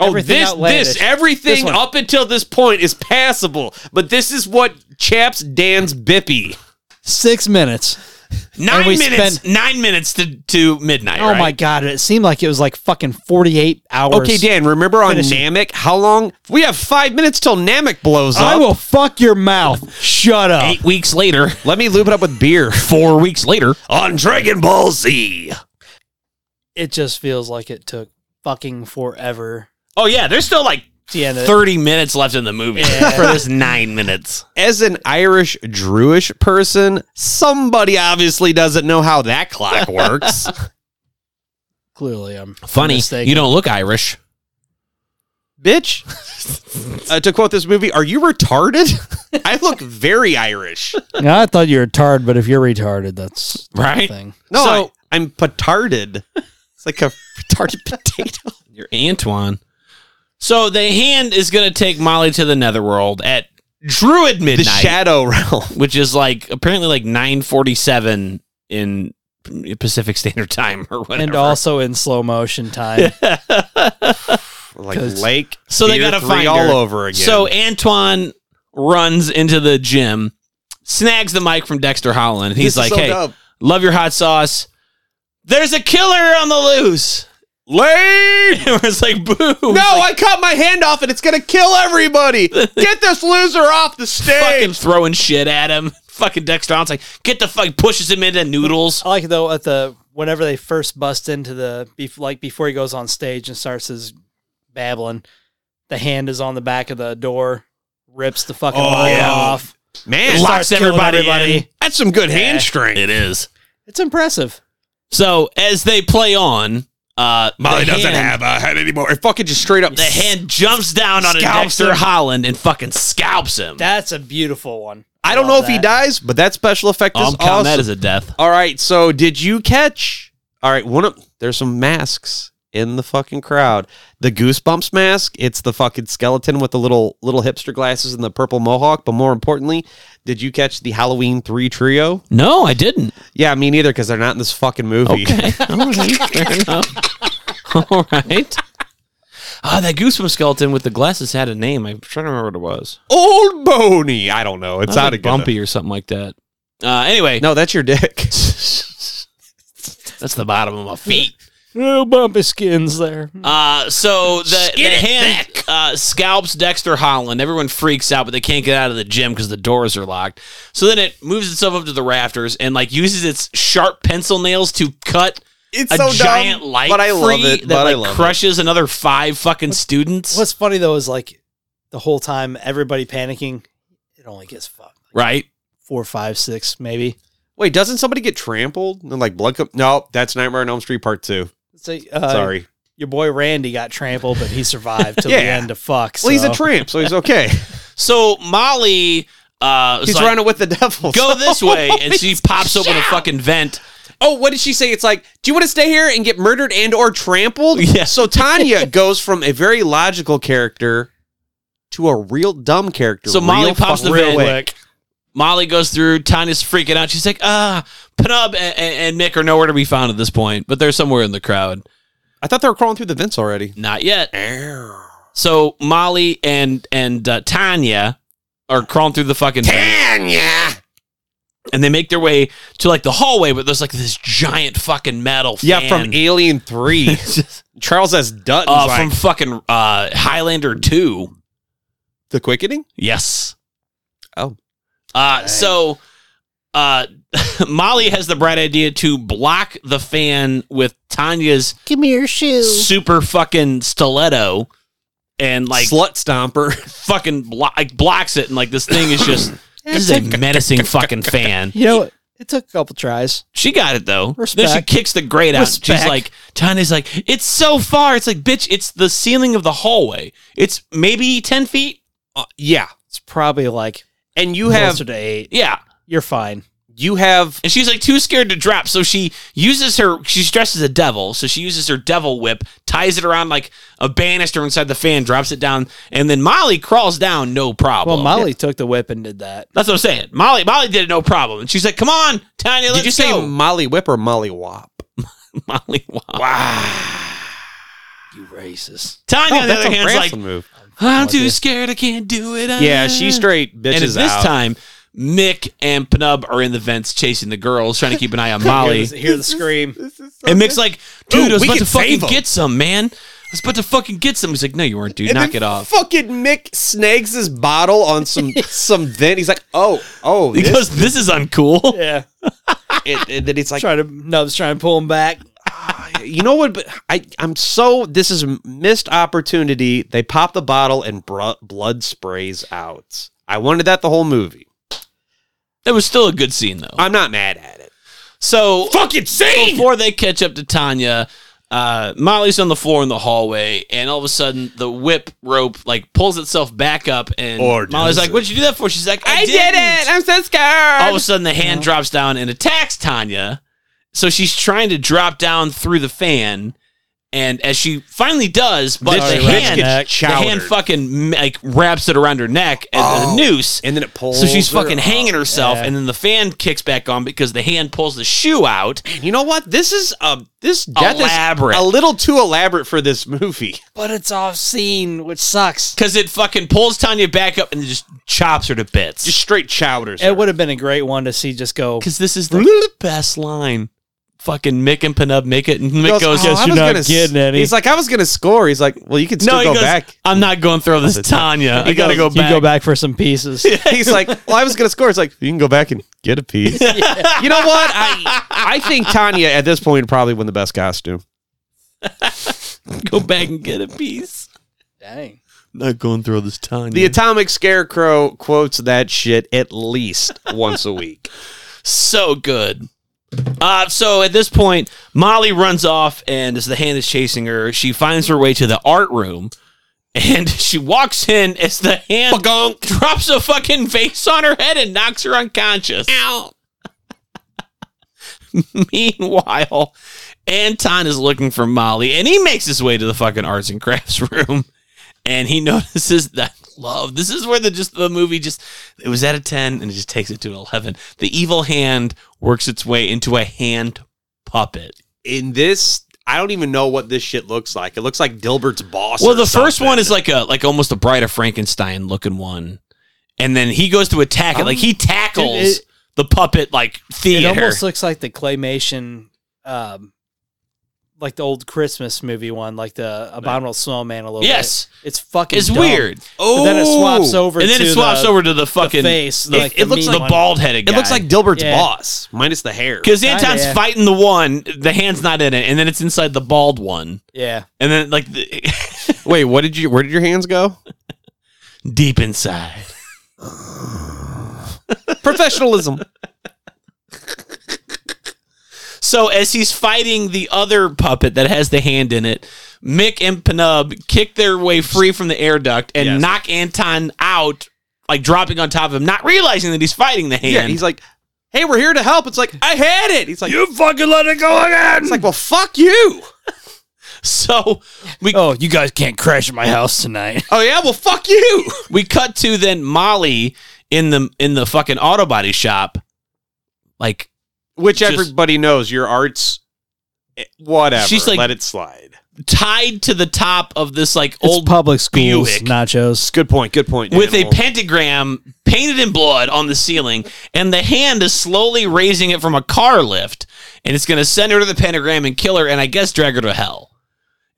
Speaker 4: Oh,
Speaker 5: Everything
Speaker 4: this,
Speaker 5: outlandish.
Speaker 4: this, everything
Speaker 5: This one.
Speaker 4: up until this point is passable, but this is what chaps Dan's bippy.
Speaker 5: Six minutes.
Speaker 3: Nine
Speaker 5: and we
Speaker 3: minutes. nine minutes to to midnight.
Speaker 5: Oh
Speaker 3: right?
Speaker 5: my god! It seemed like it was like fucking forty eight hours.
Speaker 4: Okay, Dan, remember on Namek, how long? We have five minutes till Namek blows up.
Speaker 5: I will fuck your mouth. Shut up.
Speaker 3: Eight weeks later,
Speaker 4: Let me lube it up with beer.
Speaker 3: four weeks later,
Speaker 2: On Dragon Ball Z.
Speaker 5: It just feels like it took fucking forever.
Speaker 3: oh yeah, there's still like
Speaker 5: to end it.
Speaker 3: thirty minutes left in the movie for this nine
Speaker 5: *laughs*
Speaker 3: minutes.
Speaker 4: As an Irish Druish person, somebody obviously doesn't know how that clock
Speaker 5: *laughs*
Speaker 4: works.
Speaker 5: Clearly, I'm
Speaker 3: Funny,
Speaker 5: mistaken.
Speaker 3: you don't look Irish.
Speaker 4: bitch. uh, to quote this movie, are you retarded? *laughs* I look very Irish.
Speaker 6: No, I thought you were retarded, but if you're retarded, that's the
Speaker 3: Right?
Speaker 6: Thing.
Speaker 4: No, I, am petarded. It's like a retarded *laughs* potato.
Speaker 3: You're Antoine. So the hand is going to take Molly to the netherworld at Druid midnight,
Speaker 4: The shadow *laughs* realm.
Speaker 3: which is like apparently like 9:47 in Pacific Standard Time or whatever.
Speaker 5: And also in slow motion time.
Speaker 3: *laughs*
Speaker 4: Like
Speaker 5: 'Cause-
Speaker 4: lake.
Speaker 3: so they
Speaker 4: Pier
Speaker 3: got to
Speaker 4: Three
Speaker 3: find
Speaker 4: all
Speaker 3: her.
Speaker 4: over again.
Speaker 3: So Antoine runs into the gym, snags the mic from Dexter Holland. and He's
Speaker 4: This
Speaker 3: like,
Speaker 4: is so
Speaker 3: "Hey,
Speaker 4: dumb.
Speaker 3: love your hot sauce. There's a killer on the loose." *laughs* Lane, it's like boo.
Speaker 4: No, I cut my hand off and it's gonna kill
Speaker 3: *laughs*
Speaker 4: everybody. Get this loser off the
Speaker 3: fucking
Speaker 4: stage.
Speaker 3: throwing shit at him. *laughs* Fucking Dexter Holland's like, get the fuck, pushes him into noodles.
Speaker 5: *laughs* I like it though at the whenever they first bust into the bef- like before he goes on stage and starts his babbling, the hand is on the back of the door, rips the fucking
Speaker 4: Oh,
Speaker 5: line
Speaker 4: yeah.
Speaker 5: off.
Speaker 4: Man,
Speaker 5: Starts
Speaker 3: Locks
Speaker 5: killing
Speaker 3: everybody,
Speaker 5: everybody.
Speaker 3: in.
Speaker 4: that's some good hand
Speaker 3: It
Speaker 4: strength.
Speaker 3: is.
Speaker 5: It's impressive.
Speaker 3: So as they play on, uh,
Speaker 2: Molly
Speaker 3: the
Speaker 2: doesn't have
Speaker 3: hand-
Speaker 2: a head anymore.
Speaker 4: Or fucking just straight up.
Speaker 3: The hand jumps down on a
Speaker 4: Scalps
Speaker 3: Dexter
Speaker 4: him.
Speaker 3: Holland and fucking scalps him.
Speaker 5: That's a beautiful one.
Speaker 4: I don't know
Speaker 5: Love
Speaker 4: if he
Speaker 5: that.
Speaker 4: dies, but that special effect is
Speaker 3: Oh, I'm counting
Speaker 4: awesome.
Speaker 3: that as a death.
Speaker 4: All right, so did you catch? All right, one of there's some masks in the fucking crowd. The Goosebumps mask, it's the fucking skeleton with the little little hipster glasses and the purple mohawk, but more importantly, did you catch the Halloween 3 trio?
Speaker 3: No, I didn't.
Speaker 4: Yeah, me neither cuz they're not in this fucking movie.
Speaker 3: All right, fair enough. All right. Ah, that goosebump skeleton with the glasses had a name. I'm trying to remember what it was.
Speaker 4: *laughs* Old Boney, I don't know. It's
Speaker 3: Not
Speaker 4: out
Speaker 3: like
Speaker 4: of
Speaker 3: bumpy or something like that. Uh, anyway,
Speaker 4: No, that's your dick. *laughs*
Speaker 3: that's the bottom of my feet.
Speaker 5: No bumpy skins there.
Speaker 4: Hmm.
Speaker 3: Uh, so the, the hand uh, scalps Dexter Holland. Everyone freaks out, but they can't get out of the gym because the doors are locked. So then it moves itself up to the rafters and like uses its sharp pencil nails to cut
Speaker 4: It's
Speaker 3: a
Speaker 4: so
Speaker 3: giant
Speaker 4: dumb,
Speaker 3: light
Speaker 4: but I love
Speaker 3: free
Speaker 4: it.
Speaker 3: that
Speaker 4: but
Speaker 3: like
Speaker 4: I love it.
Speaker 3: crushes another five fucking students.
Speaker 5: What's funny though is like the whole time everybody panicking, it only gets fucked.
Speaker 3: right?
Speaker 5: Four, five, six, maybe.
Speaker 4: Wait, doesn't somebody get trampled? And like blood come? No, that's Nightmare on Elm Street Part Two.
Speaker 5: So, uh,
Speaker 4: Sorry.
Speaker 5: Your boy Randy got trampled, but he survived till the
Speaker 4: Yeah.
Speaker 5: end of fuck.
Speaker 4: Well, he's a
Speaker 5: so-
Speaker 4: tramp, so he's
Speaker 3: *laughs*
Speaker 4: okay.
Speaker 3: So Molly, uh, is
Speaker 4: he's
Speaker 3: like,
Speaker 4: running with the devil.
Speaker 3: go
Speaker 4: so- *laughs*
Speaker 3: this way, and she pops open a fucking vent.
Speaker 4: Oh, what did she say? It's like, do you want to stay here and get murdered and or trampled?
Speaker 3: Yeah.
Speaker 4: So Tanya *laughs* goes from a very logical character to a real dumb character.
Speaker 3: So Molly
Speaker 4: real
Speaker 3: pops
Speaker 4: fucking
Speaker 3: the van.
Speaker 4: quick.
Speaker 3: Molly goes through. Tanya's freaking out. She's like, ah, Penub and, and Mick are nowhere to be found at this point, but they're somewhere in the crowd.
Speaker 4: I thought they were crawling through the vents already.
Speaker 3: Not yet. So Molly and and uh, Tanya are crawling through the fucking vent,
Speaker 2: Tanya!
Speaker 3: and they make their way to like the hallway, but there's like this giant fucking metal.
Speaker 4: Yeah, from E-
Speaker 3: *laughs* fan.
Speaker 4: Alien Three. Charles S. Dutton.
Speaker 3: uh, from fucking uh, Highlander Two.
Speaker 4: the quickening.
Speaker 3: Yes.
Speaker 4: Oh.
Speaker 3: Uh, so uh, *laughs* Molly has the bright idea to block the fan with Tanya's
Speaker 6: Give me your shoes.
Speaker 3: super fucking stiletto and like
Speaker 4: slut stomper.
Speaker 3: *laughs* fucking blo- like blocks it and like this thing is just this is a menacing fucking fan.
Speaker 5: You know, it took a couple tries.
Speaker 3: She got it though. Then she
Speaker 5: Respect.
Speaker 3: kicks the grate out. She's
Speaker 5: Respect.
Speaker 3: like Tanya's like it's so far. It's like bitch. It's the ceiling of the hallway. It's maybe ten feet.
Speaker 4: Uh, yeah,
Speaker 5: It's probably like
Speaker 4: and you
Speaker 5: you
Speaker 4: have
Speaker 5: closer to eight.
Speaker 3: Yeah.
Speaker 5: You're fine.
Speaker 4: you have
Speaker 3: And she's like too scared to drop, so she uses her. She's dressed as a devil, so she uses her devil whip, ties it around like a banister inside the fan, drops it down, and then Molly crawls down, no
Speaker 5: Well,
Speaker 3: problem.
Speaker 4: Oh,
Speaker 5: Molly took the whip and did that.
Speaker 3: that's what I'm saying. Molly, Molly did it, no problem, and she's like, "Come on, Tanya, let's
Speaker 4: Did you say
Speaker 3: go."
Speaker 4: Molly Whip or Molly Wop?
Speaker 3: *laughs* Molly, wow.
Speaker 5: You racist.
Speaker 3: Tanya
Speaker 4: Oh,
Speaker 3: on the other hand's like,
Speaker 4: wrestling move.
Speaker 3: "I'm too scared, I can't do it."
Speaker 4: Yeah,
Speaker 3: ah."
Speaker 4: she straight bitches
Speaker 3: And at this
Speaker 4: out.
Speaker 3: time, Mick and Penub are in the vents chasing the girls, trying to keep an eye on Molly.
Speaker 5: Hear the, hear the scream.
Speaker 3: And Mick's like, dude, I was
Speaker 4: we
Speaker 3: about to
Speaker 4: can
Speaker 3: fucking
Speaker 4: save 'em.
Speaker 3: get some, man. I was about to fucking get some. He's like, no, you weren't, dude.
Speaker 4: And
Speaker 3: Knock
Speaker 4: then *laughs*
Speaker 3: it off.
Speaker 4: Fucking Mick snags his bottle on *laughs* some some vent. He's like, oh, *laughs* oh,
Speaker 3: He
Speaker 4: this-
Speaker 3: goes, this is uncool.
Speaker 5: Yeah.
Speaker 4: *laughs* it- and then it's like,
Speaker 5: trying to Nubs trying to pull him back.
Speaker 4: you know what? But I I'm so this is a missed opportunity. They pop the bottle and bro- blood sprays out. I wanted that the whole movie.
Speaker 3: That was still a good scene, though.
Speaker 4: I'm not mad at it.
Speaker 3: So
Speaker 4: Fucking scene.
Speaker 3: before they catch up to Tanya, Uh, Molly's on the floor in the hallway, and all of a sudden the whip rope like pulls itself back up, and
Speaker 12: Or
Speaker 3: Molly's
Speaker 12: does
Speaker 3: like, "What'd you do that for?" She's like, "I,
Speaker 12: I did
Speaker 3: didn't."
Speaker 12: it. I'm so scared.
Speaker 3: All of a sudden, the hand drops down and attacks Tanya. So she's trying to drop down through the fan, and as she finally does, but
Speaker 4: Bitch-
Speaker 3: the
Speaker 4: bitch
Speaker 3: hand,
Speaker 4: gets
Speaker 3: the hand
Speaker 4: chowdered. Oh,
Speaker 3: fucking like wraps it around her neck and the noose,
Speaker 4: and then it pulls.
Speaker 3: So she's
Speaker 4: her
Speaker 3: fucking
Speaker 4: up.
Speaker 3: hanging herself,
Speaker 4: Yeah.
Speaker 3: and then the fan kicks back on because the hand pulls the shoe out. um,
Speaker 4: You know what? This is a this death is
Speaker 3: elaborate.
Speaker 4: a little too elaborate for this movie. *laughs*
Speaker 13: But it's off scene, which sucks.
Speaker 3: Because it fucking pulls Tanya back up and just chops her to bits. Just
Speaker 4: straight chowders.
Speaker 5: It would have been a great one to see just go.
Speaker 3: Because this is the *laughs* best line. Fucking Mick and Penub make it, and Mick
Speaker 4: He
Speaker 3: goes,
Speaker 4: "Oh, I was gonna s- He's like, I was gonna score. He's like, well, you can still
Speaker 3: no, he
Speaker 4: go
Speaker 3: goes, *laughs*
Speaker 4: back.
Speaker 3: I'm not going through this Tanya. I gotta go
Speaker 5: You
Speaker 3: back.
Speaker 5: go back for some pieces.
Speaker 4: He's like, well, I was gonna score. It's like you can go back and get a
Speaker 3: *laughs*
Speaker 4: piece. You know what? I I think Tanya at this point probably won the best costume.
Speaker 3: go back and get a piece.
Speaker 5: Dang.
Speaker 3: Not going through this Tanya.
Speaker 4: The Atomic Scarecrow quotes that shit at least once a week.
Speaker 3: so good. Uh, so at this point, Molly runs off, and as the hand is chasing her, she finds her way to the art room, and *laughs* she walks in as the hand drops a fucking vase on her head and knocks her unconscious. Ow. *laughs* Meanwhile, Anton is looking for Molly, and he makes his way to the fucking arts and crafts *laughs* room, and he *laughs* notices that love. This is where the just the movie just it was at a ten, and it just takes it to an eleven. The evil hand works its way into a hand puppet.
Speaker 4: In this, I don't even know what this shit looks like. It looks like Dilbert's boss.
Speaker 3: well,
Speaker 4: or
Speaker 3: the first
Speaker 4: something.
Speaker 3: one is like a like almost a Bride of Frankenstein looking one, and then he goes to attack it. Like he tackles
Speaker 5: Dude, Um, it-
Speaker 3: the puppet like
Speaker 5: It
Speaker 3: theater.
Speaker 5: almost looks like the claymation, um, like the old Christmas movie one, like the Abominable Snowman a little
Speaker 3: Yes.
Speaker 5: bit. It's fucking
Speaker 3: It's
Speaker 5: dumb.
Speaker 3: weird.
Speaker 5: But then it swaps
Speaker 3: Oh.
Speaker 5: over
Speaker 3: And then
Speaker 5: to
Speaker 3: it swaps
Speaker 5: the-
Speaker 3: over to the fucking-
Speaker 5: face.
Speaker 3: it- it looks
Speaker 5: mean
Speaker 3: like-
Speaker 5: one.
Speaker 3: the bald-headed
Speaker 4: It looks
Speaker 3: guy.
Speaker 4: like Dilbert's
Speaker 3: Yeah.
Speaker 4: boss minus the hair.
Speaker 3: because Anton's fighting the one, the hand's not in it, and then it's inside the bald one,
Speaker 5: Yeah.
Speaker 3: and then like the, *laughs*
Speaker 4: Wait, what did you? Where did your hands go?
Speaker 3: deep inside.
Speaker 4: Professionalism. *laughs*
Speaker 3: So as he's fighting the other puppet that has the hand in it, Mick and Penub kick their way free from the air duct and knock Anton out, like dropping on top of him, not realizing that he's fighting the hand.
Speaker 4: Yeah, he's like, "Hey, we're here to help." It's like I had it. He's like, "You
Speaker 3: fucking let it go again."
Speaker 4: It's like, "Well, fuck you."
Speaker 3: *laughs* So we
Speaker 5: Oh, you guys can't crash at my house tonight.
Speaker 4: Oh yeah, well fuck you.
Speaker 3: We cut to then Molly in the in the fucking auto body shop, like
Speaker 4: Which everybody knows your arts. eh, Whatever.
Speaker 3: She's like-
Speaker 4: let it slide.
Speaker 3: tied to the top of this like
Speaker 5: It's
Speaker 3: old
Speaker 5: public schools
Speaker 3: Buick.
Speaker 5: nachos.
Speaker 4: Good point. Good point.
Speaker 3: with a pentagram painted in blood on the ceiling, and the hand is slowly raising it from a car lift, and it's going to send her to the pentagram and kill her, and I guess drag her to hell.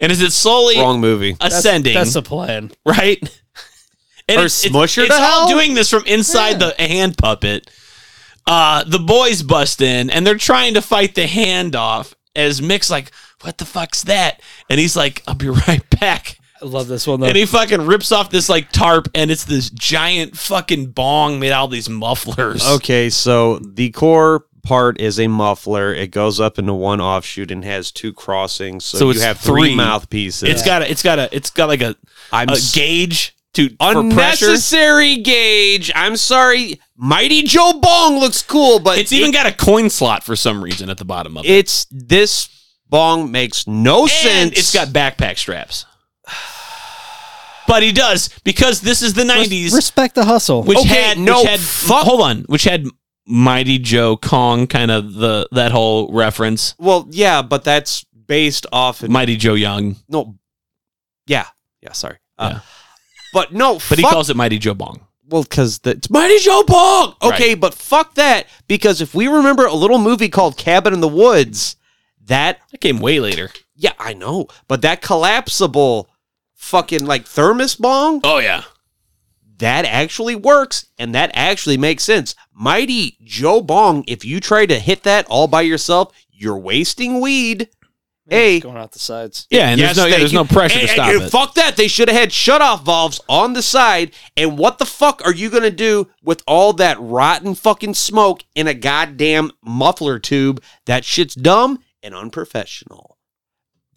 Speaker 3: And as it's slowly
Speaker 4: Wrong movie.
Speaker 3: ascending,
Speaker 5: That's, that's the plan.
Speaker 3: right? And
Speaker 4: Or
Speaker 3: it's- it's-
Speaker 4: smush her
Speaker 3: it's
Speaker 4: to
Speaker 3: all
Speaker 4: hell?
Speaker 3: doing this from inside the hand puppet. Uh, the boys bust in and they're trying to fight the hand off. As Mick's like, "What the fuck's that?" and he's like, "I'll be right back."
Speaker 5: I love this one though.
Speaker 3: And he fucking rips off this like tarp, and it's this giant fucking bong made out of these mufflers.
Speaker 4: Okay, so the core part is a muffler. It goes up into one offshoot and has two crossings. So,
Speaker 3: So
Speaker 4: you
Speaker 3: it's
Speaker 4: have three,
Speaker 3: three.
Speaker 4: mouthpieces.
Speaker 3: It's got a, it's got a, it's got like a,
Speaker 4: I'm
Speaker 3: a
Speaker 4: s-
Speaker 3: gauge to for pressure.
Speaker 4: unnecessary gauge. I'm sorry. Mighty Joe Bong looks cool, but
Speaker 3: It's even got a coin slot for some reason at the bottom of it.
Speaker 4: It's this bong makes no
Speaker 3: And
Speaker 4: sense.
Speaker 3: it's got backpack straps. But he does because this is the '90s,
Speaker 5: Respect the hustle.
Speaker 3: which
Speaker 4: Okay,
Speaker 3: had
Speaker 4: no,
Speaker 3: which had hold on, which had Mighty Joe Kong kind of the that whole reference.
Speaker 4: well, yeah, but that's based off of
Speaker 3: Mighty Joe Young,
Speaker 4: no. Yeah, yeah. Sorry, uh, *laughs* but no.
Speaker 3: but he
Speaker 4: fuck-
Speaker 3: calls it Mighty Joe Bong.
Speaker 4: Well, because it's Mighty Joe Bong.
Speaker 3: Right.
Speaker 4: Okay, but fuck that. Because if we remember a little movie called Cabin in the Woods, that
Speaker 3: That came way later.
Speaker 4: yeah, I know, but that collapsible fucking like thermos bong
Speaker 3: Oh yeah,
Speaker 4: that actually works and that actually makes sense. Mighty Joe Bong, if you try to hit that all by yourself, you're wasting weed. Hey,
Speaker 5: going out the sides.
Speaker 3: yeah, and there's no yeah,
Speaker 4: thank
Speaker 3: there's
Speaker 4: you.
Speaker 3: no pressure
Speaker 4: And-
Speaker 3: to stop
Speaker 4: and- and
Speaker 3: it.
Speaker 4: Fuck that. They should have had shutoff valves on the side. And what the fuck are you going to do with all that rotten fucking smoke in a goddamn muffler tube? That shit's dumb and unprofessional.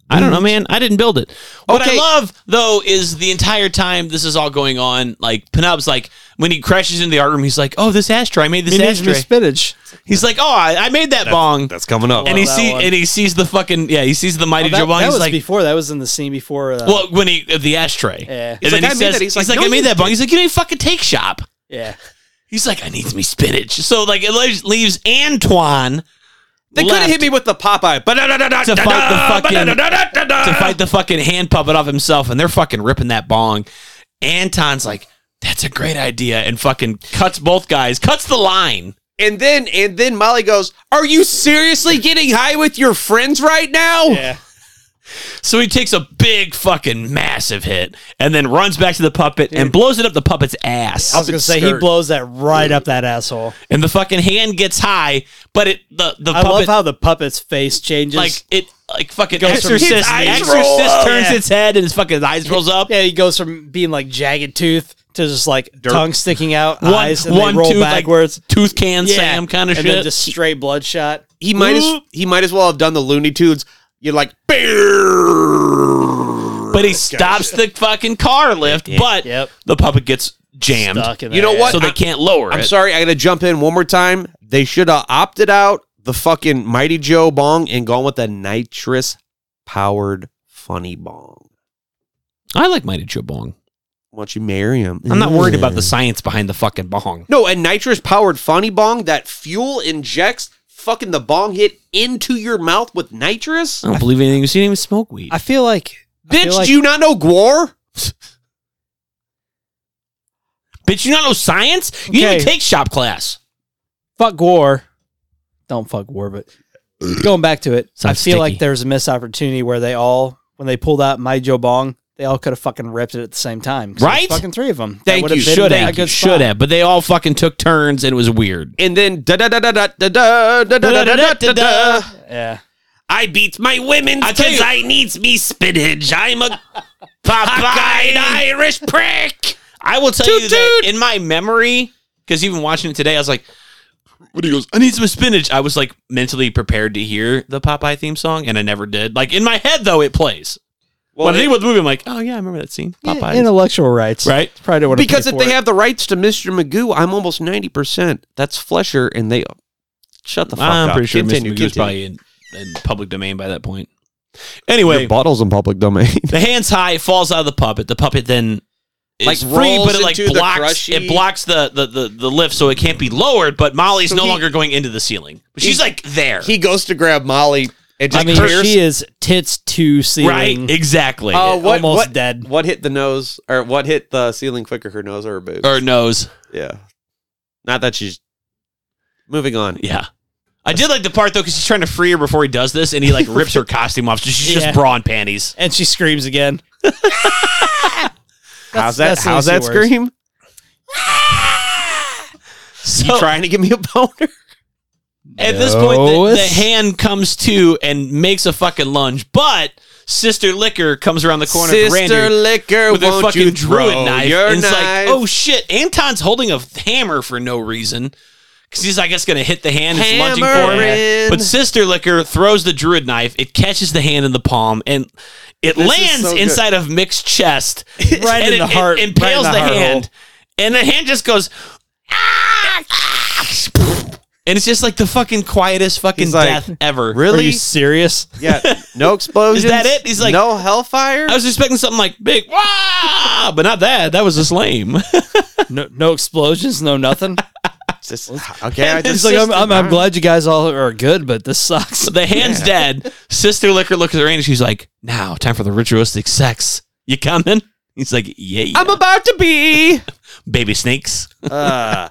Speaker 3: I don't know, man. I didn't build it. What I
Speaker 4: Okay.
Speaker 3: love though is the entire time this is all going on, like Penob's like when he crashes into the art room, he's like, "Oh, this ashtray, I made this
Speaker 5: He needs
Speaker 3: ashtray."
Speaker 5: me spinach.
Speaker 3: He's like, "Oh, I, I made that bong."
Speaker 4: That's coming up.
Speaker 3: and he
Speaker 5: Love that
Speaker 3: see
Speaker 5: one.
Speaker 3: and he sees the fucking yeah, he sees the mighty
Speaker 5: Oh, that
Speaker 3: Joe bong.
Speaker 5: that
Speaker 3: He's
Speaker 5: was
Speaker 3: like,
Speaker 5: before. That was in the scene before. Uh,
Speaker 3: "Well, when he uh, the ashtray."
Speaker 5: yeah.
Speaker 3: and then he says, "He's, like, I made that bong." He's like, "You didn't fucking take shop."
Speaker 5: Yeah.
Speaker 3: He's like, "I need me spinach." So like it leaves, leaves Antoine
Speaker 4: They could have hit me with the Popeye. To
Speaker 3: to fight the fucking to fight the fucking hand puppet off himself, and they're fucking ripping that bong. Anton's like, "That's a great idea," and fucking cuts both guys, cuts the line.
Speaker 4: And then and then Molly goes, "Are you seriously getting high with your friends right now?"
Speaker 5: Yeah.
Speaker 3: So he takes a big fucking massive hit, and then runs back to the puppet and blows it up the puppet's ass.
Speaker 5: I was gonna say he blows that right up that asshole.
Speaker 3: and the fucking hand gets high, but it the the
Speaker 5: I love
Speaker 3: puppet
Speaker 5: how the puppet's face changes.
Speaker 3: like it like fucking
Speaker 5: Goes from-
Speaker 3: exorcist.
Speaker 5: His
Speaker 3: The
Speaker 5: eyes
Speaker 3: exorcist
Speaker 5: roll up.
Speaker 3: turns
Speaker 5: Yeah.
Speaker 3: its head and his fucking eyes rolls up.
Speaker 5: yeah, he goes from being like jagged tooth to just like tongue sticking out,
Speaker 3: One-
Speaker 5: eyes, and
Speaker 3: one
Speaker 5: they roll
Speaker 3: tooth, like,
Speaker 5: backwards.
Speaker 3: Tooth can
Speaker 5: Yeah.
Speaker 3: Sam kind of
Speaker 5: and
Speaker 3: shit.
Speaker 5: then just straight bloodshot.
Speaker 4: He might as
Speaker 5: Ooh.
Speaker 4: he might as well have done the Looney Tunes. You're like,
Speaker 3: But he stops the fucking car lift, but
Speaker 5: Yep.
Speaker 3: the puppet gets jammed.
Speaker 5: Stuck in
Speaker 4: You
Speaker 5: that
Speaker 4: know what?
Speaker 3: So they
Speaker 4: I-
Speaker 3: can't lower
Speaker 4: I'm
Speaker 3: it.
Speaker 4: sorry, I gotta jump in one more time. They should have opted out the fucking Mighty Joe bong and gone with a nitrous powered funny bong.
Speaker 3: I like Mighty Joe Bong. Mm.
Speaker 4: Why don't you marry him?
Speaker 3: I'm not worried about the science behind the fucking bong.
Speaker 4: *laughs* No, a nitrous powered funny bong that fuel injects fucking the bong hit into your mouth with nitrous?
Speaker 3: I don't believe anything. You see even smoke weed.
Speaker 5: I feel like I
Speaker 4: Bitch,
Speaker 5: feel like-
Speaker 4: do you not know Gwar?
Speaker 3: Bitch, you not know science? You
Speaker 5: Okay.
Speaker 3: didn't take shop class.
Speaker 5: fuck Gore. Don't fuck Gore, but going back to it, I
Speaker 3: Sounds
Speaker 5: feel like
Speaker 3: sticky.
Speaker 5: there's a missed opportunity where they all, when they pulled out My Joe Bong, they all could have fucking ripped it at the same time. 'Cause there's
Speaker 3: Right?
Speaker 5: Fucking three of them.
Speaker 4: Thank you.
Speaker 3: Should have. Should have. But they all fucking took turns and it was weird.
Speaker 4: And then da da da da da da da da da da da da da.
Speaker 5: Yeah.
Speaker 4: I beat my women
Speaker 3: I tell
Speaker 4: because
Speaker 3: you-
Speaker 4: I needs me spinach. I'm a
Speaker 3: *laughs* Popeye.
Speaker 4: Irish prick.
Speaker 3: I will tell you that in my memory, because even watching it today, I was like, "What he goes? I need some spinach." I was like mentally prepared to hear the Popeye theme song, and I never did. Like in my head, though, it plays. Well, when I think about the movie, I'm like, "Oh yeah, I remember that scene." Popeye,
Speaker 5: Intellectual rights.
Speaker 3: right?
Speaker 5: It's Probably what
Speaker 4: Because if they have the rights to Mr. Magoo, I'm almost 90%. That's Flesher, and they. Shut the fuck
Speaker 3: Ah, I'm
Speaker 4: up.
Speaker 3: pretty sure Mr.
Speaker 4: Continue,
Speaker 3: Magoo was
Speaker 4: continue.
Speaker 3: probably in, in public domain by that point. Anyway,
Speaker 4: Your bottle's in public domain.
Speaker 3: the hands high falls out of the puppet. The puppet then is
Speaker 4: Like,
Speaker 3: free, but
Speaker 4: rolls
Speaker 3: it like
Speaker 4: into the
Speaker 3: blocks
Speaker 4: crushy-
Speaker 3: it blocks the, the the the lift, so it can't be lowered. But Molly's
Speaker 4: So
Speaker 3: no
Speaker 4: he-
Speaker 3: longer going into the ceiling. But she's
Speaker 4: He-
Speaker 3: like there.
Speaker 4: *laughs* he goes to grab Molly and
Speaker 5: I
Speaker 4: just
Speaker 5: mean,
Speaker 4: tears.
Speaker 5: she is tits to ceiling.
Speaker 3: Right, exactly.
Speaker 4: Uh, what,
Speaker 5: almost
Speaker 4: what-
Speaker 5: dead.
Speaker 4: What hit the nose, or what hit the ceiling quicker, her nose or her boobs?
Speaker 3: or nose.
Speaker 4: yeah. Not that she's. Moving on.
Speaker 3: Yeah. I did like the part though because he's trying to free her before he does this, and he like rips
Speaker 4: *laughs*
Speaker 3: her costume off. So she's
Speaker 5: Yeah.
Speaker 3: just bra and panties.
Speaker 5: And she screams again. *laughs*
Speaker 4: how's that?
Speaker 5: that's the
Speaker 4: How's that
Speaker 5: least she wears.
Speaker 4: scream? *laughs*
Speaker 3: So
Speaker 4: you trying to give me a boner?
Speaker 3: at this point, the, the
Speaker 5: Nose?
Speaker 3: hand comes to and makes a fucking lunge, but Sister Liquor comes around the corner.
Speaker 4: Sister
Speaker 3: Grander,
Speaker 4: Liquor,
Speaker 3: with a
Speaker 4: won't you
Speaker 3: fucking druid
Speaker 4: throw
Speaker 3: knife.
Speaker 4: your
Speaker 3: and it's
Speaker 4: knife?
Speaker 3: like, oh shit, Anton's holding a hammer for no reason. Because he's, I guess, going to hit the hand. It's lunging for him.
Speaker 4: Hammering.
Speaker 3: But Sister Liquor throws the druid knife. It catches the hand in the palm and it
Speaker 4: is
Speaker 3: lands
Speaker 4: so good.
Speaker 3: inside of
Speaker 4: *laughs*
Speaker 3: Mick's chest.
Speaker 5: Right
Speaker 3: and
Speaker 5: in
Speaker 3: it,
Speaker 5: the heart-
Speaker 3: It
Speaker 5: right
Speaker 3: impales
Speaker 5: in
Speaker 3: the,
Speaker 5: the heart
Speaker 3: hand. And the hand just goes, "Ah!" And it's just like the fucking quietest fucking
Speaker 4: He's like,
Speaker 3: death ever.
Speaker 5: Are you
Speaker 4: Really?
Speaker 5: serious?
Speaker 4: Yeah. *laughs* No explosions.
Speaker 3: Is that it? He's like-
Speaker 4: no hellfire.
Speaker 3: I was expecting something like big, Wah! but not that. That was just lame.
Speaker 5: No, no explosions,
Speaker 3: *laughs*
Speaker 5: no nothing.
Speaker 4: Just- okay. I
Speaker 5: It's
Speaker 4: just
Speaker 5: like I'm,
Speaker 4: *laughs*
Speaker 5: I'm, I'm glad you guys all are good, but this sucks. *laughs*
Speaker 3: So the hand's dead. Sister Liquor looks at her and she's like, "Now, time for the ritualistic sex. You coming?" He's like, "Yeah, yeah.
Speaker 4: I'm about to be.
Speaker 3: *laughs* baby snakes."
Speaker 4: Uh,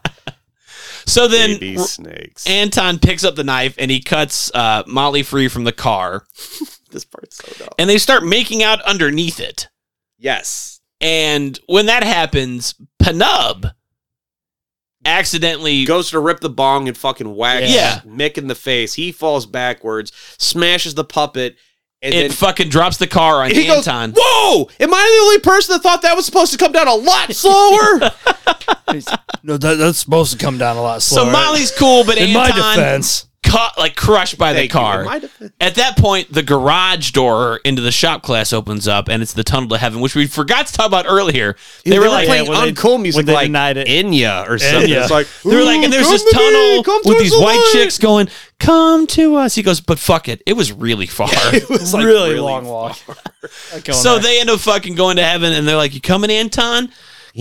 Speaker 3: So *laughs* then
Speaker 2: Baby snakes.
Speaker 3: Anton picks up the knife and he cuts uh, Molly free from the car,
Speaker 4: this part's so dumb.
Speaker 3: and they start making out underneath it.
Speaker 4: Yes.
Speaker 3: And when that happens, Penub accidentally
Speaker 4: Goes to rip the bong and fucking whacks
Speaker 3: Yeah.
Speaker 4: Mick in the face. He falls backwards, smashes the puppet, and
Speaker 3: it
Speaker 4: then
Speaker 3: fucking drops the car on
Speaker 4: he goes,
Speaker 3: Anton.
Speaker 4: "Whoa! Am I the only person that thought that was supposed to come down a lot
Speaker 3: *laughs*
Speaker 4: slower?"
Speaker 5: no, that, that's supposed to come down a lot
Speaker 3: so Molly's cool, but
Speaker 5: in
Speaker 3: Anton
Speaker 5: my defense,
Speaker 3: cut like crushed by
Speaker 4: Thank
Speaker 3: the
Speaker 4: you.
Speaker 3: car.
Speaker 4: In my defense-
Speaker 3: At that point, the garage door into the shop class opens up, and it's the tunnel to heaven, which we forgot to talk about earlier. They, were, like
Speaker 4: playing
Speaker 3: when they-
Speaker 4: uncool music
Speaker 3: when they
Speaker 4: like
Speaker 3: denied it.
Speaker 4: Enya or something.
Speaker 3: Enya.
Speaker 4: It's like
Speaker 3: they were like, and there's
Speaker 4: "Ooh,
Speaker 3: this
Speaker 4: come to me,
Speaker 3: tunnel
Speaker 4: come
Speaker 3: with
Speaker 4: to
Speaker 3: these
Speaker 4: the
Speaker 3: white
Speaker 4: light."
Speaker 3: chicks going, "Come to us." He goes, "But fuck it, it was really far."
Speaker 4: It was like
Speaker 5: really, long walk.
Speaker 3: *laughs* so they end up fucking going to heaven, and they're like, "You coming, Anton?"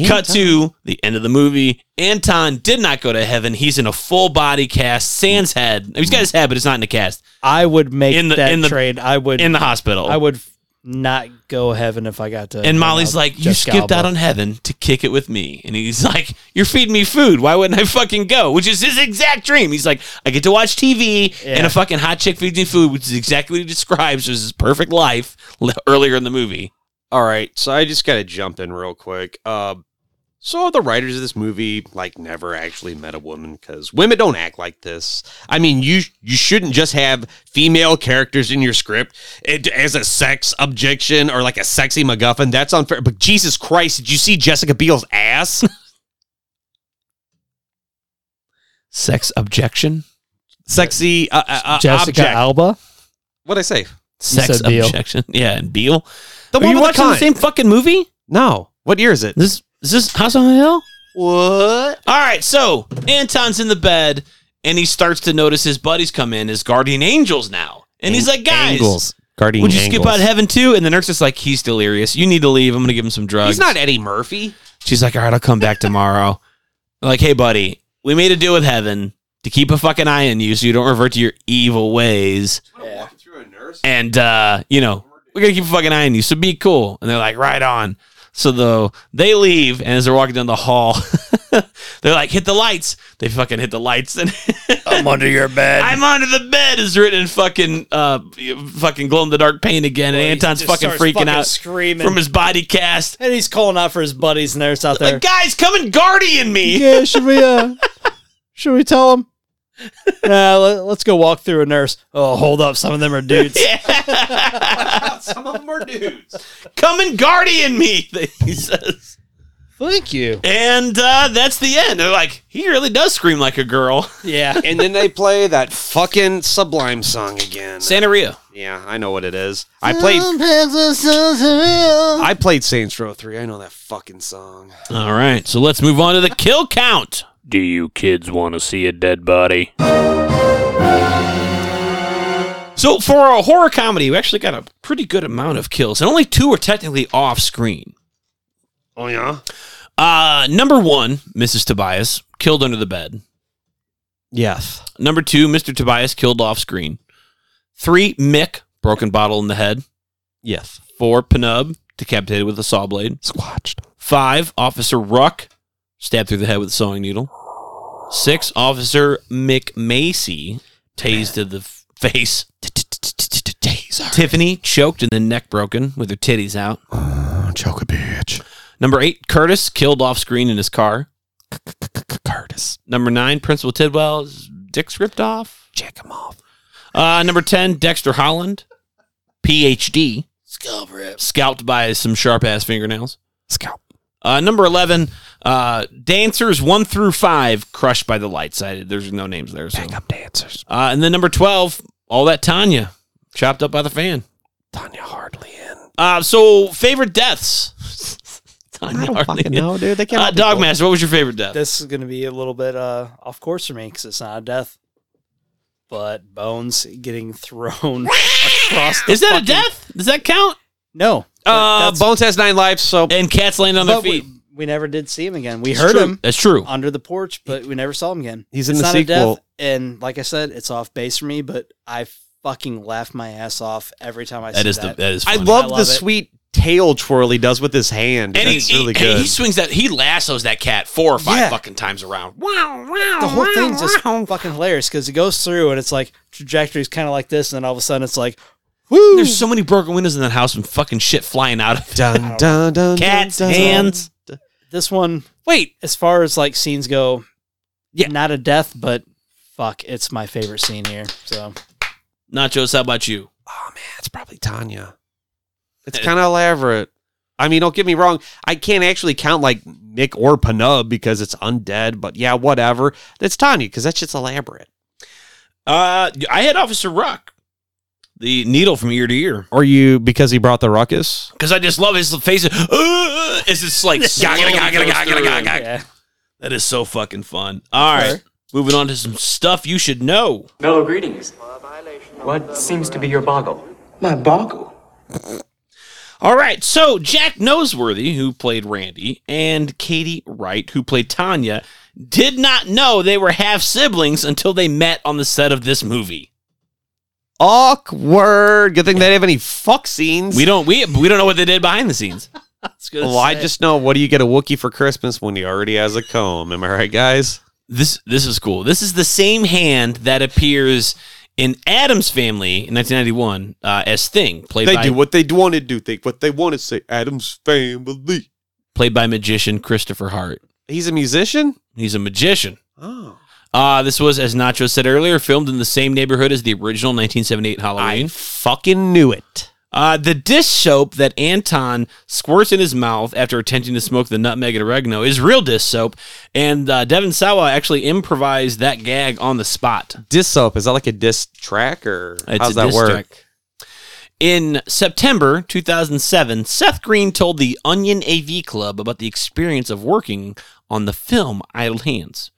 Speaker 3: Cut to the end of the movie. Anton did not go to heaven. He's in a full body cast, sans head. He's got his head, but it's not in the cast.
Speaker 5: I would make
Speaker 3: In the-
Speaker 5: that
Speaker 3: in the-
Speaker 5: trade. I would
Speaker 3: in the hospital.
Speaker 5: I would f- not go heaven if I got to.
Speaker 3: And Molly's like, "You
Speaker 5: Jessica
Speaker 3: skipped out
Speaker 5: Alba."
Speaker 3: on heaven to kick it with me." And he's like, "You're feeding me food. Why wouldn't I fucking go?" Which is his exact dream. He's like, "I get to watch TV and
Speaker 5: Yeah.
Speaker 3: a fucking hot chick feeds me food," which is exactly what he describes as his perfect life l- earlier in the movie.
Speaker 4: All right, so I just got to jump in real quick. Uh, so the writers of this movie like never actually met a woman because women don't act like this. I mean, you you shouldn't just have female characters in your script it, as a sex objection or like a sexy MacGuffin. That's unfair. But Jesus Christ, did you see Jessica Biel's
Speaker 3: *laughs*
Speaker 4: ass?
Speaker 3: Sex objection.
Speaker 4: Sexy uh, uh, uh,
Speaker 5: Jessica
Speaker 4: object.
Speaker 5: Alba.
Speaker 4: What'd I say?
Speaker 3: Sex
Speaker 5: said Beale.
Speaker 3: objection. *laughs* Yeah, and Beale.
Speaker 4: The
Speaker 3: Are
Speaker 4: one
Speaker 3: you
Speaker 4: with the
Speaker 3: watching the
Speaker 4: kind.
Speaker 3: same fucking movie?
Speaker 4: No. What year is it?
Speaker 3: This is this House on the Hill?
Speaker 4: What?
Speaker 3: All right, so Anton's in the bed and he starts to notice his buddies come in, his guardian angels now. And he's like, guys,
Speaker 4: Angles. Guardian
Speaker 3: would you skip
Speaker 4: angles.
Speaker 3: out of heaven too? And the nurse is like, he's delirious. You need to leave. I'm going to give him some drugs.
Speaker 4: He's not Eddie Murphy.
Speaker 3: She's like, all right, I'll come back tomorrow. I'm like, hey, buddy, we made a deal with heaven to keep a fucking eye on you so you don't revert to your evil ways. And, uh, you know, we're going to keep a fucking eye on you. So be cool. And they're like, right on. So though they leave, and as they're walking down the hall, *laughs* they're like, hit the lights. They fucking hit the lights. And *laughs*
Speaker 1: I'm under your bed.
Speaker 3: I'm under the bed is written in fucking uh fucking glow in the dark paint again, and Anton's
Speaker 5: just
Speaker 3: fucking
Speaker 5: starts
Speaker 3: freaking
Speaker 5: fucking
Speaker 3: out
Speaker 5: screaming.
Speaker 3: from his body cast.
Speaker 5: And he's calling out for his buddies and there's out there.
Speaker 3: Like, guys, come and guardian me.
Speaker 5: yeah, should we uh should we tell him? *laughs* Nah, let, let's go walk through a nurse. Oh, hold up, some of them are *laughs* dudes.
Speaker 4: Some of them are dudes.
Speaker 3: Come and guardian me, he says.
Speaker 5: Thank you.
Speaker 3: And uh, that's the end. They're like, he really does scream like a girl.
Speaker 5: *laughs* Yeah.
Speaker 4: and then they play that fucking Sublime song again.
Speaker 3: Santa Ria.
Speaker 4: Yeah, I know what it is. I played. I played Saints Row Three. I know that fucking song.
Speaker 3: All right, so let's move on to the kill count.
Speaker 7: Do you kids want to see a dead body?
Speaker 3: So for a horror comedy, we actually got a pretty good amount of kills, and only two were technically off screen.
Speaker 4: Oh yeah.
Speaker 3: Uh, number one, Mrs. Tobias killed under the bed.
Speaker 4: Yes.
Speaker 3: Number two, Mr. Tobias killed off screen. Three, Mick broken bottle in the head.
Speaker 4: Yes.
Speaker 3: Four, Penub decapitated with a saw blade.
Speaker 4: Squatched.
Speaker 3: Five, Officer Ruck stabbed through the head with a sewing needle. Six, Officer McMacy tased to the f- face. Tiffany choked and the neck broken with her titties out.
Speaker 1: Oh, Choke a bitch.
Speaker 3: Number eight, Curtis killed off screen in his car. Curtis. Number nine, Principal Tidwell's dick's ripped off. Check him off. Uh, number ten, Dexter Holland, PhD,
Speaker 1: Skull rip.
Speaker 3: scalped by some sharp ass fingernails.
Speaker 1: Scalp.
Speaker 3: Uh, number eleven, uh, dancers one through five crushed by the lights. I, there's no names there. So.
Speaker 1: Bang up dancers.
Speaker 3: Uh, and then number twelve, all that Tanya chopped up by the fan.
Speaker 1: Tanya hardly in.
Speaker 3: Uh, so favorite deaths. *laughs* Tanya
Speaker 1: I don't
Speaker 3: hardly-
Speaker 1: fucking know, dude. They can't.
Speaker 3: Uh,
Speaker 1: all be cool.
Speaker 3: Dogmaster, what was your favorite death?
Speaker 5: This is gonna be a little bit uh off course for me because it's not a death. But Bones getting *laughs* thrown across the
Speaker 3: Is that
Speaker 5: fucking-
Speaker 3: a death? Does that count?
Speaker 5: No.
Speaker 4: Uh, Bones has nine lives, so
Speaker 3: And cats land on their
Speaker 5: But
Speaker 3: feet.
Speaker 5: we, Oh, we never did see him again. We
Speaker 3: It's
Speaker 5: heard
Speaker 3: true.
Speaker 5: him
Speaker 3: That's true.
Speaker 5: under the porch, but we never saw him again.
Speaker 4: He's in
Speaker 5: It's
Speaker 4: the
Speaker 5: not a
Speaker 4: sequel.
Speaker 5: death, and like I said, it's off base for me, but I fucking laugh my ass off every time I
Speaker 3: That
Speaker 5: see
Speaker 3: is
Speaker 5: that.
Speaker 3: the that is.
Speaker 4: I
Speaker 3: funny.
Speaker 4: love,
Speaker 5: I
Speaker 4: the
Speaker 5: love it.
Speaker 4: sweet tail twirl he does with his hand.
Speaker 3: And he,
Speaker 4: That's really
Speaker 3: he,
Speaker 4: good.
Speaker 3: he swings that. He lassos that cat four or five
Speaker 5: Yeah.
Speaker 3: fucking times around.
Speaker 5: the whole thing's just fucking hilarious because it goes through and it's like trajectories kind of like this, and then all of a sudden it's like, woo!
Speaker 3: There's so many broken windows in that house and fucking shit flying out of it. *laughs*
Speaker 4: dun, dun, dun,
Speaker 3: Cats,
Speaker 4: dun, dun.
Speaker 3: hands.
Speaker 5: this one,
Speaker 3: Wait,
Speaker 5: as far as like scenes go,
Speaker 4: Yeah.
Speaker 5: not a death, but fuck, it's my favorite scene here. So
Speaker 3: Nachos, how about you?
Speaker 4: Oh man, it's probably Tanya. It's kind of elaborate. I mean, don't get me wrong. I can't actually count like Mick or Panub because it's undead. But yeah, whatever. That's Tanya because that shit's elaborate.
Speaker 3: Uh, I had Officer Rock, the needle from ear to ear,
Speaker 12: Are you because he brought the ruckus?
Speaker 3: because I just love his face. Uh, it's just like slowly goes through. that is so fucking fun. All right, moving on to some stuff you should know.
Speaker 14: Mellow greetings. What seems to be your boggle?
Speaker 3: My boggle. All right, so Jack Noseworthy, who played Randy, and Katie Wright, who played Tanya, did not know they were half siblings until they met on the set of this movie.
Speaker 4: Awkward. Good thing they didn't have any fuck scenes.
Speaker 3: We don't we we don't know what they did behind the scenes.
Speaker 4: Well,
Speaker 3: Oh,
Speaker 4: I just know. What do you get a Wookiee for Christmas when he already has a comb? Am I right, guys?
Speaker 3: This this is cool. This is the same hand that appears in Adam's Family in 1991 uh, as Thing, played
Speaker 4: They
Speaker 3: by
Speaker 4: do what they want to do. Think what they want to say. Adam's family.
Speaker 3: played by magician Christopher Hart.
Speaker 4: He's a musician.
Speaker 3: He's a magician.
Speaker 4: Oh.
Speaker 3: Uh, this was, as Nacho said earlier, filmed in the same neighborhood as the original 1978 Halloween. I
Speaker 4: fucking knew it.
Speaker 3: Uh, the dish soap that Anton squirts in his mouth after attempting to smoke the nutmeg and oregano is real dish soap, and uh, Devin Sawa actually improvised that gag on the spot.
Speaker 4: Diss soap. Is that like a diss track or
Speaker 3: It's
Speaker 4: how's
Speaker 3: a
Speaker 4: that
Speaker 3: diss
Speaker 4: work?
Speaker 3: track. In September 2007, Seth Green told the Onion AV Club about the experience of working on the film Idle Hands.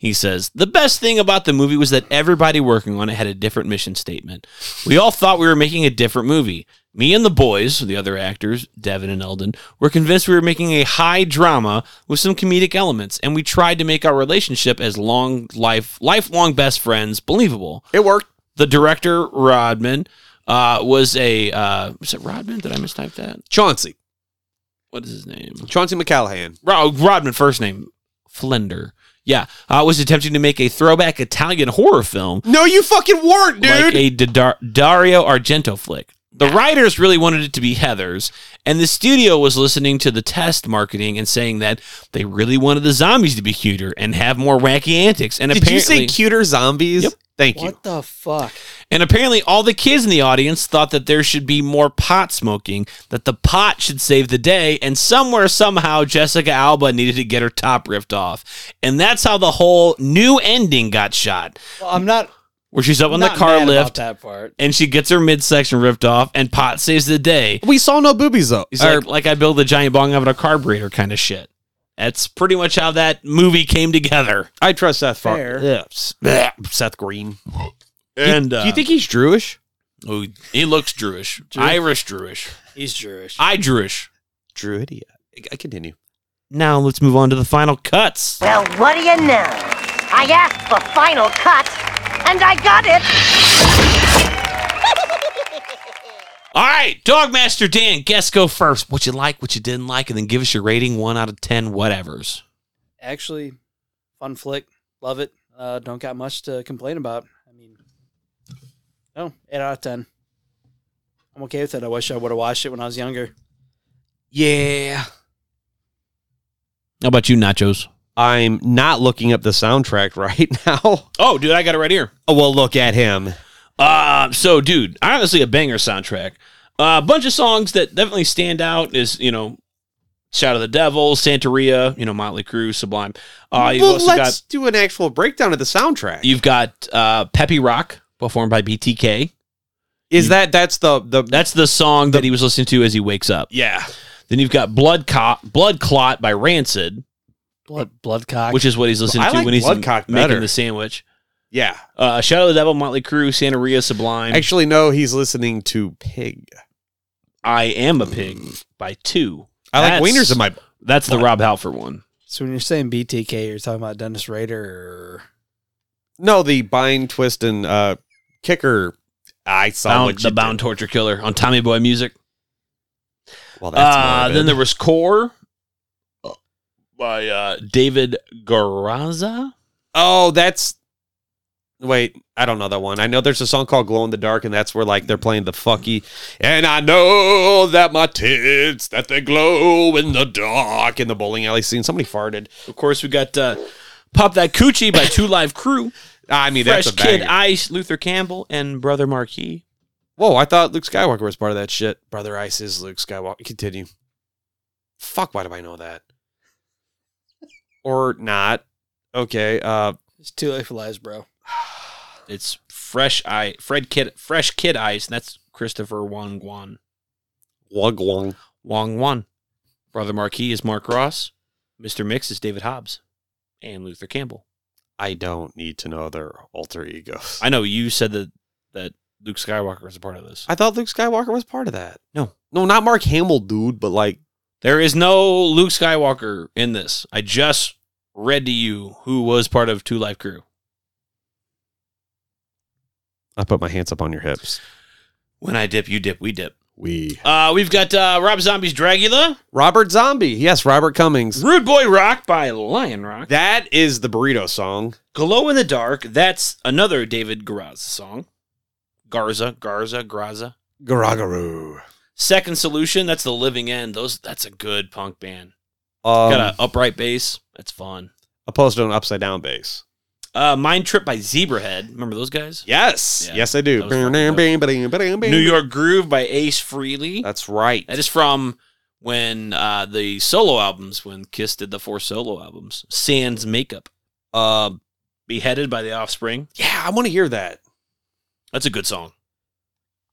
Speaker 3: He says, The best thing about the movie was that everybody working on it had a different mission statement. We all thought we were making a different movie. Me and the boys, the other actors, Devin and Eldon, were convinced we were making a high drama with some comedic elements, and we tried to make our relationship as long life lifelong best friends believable.
Speaker 4: It worked.
Speaker 3: The director, Rodman, uh, was a uh, was it Rodman? Did I mistype that?
Speaker 4: Chauncey.
Speaker 3: What is his name?
Speaker 4: Chauncey McCallahan.
Speaker 3: Rod- Rodman, first name Flender. Yeah, uh, was attempting to make a throwback Italian horror film
Speaker 4: No, you fucking weren't, dude.
Speaker 3: like a Di- Dar- Dario Argento flick. The writers really wanted it to be Heather's, and the studio was listening to the test marketing and saying that they really wanted the zombies to be cuter and have more wacky antics. And
Speaker 4: Did
Speaker 3: apparently,
Speaker 4: you say cuter zombies? Thank you.
Speaker 13: What the fuck?
Speaker 3: and apparently, all the kids in the audience thought that there should be more pot smoking, that the pot should save the day, and somewhere, somehow, Jessica Alba needed to get her top ripped off. And that's how the whole new ending got shot,
Speaker 5: Well, I'm not
Speaker 3: where she's up on the
Speaker 5: not
Speaker 3: car
Speaker 5: mad about
Speaker 3: lift
Speaker 5: that part.
Speaker 3: and she gets her midsection ripped off, and pot saves the day.
Speaker 4: We saw no boobies, though.
Speaker 3: He's like, like I build a giant bong out of a carburetor kind of shit. That's pretty much how that movie came together.
Speaker 4: I trust Seth Far-
Speaker 3: Fair.
Speaker 4: Yeah, s- bleh, Seth Green.
Speaker 3: And
Speaker 4: do,
Speaker 3: uh,
Speaker 4: do you think he's Jewish?
Speaker 3: Oh, he looks Jewish,
Speaker 4: Jewish?
Speaker 3: Irish Jewish.
Speaker 5: He's Jewish.
Speaker 3: I Jewish.
Speaker 4: Druidia. I- I continue.
Speaker 3: Now let's move on to the final cuts.
Speaker 15: Well, what do you know? I asked for final cut, and I got it.
Speaker 3: All right, Dogmaster Dan, guess go first. What you like, what you didn't like, and then give us your rating, one out of ten, whatevers.
Speaker 5: Actually, fun flick. Love it. Uh, don't got much to complain about. I mean, no, eight out of ten. I'm okay with it. I wish I would have watched it when I was younger.
Speaker 4: Yeah.
Speaker 3: How about you, Nachos?
Speaker 4: I'm not looking up the soundtrack *laughs* right now.
Speaker 3: Oh, dude, I got it right here.
Speaker 4: Oh, well, look at him.
Speaker 3: Uh, so, dude, honestly, a banger soundtrack. A bunch of songs that definitely stand out is you know, "Shout of the Devil," "Santeria," you know, Motley Crue, Sublime. Uh, you've
Speaker 4: well,
Speaker 3: also
Speaker 4: let's do an actual breakdown of the soundtrack.
Speaker 3: got you've got uh, "Peppy Rock" performed by BTK.
Speaker 4: Is that that's the the
Speaker 3: that's the song that he was listening to as he wakes up?
Speaker 4: Yeah.
Speaker 3: Then you've got "Blood Clot," "Blood Clot" by Rancid,
Speaker 5: Blood, bloodcock.
Speaker 3: which is what he's listening
Speaker 4: I
Speaker 3: to
Speaker 4: like
Speaker 3: when he's
Speaker 4: Blood Clot better.
Speaker 3: making the sandwich.
Speaker 4: Yeah.
Speaker 3: Uh, "Shadow of the Devil," Motley Crue, "Santeria," Sublime.
Speaker 4: Actually, no, he's listening to Pig.
Speaker 3: "I Am a Pig" by Two.
Speaker 4: I like
Speaker 3: That's-
Speaker 4: wieners in my.
Speaker 3: That's the Rob Halford one.
Speaker 5: So when you're saying BTK, you're talking about Dennis Rader.
Speaker 4: No, the bind, twist, and uh, kicker. I saw
Speaker 3: Bound,
Speaker 4: what you
Speaker 3: the Bound Torture Killer on Tommy Boy Music.
Speaker 4: Well,
Speaker 3: Uh,
Speaker 4: morbid.
Speaker 3: then there was Core by uh, David Garaza.
Speaker 4: Oh, that's. Wait, I don't know that one. I know there's a song called "Glow in the Dark," and that's where like they're playing the fucky. And I know that my tits that they glow in the dark in the bowling alley scene. Somebody farted.
Speaker 3: Of course, we got uh, Pop That Coochie by Two Live Crew.
Speaker 4: *laughs* I mean,
Speaker 3: Fresh
Speaker 4: that's a
Speaker 3: Kid
Speaker 4: banger.
Speaker 3: Ice, Luther Campbell, and Brother Marquis.
Speaker 4: Whoa, I thought Luke Skywalker was part of that shit. Brother Ice is Luke Skywalker. Continue. Fuck, why do I know that? Or not. uh, Okay, uh
Speaker 5: It's too late for lies, bro.
Speaker 3: It's Fresh Eye, Fred Kid, Fresh Kid Eyes, and that's Christopher Wong Guan.
Speaker 4: Wong Wong.
Speaker 3: Wong Guan. Brother Marquis is Mark Ross. Mr. Mix is David Hobbs, and Luther Campbell.
Speaker 4: I don't need to know their alter egos.
Speaker 3: I know you said that that Luke Skywalker was a part of this.
Speaker 4: I thought Luke Skywalker was part of that.
Speaker 3: No.
Speaker 4: No, not Mark Hamill, dude, but like
Speaker 3: There is no Luke Skywalker in this. I just read to you who was part of Two Life Crew.
Speaker 4: I put my hands up on your hips.
Speaker 3: When I dip, you dip, we dip.
Speaker 4: We
Speaker 3: Uh, we've got uh, Rob Zombie's Dragula,
Speaker 4: Robert Zombie. Yes, Robert Cummings.
Speaker 3: Rude Boy Rock by Lion Rock,
Speaker 4: That is the burrito song.
Speaker 3: Glow in the Dark. That's another David Garza song. Garza, Garza, Garza.
Speaker 4: Garagaru.
Speaker 3: Second Solution. That's the Living End. Those. That's a good punk band.
Speaker 4: Um,
Speaker 3: got an upright bass. That's fun.
Speaker 4: opposed to an upside down bass.
Speaker 3: Uh, Mind Trip by Zebrahead. Remember those guys?
Speaker 4: Yes.
Speaker 3: Yeah.
Speaker 4: Yes, I do.
Speaker 3: That was fucking dope. New
Speaker 4: New
Speaker 3: York Groove by Ace Freely.
Speaker 4: That's right.
Speaker 3: That is from when uh, the solo albums, when Kiss did the four solo albums. Sans Makeup.
Speaker 4: Uh,
Speaker 3: Beheaded by the Offspring.
Speaker 4: yeah, I want to hear that.
Speaker 3: That's a good song.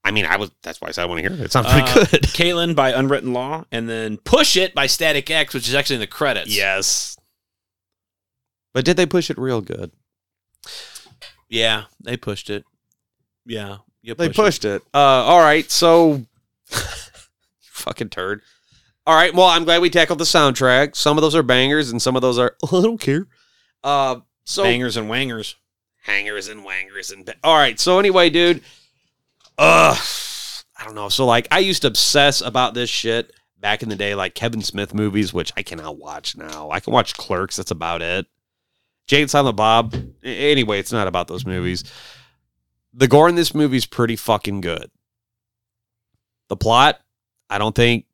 Speaker 4: I mean, I was. That's why I said I want to hear it. It sounds pretty
Speaker 3: Uh,
Speaker 4: good. *laughs*
Speaker 3: Kalen by Unwritten Law, and then Push It by Static X, which is actually in the credits.
Speaker 4: Yes. But did they push it real good?
Speaker 3: Yeah, they pushed it. Yeah. You
Speaker 4: They
Speaker 3: push it.
Speaker 4: pushed it. Uh, all right, so *laughs* fucking turd. All right, well, I'm glad we tackled the soundtrack. Some of those are bangers, and some of those are *laughs* I don't care. Uh, so
Speaker 3: Bangers and Wangers.
Speaker 4: hangers and wangers and ba- all right so anyway dude uh i don't know so like i used to obsess about this shit back in the day like kevin smith movies which i cannot watch now i can watch clerks that's about it jane silent bob A- anyway it's not about those movies the gore in this movie's pretty fucking good the plot i don't think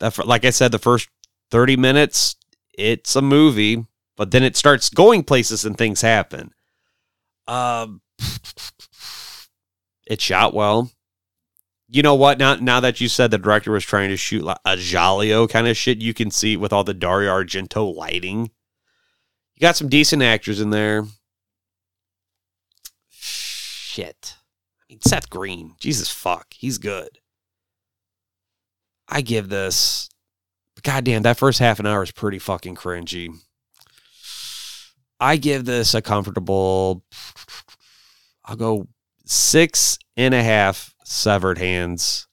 Speaker 4: that fir- like i said the first 30 minutes it's a movie but then it starts going places and things happen um, *laughs* it shot well. You know what? Now, now that you said the director was trying to shoot like a Jalio kind of shit, you can see with all the Dario Argento lighting. You got some decent actors in there. Shit. I mean, Seth Green. Jesus fuck. He's good. I give this. Goddamn, that first half an hour is pretty fucking cringy. I give this a comfortable. I'll go six and a half severed hands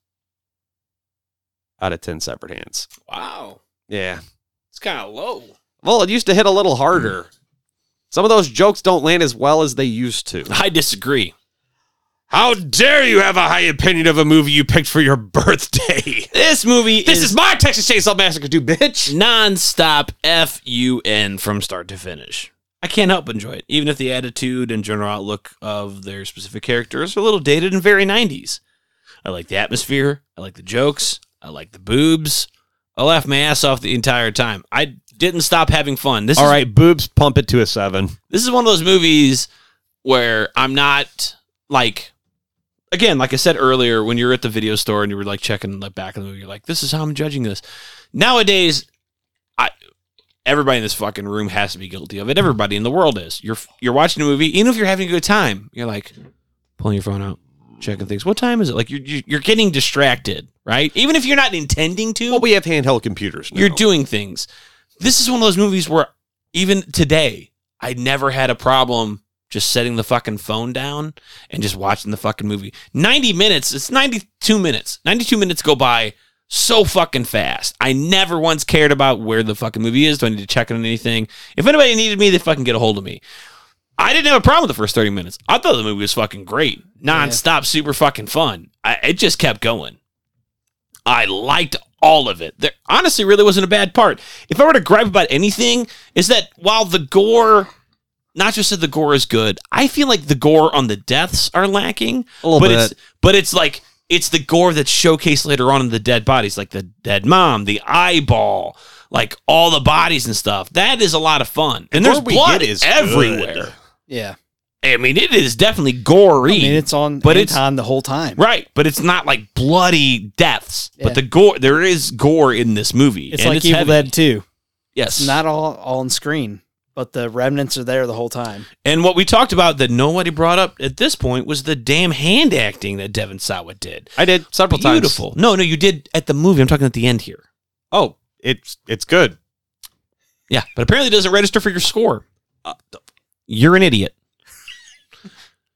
Speaker 4: out of ten severed hands.
Speaker 3: Wow.
Speaker 4: Yeah.
Speaker 3: It's kind of low.
Speaker 4: Well, it used to hit a little harder. Some of those jokes don't land as well as they used to.
Speaker 3: I disagree.
Speaker 2: How dare you have a high opinion of a movie you picked for
Speaker 4: *laughs*
Speaker 2: your birthday?
Speaker 3: This movie
Speaker 4: This
Speaker 3: is,
Speaker 4: is my Texas Chainsaw Massacre, dude, bitch.
Speaker 3: nonstop F-U-N from start to finish. I can't help but enjoy it, even if the attitude and general outlook of their specific characters are a little dated and very 90s. I like the atmosphere. I like the jokes. I like the boobs. I laughed my ass off the entire time. I didn't stop having fun. This
Speaker 4: All
Speaker 3: is
Speaker 4: right, boobs, pump it to a seven.
Speaker 3: this is one of those movies where I'm not like again, like I said earlier, when you're at the video store and you were like checking the back of the movie, you're like, this is how I'm judging this. Nowadays, I everybody in this fucking room has to be guilty of it. Everybody in the world is. You're you're watching a movie, even if you're having a good time, you're like pulling your phone out, checking things. What time is it? Like you're you're you're getting distracted, right? Even if you're not intending to.
Speaker 4: Well, we have handheld computers now.
Speaker 3: You're doing things. This is one of those movies where even today, I never had a problem just setting the fucking phone down and just watching the fucking movie. 90 minutes, it's 92 minutes. 92 minutes go by so fucking fast. I never once cared about where the fucking movie is. Do I need to check on anything? If anybody needed me, they fucking get a hold of me. I didn't have a problem with the first 30 minutes. I thought the movie was fucking great. Non-stop, super fucking fun. I, it just kept going. I liked all of it. There honestly really wasn't a bad part. If I were to gripe about anything, is that while the gore, not just that the gore is good, I feel like the gore on the deaths are lacking.
Speaker 4: A little
Speaker 3: but
Speaker 4: bit.
Speaker 3: It's, but it's like it's the gore that's showcased later on in the dead bodies, like the dead mom, the eyeball, like all the bodies and stuff. That is a lot of fun, and
Speaker 4: The
Speaker 3: there's
Speaker 4: gore we
Speaker 3: blood
Speaker 4: get is
Speaker 3: everywhere.
Speaker 4: good.
Speaker 5: Yeah.
Speaker 3: I mean, it is definitely gory.
Speaker 5: I mean, it's on
Speaker 3: But
Speaker 5: but
Speaker 3: it's-
Speaker 5: Anton the whole time.
Speaker 3: Right, but it's not like bloody deaths.
Speaker 5: Yeah.
Speaker 3: But the gore, there is gore in this movie.
Speaker 5: It's
Speaker 3: and
Speaker 5: like Evil
Speaker 3: heavy.
Speaker 5: Dead 2.
Speaker 3: Yes,
Speaker 5: It's not all, all on screen. but the remnants are there the whole time.
Speaker 3: And what we talked about that nobody brought up at this point was the damn hand acting that Devin Sawa did.
Speaker 4: I did several times.
Speaker 3: Beautiful. No, no, you did at the movie. I'm talking at the end here.
Speaker 4: Oh, it's it's good.
Speaker 3: Yeah, but apparently it doesn't register for your score. Uh, You're an idiot.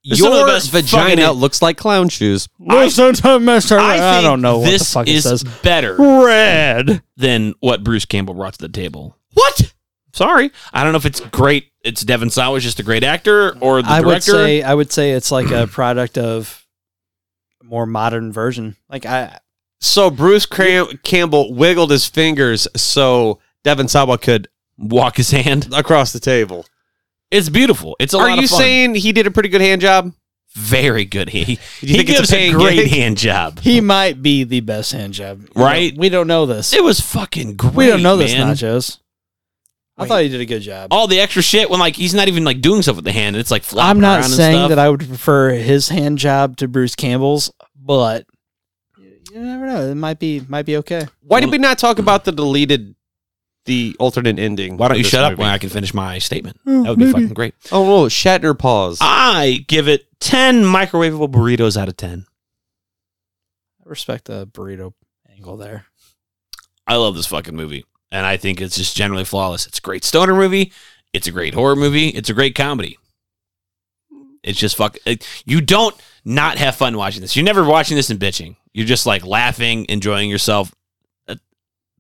Speaker 3: This is
Speaker 4: Your
Speaker 3: one of the best
Speaker 4: vagina
Speaker 3: fucking-
Speaker 4: looks like clown shoes.
Speaker 5: Listen to Mister.
Speaker 3: I,
Speaker 5: I,
Speaker 3: think
Speaker 5: don't know what the
Speaker 3: this
Speaker 5: fuck it
Speaker 3: is
Speaker 5: says.
Speaker 3: better
Speaker 5: Red.
Speaker 3: than what Bruce Campbell brought to the table.
Speaker 5: What?
Speaker 3: Sorry, I don't know if it's great. It's Devin Sawa is just a great actor, or the
Speaker 5: I
Speaker 3: director.
Speaker 5: would say I would say
Speaker 3: *clears throat*
Speaker 5: it's like a product of a more modern version. Like I
Speaker 4: So Bruce Cram- Campbell wiggled his fingers so Devin Sawa could
Speaker 3: walk his hand
Speaker 4: across the table.
Speaker 3: It's beautiful. It's a
Speaker 4: Are
Speaker 3: lot
Speaker 4: you
Speaker 3: of fun.
Speaker 4: saying he did a pretty good hand job?
Speaker 3: Very good. He,
Speaker 4: you
Speaker 3: he
Speaker 4: think it's a
Speaker 3: gives a,
Speaker 4: paying
Speaker 3: great
Speaker 4: gig?
Speaker 3: hand job.
Speaker 5: he might be the best hand job.
Speaker 3: Right?
Speaker 5: We don't know this.
Speaker 3: It was fucking great.
Speaker 5: we don't know this,
Speaker 3: man.
Speaker 5: Nachos. I thought he did a good job.
Speaker 3: All the extra shit when like he's not even like doing stuff with the hand. It's like flopping
Speaker 5: I'm not
Speaker 3: around
Speaker 5: saying
Speaker 3: and stuff.
Speaker 5: that I would prefer his hand job to Bruce Campbell's, but you never know. It might be might be okay.
Speaker 4: Why did we not talk about the deleted, the alternate ending?
Speaker 3: Why don't
Speaker 4: of
Speaker 3: you
Speaker 4: this
Speaker 3: shut up
Speaker 4: movie?
Speaker 3: when I can finish my statement?
Speaker 4: Oh,
Speaker 3: that would be
Speaker 4: maybe.
Speaker 3: fucking great.
Speaker 4: Oh, whoa, Shatner pause.
Speaker 3: Ah. I give it 10 microwavable burritos out of 10.
Speaker 5: I respect the burrito angle there.
Speaker 3: I love this fucking movie. And I think it's just generally flawless. It's a great stoner movie. It's a great horror movie. It's a great comedy. It's just fuck. It, you don't not have fun watching this. You're never watching this and bitching. You're just like laughing, enjoying yourself. Uh,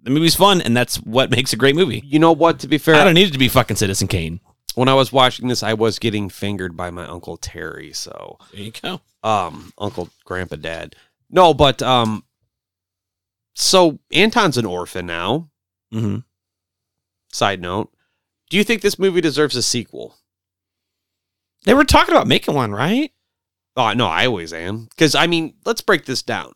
Speaker 3: The movie's fun, and that's what makes a great movie.
Speaker 4: You know what? To be fair,
Speaker 3: I don't need it to be fucking Citizen Kane.
Speaker 4: when I was watching this, I was getting fingered by my uncle Terry. So,
Speaker 3: There you go.
Speaker 4: um, uncle, grandpa, dad. No, but um, so Anton's an orphan now.
Speaker 3: Mm-hmm.
Speaker 4: Side note: Do you think this movie deserves a sequel?
Speaker 3: They were talking about making one, right?
Speaker 4: Oh no, I always am. Because I mean, let's break this down.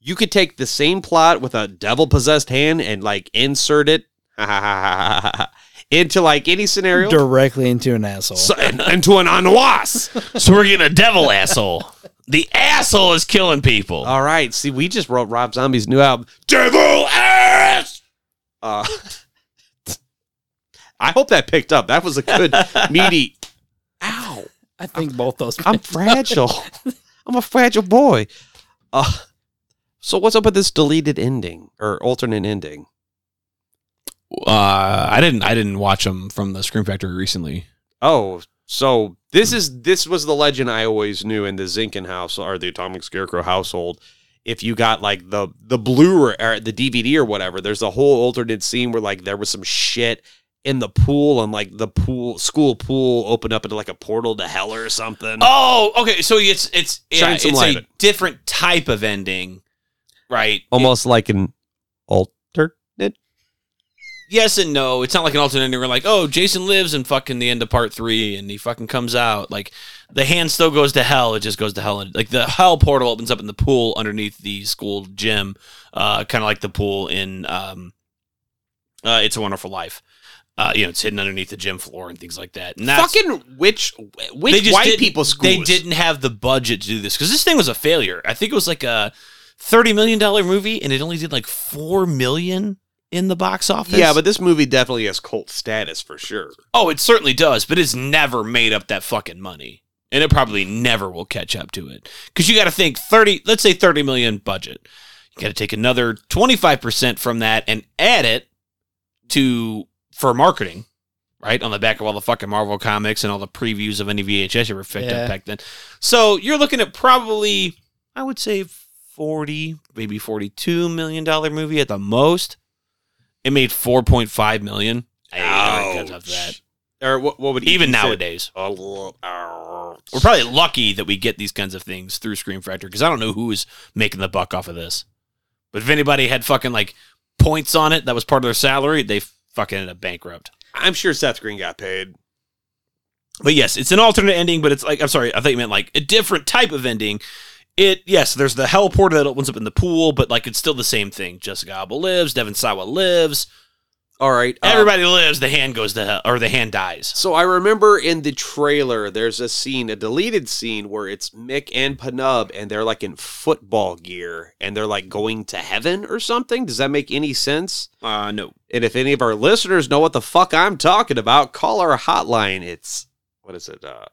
Speaker 4: You could take the same plot with a devil possessed hand and like insert it *laughs* into like any scenario.
Speaker 5: Directly into an asshole.
Speaker 4: So- and- into an anwas.
Speaker 3: So we're getting a devil *laughs* asshole. The asshole is killing people.
Speaker 4: All right. See, we just wrote Rob Zombie's new album.
Speaker 16: Devil ass!
Speaker 4: Uh, *laughs* I hope that picked up. That was a good meaty. Ow!
Speaker 5: I think both those.
Speaker 4: I'm fragile. I'm a fragile boy. Uh, so what's up with this deleted ending or alternate ending?
Speaker 3: Uh, I didn't. I didn't watch them from the Scream Factory recently.
Speaker 4: Oh, so this is this was the legend I always knew in the Zinken house or the Atomic Scarecrow household. If you got like the the Blu-ray or the DVD or whatever, there's a whole alternate scene where like there was some shit in the pool and like the pool school pool opened up into like a portal to hell or something.
Speaker 3: Oh, okay. So it's it's yeah,
Speaker 4: Shine
Speaker 3: it's
Speaker 4: some light on
Speaker 3: a different type of ending, right?
Speaker 4: Almost like an alternate.
Speaker 3: Yes and no. It's not like an alternate ending. We're like, oh, Jason lives and fucking the end of part three, and he fucking comes out. Like the hand still goes to hell. It just goes to hell, and like the hell portal opens up in the pool underneath the school gym, uh, kind of like the pool in um, uh, It's a Wonderful Life. Uh, you know, it's hidden underneath the gym floor and things like that. And that's-
Speaker 4: Fucking which
Speaker 3: They
Speaker 4: which
Speaker 3: just
Speaker 4: white
Speaker 3: didn't-
Speaker 4: people schools?
Speaker 3: They didn't have the budget to do this because this thing was a failure. I think it was like a thirty million dollar movie, and it only did like four million in the box office.
Speaker 4: Yeah, but this movie definitely has cult status for sure.
Speaker 3: oh, it certainly does. But it's never made up that fucking money, and it probably never will catch up to it because you got to think thirty. Let's say thirty million budget. You got to take another twenty five percent from that and add it to for marketing. Right on the back of all the fucking Marvel comics and all the previews of any VHS you ever picked
Speaker 5: Yeah.
Speaker 3: up back then. So you're looking at probably, I would say, forty, maybe forty-two million dollar movie at the most. It made four point five million. I ain't never catch up to that.
Speaker 4: Or what, what would
Speaker 3: Even
Speaker 4: he say?
Speaker 3: nowadays,
Speaker 4: Oh, oh.
Speaker 3: we're probably lucky that we get these kinds of things through Scream Factory because I don't know who is making the buck off of this. But if anybody had fucking like points on it, that was part of their salary, they fucking ended up bankrupt.
Speaker 4: I'm sure Seth Green got paid.
Speaker 3: But yes, it's an alternate ending, but it's like I'm sorry, I thought you meant like a different type of ending. It yes, there's the hell portal that opens up in the pool, but like it's still the same thing. Jessica Alba lives, Devin Sawa lives.
Speaker 4: All right. um,
Speaker 3: Everybody lives, the hand goes to hell, or the hand dies.
Speaker 4: So I remember in the trailer, there's a scene, a deleted scene, where it's Mick and Panub, and they're like in football gear, and they're like going to heaven or something. Does that make any sense?
Speaker 3: Uh, no.
Speaker 4: And if any of our listeners know what the fuck I'm talking about, call our hotline. It's what is it? Uh,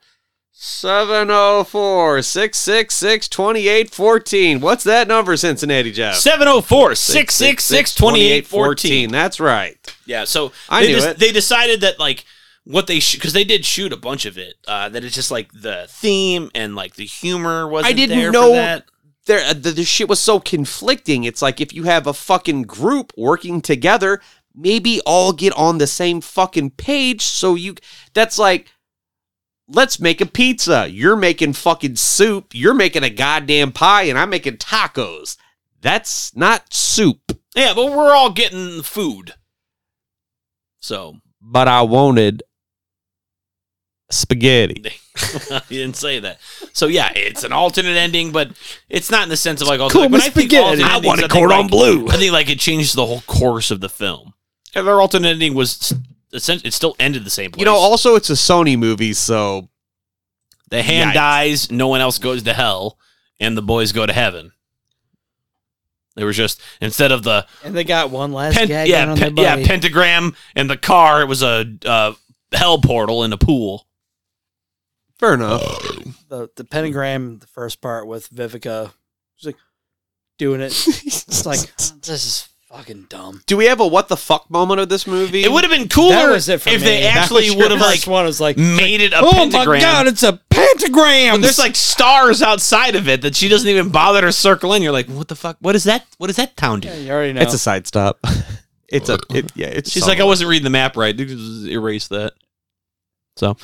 Speaker 4: 704 666 2814. What's that number, Cincinnati Jeff?
Speaker 3: 704 666 2814.
Speaker 4: That's right.
Speaker 3: Yeah, so
Speaker 4: I
Speaker 3: they,
Speaker 4: knew
Speaker 3: des-
Speaker 4: it.
Speaker 3: they decided that like what they because they did shoot a bunch of it. Uh, that it's just like the theme and like the humor wasn't.
Speaker 4: I didn't
Speaker 3: there for
Speaker 4: know
Speaker 3: that.
Speaker 4: There, uh, the, the shit was so conflicting. It's like if you have a fucking group working together, maybe all get on the same fucking page. So you, that's like, let's make a pizza. You're making fucking soup. You're making a goddamn pie, and I'm making tacos. That's not soup.
Speaker 3: Yeah, but we're all getting food. So
Speaker 4: But I wanted spaghetti.
Speaker 3: *laughs* you didn't say that. So yeah, it's an alternate ending, but it's not in the sense of like alternate.
Speaker 4: Cool,
Speaker 3: but
Speaker 4: Miss Spaghetti.
Speaker 3: alternate
Speaker 4: I
Speaker 3: endings,
Speaker 4: want a
Speaker 3: think,
Speaker 4: cordon
Speaker 3: like-
Speaker 4: bleu.
Speaker 3: I think like it changed the whole course of the film. And their alternate ending was essentially it still ended the same place.
Speaker 4: You know, also, it's a Sony movie, so
Speaker 3: the hand
Speaker 4: Yikes.
Speaker 3: dies, no one else goes to hell, and the boys go to heaven. They were just instead of the
Speaker 5: *laughs* And they got one last
Speaker 3: pen-
Speaker 5: gag
Speaker 3: yeah
Speaker 5: down on
Speaker 3: pe-
Speaker 5: their
Speaker 3: yeah
Speaker 5: buddy.
Speaker 3: pentagram and the car, it was a uh, hell portal in a pool.
Speaker 4: fair enough.
Speaker 3: *sighs*
Speaker 5: the the pentagram, the first part with Vivica, she's like doing it.
Speaker 3: *laughs*
Speaker 5: it's like "Oh, this is fucking dumb.
Speaker 4: Do we have a what the fuck moment of this movie?
Speaker 3: It would have been cooler
Speaker 5: That was it for
Speaker 3: if
Speaker 5: me.
Speaker 3: they
Speaker 5: That *laughs*
Speaker 3: actually
Speaker 5: was your
Speaker 3: would have
Speaker 5: first
Speaker 3: like
Speaker 5: one was like
Speaker 3: made it a
Speaker 5: oh my
Speaker 3: pentagram.
Speaker 5: God, it's a pentagram.
Speaker 3: But there's
Speaker 5: *laughs*
Speaker 3: like stars outside of it that she doesn't even bother to circle in. You're like, what the fuck? What is that? What does that town do?
Speaker 5: you already know.
Speaker 4: It's a side stop. *laughs* It's a it, yeah. It's
Speaker 3: She's
Speaker 4: somewhere.
Speaker 3: like, I wasn't reading the map right. Just Erase that. So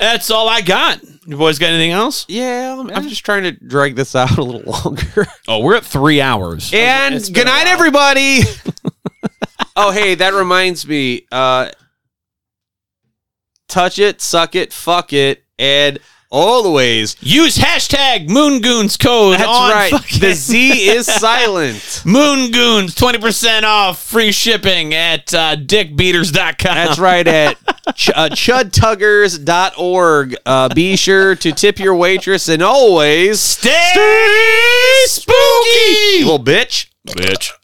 Speaker 3: that's all I got. You boys got anything else?
Speaker 4: Yeah, I'm, I'm just trying to drag this out a little *laughs* longer.
Speaker 3: Oh, we're at three hours.
Speaker 4: And good night, *laughs* everybody. oh, hey, that reminds me. Uh, touch it, suck it, fuck it, and always.
Speaker 3: Use hashtag Moongoons code.
Speaker 4: That's
Speaker 3: on
Speaker 4: right.
Speaker 3: fucking-
Speaker 4: The Z is silent.
Speaker 3: *laughs* Moongoons, 20% off free shipping at uh, dickbeaters.com.
Speaker 4: That's right *laughs* at ch- uh, chudtuggers.org. Uh, be sure to tip your waitress and always stay, spooky. Well, bitch.
Speaker 3: Bitch.